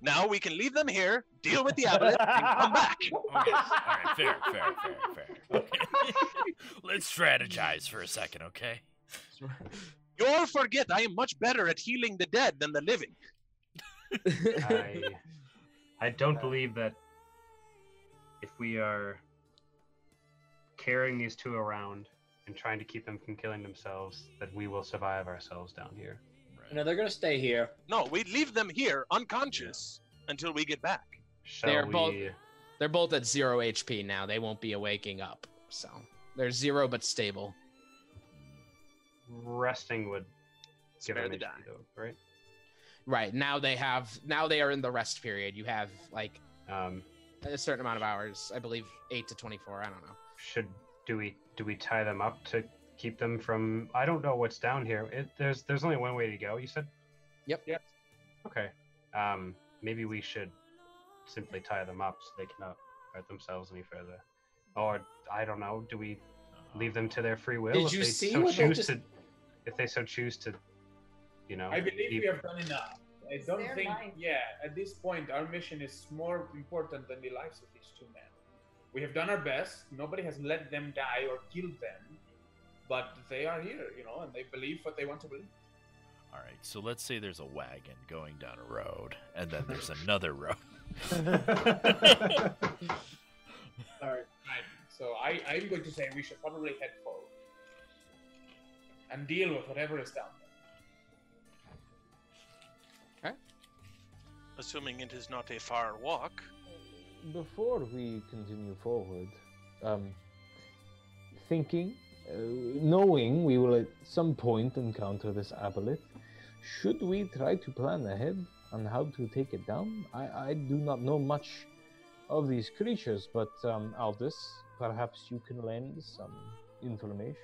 [SPEAKER 6] Now we can leave them here, deal with the aboleth, and come back.
[SPEAKER 3] Oh, All right, fair, fair, fair, fair. Okay. Let's strategize for a second, okay?
[SPEAKER 6] You'll forget I am much better at healing the dead than the living.
[SPEAKER 10] I, I don't believe that if we are carrying these two around and trying to keep them from killing themselves, that we will survive ourselves down here.
[SPEAKER 12] No, they're gonna stay here.
[SPEAKER 6] No, we leave them here unconscious until we get back.
[SPEAKER 10] Shall
[SPEAKER 2] they're both
[SPEAKER 10] we-
[SPEAKER 2] they're both at zero HP now. They won't be awaking up. So they're zero but stable.
[SPEAKER 10] Resting would give
[SPEAKER 2] Spare the
[SPEAKER 10] them HP though, right?
[SPEAKER 2] Right. Now they have now they are in the rest period. You have like
[SPEAKER 10] um
[SPEAKER 2] a certain amount of hours. I believe eight to twenty four. I don't know.
[SPEAKER 10] Should do we do we tie them up to keep them from? I don't know what's down here. It, there's there's only one way to go. You said.
[SPEAKER 2] Yep.
[SPEAKER 10] Yep. Okay. Um, maybe we should simply tie them up so they cannot hurt themselves any further. Or I don't know. Do we leave them to their free will
[SPEAKER 12] Did
[SPEAKER 10] if
[SPEAKER 12] you
[SPEAKER 10] they
[SPEAKER 12] see
[SPEAKER 10] so
[SPEAKER 12] what they
[SPEAKER 10] choose
[SPEAKER 12] just-
[SPEAKER 10] to? If they so choose to, you know.
[SPEAKER 8] I believe
[SPEAKER 10] keep-
[SPEAKER 8] we have done enough. I don't
[SPEAKER 1] their
[SPEAKER 8] think.
[SPEAKER 1] life.
[SPEAKER 8] Yeah, at this point, our mission is more important than the lives of these two men. We have done our best. Nobody has let them die or killed them, but they are here, you know, and they believe what they want to believe.
[SPEAKER 3] All right, so let's say there's a wagon going down a road, and then there's another road.
[SPEAKER 8] All right. So I, I'm going to say we should probably head forward and deal with whatever is down there.
[SPEAKER 6] Assuming it is not a far walk.
[SPEAKER 20] Before we continue forward, um, thinking, uh, knowing we will at some point encounter this aboleth, should we try to plan ahead on how to take it down? I, I do not know much of these creatures, but um, Aldous, perhaps you can lend some information.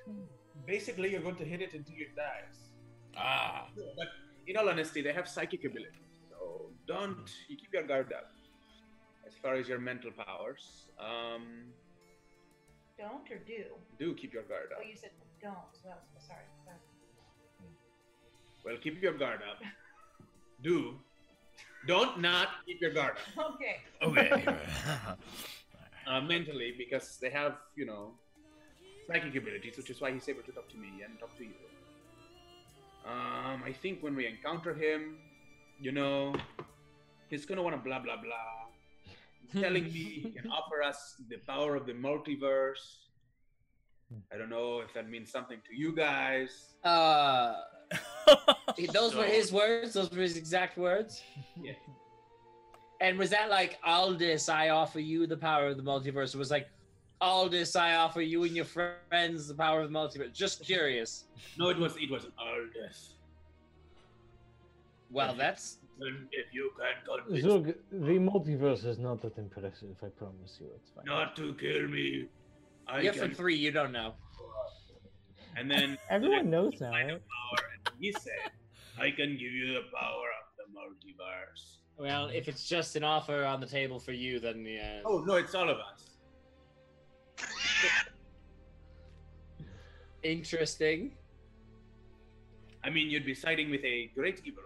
[SPEAKER 8] Basically, you're going to hit it until it dies.
[SPEAKER 3] Ah.
[SPEAKER 8] But in all honesty, they have psychic abilities, so don't you keep your guard up. As far as your mental powers, um,
[SPEAKER 1] Don't or do?
[SPEAKER 8] do keep your guard
[SPEAKER 1] Oh,
[SPEAKER 8] up.
[SPEAKER 1] you said don't, so that was sorry. sorry.
[SPEAKER 8] Well, keep your guard up. Do. Don't not keep your guard up.
[SPEAKER 1] Okay.
[SPEAKER 3] Okay.
[SPEAKER 8] uh, mentally because they have, you know, psychic abilities, which is why he's able to talk to me and talk to you. Um, I think when we encounter him, you know, he's gonna wanna blah blah blah, telling me he can offer us the power of the multiverse. I don't know if that means something to you guys.
[SPEAKER 5] Uh, those were
[SPEAKER 8] So-
[SPEAKER 5] his words. Those were his exact words.
[SPEAKER 8] Yeah.
[SPEAKER 5] And was that like Aldis? I offer you the power of the multiverse. It was like Aldis. I offer you and your friends the power of the multiverse. Just curious.
[SPEAKER 8] No, it was it was Aldis.
[SPEAKER 5] Well, that's
[SPEAKER 8] And if you can convince
[SPEAKER 20] Zug, the multiverse is not that impressive. I promise you, it's fine.
[SPEAKER 8] not to kill me, I
[SPEAKER 5] you're
[SPEAKER 8] can.
[SPEAKER 5] for three. You don't know.
[SPEAKER 8] And then
[SPEAKER 12] Everyone knows that, right?
[SPEAKER 8] he said, "I can give you the power of the multiverse."
[SPEAKER 41] Well, if it's just an offer on the table for you, then yeah.
[SPEAKER 8] Oh no, it's all of us.
[SPEAKER 5] Interesting.
[SPEAKER 8] I mean, you'd be siding with a great evil.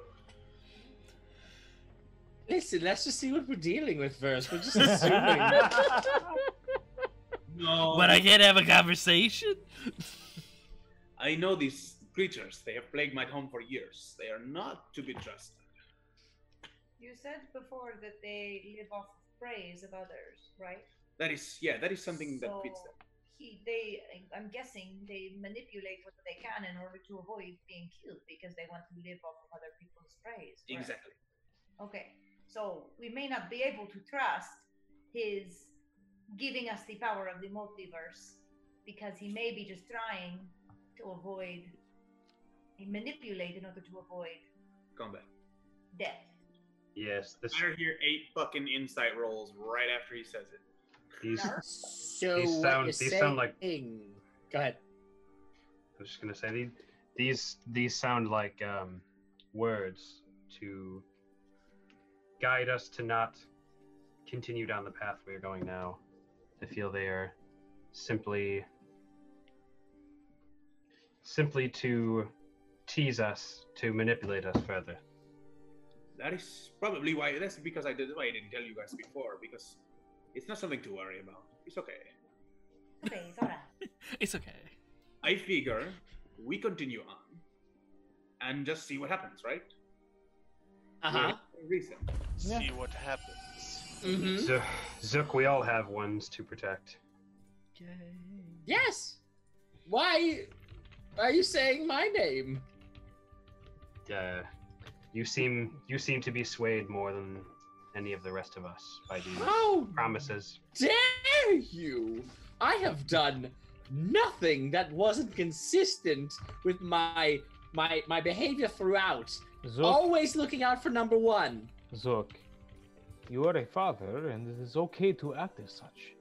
[SPEAKER 5] Listen, let's just see what we're dealing with first. We're just assuming.
[SPEAKER 8] No.
[SPEAKER 42] But I can't have a conversation.
[SPEAKER 8] I know these creatures. They have plagued my home for years. They are not to be trusted.
[SPEAKER 1] You said before that they live off of praise of others, right?
[SPEAKER 8] That is, yeah, that is something that
[SPEAKER 1] So
[SPEAKER 8] fits them.
[SPEAKER 1] He, they, I'm guessing they manipulate what they can in order to avoid being killed because they want to live off of other people's praise. right?
[SPEAKER 8] Exactly.
[SPEAKER 1] Okay, so we may not be able to trust his giving us the power of the multiverse because he may be just trying to avoid and manipulate in order to avoid
[SPEAKER 8] Combat.
[SPEAKER 1] death.
[SPEAKER 10] Yes, this
[SPEAKER 8] I hear eight fucking insight rolls right after he says it.
[SPEAKER 10] these
[SPEAKER 5] so
[SPEAKER 10] these
[SPEAKER 5] what
[SPEAKER 10] sound
[SPEAKER 5] you're
[SPEAKER 10] these sound like
[SPEAKER 5] saying- Go ahead.
[SPEAKER 10] I was just gonna say these these these sound like um, words to guide us to not continue down the path we are going now. I feel they are simply simply to tease us to manipulate us further.
[SPEAKER 8] That is probably why. That's because I did why I didn't tell you guys before because it's not something to worry about. It's okay.
[SPEAKER 1] Okay, it's alright.
[SPEAKER 8] It's okay. I figure we continue on and just see what happens, right?
[SPEAKER 5] Uh-huh.
[SPEAKER 8] For a Reason.
[SPEAKER 6] See what happens.
[SPEAKER 10] Mm-hmm.
[SPEAKER 5] Mm-hmm.
[SPEAKER 10] Zook, Zook, we all have ones to protect.
[SPEAKER 5] Yes. Why are you saying my name?
[SPEAKER 10] Uh, you seem you seem to be swayed more than any of the rest of us by these
[SPEAKER 5] How
[SPEAKER 10] promises.
[SPEAKER 5] dare you? I have done nothing that wasn't consistent with my my my behavior throughout.
[SPEAKER 20] Zook.
[SPEAKER 5] Always looking out for number one.
[SPEAKER 20] Zug, you are a father, and it is okay to act as such.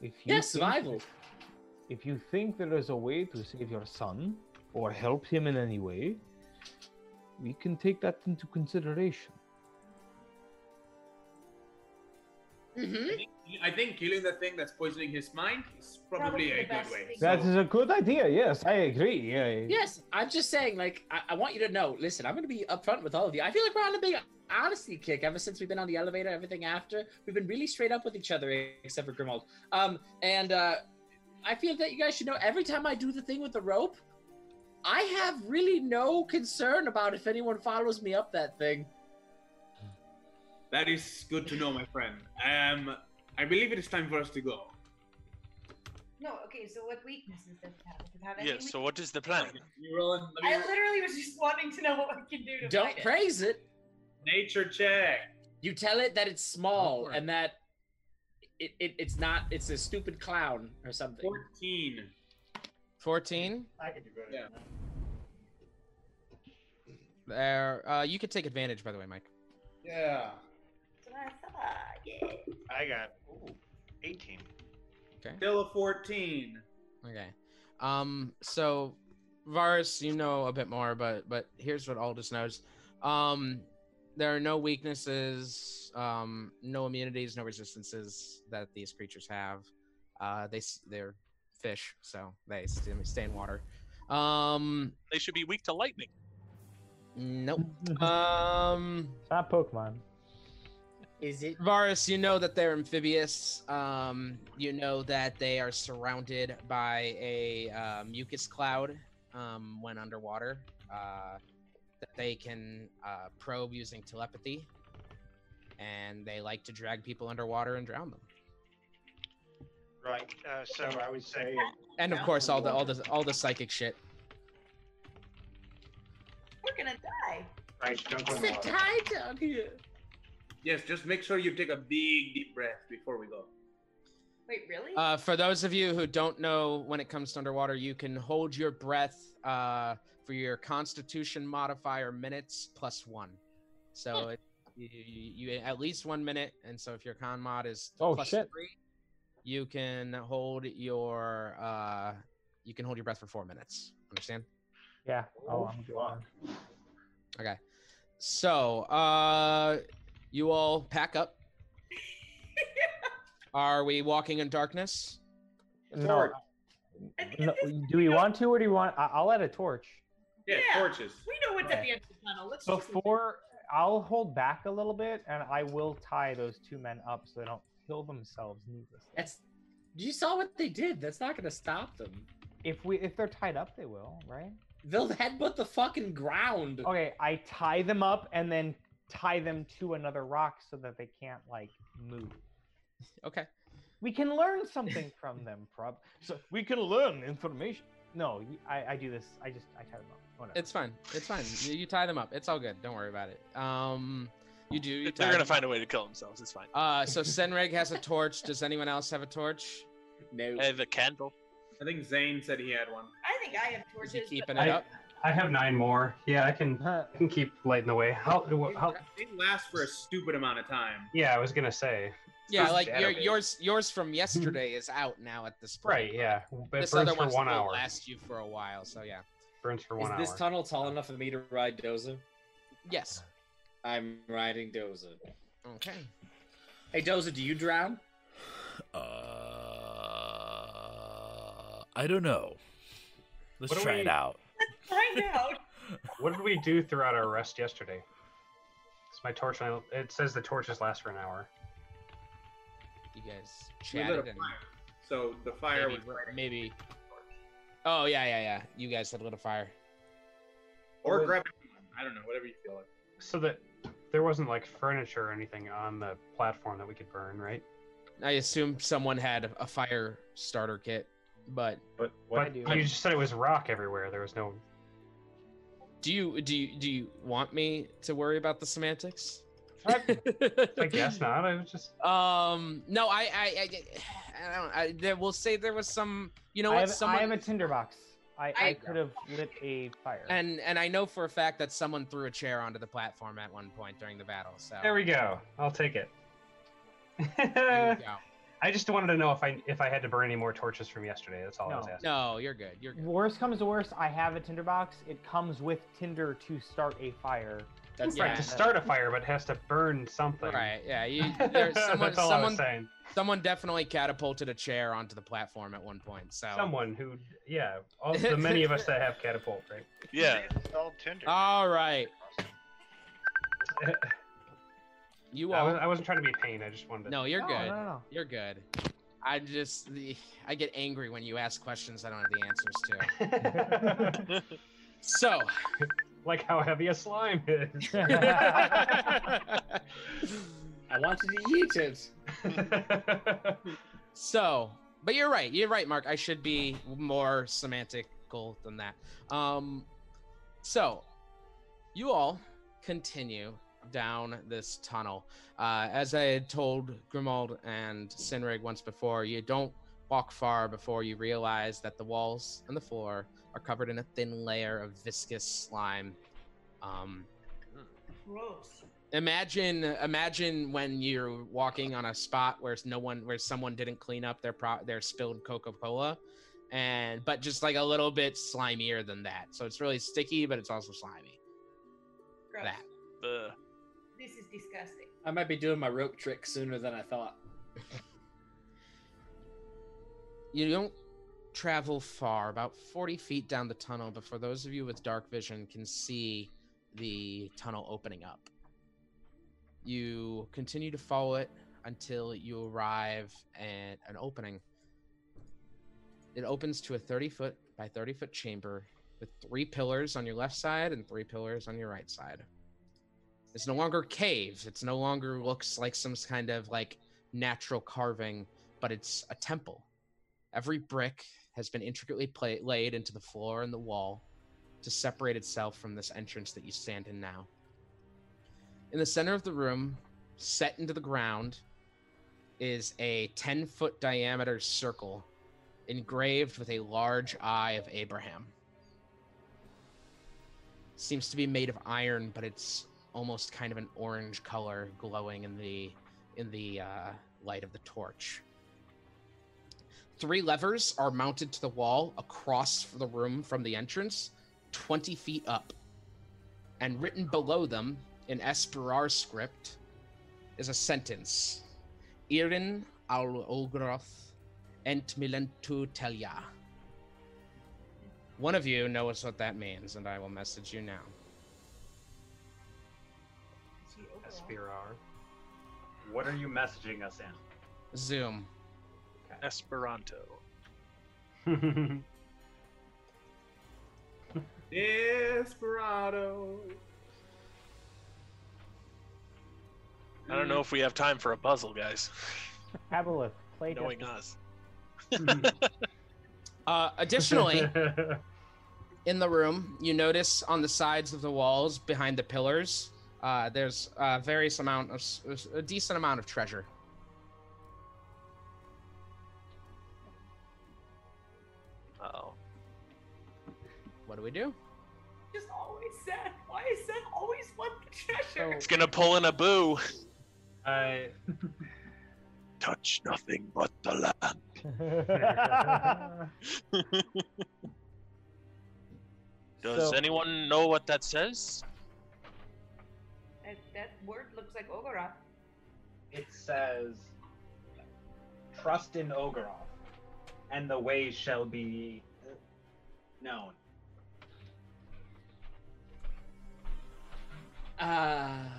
[SPEAKER 20] If you
[SPEAKER 5] Yes,
[SPEAKER 20] think-
[SPEAKER 5] survival.
[SPEAKER 20] If you think there is a way to save your son or help him in any way, we can take that into consideration.
[SPEAKER 5] Mm-hmm.
[SPEAKER 8] I, think, I think killing the thing that's poisoning his mind is probably,
[SPEAKER 5] Probably
[SPEAKER 8] a
[SPEAKER 5] the
[SPEAKER 8] good
[SPEAKER 5] best
[SPEAKER 8] way.
[SPEAKER 5] thing.
[SPEAKER 20] That
[SPEAKER 5] So-
[SPEAKER 20] is a good idea. Yes, I agree. I-
[SPEAKER 5] Yes, I'm just saying, like, I, I want you to know, listen, I'm gonna be upfront with all of you. I feel like we're on a big honesty kick ever since we've been on the elevator, everything after. We've been really straight up with each other, except for Grimald. Um, and uh I feel that you guys should know every time I do the thing with the rope, I have really no concern about if anyone follows me up that thing.
[SPEAKER 8] That is good to know, my friend. Um, I believe it is time for us to go.
[SPEAKER 1] No, okay, so what weaknesses does it have? Does it have any
[SPEAKER 6] Yeah, so what is the plan?
[SPEAKER 1] weak- I literally was just wanting to know what we can do to
[SPEAKER 5] Don't
[SPEAKER 1] fight it.
[SPEAKER 5] praise it.
[SPEAKER 8] Nature check.
[SPEAKER 5] You tell it that it's small and that it, it it's not it's a stupid clown or something.
[SPEAKER 8] Fourteen.
[SPEAKER 2] Fourteen.
[SPEAKER 1] I can do better.
[SPEAKER 8] Yeah.
[SPEAKER 2] There, uh, you could take advantage, by the way, Mike.
[SPEAKER 4] Yeah.
[SPEAKER 1] yeah.
[SPEAKER 4] I got ooh, 18.
[SPEAKER 2] Okay.
[SPEAKER 8] Still a fourteen.
[SPEAKER 2] Okay. Um. So, Varus, you know a bit more, but but here's what Aldous knows. Um, there are no weaknesses, um, no immunities, no resistances that these creatures have. Uh, they s- they're fish, so they st- stay in water. Um.
[SPEAKER 6] They should be weak to lightning.
[SPEAKER 2] Nope. um.
[SPEAKER 43] Not Pokemon.
[SPEAKER 5] Is it?
[SPEAKER 2] Varus, you know that they're amphibious. Um, you know that they are surrounded by a uh, mucus cloud um, when underwater. Uh, that they can uh, probe using telepathy, and they like to drag people underwater and drown them.
[SPEAKER 4] Right. Uh, so I would say.
[SPEAKER 2] And of course, all the all the all the psychic shit.
[SPEAKER 1] We're gonna die.
[SPEAKER 7] Right, don't go in the water.
[SPEAKER 1] down here.
[SPEAKER 7] Yes, just make sure you take a big deep breath before we go.
[SPEAKER 1] Wait, really?
[SPEAKER 2] Uh, for those of you who don't know, when it comes to underwater, you can hold your breath uh, for your Constitution modifier minutes plus one. So it, you, you, you at least one minute, and so if your con mod is
[SPEAKER 12] Oh,
[SPEAKER 2] plus
[SPEAKER 12] shit.
[SPEAKER 2] three, you can hold your uh, you can hold your breath for four minutes. Understand?
[SPEAKER 14] Yeah.
[SPEAKER 2] Oh,
[SPEAKER 14] I'm good.
[SPEAKER 2] Okay. So uh, you all pack up. Are we walking in darkness?
[SPEAKER 14] No. no. Do we want to, or do you want? I- I'll add a torch.
[SPEAKER 7] Yeah, torches.
[SPEAKER 44] We know what's at
[SPEAKER 14] Okay.
[SPEAKER 44] the end of the tunnel. Let's just-
[SPEAKER 14] Before I'll hold back a little bit, and I will tie those two men up so they don't kill themselves needlessly.
[SPEAKER 5] That's. You saw what they did. That's not going to stop them.
[SPEAKER 14] If we if they're tied up, they will, right?
[SPEAKER 5] They'll headbutt the fucking ground.
[SPEAKER 14] Okay, I tie them up and then tie them to another rock so that they can't like move.
[SPEAKER 2] Okay.
[SPEAKER 14] We can learn something from them, prob. So we can learn information. No, y- I, I do this. I just I tie them up. Whatever.
[SPEAKER 2] It's fine. It's fine. You you tie them up. It's all good. Don't worry about it. Um, you do. You
[SPEAKER 6] They're gonna find a way to kill themselves. It's fine.
[SPEAKER 2] Uh, so Senreg has a torch. Does anyone else have a torch?
[SPEAKER 5] No.
[SPEAKER 6] I have a candle.
[SPEAKER 7] I think Zane said he had one.
[SPEAKER 1] I think I have torches. but-
[SPEAKER 2] keeping
[SPEAKER 10] I, I have nine more. Yeah, I can. I can keep lighting the way. How? wh- how
[SPEAKER 7] They last for a stupid amount of time.
[SPEAKER 10] yeah, I was gonna say.
[SPEAKER 2] Yeah, like
[SPEAKER 7] Shadow
[SPEAKER 2] your,
[SPEAKER 7] Bane.
[SPEAKER 2] yours yours from yesterday is out now at this point.
[SPEAKER 10] Right. Yeah. It
[SPEAKER 2] This
[SPEAKER 10] burns
[SPEAKER 2] other
[SPEAKER 10] for
[SPEAKER 2] one
[SPEAKER 10] one hour.
[SPEAKER 2] last you for a while. So yeah.
[SPEAKER 10] Burns for
[SPEAKER 2] Is
[SPEAKER 10] one hour.
[SPEAKER 2] this
[SPEAKER 45] This tunnel tall enough for me to ride Dozer?
[SPEAKER 2] Yes.
[SPEAKER 5] I'm riding Dozer.
[SPEAKER 2] Okay.
[SPEAKER 5] Hey Dozer, do you drown?
[SPEAKER 3] Uh, I don't know. Let's
[SPEAKER 10] What do
[SPEAKER 3] try it
[SPEAKER 10] we-
[SPEAKER 3] out.
[SPEAKER 1] Find out.
[SPEAKER 10] What did we do throughout our rest yesterday? It's my torch. I, it says the torches last for an hour.
[SPEAKER 2] You guys
[SPEAKER 7] We lit a
[SPEAKER 2] chatted
[SPEAKER 7] fire.
[SPEAKER 2] and
[SPEAKER 7] So the fire
[SPEAKER 2] maybe,
[SPEAKER 7] was right
[SPEAKER 2] maybe. Oh yeah, yeah, yeah. You guys had lit a fire.
[SPEAKER 7] or grab one. I don't know, whatever you feel like.
[SPEAKER 10] So that there wasn't like furniture or anything on the platform that we could burn, right?
[SPEAKER 2] I assume someone had a fire starter kit, but
[SPEAKER 7] but
[SPEAKER 10] But you just said it was rock everywhere. There was no.
[SPEAKER 2] do you do you do you want me to worry about the semantics?
[SPEAKER 10] I guess
[SPEAKER 2] Hmm.
[SPEAKER 10] not. I was just.
[SPEAKER 2] Um, no, I, I, I, I don't. I, there, we'll say there was some. You know
[SPEAKER 14] I
[SPEAKER 2] what?
[SPEAKER 14] have,
[SPEAKER 2] someone
[SPEAKER 14] I have a tinderbox. I, I,
[SPEAKER 2] I-
[SPEAKER 14] could have lit a fire.
[SPEAKER 2] and and I know for a fact that someone threw a chair onto the platform at one point during the battle. So
[SPEAKER 10] There we go. I'll take it.
[SPEAKER 2] go.
[SPEAKER 10] I just wanted to know if I if I had to burn any more torches from yesterday. That's all I was
[SPEAKER 14] No.
[SPEAKER 10] asking.
[SPEAKER 2] No, you're good. You're good.
[SPEAKER 14] Worst comes to worst, I have a tinderbox. It comes with tinder to start a fire.
[SPEAKER 2] That's
[SPEAKER 10] right
[SPEAKER 2] yeah.
[SPEAKER 10] to start a fire, but it has to burn something.
[SPEAKER 2] Right? Yeah. You. There, someone.
[SPEAKER 10] That's all I was
[SPEAKER 2] someone.
[SPEAKER 10] saying.
[SPEAKER 2] Someone definitely catapulted a chair onto the platform at one point. So
[SPEAKER 10] Someone who, yeah, all the many of us that have catapult, right?
[SPEAKER 6] Yeah.
[SPEAKER 4] Installed Tinder.
[SPEAKER 2] All right. You
[SPEAKER 10] I,
[SPEAKER 2] all.
[SPEAKER 10] was, I wasn't trying to be a pain. I just wanted to.
[SPEAKER 2] No, you're
[SPEAKER 10] No,
[SPEAKER 2] good.
[SPEAKER 10] no,
[SPEAKER 2] You're good. I just the- I get angry when you ask questions I don't have the answers to. so,
[SPEAKER 10] like how heavy a slime is.
[SPEAKER 5] I wanted to eat it.
[SPEAKER 2] so, but you're right. You're right, Mark. I should be more semantical than that. Um, so you all continue down this tunnel. Uh, as I had told Grimald and Sinrig once before, you don't walk far before you realize that the walls and the floor are covered in a thin layer of viscous slime. Um,
[SPEAKER 1] Gross.
[SPEAKER 2] imagine imagine when you're walking on a spot where no one where someone didn't clean up their pro their spilled coca-cola and but just like a little bit slimier than that so it's really sticky but it's also slimy
[SPEAKER 1] Gross.
[SPEAKER 2] That.
[SPEAKER 1] This is disgusting.
[SPEAKER 5] I might be doing my rope trick sooner than I thought.
[SPEAKER 2] you don't travel far about 40 feet down the tunnel before those of you with dark vision can see the tunnel opening up You continue to follow it until you arrive at an opening. It opens to a 30 foot by 30 foot chamber with three pillars on your left side and three pillars on your right side. It's no longer caves. It's no longer looks like some kind of like natural carving, but it's a temple. Every brick has been intricately pla laid into the floor and the wall to separate itself from this entrance that you stand in now. In the center of the room, set into the ground, is a 10 foot diameter circle engraved with a large eye of Abraham. Seems to be made of iron, but it's almost kind of an orange color glowing in the in the uh, light of the torch. Three levers are mounted to the wall across the room from the entrance, 20 feet up. And written below them in Esperar script is a sentence Irin al Ogroth ent milentu telia. One of you knows what that means, and I will message you now.
[SPEAKER 10] Espirar. What are you messaging us in?
[SPEAKER 2] Zoom.
[SPEAKER 6] Esperanto.
[SPEAKER 2] Uh,
[SPEAKER 7] Desperado.
[SPEAKER 6] I don't know if we have time for a puzzle, guys.
[SPEAKER 30] Have a look. Play
[SPEAKER 6] Knowing us.
[SPEAKER 2] Uh, additionally, in the room, you notice on the sides of the walls behind the pillars, uh, there's a various amount of s- s- a decent amount of treasure.
[SPEAKER 6] Oh,
[SPEAKER 2] what do we do?
[SPEAKER 1] Just always said. Why is that always one treasure?
[SPEAKER 6] it's gonna pull in a boo.
[SPEAKER 10] I
[SPEAKER 6] touch nothing but the land. Does
[SPEAKER 8] So-
[SPEAKER 6] anyone know what that says?
[SPEAKER 8] That, that word looks like Ogoroth.
[SPEAKER 17] It says, "Trust in Ogaroth, and the way shall be known."
[SPEAKER 5] Ah,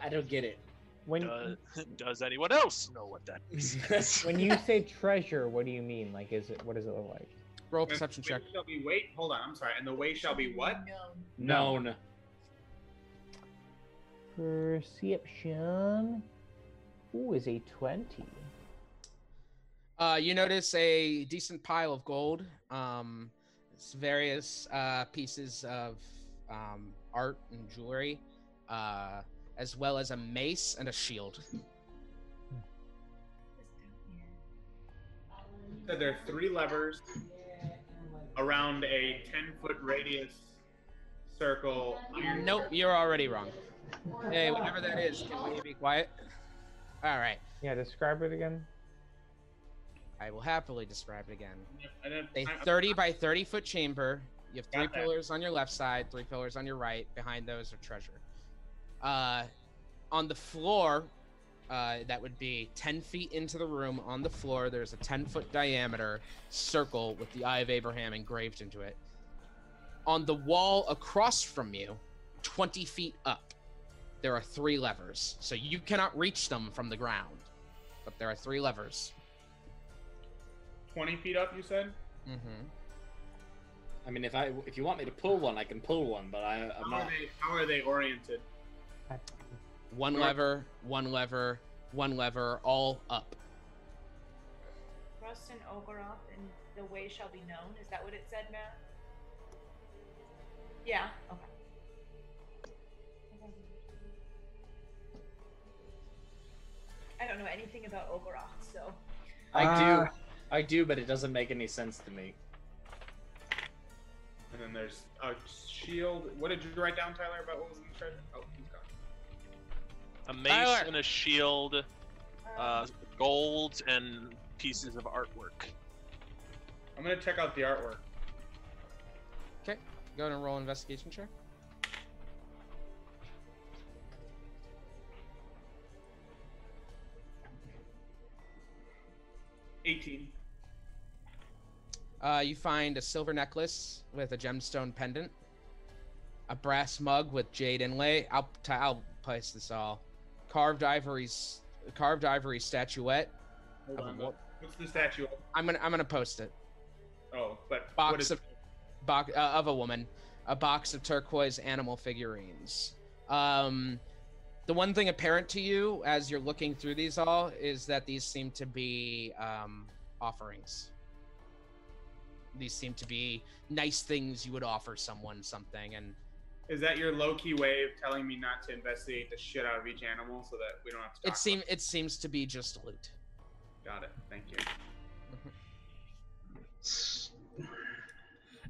[SPEAKER 5] I don't get it.
[SPEAKER 30] When
[SPEAKER 6] Does, does anyone else know what that means?
[SPEAKER 30] when you say treasure, what do you mean? Like, is it what does it look like?
[SPEAKER 2] Roll
[SPEAKER 7] perception check. Shall be wait. Hold on. I'm sorry. And the way shall be what?
[SPEAKER 5] Known.
[SPEAKER 30] Perception. Ooh, is a twenty.
[SPEAKER 2] Uh, you notice a decent pile of gold, um, s- various uh, pieces of um, art and jewelry, uh, as well as a mace and a shield.
[SPEAKER 7] So there are three levers around a 10 foot radius circle. Iron
[SPEAKER 2] Nope, you're already wrong. Hey, whatever that is, can we be quiet? All right.
[SPEAKER 30] Yeah, describe it again.
[SPEAKER 2] I will happily describe it again.
[SPEAKER 7] I didn't-
[SPEAKER 2] A
[SPEAKER 7] I- I-
[SPEAKER 2] 30 by 30 foot chamber. You have three
[SPEAKER 7] Got that.
[SPEAKER 2] pillars on your left side, three pillars on your right. Behind those are treasure. Uh, on the floor, uh, that would be 10 feet into the room. On the floor, there's a 10 foot diameter circle with the Eye of Abraham engraved into it. On the wall across from you, 20 feet up, there are three levers. So you cannot reach them from the ground, but there are three levers.
[SPEAKER 7] 20 feet up, you said?
[SPEAKER 2] Mm-hmm.
[SPEAKER 5] I mean, if I if you want me to pull one, I can pull one, but I, I'm
[SPEAKER 7] How are
[SPEAKER 5] not.
[SPEAKER 7] they, how are they oriented?
[SPEAKER 2] One
[SPEAKER 7] Alright.
[SPEAKER 2] lever, one lever, one lever, all up.
[SPEAKER 8] Trust in Ogoroth and the way shall be known. Is that what it said, Matt? Yeah. Okay. I don't know anything about Ogoroth, so.
[SPEAKER 5] I do,
[SPEAKER 7] Uh.
[SPEAKER 5] I do, but it doesn't make any sense to me.
[SPEAKER 7] And then there's a shield. What did you write down, Tyler, about what was in the treasure? Oh, he's gone.
[SPEAKER 6] A mace and a shield, uh, gold, and pieces of artwork.
[SPEAKER 7] I'm going to check out the artwork.
[SPEAKER 2] Okay, go ahead and roll investigation check.
[SPEAKER 7] Eighteen.
[SPEAKER 2] Uh, you find a silver necklace with a gemstone pendant, a brass mug with jade inlay. I'll, t- I'll place this all carved ivory s- carved ivory statuette.
[SPEAKER 8] Hold
[SPEAKER 2] of a
[SPEAKER 8] on,
[SPEAKER 2] wo-
[SPEAKER 8] What's the statue? of?
[SPEAKER 2] I'm gonna I'm gonna post it.
[SPEAKER 8] Oh, but
[SPEAKER 2] Box
[SPEAKER 8] what is
[SPEAKER 2] of box uh, of a woman, a box of turquoise animal figurines. Um, the one thing apparent to you as you're looking through these all is that these seem to be um, offerings. These seem to be nice things you would offer someone something, and
[SPEAKER 8] is that your low key way of telling me not to investigate the shit out of each animal so that we don't have to?
[SPEAKER 2] it seem it seems to be just loot.
[SPEAKER 8] Got it. Thank you.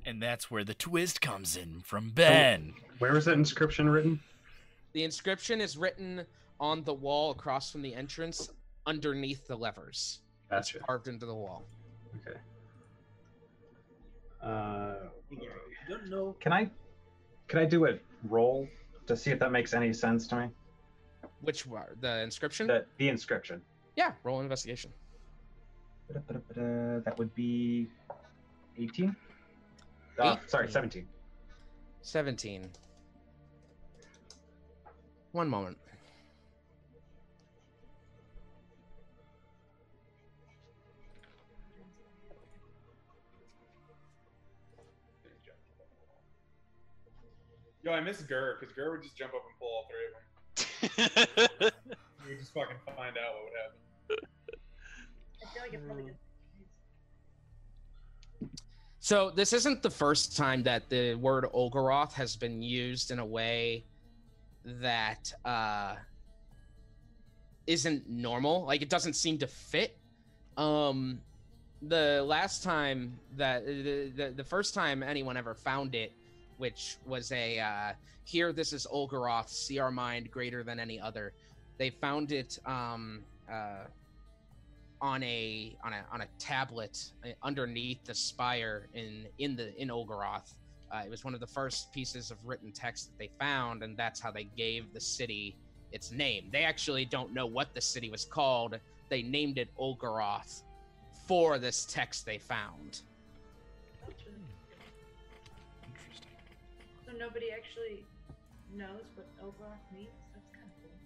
[SPEAKER 3] And that's where the twist comes in from Ben.
[SPEAKER 17] Where is that inscription written?
[SPEAKER 2] The inscription is written on the wall across from the entrance, underneath the levers.
[SPEAKER 17] Gotcha.
[SPEAKER 2] carved into the wall.
[SPEAKER 17] Okay. Uh,
[SPEAKER 2] don't know.
[SPEAKER 17] Can I can I do a roll to see if that makes any sense to me?
[SPEAKER 2] Which one? The inscription?
[SPEAKER 17] The, the inscription.
[SPEAKER 2] Yeah, roll investigation.
[SPEAKER 17] Ba-da-ba-da-ba-da, That would be 18? Uh, sorry, 17.
[SPEAKER 2] 17. One moment.
[SPEAKER 8] Yo, I miss Gur because Gur would just jump up and pull all three of them. we would just fucking find out what would happen.
[SPEAKER 7] I feel like it's probably good.
[SPEAKER 2] So this isn't the first time that the word Olgaroth has been used in a way that uh, isn't normal. Like it doesn't seem to fit. Um, the last time that uh, the, the the first time anyone ever found it, which was a uh, here this is Olgaroth, see our mind greater than any other. They found it um, uh, on a on a on a tablet uh, underneath the spire in in the in Olgaroth. Uh, it was one of the first pieces of written text that they found, and that's how they gave the city its name. They actually don't know what the city was called. They named it Olgaroth for this text they found.
[SPEAKER 1] So nobody actually knows what Ogroth means. That's kind of cool.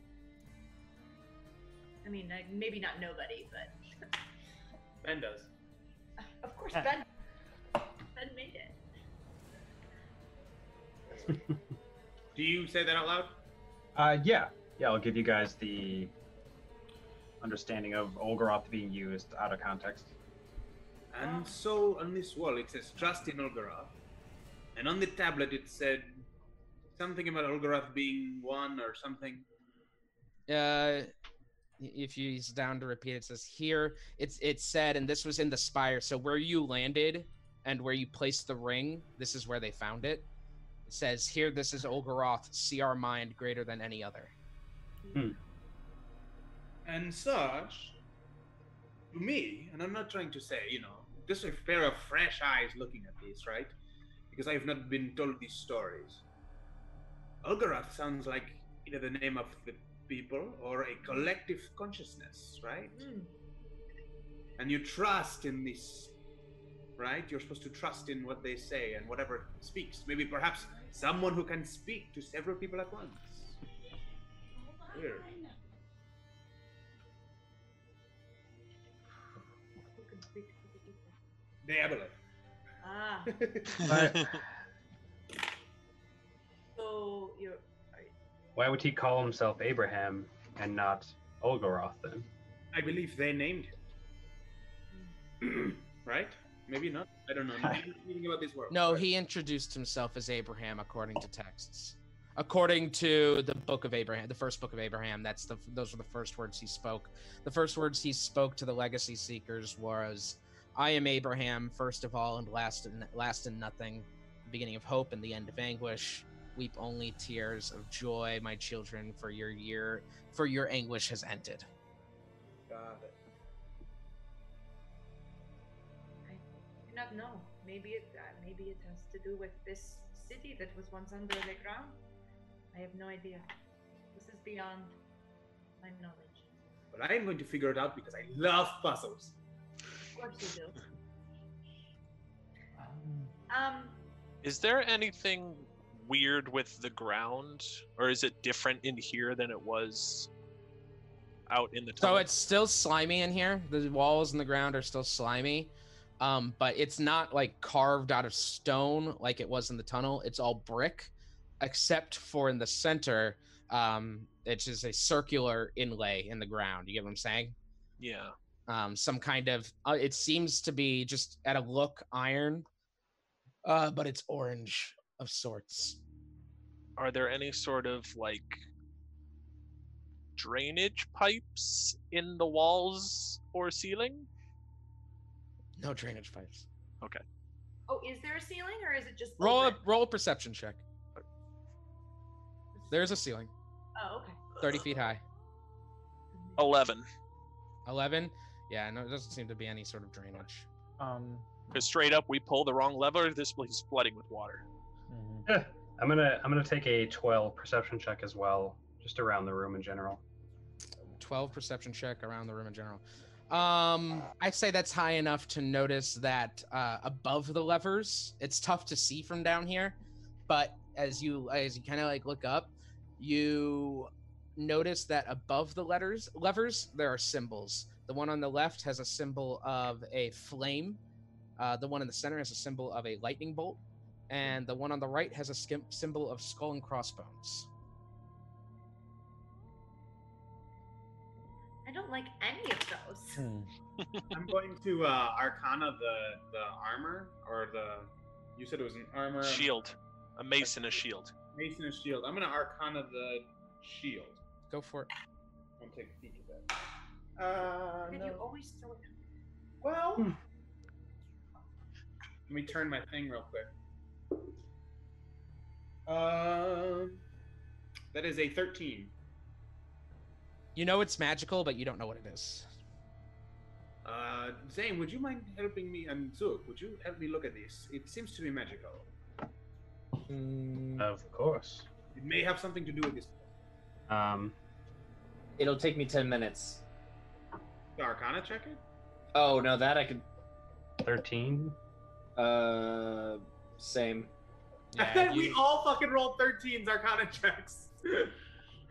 [SPEAKER 1] I mean, like, maybe not nobody, but
[SPEAKER 8] Ben does.
[SPEAKER 1] of course Ben. Ben made it.
[SPEAKER 8] Do you say that out loud?
[SPEAKER 17] Uh, yeah. Yeah, I'll give you guys the understanding of Olgaroth being used out of context.
[SPEAKER 8] And so on this wall it says trust in Olgaroth. And on the tablet it said something about Olgaroth being one or something.
[SPEAKER 2] uh if you he's down to repeat it says here it's it said and this was in the spire so where you landed and where you placed the ring this is where they found it it says here this is Olgaroth see our mind greater than any other
[SPEAKER 8] And such, to me, and I'm not trying to say, you know, just a pair of fresh eyes looking at this, right? Because I've not been told these stories. Olgaroth sounds like either the name of the people or a collective consciousness, right? And you trust in this, right? You're supposed to trust in what they say and whatever speaks. Maybe perhaps someone who can speak to several people at once. Weird.
[SPEAKER 1] Who can speak to the people?
[SPEAKER 8] Diablo.
[SPEAKER 1] Ah. so you're.
[SPEAKER 17] Why would he call himself Abraham and not Olgaroth then?
[SPEAKER 8] I believe they named him. right? Maybe not. I don't know. Maybe I'm reading about this world.
[SPEAKER 2] no he introduced himself as abraham according to texts according to the book of abraham the first book of abraham that's the those were the first words he spoke the first words he spoke to the legacy seekers was i am abraham first of all and last in last in nothing the beginning of hope and the end of anguish weep only tears of joy my children for your year for your anguish has ended
[SPEAKER 8] Got it.
[SPEAKER 1] I do not know. Maybe it. Uh, maybe it has to do with this city that was once under the ground. I have no idea. This is beyond my knowledge.
[SPEAKER 8] But I am going to figure it out because I love puzzles.
[SPEAKER 1] Of course you do. Um.
[SPEAKER 6] Is there anything weird with the ground, or is it different in here than it was out in the
[SPEAKER 2] So it's still slimy in here. The walls and the ground are still slimy. Um, but it's not like carved out of stone like it was in the tunnel. It's all brick, except for in the center, um, it's just a circular inlay in the ground. You get what I'm saying?
[SPEAKER 6] Yeah.
[SPEAKER 2] Um, some kind of, uh, it seems to be just at a look iron, uh, but it's orange of sorts.
[SPEAKER 6] Are there any sort of like drainage pipes in the walls or ceiling?
[SPEAKER 2] No drainage pipes.
[SPEAKER 6] Okay.
[SPEAKER 1] Oh, is there a ceiling or is it just
[SPEAKER 2] Roll a roll a perception check. There's a ceiling,
[SPEAKER 1] Oh, okay.
[SPEAKER 2] thirty feet high.
[SPEAKER 6] Eleven.
[SPEAKER 2] Eleven. Yeah, no, it doesn't seem to be any sort of drainage.
[SPEAKER 30] Um.
[SPEAKER 6] Because straight up, we pull the wrong lever. This place is flooding with water.
[SPEAKER 10] Yeah, I'm gonna I'm gonna take a 12 perception check as well, just around the room in general.
[SPEAKER 2] 12 perception check around the room in general. Um, I say that's high enough to notice that uh, above the levers, it's tough to see from down here, but as you as you kind of like look up, you notice that above the letters levers there are symbols. The one on the left has a symbol of a flame. Uh, the one in the center has a symbol of a lightning bolt, and the one on the right has a skim- symbol of skull and crossbones.
[SPEAKER 1] I don't like any of those.
[SPEAKER 2] Hmm.
[SPEAKER 7] I'm going to uh, Arcana the the armor or the. You said it was an armor.
[SPEAKER 6] Shield. A mace and a shield.
[SPEAKER 7] Mason and shield. I'm gonna Arcana the shield.
[SPEAKER 2] Go for it.
[SPEAKER 7] I'm gonna take a peek at that. Uh,
[SPEAKER 1] Then you always throw it.
[SPEAKER 7] Well. Let me turn my thing real quick. Um, that is a 13.
[SPEAKER 2] You know it's magical, but you don't know what it is.
[SPEAKER 7] Uh, Zane, would you mind helping me? And Zook, would you help me look at this? It seems to be magical.
[SPEAKER 2] Mm.
[SPEAKER 10] Of course.
[SPEAKER 7] It may have something to do with this.
[SPEAKER 10] Um,
[SPEAKER 5] it'll take me ten minutes.
[SPEAKER 7] The Arcana check it?
[SPEAKER 5] Oh no, that I could.
[SPEAKER 10] Thirteen.
[SPEAKER 5] Uh, same.
[SPEAKER 7] we all fucking rolled 13s Arcana checks.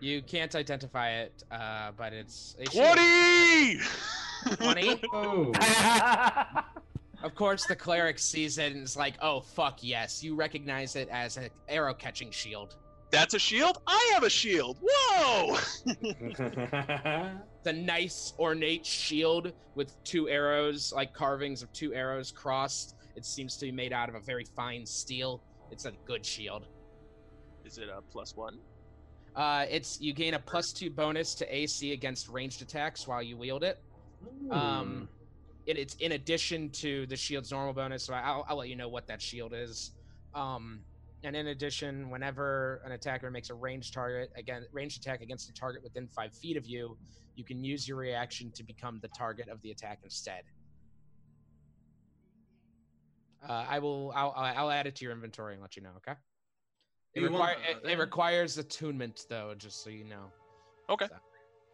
[SPEAKER 2] You can't identify it, uh, but it's a
[SPEAKER 6] Twenty.
[SPEAKER 2] Twenty. of course, the cleric sees it and is like, "Oh fuck yes!" You recognize it as an arrow catching shield.
[SPEAKER 6] That's a shield. I have a shield. Whoa!
[SPEAKER 2] the nice ornate shield with two arrows, like carvings of two arrows crossed. It seems to be made out of a very fine steel. It's a good shield.
[SPEAKER 6] Is it a plus one?
[SPEAKER 2] Uh, it's you gain a plus two bonus to AC against ranged attacks while you wield it.
[SPEAKER 7] Hmm.
[SPEAKER 2] Um, it, it's in addition to the shield's normal bonus, so I'll, I'll let you know what that shield is. Um, and in addition, whenever an attacker makes a ranged target again, ranged attack against a target within five feet of you, you can use your reaction to become the target of the attack instead. Uh, I will. I'll, I'll I'll add it to your inventory and let you know. Okay. It,
[SPEAKER 7] You want uh,
[SPEAKER 2] require, it, it requires attunement, though, just so you know.
[SPEAKER 6] Okay.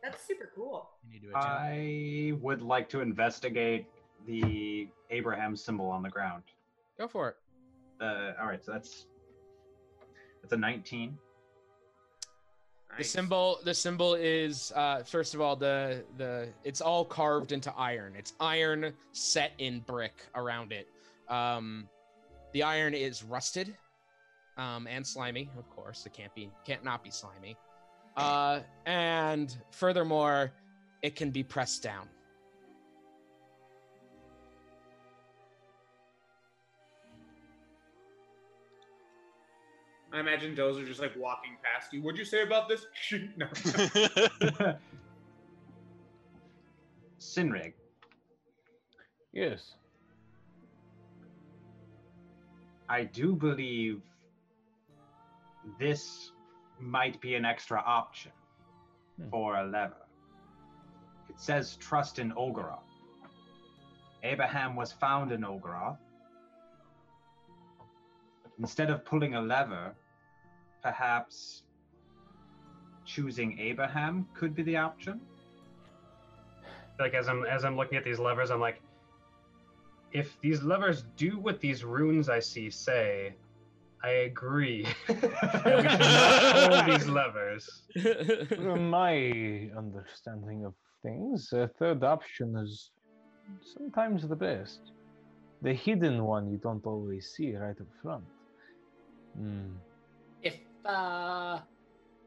[SPEAKER 1] That's super cool.
[SPEAKER 17] I would like to investigate the Abraham symbol on the ground.
[SPEAKER 2] Go for it.
[SPEAKER 17] Uh, all right, so that's that's a 19.
[SPEAKER 2] The symbol the symbol is uh first of all the the it's all carved into iron. It's iron set in brick around it. Um the iron is rusted um and slimy, of course. It can't be can't not be slimy. Uh and furthermore, it can be pressed down.
[SPEAKER 7] I imagine Dozer just like walking past you. What'd you say about this? no.
[SPEAKER 17] Sinrig.
[SPEAKER 11] Yes.
[SPEAKER 17] I do believe this might be an extra option for a lever. It says trust in Ogaroth. Abraham was found in Ogaroth. Instead of pulling a lever, perhaps choosing Abraham could be the option.
[SPEAKER 10] like as I'm as I'm looking at these levers, I'm like, if these levers do what these runes I see say, I agree. we should not pull these levers.
[SPEAKER 20] From my understanding of things, a third option is sometimes the best. The hidden one you don't always see right up front. Hmm.
[SPEAKER 5] If uh,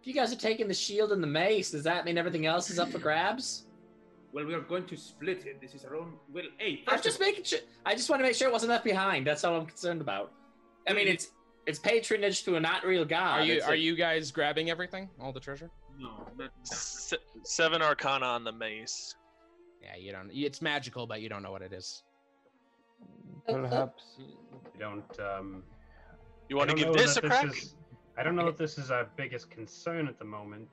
[SPEAKER 5] if you guys are taking the shield and the mace, does that mean everything else is up for grabs?
[SPEAKER 7] Well, we are going to split it. This is our own. Well, hey,
[SPEAKER 5] I'm just making sure. I just want to make sure it wasn't left behind. That's all I'm concerned about. I mean, it's it's patronage to a not real god.
[SPEAKER 2] Are you
[SPEAKER 5] It's
[SPEAKER 2] are
[SPEAKER 5] a-
[SPEAKER 2] you guys grabbing everything? All the treasure?
[SPEAKER 7] No.
[SPEAKER 6] Se- seven arcana on the mace.
[SPEAKER 2] Yeah, you don't. It's magical, but you don't know what it is.
[SPEAKER 20] Perhaps.
[SPEAKER 10] You don't. Um,
[SPEAKER 6] you
[SPEAKER 2] wanna give this a crack?
[SPEAKER 10] I don't know if this is our biggest concern at the moment.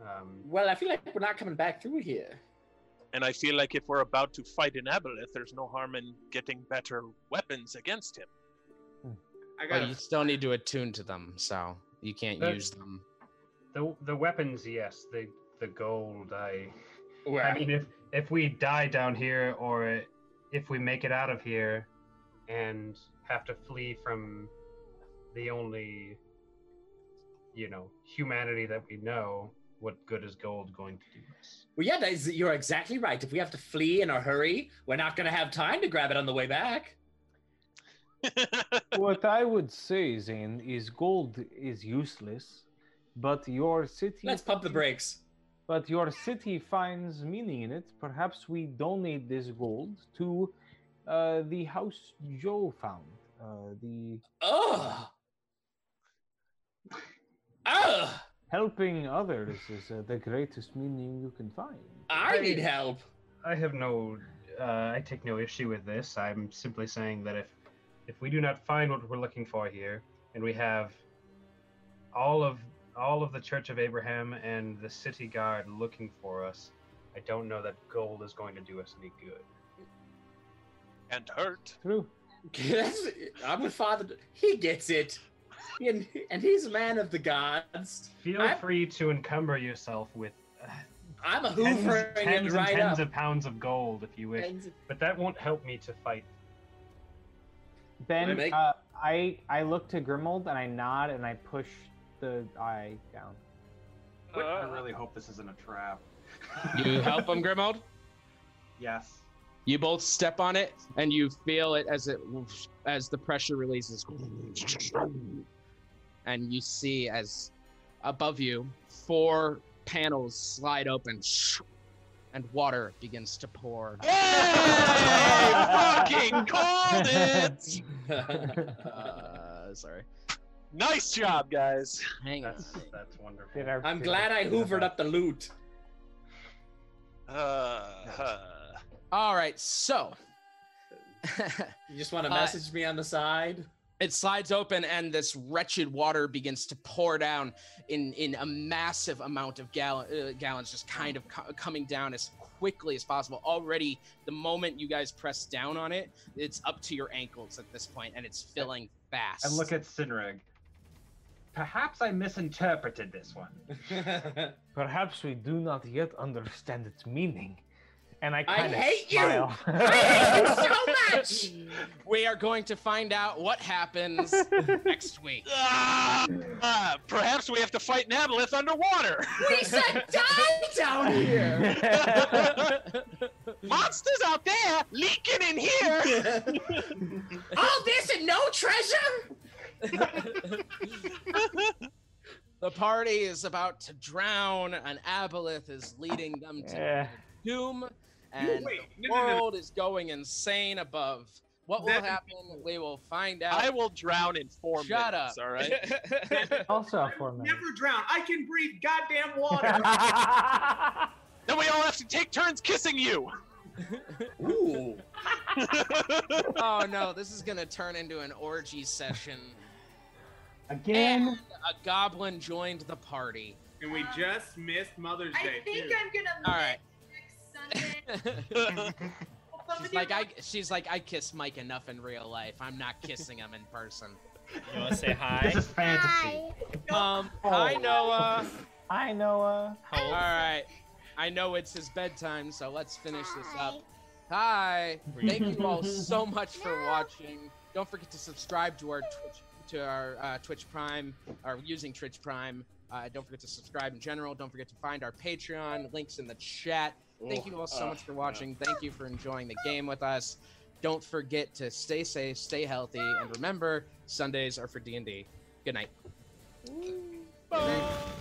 [SPEAKER 10] Um,
[SPEAKER 5] Well, I feel like we're not coming back through here.
[SPEAKER 6] And I feel like if we're about to fight an aboleth, there's no harm in getting better weapons against him.
[SPEAKER 7] I
[SPEAKER 2] But
[SPEAKER 10] gotta-
[SPEAKER 2] you still need to attune to them, so you can't
[SPEAKER 10] Uh,
[SPEAKER 2] use them.
[SPEAKER 10] the the weapons, yes. The the gold, I.
[SPEAKER 5] Well-
[SPEAKER 10] I mean, if if we die down here, or if we make it out of here, and have to flee from the only, you know, humanity that we know, what good is gold going to do us?
[SPEAKER 5] Well, yeah, that is, you're exactly right. If we have to flee in a hurry, we're not going to have time to grab it on the way back.
[SPEAKER 20] what I would say, Zane, is gold is useless, but your city.
[SPEAKER 5] Let's pump the brakes.
[SPEAKER 20] But your city finds meaning in it. Perhaps we donate this gold to uh, the house Joe found. Uh, the.
[SPEAKER 5] Oh!
[SPEAKER 20] Helping others is uh, the greatest meaning you can find.
[SPEAKER 5] I need help.
[SPEAKER 10] I have no. Uh, I take no issue with this. I'm simply saying that if if we do not find what we're looking for here, and we have all of all of the Church of Abraham and the city guard looking for us, I don't know that gold is going to do us any good.
[SPEAKER 6] And hurt.
[SPEAKER 20] True.
[SPEAKER 5] Yes, I'm with Father. He gets it. And, and he's a man of the gods.
[SPEAKER 10] Feel
[SPEAKER 5] I'm,
[SPEAKER 10] free to encumber yourself with uh,
[SPEAKER 5] I'm a
[SPEAKER 10] tens,
[SPEAKER 5] hoovering
[SPEAKER 10] tens
[SPEAKER 5] it right
[SPEAKER 10] and
[SPEAKER 5] up.
[SPEAKER 10] tens of pounds of gold if you wish,
[SPEAKER 5] Tens-
[SPEAKER 10] but that won't help me to fight.
[SPEAKER 14] Ben,
[SPEAKER 10] I make-
[SPEAKER 14] uh, I I look to Grimold and I nod and I push the eye down.
[SPEAKER 17] I really hope this isn't a trap.
[SPEAKER 2] You help him, Grimald.
[SPEAKER 17] Yes.
[SPEAKER 2] You both step on it, and you feel it as it as the pressure releases, and you see as above you four panels slide open, and water begins to pour.
[SPEAKER 6] fucking called it!
[SPEAKER 2] uh, sorry.
[SPEAKER 6] Nice job, guys.
[SPEAKER 2] Hang
[SPEAKER 6] on.
[SPEAKER 10] That's wonderful.
[SPEAKER 5] I'm glad I hoovered up the loot.
[SPEAKER 2] All right, so
[SPEAKER 5] you just want to
[SPEAKER 2] Uh,
[SPEAKER 5] message me on the side?
[SPEAKER 2] It slides open, and this wretched water begins to pour down in in a massive amount of gall- uh, gallons, just kind of co- coming down as quickly as possible. Already, the moment you guys press down on it, it's up to your ankles at this point, and it's filling fast.
[SPEAKER 17] And look at Sinrig. Perhaps I misinterpreted this one.
[SPEAKER 20] Perhaps we do not yet understand its meaning. And I
[SPEAKER 2] I
[SPEAKER 20] kind of
[SPEAKER 2] hate you!
[SPEAKER 20] smile.
[SPEAKER 2] we are going to find out what happens next week.
[SPEAKER 6] Ah, perhaps we have to fight an aboleth underwater.
[SPEAKER 2] We said die
[SPEAKER 5] down
[SPEAKER 2] here.
[SPEAKER 6] Monsters out there leaking in here.
[SPEAKER 5] All this and no treasure?
[SPEAKER 2] The party is about to drown, and Aboleth is leading them to
[SPEAKER 20] Yeah.
[SPEAKER 2] doom, and
[SPEAKER 6] Eh. wait,
[SPEAKER 2] the
[SPEAKER 6] no, no, no, no.
[SPEAKER 2] world is going insane above. What will
[SPEAKER 6] That-
[SPEAKER 2] happen? We will find out.
[SPEAKER 6] I will drown in four
[SPEAKER 2] Shut
[SPEAKER 6] minutes.
[SPEAKER 2] up.
[SPEAKER 6] All right.
[SPEAKER 20] also a four minute.
[SPEAKER 7] Never drown. I can breathe goddamn water.
[SPEAKER 6] then we all have to take turns kissing you.
[SPEAKER 5] Ooh.
[SPEAKER 2] oh no, this is gonna turn into an orgy session.
[SPEAKER 14] Again.
[SPEAKER 2] A goblin joined the party.
[SPEAKER 7] and we just missed Mother's Day.
[SPEAKER 28] I think
[SPEAKER 7] too.
[SPEAKER 28] I'm gonna
[SPEAKER 2] All right.
[SPEAKER 28] next Sunday.
[SPEAKER 2] She's like I. She's like I kiss Mike enough in real life. I'm not kissing him in person.
[SPEAKER 33] You want to say hi?
[SPEAKER 2] This is
[SPEAKER 33] fantasy.
[SPEAKER 2] Um. Hi Noah.
[SPEAKER 14] Hi Noah.
[SPEAKER 2] All right. I know it's his bedtime, so let's finish this up. Hi. Thank you all so much for watching. Don't forget to subscribe to our Twitch to our uh, Twitch Prime, or using Twitch Prime. Uh, don't forget to subscribe in general. Don't forget to find our Patreon links in the chat. Thank
[SPEAKER 46] Ooh,
[SPEAKER 2] you all so
[SPEAKER 46] uh,
[SPEAKER 2] much for watching. Thank you for enjoying the game with us. Don't forget to stay safe, stay healthy, and remember Sundays are for D and D. Good night. Bye.